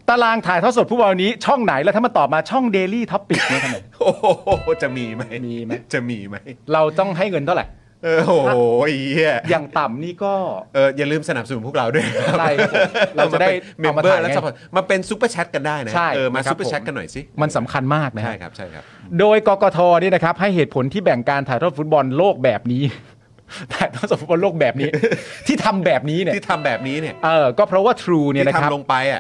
S5: ตารางถ่ายทอดสดฟุตบอลวันนี้ช่องไหนแล้วถ้ามันตอบมาช่อง Daily Topic เนี่ยทำไม
S3: โอ้โหจะมีไหมมีไหม จะมีไหม
S5: เราต้องให้เงินเท่าไหร่
S3: เออโอ้โหเหี้ย
S5: อย่างต่ำนี่ก็
S3: เอออย่าลืมสนับสนุนพวกเราด้วยนะครับ
S5: ใช่ครับผมเราจะได้
S3: เมม
S5: เอามา
S3: เบอ
S5: ถ่า
S3: ร์
S5: ย
S3: แล้ว
S5: ไง
S3: สปอนมาเป็นซุปเปอร์แชทกันได้นะ
S5: ใช่
S3: เออมา
S5: นะครับ
S3: ซุปเปอร์แชท
S5: ผม
S3: กันหน่อยสิ
S5: มันสำคัญมากนะฮะ
S3: ใช่ครับใช่ครับ
S5: โดยกกทนี่นะครับ ให้เหตุผลที่แบ่งการถ่ายทอดฟุตบอลโลกแบบนี้ ถ่ายทอดสดฟุตบอลโลกแบบนี้ ที่ทำแบบนี้เนี่ย
S3: ที่ทำแบบนี้เนี่ย
S5: เออก็เพราะว่า True เนี่ย
S3: ที่
S5: นะครับ
S3: ทำลงไป อ่ะ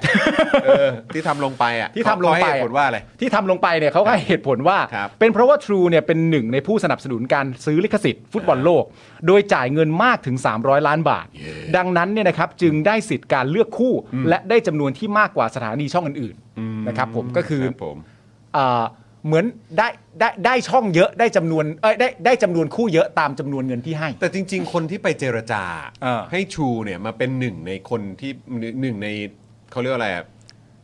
S3: เออที่ทำลงไปอ่ะ
S5: ที่ทำลงไป
S3: เขาให้เหตุผลว่าอะไร
S5: ที่ทำลงไปเนี่ยเขาก็ให้เหตุผลว่า
S3: ครับ
S5: เป็นเพราะว่า True เนี่ยเป็นหนึ่งในผู้สนับสนุนการซื้อลิขสิทธิ์ฟุตบอลโลก โดยจ่ายเงินมากถึง 300 ล้านบาท ดังนั้นเนี่ยนะครับจึงได้สิทธิ์การเลือกคู่ และได้จำนวนที่มากกว่าสถานีช่องอื่นๆนะครับผมก็คือ
S3: รับผม
S5: เอ่อเหมือนได้ได้ได้ช่องเยอะได้จำนวนเอ้ยได้ได้จำนวนคู่เยอะตามจำนวนเงินที่ให้
S3: แต่จริง ๆ คนที่ไปเจรจา
S5: เออ
S3: ให้ชูเนี่ยมาเป็นหนึ่งในคนที่หนึ่งในเขาเรียกว่าอะไรอะ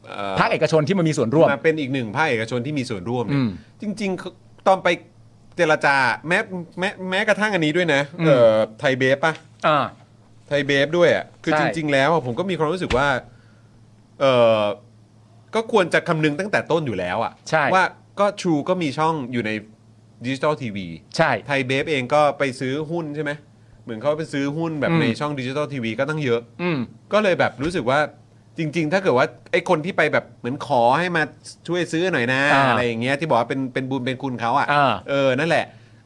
S3: เอ่อ
S5: ภาคเอกชนที่มันมีส่วนร่วม
S3: มาเป็นอีกหนึ่งภาคเอกชนที่มีส่วนร่วมเนี่
S5: อื
S3: ย
S5: ม
S3: จริงๆเขาตอนไปเจรจาแม้แม้แม้กระทั่งอันนี้ด้วยนะ
S5: อืม
S3: เอ่อไทยเบฟปะ
S5: อ่า
S3: ไทยเบฟด้วยอ่ะคือ
S5: ใช่
S3: จริง ๆ แล้วอะผมก็มีความรู้สึกว่าเออก็ควรจะคำนึงตั้งแต่ต้นอยู่แล้วอ่ะ
S5: ใช่
S3: ว่าก็ชูก็มีช่องอยู่ในดิจิตอลทีวี
S5: ใช่
S3: ไทยเบฟเองก็ไปซื้อหุ้นใช่ไหมเหมือนเขาไปซื้อหุ้นแบบ
S5: อืม
S3: ในช่องดิจิตอลทีวีก็ตั้งเยอะ
S5: อืม
S3: ก็เลยแบบรู้สึกว่าจริง ๆ ถ้าเกิดว่าไอ้คนที่ไปแบบเหมือนขอให้มาช่วยซื้อหน่อยนะ
S5: อ่า
S3: อะไรอย่างเงี้ยที่บอกว่าเป็นเป็นบุญเป็นคุณเขา
S5: อ่า
S3: อะ่ะเออนั่นแหละ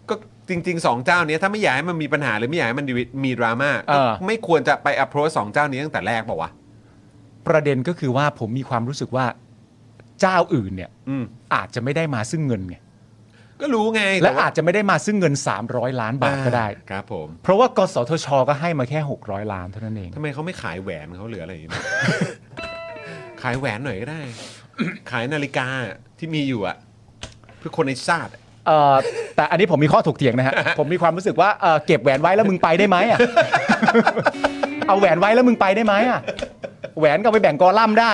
S3: ก็จริงๆสองเจ้าเนี้ยถ้าไม่อยากให้มันมีปัญหาหรือไม่อยากให้มันมีดราม่า
S5: อ่า
S3: ไม่ควรจะไป approach สองเจ้านี้ตั้งแต่แรกเปล่าวะ
S5: ประเด็นก็คือว่าผมมีความรู้สึกว่าเจ้าอื่นเนี่ย
S3: อืม
S5: อาจจะไม่ได้มาซึ่งเงินไง
S3: ก็รู้ไง
S5: และ
S3: แต่ว่
S5: อาจจะไม่ได้มาซึ่งเงิน 300 ล้านบาทก็ได้
S3: อ่าครับผม
S5: เพราะว่ากสทช ก็ให้มาแค่ 600 ล้านเท่านั้นเอง
S3: ทำไมเขาไม่ขายแหวนเขาเหลืออะไร อย่างเงี้ย ขายแหวนหน่อยก็ได้ ขายนาฬิกาที่มีอยู่อ่ะเพื่อคนในชาติอะ
S5: เอ่อแต่อันนี้ผมมีข้อถกเถียงนะฮ ะ ผมมีความรู้สึกว่าเอ่อเก็บแหวนไว้แล้วมึงไปได้ไหมอ่ะ เอาแหวนไว้แล้วมึงไปได้ไหมอ่ะ แหวนก็เอาไปแบ่งกอลัมน์ได้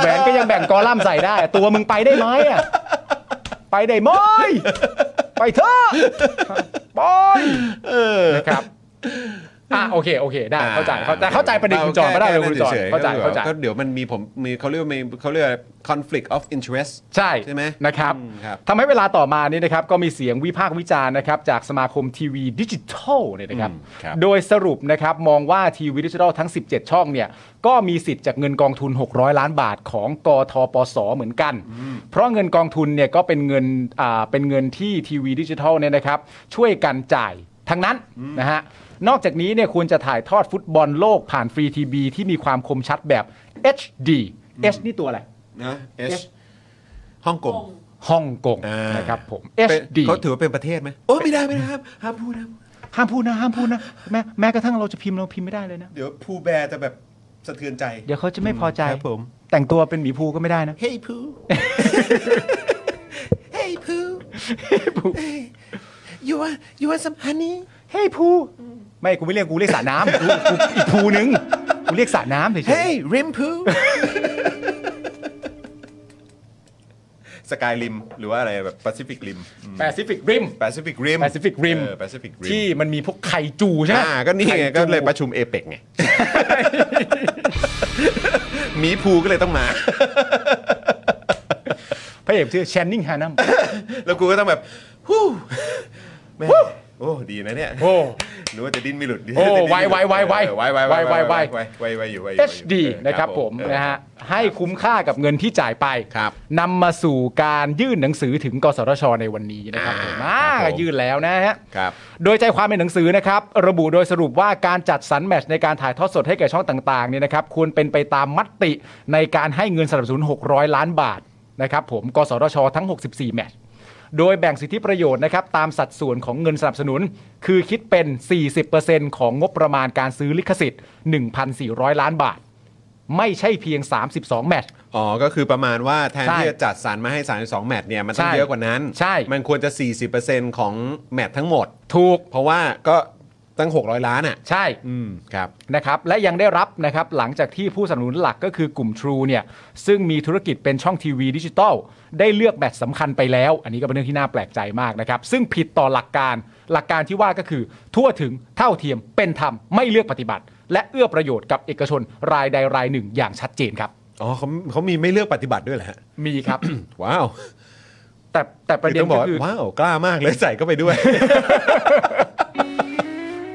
S5: แหวนก็ยังแบ่งกอลัมน์ใส่ได้ ตัวมึงไปได้ไหมอ่ะ ไปได้ไหมไปเถอะไป
S3: เออ
S5: นะครับ อ่ะโอเคโอเคได้เข้าใจเข้าใจเข้าใจประเด็นคุณจอนก็ได้เลยคุณจอน
S3: แก้
S5: เข้าใจ
S3: แก้
S5: เข้าใจ
S3: ก็เดี๋ยวมันมีผมมีเขาเรียกว่ามีเขาเรียกว่า conflict of interest
S5: ใช่
S3: ใช่ไหม
S5: นะครับ
S3: อืมครับ
S5: ทำให้เวลาต่อมานี้นะครับก็มีเสียงวิพากษ์วิจารณ์นะครับจากสมาคมทีวีดิจิทัลเนี่ยนะครับ
S3: อืมครับ
S5: โดยสรุปนะครับมองว่าทีวีดิจิทัลทั้ง 17 ช่องเนี่ยก็มีสิทธิ์จากเงินกองทุน 600 ล้านบาทของกทปสเหมือนกัน เพราะเงินกองทุนเนี่ยก็เป็นเงินอ่าเป็นเงินที่ทีวีดิจิทัลเนี่ยนะครับช่วยกันจ่ายทั้งนั้นนะฮะนอกจากนี้เนี่ยควรจะถ่ายทอดฟุตบอลโลกผ่านฟรีทีวีที่มีความคมชัดแบบ HD H นี่ตัวอะไร
S3: นะ H ฮ่องกง
S5: ฮ่องกง
S3: อ่า
S5: นะครับผม
S3: เป็น
S5: HD
S3: เขาถือว่าเป็นประเทศไหมโอ้ไม่ได้ไม่ได้ห้ามห้ามพูดนะ
S5: ห้ามพูดนะห้ามพูดนะแม้แม้กระทั่งเราจะพิมพ์เราพิมพ์ไม่ได้เลยนะ
S3: เดี๋ยวพูแบร์จะแบบสะเทือนใจ
S5: เดี๋ยวเขาจะไม่พอใจ
S3: ครับผม
S5: แต่งตัวเป็นหมีภูก็ไม่ได้นะ
S3: เฮ้ยพู เฮ้ยพู you want you want some honey
S5: เฮ้ยภูไม่กูไม่เรียกกูเรียกสระน้ำกู กูอีกภูนึงกูเรียกสระน้ำเฉย
S3: hey rim poo สกายริมหรือว่าอะไรแบบแปซิฟิกริม
S5: แปซิฟิกริม
S3: แปซิฟิกริม
S5: Pacific Rim
S3: แปซิฟิกริม
S5: ที่มันมีพวกไข่จูใช่ไหม
S3: อ่าก็นี่ไง
S5: ข่จู
S3: ก็เลยประชุมเอเปกไง หมีภูก็เลยต้องมา
S5: พระเอกชื่อแชนนิงฮานัม
S3: แล้วกูก็ต้องแบบฮู้แม่โอ้ดีนะเนี่ย
S5: โอ้
S3: หรือว่าจะดิ้นไม่หลุดดิ
S5: โอ้
S3: จะดิ้นม่หลุด
S5: ไวไวไวไว
S3: เออไวไวไว
S5: ไวไวไว
S3: ไวไวไวอยู่ไวอยู่
S5: HD นะครับผมนะฮะให้คุ้มค่ากับเงินที่จ่ายไป
S3: ครับ
S5: นำมาสู่การยื่นหนังสือถึงกสทช ในวันนี้นะครับผมอ่าก็ยื่นแล้วนะฮะ
S3: ครับ
S5: โดยใจความในหนังสือนะครับ ระบุโดยสรุปว่าการจัดสรรแมตชในการถ่ายทอดสดให้แก่ช่องต่างๆเนี่ยนะครับควรเป็นไปตามมติในการให้เงินสนับสนุน 600 ล้านบาทนะครับผมกสทช ทั้ง 64 แมตชโดยแบ่งสิทธิประโยชน์นะครับตามสัดส่วนของเงินสนับสนุน คือคิดเป็น 40%ของงบประมาณการซื้อลิขสิทธิ์ 1,400 ล้านบาท ไม่ใช่เพียง 32 แมตช
S3: อ๋อ ก็คือประมาณว่าแทน
S5: ใช่
S3: ที่จะจัดสรรมาให้ 32 แมตช์เนี่ย มันต้อง
S5: ใช่
S3: เยอะกว่านั้น
S5: ใช่
S3: มันควรจะ 40%ของแมตช์ทั้งหมด
S5: ถูก
S3: เพราะว่าก็ ตั้ง 600 ล้านอ่ะ
S5: ใช่
S3: ครับ
S5: นะครับและยังได้รับนะครับหลังจากที่ผู้สนับสนุนหลักก็คือกลุ่ม True เนี่ยซึ่งมีธุรกิจเป็นช่องทีวีดิจิตอลได้เลือกแบตสำคัญไปแล้ว อันนี้ก็เป็นเรื่องที่น่าแปลกใจมากนะครับ ซึ่งผิดต่อหลักการหลักการที่ว่าก็คือ ทั่วถึงเท่าเทียมเป็นธรรมไม่เลือกปฏิบัติ และเอื้อประโยชน์กับเอกชนรายใดรายหนึ่งอย่างชัดเจนครับ
S3: อ๋อเขาเขามีไม่เลือกปฏิบัติด้วยแหละ
S5: มีครับ
S3: ว้าว
S5: แต่แต่ประเด็น
S3: ต้องบอ
S5: ็
S3: กกว่า
S5: คือ
S3: ว้าวกล้ามากเลยใส่เข้าไปด้วย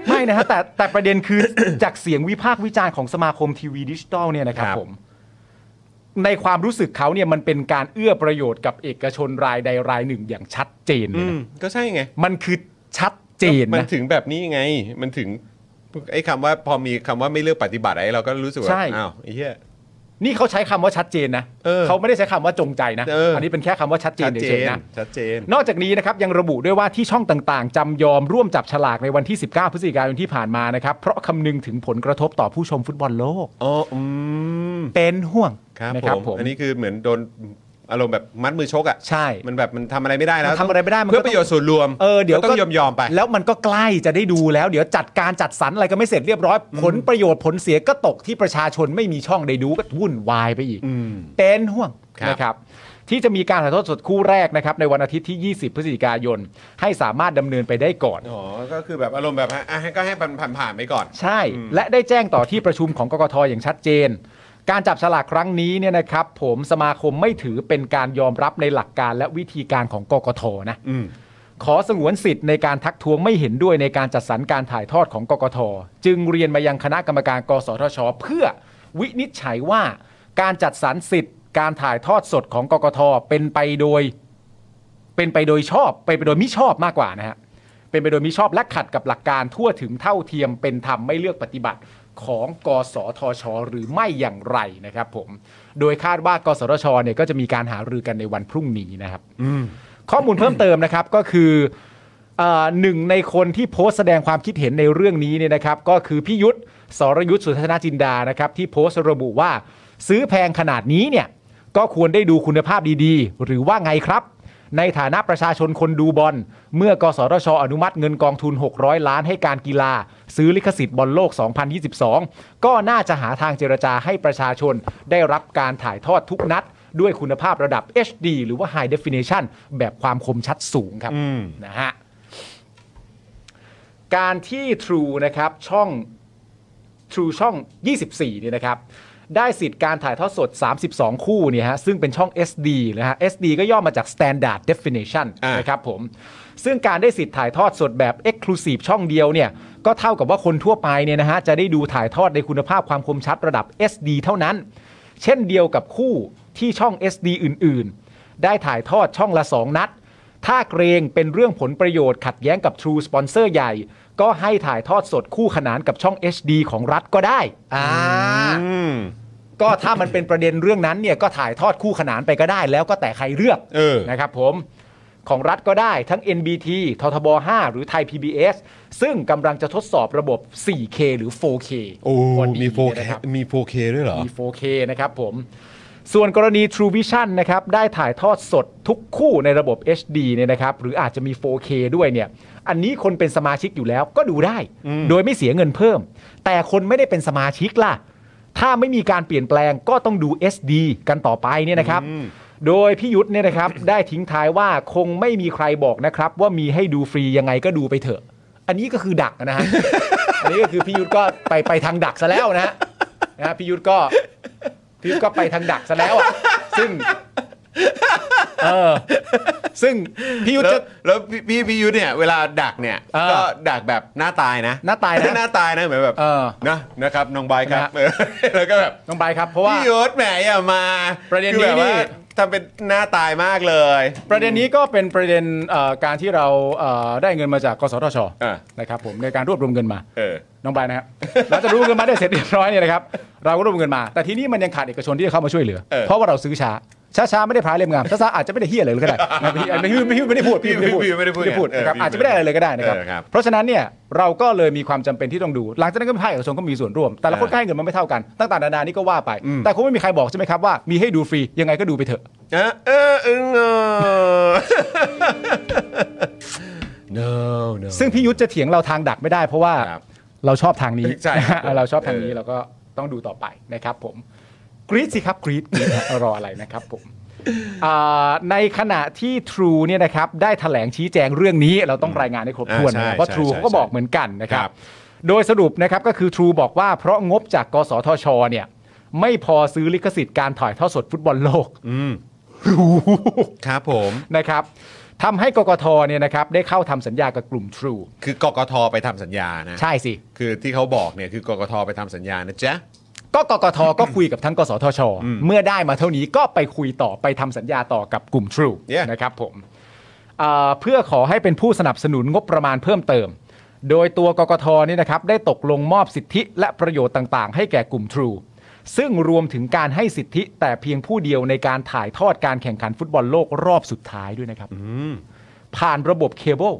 S5: ไม่นะฮะแต่แต่ประเด็นคือ จากเสียงวิพากษ์วิจารณ์ของสมาคมทีวีดิจิตอลเนี่ยนะครับ
S3: ครับ
S5: ผม ในความรู้สึกเขาเนี่ยมันเป็นการเอื้อประโยชน์กับเอกชนรายใดรายหนึ่งอย่างชัดเจนเลย
S3: อื
S5: นะ
S3: มก็ใช่ไง
S5: มันคือชัดเจน
S3: มัน
S5: นะ
S3: ถึงแบบนี้ไง มันถึงไอ้คำว่าพอมีคำว่าไม่เลือกปฏิบัติไอ้เราก็รู้สึกว่า
S5: ใช่
S3: อ้าวไอ้เหี้ย
S5: นี่เขาใช้คำว่าชัดเจนนะ
S3: เออ
S5: เขาไม่ได้ใช้คำว่าจงใจนะ
S3: เอออั
S5: นนี้เป็นแค่คำว่าชัดเจน
S3: ชัดเจ
S5: เฉยๆ
S3: น
S5: นะ
S3: ชัดเจน
S5: นอกจากนี้นะครับยังระบุด้วยว่าที่ช่องต่างๆ จำยอมร่วมจับฉลากในวันที่ 19 พฤศจิกายนที่ผ่านมานะครับ เพราะคำนึงถึงผลกระทบต่อผู้ชมฟุตบอลโลก
S3: อ๋ออืม
S5: เป็นห่วง
S3: ครับ
S5: นะ
S3: ผม
S5: ผม
S3: อันนี้คือเหมือนโดนอารมณ์แบบมัดมือชกอ่ะ
S5: ใช่
S3: มันแบบมันทำอะไรไม่ได้แล้ว
S5: มันทำอะไรไม่ได้มันก็
S3: เพื่อประโยชน์ส่วนรวม
S5: เออเดี๋ยว
S3: ก็ต้องยอมยอมๆไป
S5: แล้วมันก็ใกล้จะได้ดูแล้ว เดี๋ยวจัดการจัดสรรอะไรก็ไม่เสร็จเรียบร้อย ผลประโยชน์ผลเสียก็ตกที่ประชาชนไม่มีช่องได้ดูก็วุ่นวายไปอีก
S3: อืม
S5: เป็นห่วง
S3: ครับ
S5: นะครับที่จะมีการถ่ายทอดสดคู่แรกนะครับในวันอาทิตย์ที่ 20 พฤศจิกายน ให้สามารถดำเนินไปได้ก่อน
S3: อ๋อ ก็คือแบบอารมณ์แบบอ่ะให้ก็ให้ผ่านผ่านผ่านไปก่อน
S5: ใช่ และได้แจ้งต่อที่ประชุมของกกทอย่างชัดเจน การจับฉลากครั้งนี้เนี่ยนะครับ ผมสมาคมไม่ถือเป็นการยอมรับในหลักการและวิธีการของกกทนะ
S3: อืม
S5: ขอสงวนสิทธิ์ในการทักท้วงไม่เห็นด้วยในการจัดสรรการถ่ายทอดของกกท จึงเรียนมายังคณะกรรมการ กสทช เพื่อวินิจฉัยว่าการจัดสรรสิทธิ์ การถ่ายทอดสดของกกทเป็นไปโดย เป็นไปโดยชอบเป็นไปโดยมิชอบมากกว่านะฮะเป็นไปโดยมิชอบและขัดกับหลักการทั่วถึงเท่าเทียมเป็นธรรมไม่เลือกปฏิบัติของกสทช หรือไม่อย่างไรนะครับผมโดยคาดว่ากสทชเนี่ยก็จะมีการหารือกันในวันพรุ่งนี้นะครับ ข้อมูลเพิ่มเติมนะครับ ก็คือเอ่อหนึ่งในคนที่โพสต์แสดงความคิดเห็นในเรื่องนี้เนี่ยนะครับ ก็คือพี่ยุทธสรยุทธสุทธนาจินดานะครับ ที่โพสต์ระบุว่าซื้อแพงขนาดนี้เนี่ยก็ควรได้ดูคุณภาพดีๆ หรือว่าไงครับ ในฐานะประชาชนคนดูบอลเมื่อกสทชอนุมัติเงินกองทุน 600 ล้านให้การกีฬา ซื้อลิขสิทธิ์บอลโลก 2022 ก็น่าจะหาทางเจรจาให้ประชาชนได้รับการถ่ายทอดทุกนัด ด้วยคุณภาพระดับ HD หรือว่า High Definition แบบความคมชัดสูงครับ
S3: อืม
S5: นะฮะ การที่ True นะครับ ช่อง True ช่อง 24 เนี่ยนะครับ ได้สิทธิ์การถ่ายทอดสด 32 คู่เนี่ยฮะซึ่งเป็นช่อง SD นะฮะ SD ก็ย่อมาจาก Standard Definition
S3: อ่าน
S5: นะครับผมซึ่งการได้สิทธิ์ถ่ายทอดสดแบบ Exclusive ช่องเดียวเนี่ยก็เท่ากับว่าคนทั่วไปเนี่ยนะฮะจะได้ดูถ่ายทอดในคุณภาพความคมชัดระดับ SD เท่านั้น เช่นเดียวกับคู่ที่ช่อง SD อื่น ๆ ได้ถ่ายทอดช่องละ 2 นัด ถ้าเกรงเป็นเรื่องผลประโยชน์ขัดแย้งกับ True Sponsor ใหญ่ ก็ให้ถ่ายทอดสดคู่ขนานกับช่อง HD ของรัฐก็ได้อ่า
S3: อืม
S5: ก็ถ้ามันเป็นประเด็นเรื่องนั้นเนี่ยก็ถ่ายทอดคู่ขนานไปก็ได้ แล้วก็แต่ใครเลือก
S3: เออ
S5: นะครับผมของรัฐก็ได้ทั้ง NBT ททบ 5 หรือไทย PBS ซึ่งกำลังจะทดสอบระบบ 4K หรือ 4K
S3: โอ้
S5: พดี
S3: มี 4K
S5: นะครับ
S3: มี 4K ด้วยเหรอ
S5: มี 4K นะครับผม ส่วนกรณี True Vision นะครับ ได้ถ่ายทอดสดทุกคู่ในระบบ HD เนี่ยนะครับ หรืออาจจะมี 4K ด้วยเนี่ย อันนี้คนเป็นสมาชิกอยู่แล้วก็ดูได้ โดยไม่เสียเงินเพิ่ม แต่คนไม่ได้เป็นสมาชิกล่ะ ถ้าไม่มีการเปลี่ยนแปลงก็ต้องดู SD กันต่อไปเนี่ยนะครับ โดยพี่ยุทธเนี่ยนะครับ ได้ทิ้งท้ายว่าคงไม่มีใครบอกนะครับ ว่ามีให้ดูฟรียังไงก็ดูไปเถอะ อันนี้ก็คือดักนะฮ ะ อันนี้ก็คือพี่ยุทธก็ไปไปทางดักซะแล้วนะฮะ นะฮะพี่ยุทธก็พี่ยุทธก็ไปทางดักซะ แล้วอ่ะซึ่งเออซึ่งพี่ยุทธ
S3: แล้ว
S5: จะ
S3: แล้วพี่พี่พี่ยุทธเนี่ยเวลาดักเนี่ย
S5: เออ
S3: ก็ดักแบบหน้าตายนะ
S5: หน้าตายนะ
S3: หน้าตายนะเหมือนแบบ
S5: เออ
S3: นะนะครับน้องใบร์ทครับ
S5: นะฮะ
S3: เออ แล้วก็แบบ
S5: น้องไบร์ทครับ เพราะว่า
S3: พี่ยุทธแหมอย่ามา
S5: ประเด็นนี้
S3: คือแบบว่า
S5: นี่
S3: ทำเป็นหน้าตายมากเลย
S5: ประเด็นนี้ก็เป็นประเด็นเอ่อการที่เราเอ่อได้เงินมาจากกสทช
S3: อ่ะ
S5: นะครับผมในการรวบรวมเงินมา
S3: เออ
S5: น้องไบร์ทนะครับ เราจะรวบรวมเงินมาได้เสร็จเรียบร้อยเนี่ยนะครับเราก็รวบรวมเงินมา แต่ทีนี้มันยังขาดเอกชนที่จะเข้ามาช่วยเหลือ
S3: เออ
S5: เพราะว่าเราซื้อช้าช้าช้าๆไม่ได้พายเล่มงามช้าช้าๆอาจจะไม่ได้เฮียอะไรเลยก็ได้นะพี่พี่พี่ พี่ไม่ได้พูดพี่ไม่ได้พูด
S3: พี่ไม่ได้พูด
S5: ไม่ได้พูด
S3: เ
S5: นะครับอาจจะไม่ได้อะไรเลยก็ได้นะครับ
S3: เออ
S5: เพราะฉะนั้นเนี่ยเราก็เลยมีความจำเป็นที่ต้องดู หลังจากนั้นก็ภาคเอกชนก็มีส่วนร่วม แต่ละคนก็ให้เงินมันไม่เท่ากันต่างๆนานานี่ก็ว่าไป แต่คงไม่มีใครบอกใช่ไหมครับว่ามีให้ดูฟรียังไงก็ดูไปเถอะ
S3: เออเออเออ no no
S5: ซึ่งพี่ยุทธจะเถียงเราทางดักไม่ได้ เพราะว่าเราชอบทางนี้
S3: ใช่ครับ
S5: เราชอบทางนี้เราก็ต้องดูต่อไปนะครับผมกรีดสิครับกรีดกรี๊ดนะรออะไรนะครับผมอ่าในขณะที่ True เนี่ยนะครับได้แถลงชี้แจงเรื่องนี้เราต้องรายงานให้ครบถ้วนนะ
S3: อ่าใช่
S5: เพราะ
S3: ใช่
S5: True
S3: ใช่
S5: เขาก็
S3: ใช่
S5: บอกเหมือนกันนะครับ โดยสรุปนะครับก็คือ True บอกว่าเพราะงบจากกสทช เนี่ย ไม่พอซื้อลิขสิทธิ์การถ่ายทอดสดฟุตบอลโลก
S3: อืม
S5: รู้
S3: ครับผม
S5: นะครับทำให้กกทเนี่ยนะครับได้เข้าทำสัญญากับกลุ่ม True
S3: คือกกทไปทำสัญญานะ
S5: ใช่สิ
S3: คือที่เขาบอกเนี่ยคือกกทไปทำสัญญานะจ๊ะ
S5: ก็กกทก็คุยกับทั้งกสทช เมื่อได้มาเท่านี้ก็ไปคุยต่อไปทำสัญญาต่อกับกลุ่ม True
S3: Yeah
S5: นะครับผมเอ่อเพื่อขอให้เป็นผู้สนับสนุนงบประมาณเพิ่มเติม โดยตัวกกทเนี่ยนะครับได้ตกลงมอบสิทธิและประโยชน์ต่างๆ ให้แก่กลุ่ม True ซึ่งรวมถึงการให้สิทธิแต่เพียงผู้เดียวในการถ่ายทอดการแข่งขันฟุตบอลโลกรอบสุดท้ายด้วยนะครับ ผ่านระบบเคเบิล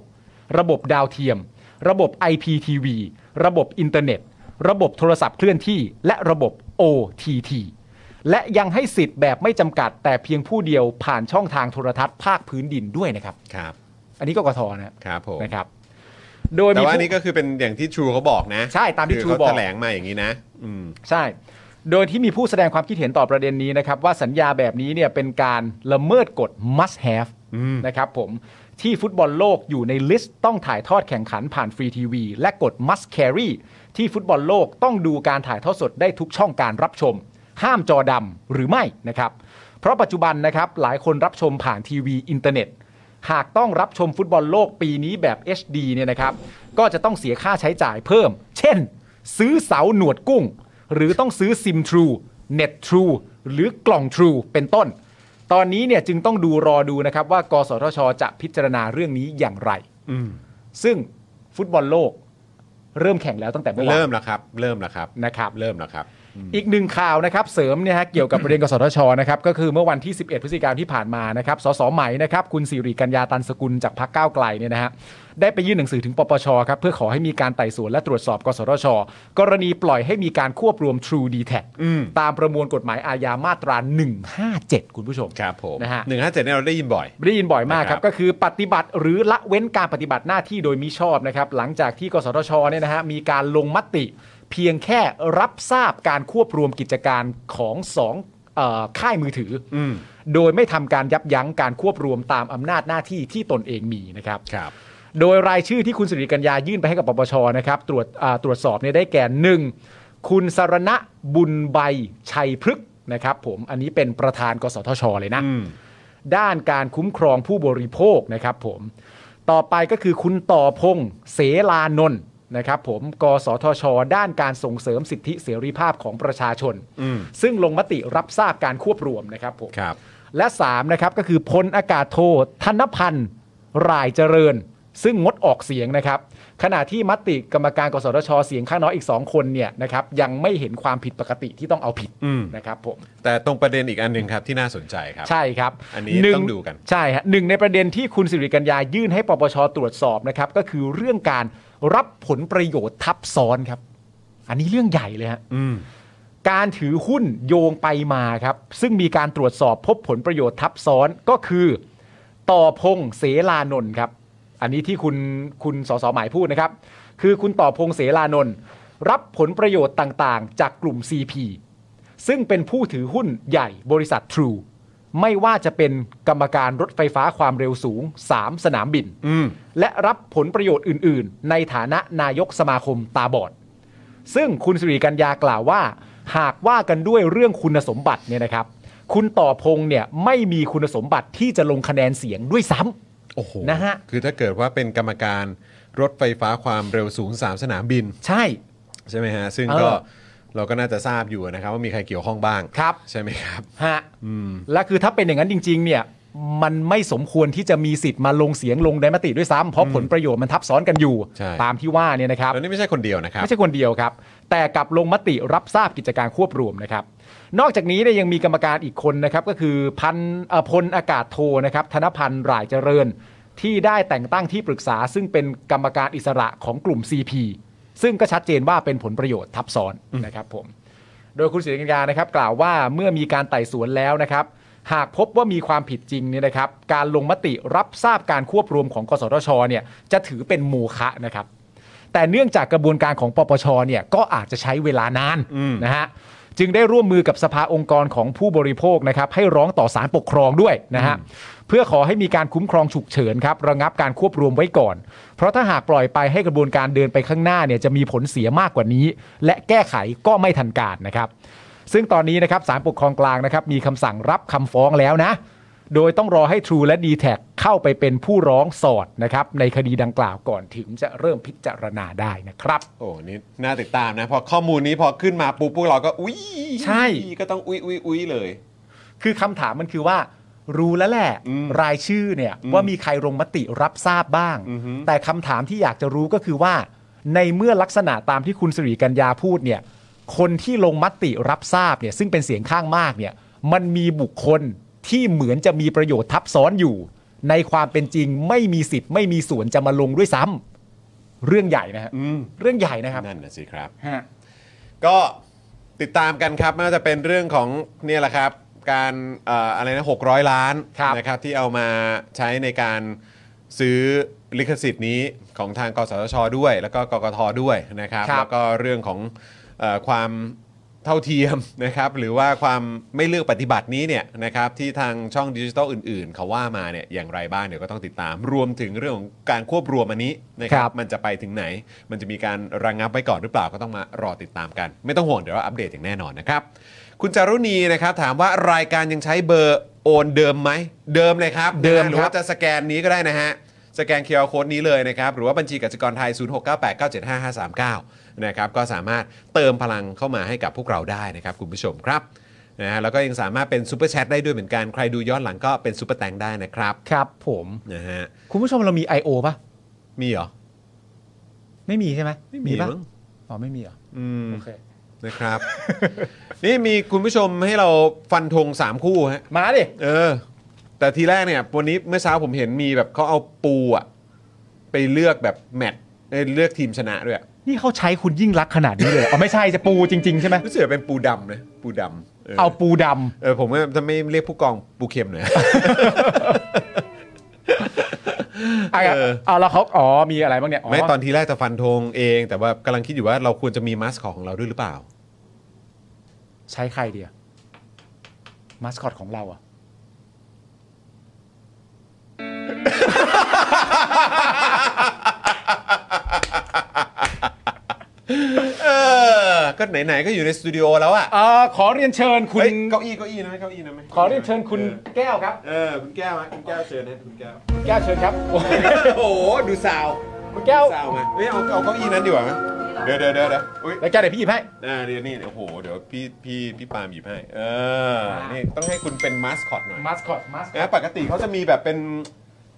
S5: ระบบดาวเทียม ระบบ IPTV ระบบอินเทอร์เน็ต ระบบโทรศัพท์เคลื่อนที่ และระบบ OTT และยังให้สิทธิ์แบบไม่จำกัดแต่เพียงผู้เดียวผ่านช่องทางโทรทัศน์ภาคพื้นดินด้วยนะครับ
S3: ครับ
S5: อันนี้กกทนะครับ
S3: ผม
S5: นะครับ โดย
S3: แต่
S5: มี
S3: ว่า
S5: ผู้
S3: นี่ก็คือเป็นอย่างที่ True เขาบอกนะ
S5: ใช่ตามที่
S3: คื
S5: True
S3: เขา
S5: บอก
S3: แถลงมาอย่างนี้นะ อืม
S5: ใช่ โดยที่มีผู้แสดงความคิดเห็นต่อประเด็นนี้นะครับ ว่าสัญญาแบบนี้เนี่ยเป็นการละเมิดกฎ must have นะครับผมที่ฟุตบอลโลกอยู่ในลิสต์ต้องถ่ายทอดแข่งขันผ่านฟรีทีวีและกฎ must carry ที่ฟุตบอลโลกต้องดูการถ่ายทอดสดได้ทุกช่องการรับชม ห้ามจอดำหรือไม่นะครับ เพราะปัจจุบันนะครับหลายคนรับชมผ่านทีวีอินเทอร์เน็ต หากต้องรับชมฟุตบอลโลกปีนี้แบบ HD เนี่ยนะครับ ก็จะต้องเสียค่าใช้จ่ายเพิ่ม เช่น ซื้อเสาหนวดกุ้ง หรือต้องซื้อซิม True เน็ต True หรือกล่อง True เป็นต้น ตอนนี้เนี่ยจึงต้องดูรอดูนะครับว่ากสทช จะพิจารณาเรื่องนี้อย่างไร
S3: อืม
S5: ซึ่งฟุตบอลโลกเริ่มแข่งแล้วตั้งแต่เมื่อวาน
S3: เริ่มแล้วครับ เริ่มแล้วครับ
S5: นะครับ
S3: เริ่มแล้วครับ
S5: อีกหนึ่งข่าวนะครับเสริมเนี่ยฮะเกี่ยวกับประเด็นกสทชนะครับก็คือเมื่อวันที่ 11 พฤศจิกายนที่ผ่านมานะครับสสใหม่นะครับคุณสิริกัญญาตันสกุลจากพรรคก้าวไกลเนี่ยนะฮะได้ไปยื่นหนังสือถึงปปชครับเพื่อขอให้มีการไต่สวนและตรวจสอบกสทช กรณีปล่อยให้มีการควบรวม True d t a c ตามประมวลกฎหมายอาญามาตรา 157 คุณผู้ชม
S3: ครับผม
S5: นะฮะ
S3: หนึ่งห้าเจ็ดเนี่ยเราได้ยินบ่อย
S5: ได้ยินบ่อยมากค
S3: นะครั
S5: รั
S3: บบ
S5: ก็คือปฏิบัติหรือละเว้นการปฏิบัติหน้าที่โดยมิชอบนะครับ หลังจากที่กสทชเนี่ยนะฮะมีการลงมติ เพียงแค่รับทราบการควบรวมกิจการของสองเออค่ายมือถืออ
S3: ม
S5: โดยไม่ทำการยับยั้งการควบรวมตามอำนาจหน้าที่ที่ตนเองมีนะครับ
S3: ครับ
S5: โดยรายชื่อที่คุณสิริกัญญายื่นไปให้กับปปชนะครับตรวจอ่าตรวจสอบเนี่ยได้แก่หนึ่งคุณสรณะบุญใบชัยพฤกษ์นะครับผมอันนี้เป็นประธานกสทช เลยนะ ด้านการคุ้มครองผู้บริโภคนะครับผม ต่อไปก็คือคุณต่อพงษ์เสลานนท์นะครับผมกสทช ด้านการส่งเสริมสิทธิเสรีภาพของประชาชน
S3: อืม
S5: ซึ่งลงมติรับทราบการควบรวมนะครับผม
S3: ครับ
S5: และ 3 นะครับ ก็คือพลอากาศโทธนพันธ์รายเจริญ ซึ่งงดออกเสียงนะครับ ขณะที่มติกรรมการกสทช เสียงข้างน้อยอีก 2 คนเนี่ยนะครับยังไม่เห็นความผิดปกติที่ต้องเอาผิด
S3: อืม
S5: นะครับผม
S3: แต่ตรงประเด็นอีกอันหนึ่งครับที่น่าสนใจครับ
S5: ใช่ครับ
S3: อันนี้
S5: ห
S3: ต้องดูกัน
S5: ใช่ฮะหนึ่งในประเด็นที่คุณสิริกัญญายื่นให้ปปชตรวจสอบนะครับ ก็คือเรื่องการรับผลประโยชน์ทับซ้อนครับ อันนี้เรื่องใหญ่เลยฮะ
S3: อืม
S5: การถือหุ้นโยงไปมาครับ ซึ่งมีการตรวจสอบพบผลประโยชน์ทับซ้อนก็คือ ต่อพงษ์เสลานนท์ครับ อันนี้ที่คุณคุณสสหมายพูดนะครับ คือคุณต่อพงษ์เสลานนท์รับผลประโยชน์ต่างๆ จากกลุ่ม CP ซึ่งเป็นผู้ถือหุ้นใหญ่บริษัท True ไม่ว่าจะเป็นกรรมการรถไฟฟ้าความเร็วสูง 3 สนามบิน
S3: อืม
S5: และรับผลประโยชน์อื่น ๆ ในฐานะนายกสมาคมตาบอด ซึ่งคุณสิริกัญญากล่าวว่า หากว่ากันด้วยเรื่องคุณสมบัติเนี่ยนะครับ คุณต่อพงษ์เนี่ยไม่มีคุณสมบัติที่จะลงคะแนนเสียงด้วยซ้ำ
S3: โอ้โห
S5: นะฮะ
S3: คือถ้าเกิดว่าเป็นกรรมการรถไฟฟ้าความเร็วสูง 3 สนามบิน
S5: ใช่
S3: ใช่ไหมฮะ ซึ่ง
S5: เออ
S3: ก็เราก็น่าจะทราบอยู่นะครับ ว่ามีใครเกี่ยวข้องบ้าง
S5: ครับ
S3: ใช่ไหมครับ
S5: ฮะ
S3: อืม
S5: และคือถ้าเป็นอย่างนั้นจริง ๆ เนี่ยมันไม่สมควรที่จะมีสิทธิ์มาลงเสียงลงในมติด้วยซ้ำเพราะผลประโยชน์มันทับซ้อนกันอยู่
S3: ใช่
S5: ตามที่ว่าเนี่ยนะครับ
S3: แล้วนี่ไม่ใช่คนเดียวนะครับ
S5: ไม่ใช่คนเดียวครับ แต่กลับลงมติรับทราบกิจการควบรวมนะครับ นอกจากนี้เนี่ยยังมีกรรมการอีกคนนะครับ ก็คือพันเอ่อพลอากาศโทนะครับ ธนพันธ์รายเจริญ ที่ได้แต่งตั้งที่ปรึกษา ซึ่งเป็นกรรมการอิสระของกลุ่ม CP ซึ่งก็ชัดเจนว่าเป็นผลประโยชน์ทับซ้อนนะครับผม โดยคุณศิริกัญญานะครับ กล่าวว่าเมื่อมีการไต่สวนแล้วนะครับ หากพบว่ามีความผิดจริงเนี่ยนะครับ การลงมติรับทราบการควบรวมของกสทชเนี่ยจะถือเป็นโมฆะนะครับ แต่เนื่องจากกระบวนการของปปชเนี่ยก็อาจจะใช้เวลานานนะฮะจึงได้ร่วมมือกับสภาองค์กรของผู้บริโภคนะครับให้ร้องต่อศาลปกครองด้วยนะฮะเพื่อขอให้มีการคุ้มครองฉุกเฉินครับระงับการควบรวมไว้ก่อน เพราะถ้าหากปล่อยไปให้กระบวนการเดินไปข้างหน้าเนี่ยจะมีผลเสียมากกว่านี้ และแก้ไขก็ไม่ทันการนะครับ ซึ่งตอนนี้นะครับศาลปกครองกลางนะครับมีคำสั่งรับคำฟ้องแล้วนะ โดยต้องรอให้ True และ d t แทเข้าไปเป็นผู้ร้องสอดนะครับในคดีดังกล่าวก่อนถึงจะเริ่มพิจารณาได้นะครับ
S3: โอ้นี่น่าติดตามนะ พอข้อมูลนี้พอขึ้นมาปุ๊บพวกเราก็อุ้ย
S5: ใช่
S3: ก็ต้องอุ้ยอุ้ยอุ้ยเลย
S5: คือคำถามมันคือว่า รู้แล้วแหละ รายชื่อเนี่ยว่ามีใครลงมติรับทราบบ้าง แต่คำถามที่อยากจะรู้ก็คือว่า ในเมื่อลักษณะตามที่คุณสิริกัญญาพูดเนี่ยคนที่ลงมติรับทราบเนี่ยซึ่งเป็นเสียงข้างมากเนี่ยมันมีบุคคลที่เหมือนจะมีประโยชน์ทับซ้อนอยู่ ในความเป็นจริงไม่มีสิทธิ์ไม่มีส่วนจะมาลงด้วยซ้ำเรื่องใหญ่นะฮะเรื่องใหญ่นะครับ
S3: นั่นนะสิครับ ก็ติดตามกันครับไม่ว่าจะเป็นเรื่องของเนี่ยแหละครับ การเอ่ออะไรนะหกร้อยล้าน
S5: ครับ
S3: นะครับที่เอามาใช้ในการซื้อลิขสิทธิ์นี้ของทางกสทชด้วย แล้วก็กกทด้วยนะครับ
S5: ครับ
S3: แล้วก็เรื่องของเออความเท่าเทียม นะครับ หรือว่าความไม่เลือกปฏิบัตินี้เนี่ยนะครับที่ทางช่องดิจิทัลอื่นๆ เขาว่ามาเนี่ยอย่างไรบ้างเดี๋ยวก็ต้องติดตามรวมถึงเรื่องของการควบรวมอันนี้นะค
S5: ค
S3: รั
S5: รับ บ
S3: มันจะไปถึงไหน มันจะมีการระงงับไว้ก่อนหรือเปล่าก็ต้องมารอติดตามกัน ไม่ต้องห่วงเดี๋ยวเราอัปเดตอย่างแน่นอนนะครับ คุณจารุณีนะครับถามว่ารายการยังใช้เบอร์โอนเดิมไหม เดิมเลยครับ
S5: เดิม
S3: นะ
S5: ค
S3: ฮะห
S5: รับ
S3: รือว่าจะสแกนนี้ก็ได้นะฮะ สแกนเคอร์โคดนี้เลยนะครับ หรือว่าบัญชีกสิกรไทย 0698975539 นะครับ ก็สามารถเติมพลังเข้ามาให้กับพวกเราได้นะครับ คุณผู้ชมครับนะฮะแล้วก็ยังสามารถเป็นซูเปอร์แชทได้ด้วยเหมือนกันใครดูย้อนหลังก็เป็นซูเปอร์แตงได้นะครับ
S5: ครับผม
S3: นะฮะ
S5: คุณผู้ชมเรามี I.O. ปะ
S3: มีเหรอ
S5: ไม่มีใช่ไหมปะ
S3: มั้ง
S5: อ๋อไม่มีเหรอ
S3: อืม
S5: โอเค
S3: นะครับ นี่มีคุณผู้ชมให้เราฟันธงสามคู่ฮะ
S5: มาดิ
S3: เออ แต่ทีแรกเนี่ยวันนี้เมื่อเช้าผมเห็นมีแบบเขาเอาปูอะไปเลือกแบบแมตช์เอ้ยเลือกทีมชนะด้วยอะ
S5: นี่เขาใช้คุณยิ่งรักษณ์ขนาดนี้เลยเหรออ๋อไม่ใช่จะปูจริง ๆ ใช่ไหม
S3: รู้สึกจะเป็นปูดำนะปูดำ
S5: เอาปูดำ
S3: เออผมก็จะไม่เรียกผู้กองปูเข็มหน่อย
S5: อ่ะ
S3: เออ
S5: เอาแล้วเขาอ๋อมี อะไรบ้างเนี่ย
S3: ไม่ตอนทีแรกจะฟันธงเอง แต่ว่ากำลังคิดอยู่ว่าเราควรจะมีมาสคอตของเราด้วยหรือเปล่า
S5: ใช้ใครเดียมาสคอตของเราอ่ะ
S3: เออ ก็ไหนๆก็อยู่ในสตูดิโอแล้วอะ
S5: เอ่อขอเรียนเชิญคุ
S3: เฮ้
S5: ณ
S3: ยเก้าอี้เก้าอี้นะเก้าอี้นะไหม
S5: ขอเรียนเชิญคุณแก้วครับ
S3: เออคุณแก้วฮะคุณแก้วเชิญนะคุณแก้ว
S5: แก้วเชิญครับ โอ้ย
S3: โอ้โหดูซาว
S5: คุณแก้ว
S3: ซาวมาเฮ้ยเอาเอาเก้าอี้นั้นดีกว่าไหมเดี๋ยวเดี๋ยวเดี๋ยวเดี๋ยวอุ้ย
S5: แล้วแก้วเดี๋ยวพี่หยิบให้
S3: อ่าเดี๋ยวนี่โอ้โหเดี๋ยวพี่พี่พี่ปาล์มหยิบให้เออนี่ต้องให้คุณเป็นมาสคอตหน่อย
S5: มาสคอตมาสคอต
S3: นะปกติเขาจะมีแบบเป็น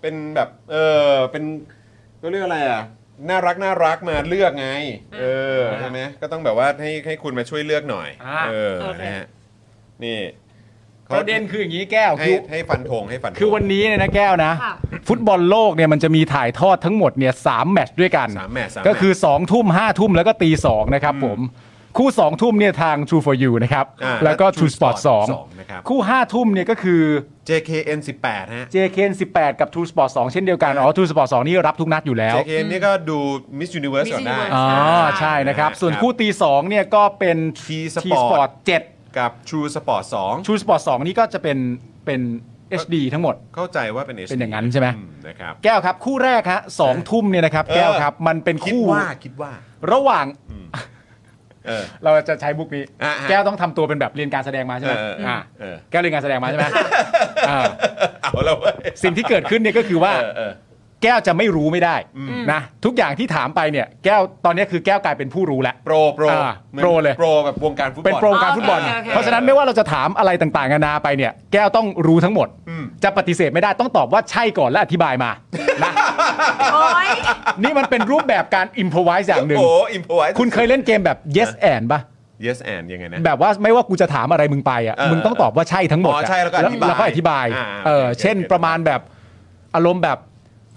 S3: เป็นแบบเออเป็นก็เรียกอะไรอ่ะน่ารักน่ารักมาเลือกไง เออใช่ไหมก็ต้องแบบว่าให้ให้คุณมาช่วยเลือกหน่อย
S5: อ่า
S3: เออนะฮะนี่ขา
S5: ประเด็นคืออย่างนี้แก้ว
S3: ให้
S5: คือ
S3: ให้ฟันธงให้ฟันธง
S5: คือวันนี้เนี่ยนะแก้วนะ
S6: ค่ะ
S5: ฟุตบอลโลกเนี่ยมันจะมีถ่ายทอดทั้งหมดเนี่ยสามแมตช์ด้วยกัน
S3: สามแมตช์สามแมตช์
S5: ก็คือ2องทุ่มห้าทุ่มแล้วก็ตีสองนะครับผม คู่2องทุ่มเนี่ยทาง True for You นะครับ
S3: อ่า
S5: แล้วก็
S3: True
S5: True Sport
S3: Sport สองนะครับ
S5: 2คู่ห้าทุ่มเนี่ยก็คือ
S3: JKN 18ฮะ
S5: JKN 18 กับ True Sport 2 เช่นเดียวกัน อ๋อ True Sport 2 นี่รับทุกนัดอยู่แล้ว
S3: JK นี่ก็ดู Miss Universe ก่อนได้
S5: อ๋อ ใช่นะครับ ส่วน
S3: ครับ
S5: คู่ตี 2 เนี่ยก็เป็น
S3: T Sport
S5: 7
S3: กับ True Sport 2
S5: True Sport 2 นี่ก็จะเป็นเป็น HD ทั้งหมด
S3: เข้าใจว่าเป็น HD
S5: เป็นอย่างนั้นใช่ไหม
S3: อืนะครับ
S5: แก้วครับ คู่แรกฮะสองทุ่มเนี่ยนะครับ
S3: เออ
S5: แก้วครับ มันเป็น
S3: คิด
S5: คู่
S3: ว่าคิดว่า
S5: ระหว่าง
S3: เออ
S5: เราจะใช้บุกนี้
S3: อ่ะฮะ
S5: แก้วต้องทำตัวเป็นแบบเรียนการแสดงมาใช่ไหม
S3: เออเอออ่
S5: อ่ะ
S3: เออ
S5: แก้วเรียนการแสดงมาใช่ไหมอ่า
S3: เอาแล้วเว้ย
S5: สิ่งที่เกิดขึ้นเนี่ยก็คือว่า
S3: เออเออ
S5: แก้วจะไม่รู้ไม่ได้นะทุกอย่างที่ถามไปเนี่ย แก้วตอนนี้คือแก้วกลายเป็นผู้รู้แล้ว
S3: โปรโปร
S5: อ่า
S3: หมือน
S5: โปรเลย
S3: โปรแบบวงการฟุตบอล
S5: เป็นโปรการฟุตบอล
S6: โอเคโอเค
S5: เพราะฉะนั้นไม่ว่าเราจะถามอะไรต่างๆนานาไปเนี่ย แก้วต้องรู้ทั้งหมด
S3: อืม
S5: จะปฏิเสธไม่ได้ต้องตอบว่าใช่ก่อนและอธิบายมา นะ
S6: โอ๊ย
S5: นี่มันเป็นรูปแบบการอิมพอไวส์อย่างหนึ่ง
S3: โอ้อิมพอไว้
S5: คุณเคยเล่นเกมแบบ yes and ปะ
S3: Yes and ยังไงนะ
S5: แบบว่าไม่ว่ากูจะถามอะไรมึงไปอ่ะ
S3: เออ
S5: มึงต้องตอบว่าใช่ทั้งหมด
S3: อ๋อใช่แล้วก็อธิบาย
S5: แล้วก็อธิบาย
S3: อ่า
S5: เออ
S3: โอเค
S5: เช่น
S3: โอเค
S5: ประมาณแบบอารมณ์แบบ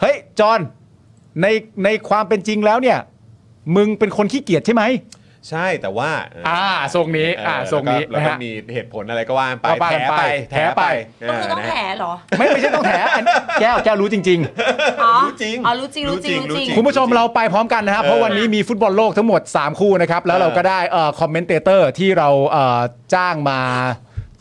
S5: เฮ้ยจอห์นในในความเป็นจริงแล้วเนี่ย มึงเป็นคนขี้เกียจใช่ไหม
S3: ใช่แต่ว่า
S5: อ่าทรงนี้อ่าท
S3: เแล้วก็
S5: รงนี้
S3: แล้ว
S5: นะ
S3: ก็
S5: ฮะ
S3: มีเหตุผลอะไรก็ว่าไป
S5: ก็ว่า
S3: แถ
S5: กัน
S3: ไป
S5: ไป
S3: แถไป
S6: ก็คือต้อง
S3: นะ
S6: แผล
S3: ฮะ
S6: เหรอ
S5: ไม่ไม่ใช่ต้องแถอันแก้วแก้วรู้จริง ๆ
S6: อ๋อ
S3: รู้จริง
S6: อ๋อรู้จริงรู้จริง
S3: รู้
S6: รู้
S3: จ
S6: จ
S3: ริ
S6: ริ
S3: ง
S6: ง
S5: คุณผู้ชมเราไปพร้อมกันนะครับ
S3: เออ
S5: เพราะวันนี้มีฟุตบอลโลกทั้งหมด 3 คู่นะครับ แล้วเราก็ได้คอมเมนเตเตอร์ที่เราเอ่อจ้างมา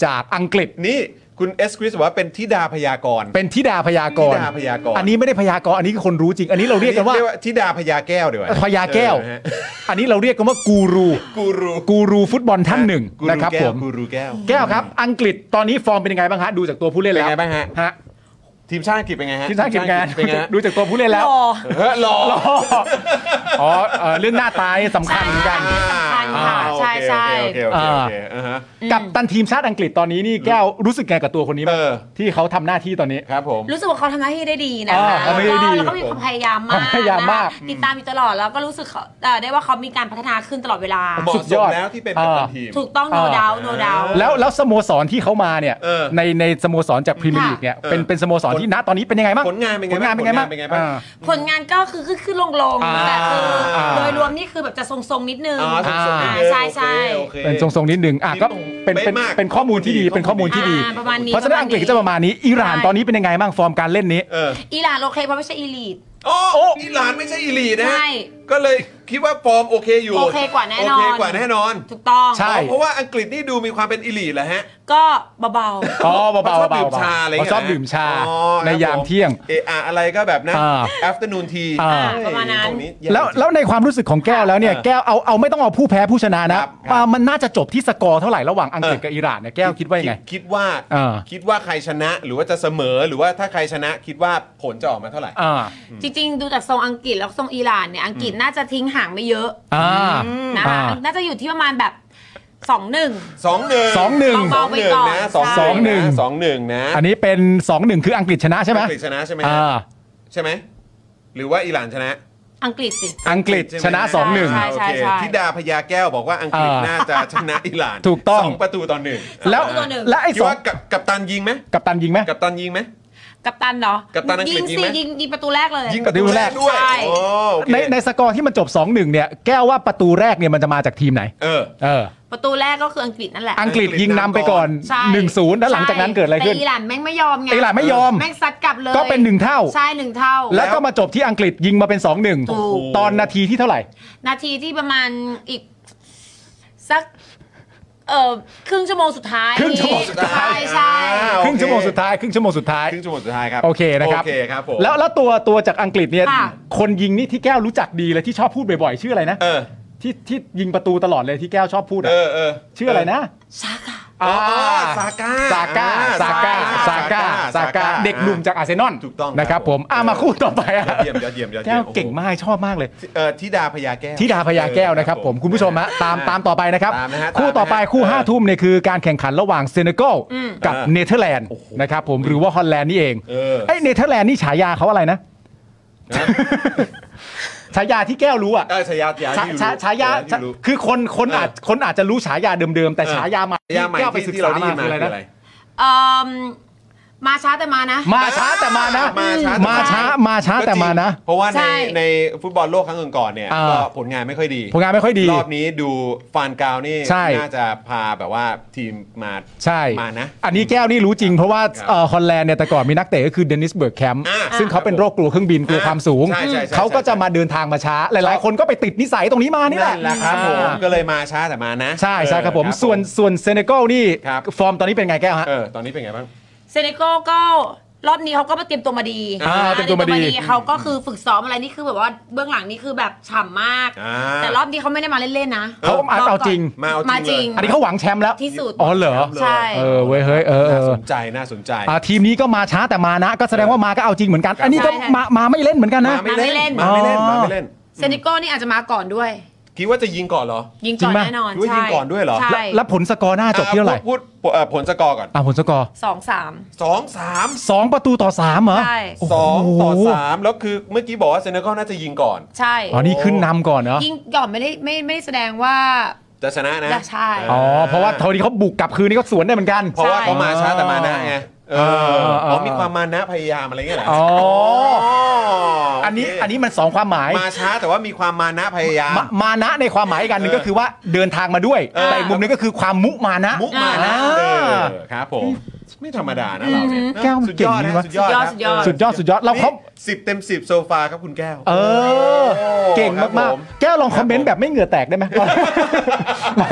S5: จากอังกฤษ
S3: นี่คุณเอสคริสบอกว่าเป็นธิดาพยากรณ์
S5: เป็นธิดาพยากร
S3: ธิดาพยากรณ์
S5: อันนี้ไม่ได้พยากรณ์อันนี้คือคนรู้จริง อันนี้เราเรียกกันว่า
S3: ธิดาพยาแก้วดีกว่า
S5: พยาแก้ว
S3: เออนะฮะ
S5: อันนี้เราเรียกกันว่ากูรู
S3: กูรู
S5: กูรูฟุตบอลท่านหนึ่ง
S3: กู
S5: นะครับ
S3: แก้
S5: ผ
S3: ว
S5: ม
S3: กูรูแก้ว
S5: แก้วครับ อังกฤษตอนนี้ฟอร์มเป็นยังไงบ้างฮะดูจากตัวผู้เล่น
S3: เป็น
S5: แล้ว
S3: ไงบ้างฮะ
S5: ฮะ
S3: ทีมชาติอังกฤษเป็นไงฮะ
S5: ทีมชาติเก็บงาน
S3: เป็นไงฮะ
S5: ดูจากตัวผู้เล่นแล้ว
S3: เฮ้ยหล่อ
S5: อ๋ออ๋อเอ่อเรื่องหน้าตานี่สำคัญเหมือนกัน
S6: สำคัญค่ะ
S3: อ่า
S6: ใช่ใช่
S3: โอเคโอเคโอเคโอเคอ่าฮะ
S5: กับตันทีมชาติอังกฤษตอนนี้นี่แก้วรู้สึกไงกับตัวคนนี้บ้าง
S3: เออ
S5: ที่เขาทำหน้าที่ตอนนี้
S3: ครับผม
S6: รู้สึกว่าเขาทำหน้าที่ได้ดีนะ
S5: อ่า
S6: คะแล้ว
S5: ทำหน้า
S6: ก็
S5: ที่ได้ดี
S6: แล้วก็มีความพยายามมาก
S5: พยายามมาก
S6: นะคะติดตามอยู่ตลอดแล้วก็รู้สึกเขาเอ่อได้ว่าเขามีการพัฒนาขึ้นตลอดเวลา
S3: เหมาะ
S5: สุด
S3: ส
S5: ย
S3: ม
S5: อด
S3: แล้วที่เป็นกัปตัน
S5: อ่า
S3: ทีม
S6: ถูกต้อง no
S5: อ่า
S6: doubt no doubt
S5: แล้วแล้วสโมสรที่เขามาเนี่ย
S3: เออ
S5: ในในสโมสรจากพรีเมียร์ลีกเนี่ย
S3: เออ
S5: เป็นเป็นสโมสรที่ณตอนนี้เป็นยังไงบ้าง
S3: ผลงานเป็นไง
S5: ผลงานเป็นไง
S3: บ้า
S5: บ้าง ง
S3: ผลงานเป็นไงบ้าง
S5: อ่
S6: ผลงานก็คือขึ้นขึ้นลงลง
S5: อ่า
S6: แต่คืออา โดยรวมนี่คือแบบจะทรงๆนิดนึง
S3: อ๋อสมสม
S6: อ่า
S3: เออ
S6: ใช่ใช่
S3: โอคโอค
S5: เป็นทรงๆนิดนึงอ่ะก็เป็นเป็น
S3: เป๊ะมาก
S5: เป็นข้อมูลที่ดี
S3: ข้อมูล
S5: เป็นข้อมูล
S3: ดี
S5: ที่ดี
S6: อ่าประมาณนี้
S5: เพราะฉะนั้นอังกฤษก็จะประมาณนี้อิหร่าน
S6: ใช่
S5: ตอนนี้เป็นยังไงบ้างฟอร์มการเล่นนี้
S3: เออ
S6: อิหร่านโอเคเพราะไม่ใช่อีลีท
S3: โอ้อีหลานไม่ใช่อีลีนะ
S6: ใช่
S3: ก็เลยคิดว่าฟอร์มโอเคอยู่
S6: โอเคกว่าแน่นอ
S3: โอ
S6: น
S3: เคกว่าแน่นอน
S6: ถูกต้อง
S5: ใช่
S3: อ๋อเพราะว่าอังกฤษนี่ดูมีความเป็นอีลีแหละฮะ
S6: ก็เบา
S5: อ๋อเบาๆ
S3: เขาชอบ
S5: เบาๆ
S3: ดื่มชาอะไรย่ง
S5: เขา
S3: งี้ย
S5: ชอบดื่มชา
S3: อ๋อ
S5: ในยามเที่ยง
S3: เอออะอะไรก็แบบนะ
S5: อ่า
S3: afternoon tea
S5: อ่า
S3: เอ้ย
S6: ประมาณนั้น
S3: ตรงยาก
S5: แล้ว
S3: จริง
S5: แล้วในความรู้สึกของแก้วแล้วเนี่ย
S3: เออ
S5: แก้วเอาเอาไม่ต้องเอาผู้แพ้ผู้ชนะนะครับ
S3: ครับ
S5: ว่ามันน่าจะจบที่สกอร์เท่าไหร่ระหว่างอังกฤษ
S3: เออ
S5: กับอิหร่านเนี่ยแก้วคิดว่ายังไง
S3: คิดว่า
S5: อ่า
S3: คิดว่าใครชนะหรือว่าจะเสมอหรือว่าถ้าใครชนะคิดว่าผลจะออกมาเท่าไหร่
S5: อ่า
S6: ๆ จริง ๆ ดูจากทรงอังกฤษแล้วทรงอิหร่านเนี่ยอังกฤษน่าจะทิ้งห่างไม่เยอะ
S5: อ่า
S6: นะ
S5: อ่า
S6: คะน่าจะอยู่ที่ประมาณแบบสองหนึ่ง
S3: สองหนึ่ง
S5: สองหนึ่ง
S6: เบาๆไปก่อน
S3: นะสอง
S5: สองหนึ่ง
S3: สองหนึ่งนะ
S5: อันนี้เป็น2อหนึ่งคืออังกฤษชนะใช่ไหม
S3: อังกฤษชนะใช่ไหมฮะ
S5: อ่า
S3: ใช่ไหมหรือว่าอิหร่านชนะ
S6: อังกฤษสิ
S5: อังกฤษชนะ
S3: ใ
S5: 2
S3: ไหม
S5: 1หนึ่ง
S6: ใช่
S3: โอ
S6: ใช่
S3: เค
S6: ใช่
S3: ธิดาพญาแก้วบอกว่าอังกฤษ
S5: อ่า
S3: น่าจะชนะอิหร่าน
S5: ถูกต้อง
S3: สองประตูต่อหนึ่ง
S5: แล้ว
S6: สองตัวหนึ่ง
S5: และไอ้
S3: คิด
S5: สอง
S3: ว่ากับกับตันยิงไหม
S5: กับตันยิงไหม
S3: กับตันยิงไหม
S6: กัปตันเหรอ
S3: กัปตันอังกฤษ
S6: ยิง
S3: ยิงไหม
S6: สิยิงยิงประตูแรกเลย
S3: ยิงประตูแรกด้วย
S6: ใช่
S3: โอ้โอเค
S5: ในในสกอร์ที่มันจบ 2 1เนี่ยแก้วว่าประตูแรกเนี่ยมันจะมาจากทีมไหน
S3: เออ
S5: เออ
S6: ประตูแรกก็คืออังกฤษนั่นแหละ
S5: อังกฤษยิงนำไปก่อน
S6: ใช่
S5: 1-0 แล้วหลังจากนั้นเกิดอะไรขึ้น
S6: แต่อิหร่านแม่งไม่ยอมไง
S5: อิหร่านไม่ยอม
S6: แม่งซัดกลับเลย
S5: ก็เป็น 1 เท่า
S6: ใช่หนึ่งเท่า
S5: แล้วก็มาจบที่อังกฤษยิงมาเป็น 2
S6: ถูก
S5: 1 ตอนนาทีที่เท่าไหร่
S6: นาทีที่ประมาณอีกสักเอ่อครึ่งชั่วโมงสุดท้าย
S5: ครึ่งชั่วโมงสุดท้าย
S6: ใช่ใช่
S3: อ่า
S5: ครึ่งชั่วโมงสุดท้ายครึ่งชั่วโมงสุดท้าย
S3: ครึ่งชั่วโมงสุดท้ายครับ
S5: โอเคนะครับ
S3: โอเคครับผม
S5: แล้วแล้วตัวตัวจากอังกฤษเนี่ย
S6: ค่ะ
S5: คนยิงนี่ที่แก้วรู้จักดีเลยที่ชอบพูดบ่อยๆชื่ออะไรนะ
S3: เออ
S5: ที่ที่ยิงประตูตลอดเลยที่แก้วชอบพูดอะ
S3: เออเออ
S5: ชื่ออะไรนะ
S6: ซาก้า
S3: อ๋อ
S5: ซา
S3: ซาก้า
S5: ก้า
S3: อ่
S5: ซาก้าซาก้าซาก้าเด็กหนุ่มจากอาร์เซนอล
S3: ถูกต้อง
S5: นะครับผมอ่ะมาคู่ต่อไปอะ
S3: ยอดเยี่ยมยอดเยี่ยมยอด
S5: แก้
S3: เยี่ยว ม
S5: เก่งมากชอบมากเลย
S3: เออธิดาพญาแก้ว
S5: ทิดาพญาแก้วนะครับผมคุณผู้ชมฮะตามตามต่อไปนะครับ
S3: ตามนะฮะ
S5: คู่ต่อไป
S3: ตามนะฮะ
S5: คู่
S3: เออ
S5: 5ทุ่มเนี่ยคือการแข่งขันระหว่างเซเนกัล
S6: อืม
S5: กับ
S3: อ่า
S5: เนเธอร์แลนด์นะครับผมหรือว่าฮอลแลนด์นี่เอง
S3: เออ
S5: ไอ้เนเธอร์แลนด์นี่ฉายาเขาอะไรนะ ฉายาที่แก้วรู้อะ
S3: เออฉายาฉ
S5: ฉาย
S3: าา
S5: ฉาฉายา
S3: ที่รู้
S5: คือคนคน
S3: เอออ
S5: อาจคนอาจจะรู้ฉายาเดิมๆ แต่
S3: เออ
S5: ฉายาใหม่
S3: ฉายาใหม่
S5: แก้วไปศึก
S3: ที่ที่
S5: ษา
S3: เราได้
S5: มา
S3: ยินมา
S5: คืออะไรนะ
S3: คืออะไร
S6: เอ่อมาช้าแต่มานะ
S5: มาช้าแต่มานะ
S3: มาช้าแต่มานะ
S5: มาช้ามาช้าแต่มานะ
S3: เพราะว่า
S6: ใช่
S3: ในในฟุตบอลโลกครั้งก่อนๆเนี่ย
S5: อ่า
S3: ก็ผลงานไม่ค่อยดี
S5: ผลงานไม่ค่อยดี
S3: รอบนี้ดูฟานกาวนี่
S5: ใช่
S3: น่าจะพาแบบว่าทีมมา
S5: ใช่
S3: มานะ
S5: อันนี้แก้วนี่รู้จริงเพราะว่า
S3: ครับ
S5: เอ่อฮอลแลนด์เนี่ยแต่ก่อนมีนักเตะก็คือเดนิสเบิร์กแคมป์
S3: อ่า
S5: ซึ่งเขาเป็นโรคกลัวเครื่องบินกลัวความสูง
S3: ใช่ใช่ใช่
S5: เขาก็
S3: ใช่
S5: จะมาเดินทางมาช้า หลายๆ คนก็ไปติดนิสัยตรงนี้มานี่แหละ
S3: แหละครับผม
S5: อ่า
S3: ก็เลยมาช้าแต่มานะ
S5: ใช่ใช่ครับผม
S3: เออ
S5: ส่วนส่วนเซเนกัลนี่
S3: ครับ
S5: ฟอร์มตอนนี้เป็นไงแก้วฮะ
S3: เออตอนนี้เป็นไงบ้าง
S6: เซเนกัลก็รอบนี้เขาก็มาเตรียมตัวมาดี
S5: อ่าเตรียมตัวมาดี
S6: เขาก็คือฝึกซ้อมอะไรนี่คือแบบว่าเบื้องหลังนี่คือแบบฉ่ำมาก
S3: อ่า
S6: แต่รอบนี้เขาไม่ได้มาเล่นๆนะ
S5: เขาอาจเอาจริง
S3: มาเอา
S6: มา
S3: จ
S6: จ
S3: ริ
S6: ริ
S3: ง
S6: ง
S3: เลย
S5: อันนี้เขาหวังแชมป์แล้ว
S6: ที่สุด
S5: อ๋อเหรอ
S6: ใช่
S5: เออเว้ยเฮ้ยเออเอ
S3: น่า
S5: อ
S3: สนใจน่าสนใจ
S5: อ่าทีมนี้ก็มาช้าแต่มานะ ก็แสดงว่ามาก็เอาจริงเหมือนกัน
S3: ครับ
S5: อันนี้ก็
S6: ใช่
S5: มามาไม่เล่นเหมือนกันนะ
S3: มาไม่เล่นมา
S5: มาไม่
S3: ไม่
S5: เล่
S3: เล่น
S5: น
S3: มาไม่เล่น
S6: เซเนกัลนี่อาจจะมาก่อนด้วย
S3: คิดว่าจะยิงก่อนเหรอ
S6: ยิงก่อน
S5: จริงปะ
S6: แน่นอน
S3: คิดว่ายิงก่อนด้วยเหรอ
S6: ใช่
S5: แล้วผลสกอร์หน้าจบที่เท่าไหร่
S3: อ่ะพูดพูดเอ่อผลสกอร์ก่อน
S5: อ่าผลสกอร์
S6: สองสาม
S3: สองสาม
S5: สองประตูต่อสามเหรอ
S6: ใช่
S5: โโห
S3: สองต่อสามแล้วคือเมื่อกี้บอกว่าเซเนกัลน่าจะยิงก่อน
S6: ใช่
S5: อ๋อนี่ขึ้นนำก่อนเนาะ
S6: ยิงก่อนไม่ได้ไม่ไม่ได้แสดงว่า
S3: จะชนะนะ
S6: ใช่
S5: อ๋อเพราะว่าเท่านี้เขาบุกกลับคืนนี่เขาสวนได้เหมือนกัน
S3: เพราะว่าเขามาช้าแต่มานะไง เอออ๋อมีความมานะพยายามอะไรเงี้ยเหรออ๋
S5: อ
S3: อ
S5: อันนี้อันนี้มันสองความหมาย
S3: มาช้าแต่ว่ามีความมานะพยายาม
S5: มามานะในความหมายอีกอันหนึงก็คือว่าเดินทางมาด้วย
S3: เออ
S5: แต่อีกมุมหนึงก็คือความมุมานะ
S3: มุมานะ
S5: อ่า
S3: เออครับผม ไม่ธรรมดานะเราเนี่ย
S5: แก้วมัน
S3: สุด
S5: เก่
S3: ย
S5: ง
S3: อด
S5: จริ
S3: นะ
S5: งวะ
S3: สุดยอดนะ
S6: สุดยอด
S5: สุดยอดสุดยอดเราเขา
S3: สิบเต็มสิบโซฟาครับคุณแก้ว
S5: เออ
S3: โอ้
S5: เก่ง
S3: ครับ
S5: มาก
S3: ผ
S5: ๆ แก้วลองคอมเมนต์แบบไม่เหงื่อแตกได้ไหมล องลอ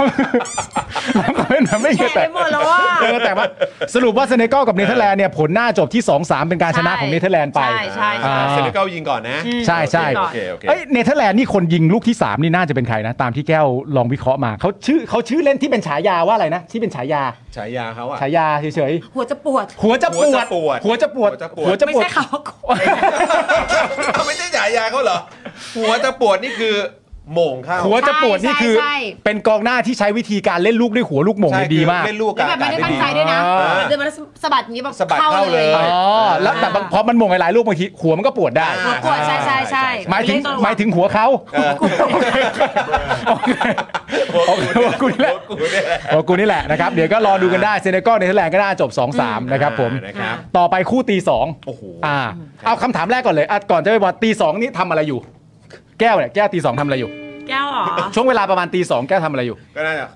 S5: งคอมเมนต์แบบไม่เห
S6: แช่
S5: งื่อแต
S6: ได้
S5: ก
S6: หมดแล้วว่า
S5: เออแต่ว่าสรุปว่าเซเนกัลกับเนเธอร์แลนด์เนี่ยผลหน้าจบที่ 2-3 เป็นการชนะของเนเธอร์แลนด์ไป
S6: ใช่ใช่
S5: อ่า
S6: ใช่
S3: เซเนกัลยิงก่อนนะ
S5: ใช่ใช่
S3: โอเคโอเค
S5: เอ้ยเนเธอร์แลนด์นี่คนยิงลูกที่ 3 นี่น่าจะเป็นใครนะ ตามที่แก้วลองวิเคราะห์มาเขาชื่อเขาชื่อเล่นที่เป็นฉายาว่าอะไรนะ ที่เป็นฉายา
S3: ฉายาเขาอะ
S5: ฉายาเฉย
S6: หัวจะปวด
S5: ๆหัวจะปวด
S3: หั
S5: หั
S3: ว
S5: ว
S3: จะ
S5: จะ
S3: ป
S5: ป
S3: ว
S5: ว
S3: ด
S5: ด
S6: ไม่ใช่เขา
S3: เขา ไม่ใช่ฉายาเขาเหรอ หัวจะปวดนี่คือโหม่งเข้า
S5: หัวจะปวดนี่คือ
S6: ใช่ใช่
S5: เป็นกองหน้าที่ใช้วิธีการเล่นลูกด้วยหัวลูกหม่ง
S3: ใช่
S5: เนี่ยดีมาก
S3: คือเล่นลูก
S6: แล้
S3: กาว
S6: แบบไม่
S3: กาศได้
S6: ได้ตั้ง
S3: ดี
S6: ใจด้วยนะ
S5: อ่า
S6: เดินมาแล้วสะบัดอย่างนี้แบบ
S3: สะบัดเข้าเลย
S5: อ๋อแล้วแต่บางพอมันหม่งหลายๆลูกบางทีหัวมันก็ปวดได้
S6: หัวปวดใช่ใช่ใช่
S5: หมายถึง
S6: เล่นตลอด
S5: หมายถึงหัวเขา
S3: เออ
S5: โอเคโอเคหัวกูนี่แหละ
S3: หัวกูเนี่ยแหละ
S5: โอ้กูนี่แหละนะครับ เดี๋ยวก็รอดูกันได้เซเนกัลเนเธอร์แลนด์ก็น่าจบ 2-3 นะครับผม
S3: นะครับ
S5: ต่อไปคู่ตีสอง
S3: โอ้โห
S5: อ่า เอาคำถามแรกก่อนเลยอ่ะก่อนจะไปบอลตีสองนี่ทำอะไรอยู่ แก้วเนี่ยแก้วตีสองทำอะไรอยู่
S6: แก้วเหรอ
S5: ช่วงเวลาประมาณตีสองแก้วทำอะไรอยู่
S3: ก็น่าจะ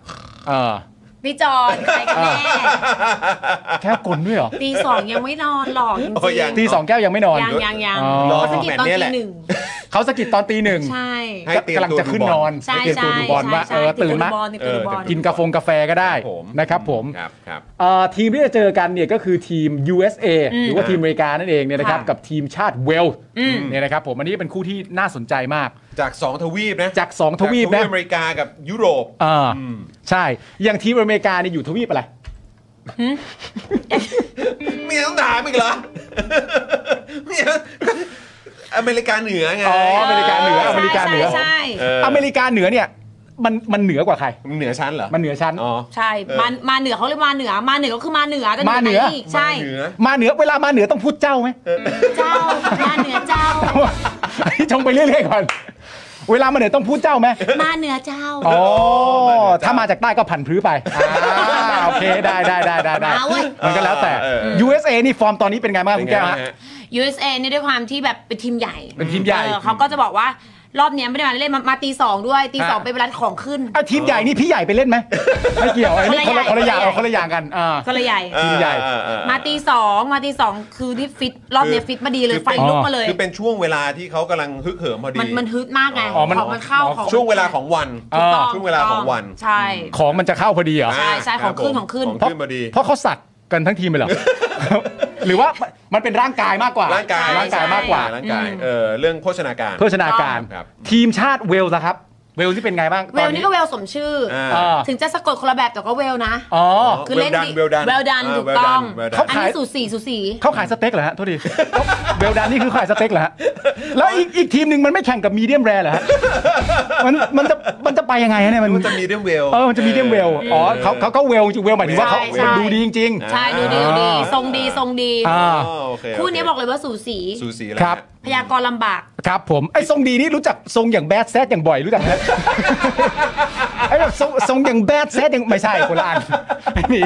S5: เออ
S6: พี่จอนใครกันแน่
S5: แก้วกลนด้วยเหรอ
S6: ตีสองยังไม่นอนหรอกจริง
S3: โอ้ยยัง
S5: ตีสองแก้วยังไม่นอน
S6: ยังยังยัง
S5: อ๋อ
S3: รอ
S6: เขาสะกิดตอน
S3: แมตช์เนี้ย
S6: ตี
S3: แหละ
S6: หนึ่ง
S5: เขาสะกิดตอนตีหนึ่ง
S6: ใช่
S3: ให้เตรียม
S5: กำลัง
S3: ตัว
S5: จะ
S3: ดู
S5: ขึ้น
S3: บอล
S5: นอน
S6: ใช่
S5: เตรียม
S6: ใช่
S5: ตัวดูบอลว่าเออตื่นมา
S6: ติดตัวดูบอล
S5: กินกาแฟกาแฟก็ได้
S3: ผม
S5: นะครับผม
S3: ครับครับ
S5: เอ่อทีมที่จะเจอกันเนี่ยก็คือทีม USA หรือว่าทีมอเมริกานั่นเองเนี่ยนะครับ
S6: ค่ะ
S5: กับทีมชาติเวลส์เนี่ยนะครับผมอันนี้เป็นคู่ที่น่าสนใจมาก
S3: จาก 2 ทวีปนะ
S5: จาก 2 ทวีป
S3: จาก
S5: นะ
S3: อเมริกากับยุโรป
S5: เอออใช่ อย่างทีมอเมริกาเนี่ยอยู่ทวีปอะไร
S3: มีต้องถามอีกเหรอ มีอเมริกาเหนือไง
S5: อ๋ออเมริกาเหนืออเมริกาเหนือ
S6: ใช่
S3: เอ
S6: ใช่
S3: อ
S5: อเมริกาเหนือเนี่ยมันมันเหนือกว่าใคร
S3: เหนือชั้นเหรอ
S5: มันเหนือชั้น
S3: อ๋อ
S6: ใช่
S3: เออ
S6: มามาเหนือเขาเรียกมาเหนือมาเหนือก็คือมาเหนือแต่
S5: มาเหนือ
S6: ไกใช่
S3: เหนือ
S5: มาเหนือเวลามาเหนือต้องพูดเจ้าไหม
S6: เจ้ามาเหนือเจ้า
S5: อันนี้ชงไปเรื่อยๆก่อน เวลามาเหนือต้องพูดเจ้าไหม
S6: มาเหนือเจ้า
S5: อ๋อ
S3: มาเหนือเจ้า
S5: ถ้ามาจากใต้ก็ผันพื้ไปอ่าโอเคได้ได้ได้ได้ได้
S6: มาเว้ย
S5: มันก็แล้วแต่
S3: เออเออ
S5: USA นี่ฟอร์มตอนนี้เป็นไงบ้างครับ
S3: เป็น
S5: คุณ
S3: ไง
S5: แก้ว
S3: บ้า
S5: ฮะ
S3: งฮะ
S6: USA นี่ด้วยความที่แบบเป็นทีมใหญ่
S5: เป็นทีมใหญ่
S6: ออเขาก็จะบอกว่ารอบเนี้ยไม่ได้มาเล่นมามาตีสองด้วยตีสองเป็นเวลาของขึ้น
S5: ไอ้ทีมใหญ่นี่พี่ใหญ่ไปเล่นไหมไม่เกี่ยวไอ้นี่
S6: ค
S5: คน นละ
S6: ละค
S5: คน น
S6: ละ
S5: ละอย่
S6: อา
S5: ย่าง งเอาคนละอย่างกันอ่า
S6: ก็เลยใหญ่
S5: ทีมใหญ่
S3: เออเออเออ
S6: มาตีสองมาตีสองคือที่ฟิตรอบเนี้ยฟิตมาดีเลย
S3: คือ
S6: ไฟลุกมาเลย
S3: คือเป็นช่วงเวลาที่เขากำลังฮึกเหิมพอดี
S6: มันมันฮึดมากไง
S5: อ๋อมัน
S6: ของมันเข้าของ
S3: ช่วงเวลาของวัน
S6: ถูกต้อง
S3: ช่วงเวลาของวัน
S6: ใช่
S5: ของมันจะเข้าพอดีเหรอ
S6: ใช่ใช่
S3: ครับ
S6: ของ
S3: ผ
S6: ขึ้น
S3: ม
S6: ของขึ้น
S3: ของ
S5: เพราะ
S3: ขึ้นพอดี
S5: เพราะเขาสักกันทั้งทีมเลยเหร อ หรือว่ามันเป็นร่างกายมากกว่า
S3: ร่างกาย
S5: ร่างกายมากกว่า
S3: ร่างกายเออเรื่องโภชนาการ
S5: เพื่อชนาการ
S3: ครับ
S5: ทีมชาติเวลส์นะครับ เวลส์นี่เป็นไงบ้าง
S6: เวลนี่ก็เวลสมชื่ออา
S5: อ่า
S6: ถึงจะสะกดคนละแบบแต่ก็เวลนะ
S5: อ๋อ
S6: คือเล่นดี
S3: well done well done
S6: เว
S3: อ่า
S6: ลดันถูก
S3: well
S6: ต้อง
S3: done well done
S6: อันนี้สูสีสูสี
S5: เขาขายสเต็กเหรอฮะโทษที เบลดานนี่คือขายสเต็กเหรอฮะแล้ว อีกอีกทีมหนึ่งมันไม่แข่งกับมีเดียมแรร์เหรอฮะมันมันจะมันจะไปยังไงฮะเนี่ยมัน
S3: มันจะมีเรื่องเวล
S5: เออมันจะมีเดียมเวลอ๋อเขาเขาก็เวลเวลหมายถึงว่าเขา
S6: ใช่ใช่
S5: ดูดีจริง
S6: ใช่ดูดีดูดีทรงดีทรงดี
S5: อ่า
S3: โอเค
S6: คู่นี้
S3: โเ
S6: บอกเลยว่าสูสี
S3: สูสีแล้ว
S5: ครับ
S6: พยากรณ์ลำบาก
S5: ๆ ครับผมไอ้ทรงดีนี่รู้จักทรงอย่างแบดแซดอย่างบ่อยรู้จัก ไหม ไอ้แบบทรงทรงอย่างแบดแซดอย่างไม่ใช่คนละอันไม่มี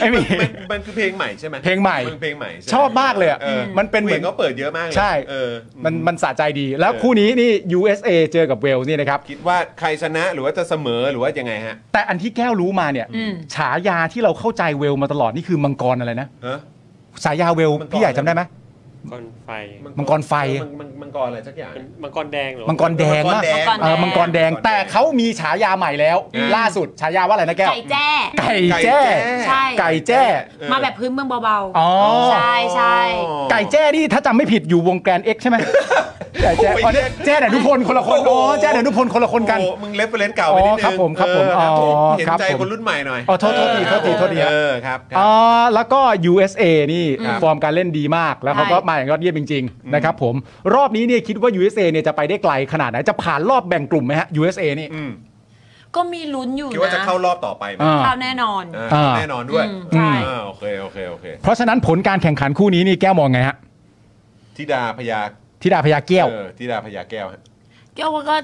S5: ไม่มี
S3: มันมันคือเพลงใหม่ใช่ไหม
S5: เพลงใหม่
S3: นเพลงใหม่ใไหม
S5: ชอบมากเลยอะมันเป็นเหมือน
S3: พลงเขาเปิดเยอะมากเลย
S5: ใช่
S3: เออ
S5: มันมันสะใจดีแล้วคู่นี้นี่ USA เจอกับเวลส์นี่นะครับ
S3: คิดว่าใครชนะหรือว่าจะเสมอหรือว่ายังไงฮะ
S5: แต่อันที่แก้วรู้มาเนี่ย
S6: อืม
S5: ฉายาที่เราเข้าใจเวลมาตลอดนี่คือมังกรอะไรนะ
S3: ฮะ
S5: ฉายาเวล
S3: มังกร
S5: พี่ใหญ่จำได้ไหม
S4: ก้อนไฟ
S5: มังกรไฟ
S3: เออมังมังกรอะไรสักอย่าง
S4: เป็นมังกรแดงเหรอ
S5: มังกรแดง
S3: มังกร
S5: มาก
S3: แดง
S5: เออมังกรแดง
S3: มังกรแดง
S5: แต่เขามีฉายาใหม่แล้ว
S3: อืม
S5: ล่าสุดฉายาว่าอะไรนะแก้ว
S6: ไก่แจ้
S5: ไก่แจ้
S6: ใช่
S5: ไก่แจ้
S3: เออ
S6: มาแบบพื้นเมืองเบา
S5: อ๋อ
S6: ใช่ใช่
S3: อ๋อ
S5: ไก่แจ้นี่ถ้าจำไม่ผิดอยู่วงแกรนเอ็ก ใช่ไหมไก่แจ้
S3: โอ้ย
S5: อ๋อเนี่ยแจ้เดนุพลคนละคน
S3: โอ้
S5: อ๋
S3: โห
S5: อแจ้เดนุพลคนละคนกัน
S3: โอ้มึงเลฟเฟรนซ์เก่าไปนิดนึง
S5: อ๋อครับผมครับผม
S3: เออครับผม
S5: อ๋อ
S3: เห็น
S5: ครับ
S3: ใจ
S5: ผม
S3: คนรุ่นใหม่หน่อย
S5: อ๋อโทษโทษที
S3: เออ
S5: โทษทีโทษที
S3: เออครับค
S5: อ๋
S3: รั
S5: อบ แล้วก็ USA นี่
S3: ครับ
S5: ฟอร์มการเล่นดีมาก แล้วเขา
S6: ใช่
S5: ก็มาอย่างยอดเยี่ยมจริงๆนะครับผม รอบนี้เนี่ยคิดว่า USA เนี่ยจะไปได้ไกลขนาดไหน จะผ่านรอบแบ่งกลุ่มไหมฮะ USA นี่
S3: อืม
S6: ก็มีลุ้นอยู่
S3: คิดว่าจะ
S6: นะ
S3: เข้ารอบต่อไปไหม
S5: อ่า
S6: เข้าแน่นอน
S3: เออ
S5: อ่า
S3: แน่นอนด้วย
S6: อืมใช่
S3: เออโอเคโอเคโอเค
S5: เพราะฉะนั้นผลการแข่งขันคู่นี้นี่แก้วมองไงฮะ
S3: ธิดาพยา
S5: ธิดาพยาแก้ว
S3: เออธิดาพยาแก้วฮะ
S6: เกี่ยวก็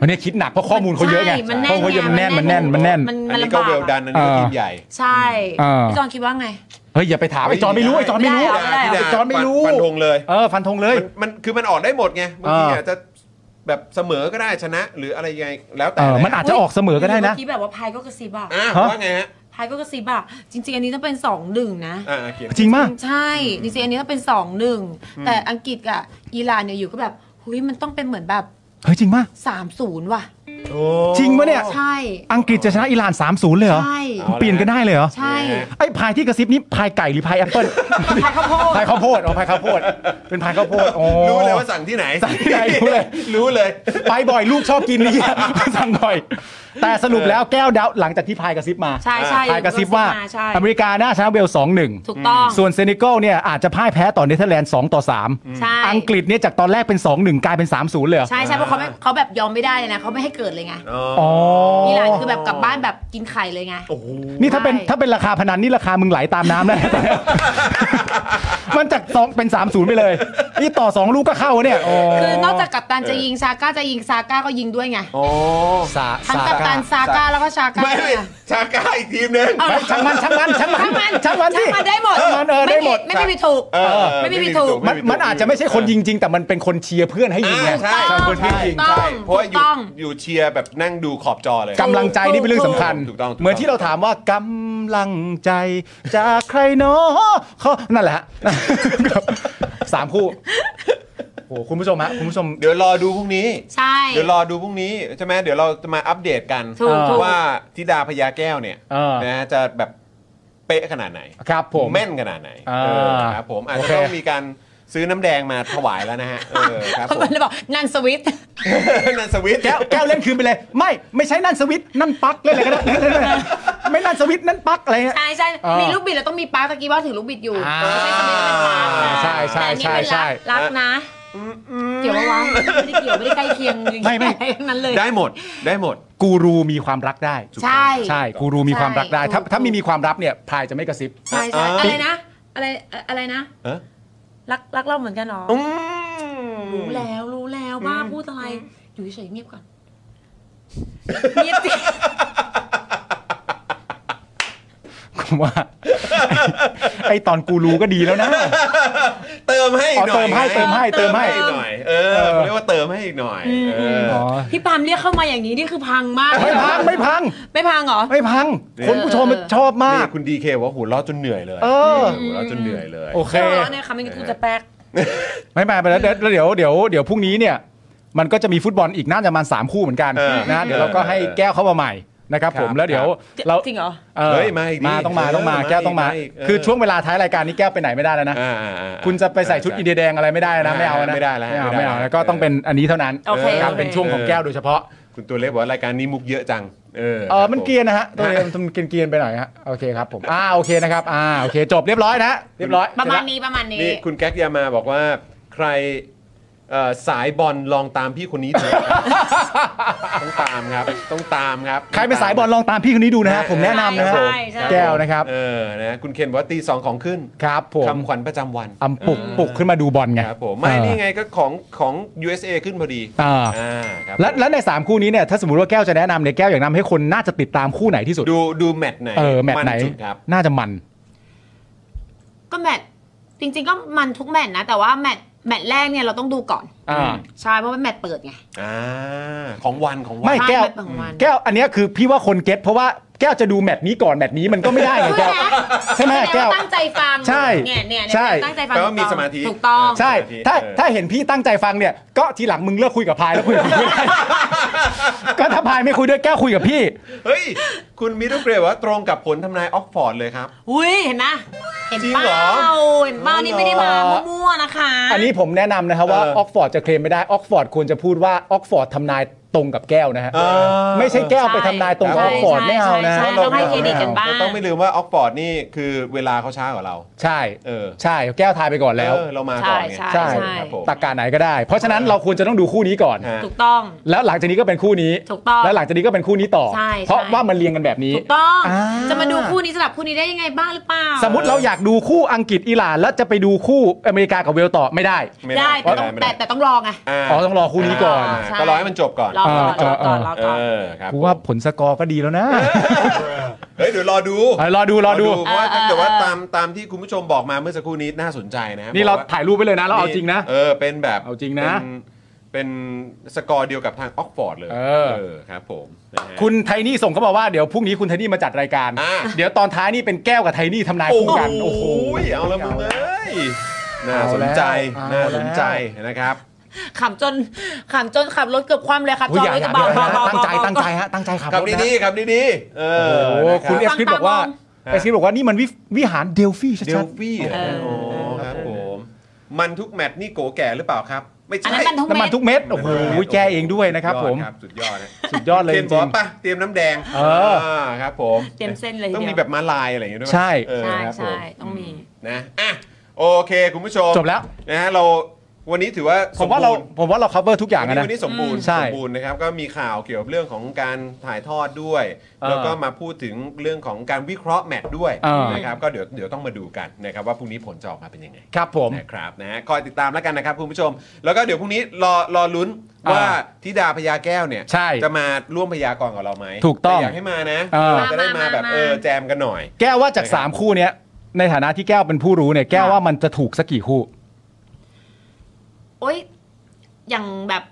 S5: วันนี้คิดหนักเพราะข้อมูลเขาเยอะไง
S6: ใช่มันแน่น
S5: เพราะเขาเยอะมันแน่น
S6: ไงมั
S5: มัน น
S6: แน่
S5: แน่
S6: น
S5: นมันแน่น
S6: มัน
S3: อันนี้ก็
S6: ลำบาก
S3: เวลดันอันนี้ก็
S5: อ่า
S3: ทีมใหญ่
S6: ใช่
S5: อ่า
S6: พี่จอนคิดว่าไง
S5: เฮ้ยอย่าไปถามไอ้จอนไม่รู้ไอ้จอนไม่รู้
S6: ไม่ได้
S5: ไอ้จอนไม่รู้
S3: ฟันธงเลย
S5: เออฟันธงเลย
S3: มันมันคือมันออกได้หมดไงบางที
S5: อ่า
S3: อาจจะแบบเสมอก็ได้ชนะ หรืออะไรยังไงแล้ว
S5: เอ
S3: แต่
S5: อมันอาจจะออกเสมอก็ได้นะ
S6: เมื่อกี้แบบว่าพายก็กระซิบอะ
S3: อ่ะ
S5: ฮะ
S3: ว่าไงฮะ
S6: พายก็กระซิบอะจริง ๆ อันนี้ต้องเป็นสองหนึ่งนะ
S3: อ่าเขียน
S5: จริงมาก
S6: ใช่จริงๆอันนี้ต้องเป็นสองหนึ่งแต่อังกฤษกับอิหร่านเนี่ยอยู่ก็แบบหุยมันต้องเป็นเหมือนแบบ
S5: เฮ้ยจริงมาก
S6: สามศูนย์ว่ะ
S3: โอ้
S5: จริงปะเนี่ย
S6: ใช่
S5: อังกฤษจะชนะอิหร่าน 3-0 เลยเหรอ
S6: ใช่
S5: เปลี่ยนกันได้เลยเหรอ
S6: ใช่
S5: ไอ้พายที่กระซิบนี่พายไก่หรือพายแอปเปิ้ล
S6: พายข้าวโพด
S5: พายข้าวโพดอ๋อพายข้าวโพดเป็นพายข้าวโพดอ๋อ
S3: รู้เลยว่าสั่งที่ไหน
S5: สั่งที่ไหนรู้เลย
S3: รู้เลย
S5: ไปบ่อยลูกชอบกินนี่ สั่งบ่อย แต่สรุปแล้วแก้วดาวหลังจากที่พายกระซิบมา
S6: ใช่ใช่
S5: พายกระซิบว่า
S6: ใช่
S5: อเมริกาน่าชนะเวลสองหนึ่ง
S6: ถูกต้อง
S5: ส่วนเซเนกัลเนี่ยอาจจะพ่ายแพ้ต่อเนเธอร์แลนด์2ต่อ3
S6: ใช่
S5: อังกฤษเนี่ยจากตอนแรกเป็น 2-1 กลายเป็น 3-0 เลยเหรอ
S6: ใช่ใช่เพราะเขาไม่เขาแบบยอมไม่ได้เลยนะเขาไม่ให้เกิดเลยไง
S3: อ๋อ
S5: อ๋อ
S6: อิหร่านคือแบบกลับบ้านแบบกินไข่เลยไง
S3: โอ้โห
S5: นี่ถ้าเป็น
S6: ใช่
S5: ถ้าเป็นราคาพนันนี่ราคามึงไหลตามน้ำได้ มันจากสองเป็น 3-0 ไปเลย นี่ต่อสองลูกก็เข้าเนี่ยอ๋
S6: คือนอกจากกัปตันจะยิงซาก้าจะยิงซาก้าก็ยิงด้วยไง
S3: โอ้
S5: สา
S6: ทั้ง
S5: สา
S6: กัปตันซาก้าแล้วก็ชาก้า
S3: ไม่ไม่ชาก้าอีกทีมหนึง
S6: เอา
S5: ช่างมันช่างมันช่างมัน
S6: ช่างมัน
S5: ช่างมัน
S6: ช่างมันได้หมด
S5: ช่างมันเออได้หมด
S6: ไม่ผิไม่มีผิดถูก
S3: เออ
S6: ไม่มีผิดถูก
S5: มันมันอาจจะไม่ใช่คนยิงจริง แต่มันเป็นคนเชียร์เพื่อนให้ยิงไง
S3: อ่าใช่
S5: ใช่คน
S3: ใช่
S5: ที่ยิง
S6: ถูกต้อง
S3: ใช่เพราะว่าอ
S6: ถู
S3: ยู่
S6: กต้อง
S3: อยู่เชียร์แบบนั่งดูขอบจอเลย
S5: กำลังใจนี่เป็นเรื่องสำคัญ
S3: ถูกต้องถูกต้อง
S5: เหมือนที่เราถามว่ากำลังใจจากใครเนาะเขานั่นแหละฮะ สามคู่โอ้โหคุณผู้ชมฮะคุณผู้ชม
S3: เดี๋ยวรอดูพรุ่งนี้
S6: ใช่
S3: เดี๋ยวรอดูพรุ่งนี้ใช่ไหมเดี๋ยวเราจะมาอัปเดตกัน
S6: ถูกถูก
S3: ว่าธิดาพญาแก้วเนี่ย
S5: เออ
S3: นะฮะจะแบบเป๊ะขนาดไหน
S5: ครับผม
S3: แม่นขนาดไหน
S5: อ่า
S3: เออครับผมอาจ
S5: โอ
S3: จะ
S5: เค
S3: ต้องมีการซื้อน้ำแดงมาถวายแล้วนะฮะเออครับ
S6: เขา
S3: ผ
S6: เป็
S3: ม
S6: นบอกนันสวิต
S3: นันสวิตช์
S5: แก้วแก้วเล่นคืนไปเลย ไม่ไม่ใช่นั่นสวิตช์นั่นปลั๊กเล่นอะไรก็ได้เล่ นอะไรก็ได้ไม่นั่นสวิตช์นั่นปลั๊กอะไรเงี้ย
S6: ใช่ใช่
S5: เออ
S6: มีลูกบิดเราต้องมีปาร์คตะกี้ว่าถือลูกบิดอยู่
S5: อ่า
S6: ไม่ใช่สมิธเป็
S5: ใช่ใช่
S6: นปาร์คนะ
S5: ใช่ใช่
S6: แต่อันนี้เป็นรักรักนะ เกี่ยวปะวะไม่ได้เกี่ยวไม่ได้ใกล้เคียงหรือ
S5: ไม่ไม่
S6: ทั้งนั้นเลย
S3: ได้หมดได้หมด
S5: กูรูมีความรักได้
S6: ใช่
S5: ใช่กูรูมีความรักได้ ถ้า
S6: ใช่
S5: ถ้ามีมีความรักเนี่ยพายจะไม่กระซิบ
S6: ใช่ใช่
S3: อ่า
S6: อะไรนะ อะไรอะไรนะ
S3: เออ
S6: รักรักเราเหมือนกันเหรอ
S3: อืม
S6: รู้แล้วรู้แล้วบ้าพูดอะไร อยู่เฉยๆเงียบก่อน เงียบสิ
S5: ผมว่า ไอตอนกูรู้ก็ดีแล้วนะ
S3: เติมให้อีกหน่
S5: อ๋อ
S3: อย
S5: เติมให้เติมให้เติมให้
S3: หน่อยเออเขาเรียกว่าเติมให้อีกหน่อยเอออ
S6: พี่ปาล์มเรียกเข้ามาอย่างนี้นี่คือพังมาก
S5: ไม่พังไม่พัง
S6: ไม่พังเหรอ
S5: ไม่พัง
S3: เออ
S5: คนผู้ชมชอบมาก
S3: นี่คุณดีเคบอกว่าหัวเราะจนเหนื่อยเลย
S5: เออ
S3: หัวเราะจนเหนื่อยเลย
S5: โอเค
S6: ไม่พังเหรอเนี่ยคำนี้กูจะแป๊ก
S5: ไม่ไปไปแล้วเดี๋ยวเดี๋ยวเดี๋ยวเดี๋ยวพรุ่งนี้เนี่ย มันก็จะมีฟุตบอลอีกน่าจะประมาณสามคู่เหมือนกัน
S3: เออ
S5: นะเดี๋ยวเราก็ให้
S3: เออ
S5: แก้วเข้ามาใหม่นะครับ ผม
S3: ครับ
S5: แล้วเดี๋ยวเรา
S6: จริงเหรอ
S5: เออ
S3: เฮ้ยมาอีกดิ
S5: มาต้องมาต้องมา
S3: เออมา
S5: แก้วต้องมา
S3: อีกเออ
S5: คือช่วงเวลาท้ายรายการนี้แก้วไปไหนไม่ได้แล้วนะ
S3: อ่าๆๆ
S5: คุณจะไปใส่ชุดอินเดียแดงอะไรไม่ได้นะไม่เอานะ
S3: ไม่ได้แล้ว
S5: ไม่เอา
S3: ไม่
S5: ไม่
S3: ได้
S5: เอา
S3: แล้ว
S5: แล้วก็ต้องเป็นอันนี้เท่านั้น
S6: โอเค
S5: รับเป็นช่วงของแก้วโดยเฉพาะ
S3: คุณตัวเล็กบอกว่ารายการนี้มุกเยอะจัง เออ
S5: เออมัน
S3: ครับผ
S5: เกรียนนะฮะตัวเองมันเกรียนๆไปหน่อยฮะโอเคครับผมอ่าโอเคนะครับอ่าโอเค จบเรียบร้อยนะเรียบร้อย
S6: ประมาณนี้ประมาณนี้
S3: นี่คุณแก๊กยามาบอกว่าใครเอ่อสายบอลลองตามพี่คนนี้เถอะ ต้องตามครับ ต้องตามครับ
S5: ใครเป็นสายบอลลองตามพี่คนนี้ดูนะฮะผมแนะนำนะฮะ
S6: ใช่ใช่
S5: แก้วนะครับ
S3: เออนะคุณเคนบอกว่าตีสองของขึ้น
S5: ครับผม
S3: คำขวัญประจำวัน
S5: อำปลุกปลุกขึ้นมาดูบอลไง
S3: ครับผมไม่นี่ไงก็ของของ USA ขึ้นพอดี
S5: อ่า
S3: อ่าครับ
S5: และและใน 3 คู่นี้เนี่ยถ้าสมมติว่าแก้วจะแนะนำเนี่ยแก้วอยากแนะนำให้คนน่าจะติดตามคู่ไหนที่สุด
S3: ดูดูแมตช์ไหน
S5: เออแมตช์ไหน
S3: สุดครับ
S5: น่าจะมัน
S6: ก็แมตช์จริง ๆ ก็มันทุกแมตช์นะ แต่ว่าแมตช์แมตช์แรกเนี่ยเราต้องดูก่อน
S5: อ่า
S6: ใช่เพราะเป็นแมตช์เปิดไง
S3: อ่า ของวันของวั
S5: ไม่
S3: น
S5: แก้ว
S6: แมตช์ของวัน
S5: แก้วอันเนี้ยคือพี่ว่าคนเก็ตเพราะว่าแก้วจะดูแมตช์นี้ก่อนแมตช์นี้มันก็ไม่ได้ไง
S6: ใช่
S5: แก้ว
S6: ไหม
S5: ใช่ไหมแก้ว
S6: ตั้งใจฟัง
S5: ใช่
S6: เนี่ยเนี่ยเนี่ย
S5: ใช่
S6: ตั้งใจฟัง
S3: แปลว่ามีสมาธิ
S6: ถูกต้อง
S5: ใช่ ถ้า
S3: เออ
S5: ถ้าเห็นพี่ตั้งใจฟังเนี่ย ก็ทีหลังมึงเลิกคุยกับพายแล้ว คุยกับพี่ ก็ถ้าพายไม่คุยด้วยแก้วคุยกับพี่
S3: เฮ้ย คุณมิดเดิลเกรดบอกว่าตรงกับผลทำนายออกฟอร์ดเลยครับ
S6: อุ้ยเห็นไหมเห็น
S3: จริง
S6: เป
S3: เหรอ
S6: ล่าเห็นเปล่านี่ไม่ได้มามั่วๆนะคะ
S5: อันนี้ผมแนะนำนะครับว่า
S3: เออ
S5: ออกฟอร์ดจะเคลมไม่ได้ออกฟอร์ดควรจะพูดว่าออกฟอร์ดทำนายตรงกับแก้วนะฮะ
S3: เออ
S5: ไม่ใช่แก้วไปทำนายตรงกับอ
S6: ใช่
S5: อกฟอร์ดไม่เอานะ
S6: ใช่ใช่ต้องให้เครดิตกันบ้าง
S3: เราต้องไม่ลืมว่าออกฟอร์ดนี่คือเวลาเขาช้ากว่าเรา
S5: ใช่
S3: เออ
S5: ใช่แก้วทายไปก่อนแล้ว
S3: เออเรามาก่อนไง
S6: ใช่
S5: ใช่
S3: ครับผม
S5: ตักการไหนก็ได้ เพราะฉะนั้นเราควรจะต้องดูคู่นี้ก่อน
S3: ฮะ
S6: ถูกต้อง
S5: แล้วหลังจากนี้ก็เป็นคู่นี้
S6: ถูกต้อง
S5: แล้วหลังจากนี้ก็เป็นคู่นี้ต่อ
S6: ใช่ใช่
S5: เพราะว่ามันเรียงกันแบบนี้
S6: ถูกต้อง
S5: อ่า
S6: จะมาดูคู่นี้สลับคู่นี้ได้ยังไงบ้างหรือเปล่า
S5: สมมติเราอยากดูคู่อังกฤษอิหร่านแล้วจะไปดูคู่อเมริกา ากับเวลต่อไม่ได้
S3: ไม่
S6: ได้แต่ต้อง
S3: ไม่
S6: แต่
S3: ได้
S6: แต่ต้องรอไง
S5: อ๋อต้องรอคู่นี้ก่อน
S3: าก็รอให้มันจบก่อน
S6: รอก่อนรอก่อนรอ
S3: เอ
S6: ก่อน
S3: อครับ
S5: กูว่าผลสกอร์ก็ดีแล้วนะ
S3: เฮ้ยเดี๋ยวรอดู
S5: เออรอดูรอดู
S3: เพราะว่าถ้าเกิดว่าตามตามที่คุณผู้ชมบอกมาเมื่อสักครู่นี้น่าสนใจนะ
S5: นี่เรา
S3: บอกว่
S5: ถ่ายรูปไปเลยนะเราเอาจริงนะ
S3: เออ เป็นแบบ
S5: เอาจริงนะ
S3: เป็นเป็นสกอร์เดียวกับทางออกฟอร์ดเลย
S5: เออ
S3: ครับผมนะฮะ
S5: คุณไทนี่ส่งเขาบอกว่าเดี๋ยวพรุ่งนี้คุณไทนี่มาจัดรายการ
S3: อ่า
S5: เดี๋ยวตอนท้ายนี่เป็นแก้วกับไทนี่ทำนาย
S3: โอ้
S5: คู่
S3: โห
S5: กันโอ้โห
S3: เอาละมึงเอ้ยน่า
S5: เอา
S3: สน
S5: แล้ว
S3: ใจ
S5: เอา
S3: น่าสนใจ
S5: แล้ว
S3: นะครับ
S6: ขำจนขำจนขับรถเกือบคว่ำเลยค่ะ
S5: โอ้ย
S6: จ
S5: อ
S6: อด
S5: ย่าร
S6: ถ
S5: อย่า
S6: เบา
S5: เดี๋ยว
S6: เบา
S5: นะ
S6: เบา
S5: ตั้งใจ
S6: เบา
S5: ตั้งใจฮะตั้งใจขับ
S3: ขับ
S5: รถนะ
S3: ดีๆขับดีๆเออ
S5: โอ้โห
S3: นะรับ
S5: คุณเอฟคริส
S6: ฟังตาม
S5: บอกว่า
S6: ลม
S5: เอฟคริสบอกว่านี่มันวิวิหารเดลฟี่ชั
S3: เดล
S5: ด
S3: ฟี่เหรอโอ้ครับผม มันทุกแมตช์นี่โกแก่หรือเปล่าครับ ไม่
S6: อัน
S3: ใช่
S6: นั้นมันทุก
S5: ๆน้ำมัน
S6: เม็ด
S5: ทุกเม็ดโอ้โหแก้เองด้วยนะครับผม
S3: ยอดสุดยอดนะ
S5: สุดยอดเลยจ
S3: เตรียมบ
S5: ริ
S3: อก
S5: ง
S3: ปะเตรียมน้ำแดง
S5: เอออ่
S3: าครับผม
S6: เต็มเส้นเลยที
S3: ต้อง
S6: เดี
S3: มี
S6: ยว
S3: แบบมาลายอะไรอย่างเงี้ยด้วยปะ
S5: ใช่
S3: เออ
S6: ใช่
S3: ครับผ
S6: ใช่
S3: ม
S6: ต้องมี
S3: นะอ่ะโอเค คุณผู้ชม
S5: จบแล้ว
S3: นะฮะเราวันนี้ถือว่า
S5: ผมว่าเรา
S3: สบูณ์
S5: ผมว่าเรา cover ทุกอย่าง
S3: วัน
S5: อะ
S3: นี้
S5: นะ
S3: วันนี้สมบูรณ์
S5: ใช่
S3: สมบูรณ์นะครับก็มีข่าวเกี่ยวกับเรื่องของการถ่ายทอดด้วย
S5: เออ
S3: แล้วก็มาพูดถึงเรื่องของการวิเคราะห์แมตช์ด้วย
S5: เออ
S3: นะครับก็เดี๋ยวเดี๋ยวต้องมาดูกันนะครับว่าพรุ่งนี้ผลจะออกมาเป็นยังไง
S5: ครับผม
S3: นะครับนะฮะคอยติดตามแล้วกันนะครับคุณผู้ชม แล้วก็เดี๋ยวพรุ่งนี้รอรอลุ้น
S5: เออ
S3: ว่าธิดาพญาแก้วเนี่ย
S5: ใช่
S3: จะมาร่วมพยากรณ์กับเราไหม
S5: ถูกต้อง
S3: แอยากให้มานะ
S5: เออ
S3: จะได้มาแบบเออแจมกันหน่อย
S5: แก้วว่าจาก 3 คู่เนี้ยในฐานะที่แก้วเป็นผู้รู้เนี่ยแก้วว่ามันจะถูกสักกี่คู่
S6: โอ๊ยอย่างแบบ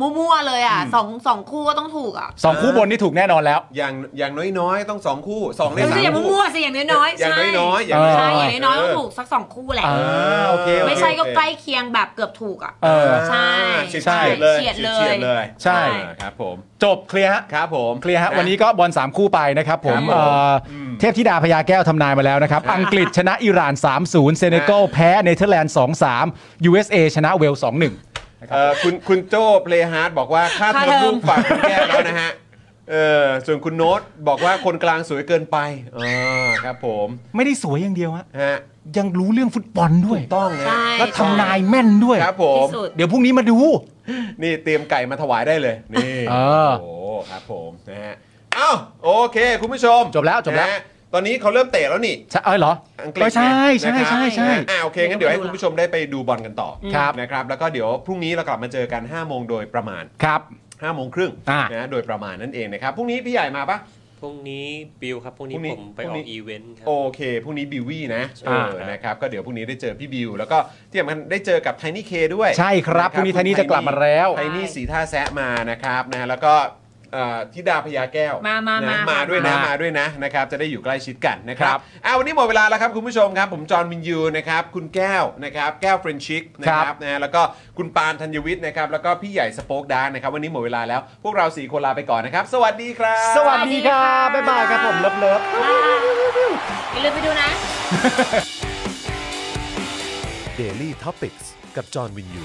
S6: มั่วๆเลยอ่ะสองสองคู่ก็ต้องถูกอ่ะ
S5: สองคู่บนนี่ถูกแน่นอนแล้ว
S3: อย่างอย่างน้อยๆ ต้องสองคู่สองใน
S6: ไม่
S3: สา
S6: ใช่
S3: ม
S6: อย่าง
S3: คู่
S6: มั่วๆสิอย่างน้อยๆ
S3: อย่าง
S6: ใช่
S3: น้อยๆอย่าง
S6: ใช่
S3: น้อยๆ
S6: อย่างน้อยๆ
S3: เออ
S6: ต้องถูกสักสองคู่แหละ
S5: อ่าโอเคโอเค
S6: ไม่ใช่ก็ใกล้เคียงแบบเกือบถูกอ่ะ
S5: เออ
S6: ใช่
S3: ใช่
S6: เฉียดเลย
S3: ฉียดเลย
S5: ใช่
S3: ครับผม
S5: จบเคลียร์ฮะ
S3: ครับผม
S5: เคลียร์ฮะวันนี้ก็บอล3 คู่ไปนะครับผม
S3: ครับผม
S5: เอ่ออ
S3: ม
S5: เทพธิดาพญาแก้วทำนายมาแล้วนะครับ อังกฤษชนะอิหร่าน 3-0 เซเนกัลแพ้เนเธอร์แลนด์ 2-3 USA ชนะเวลส์2-1
S3: เอ่อคุณคุณโจ้เพลฮาร์ดบอกว่าค่าเทอมลูกฝากคุณแก้วแล้วนะฮะเออส่วนคุณโน้ตบอกว่าคนกลางสวยเกินไปอ่าครับผม
S5: ไม่ได้สวยอย่างเดียวฮะ
S3: ฮะ
S5: ยังรู้เรื่องฟุตบอลด้วย
S3: ต้องนะ
S6: ใช่
S5: ก็ทำนายแม่นด้วย
S3: ครับผม
S6: ที่สุด
S5: เดี๋ยวพรุ่งนี้มาดู
S3: นี่เตรียมไก่มาถวายได้เลย นี่
S5: เอ
S3: โอ้
S5: อ
S3: โหครับผมนะฮะเอ้าโอเค คุณผู้ชม
S5: จบแล้วจบแล้ว
S3: นะฮะตอนนี้เขาเริ่มเตะแล้วนี่
S5: ใช่เอ้ยเหรอ
S3: อังกฤษ
S5: เอ้ยใช่ใช่
S3: นะครับ
S5: ใช่ใช่
S3: อ่าโอเคงั้นเดี๋ยวให้คุณผู้ชมได้ไปดูบอลกันต่อ
S5: ครับ
S3: นะครับ แล้วก็เดี๋ยวพรุ่งนี้เรากลับมาเจอกัน 5 โมงโดยประมาณ
S5: ครับ
S3: 5 โมงครึ่ง
S5: อ่าน
S3: นะโดยประมาณนั่นเองนะครับพรุ่งนี้พี่ใหญ่มาปะ
S4: พรุ่งนี้บิวครับพรุ่งนี้
S3: พรุ่งนี้
S4: ผมไป
S3: พรุ่
S4: อง อ
S3: นี้
S4: กอีเวนต์ครั
S3: โอเคพรุ่งนี้บิววี่นะเออ
S5: ครับ
S3: นะครับก็เดี๋ยวพรุ่งนี้ได้เจอพี่บิว แล้วก็ที่สำคัญได้เจอกับไทนี่เคด้วย
S5: ใช่ครับพรุ่งนี้ไทนี่จะกลับมาแล้ว
S3: ไทนี่สีท่าแซะมานะครับนะแล้วก็เอ่อธิดาพญาแก้ว
S6: มามา
S3: นะ
S6: มาม
S3: มาด้วยนะ
S5: าม
S3: มาด้วยนะนะครับจะได้อยู่ใกล้ชิดกันนะค
S5: ค
S3: รั
S5: รั
S3: บบ อ่าวันนี้หมดเวลาแล้วครับคุณผู้ชมครับ ผมจอห์นวินยูนะครับคุณแก้วนะครับแก้วเฟรนชิกนะค
S5: ค
S3: รั
S5: รั
S3: บบ นะแล้วก็คุณปานธัญวิทย์นะครับแล้วก็พี่ใหญ่สโป๊กดาร์กนะครับวันนี้หมดเวลาแล้วพวกเราสี่คนลาไปก่อนนะครับสวัสดีครับ
S5: สวัสดีครับบ๊ายบายครับผมเลิฟเลิฟ
S6: อย่าลืมไปดูนะ
S12: Daily Topics กับจอห์นวินยู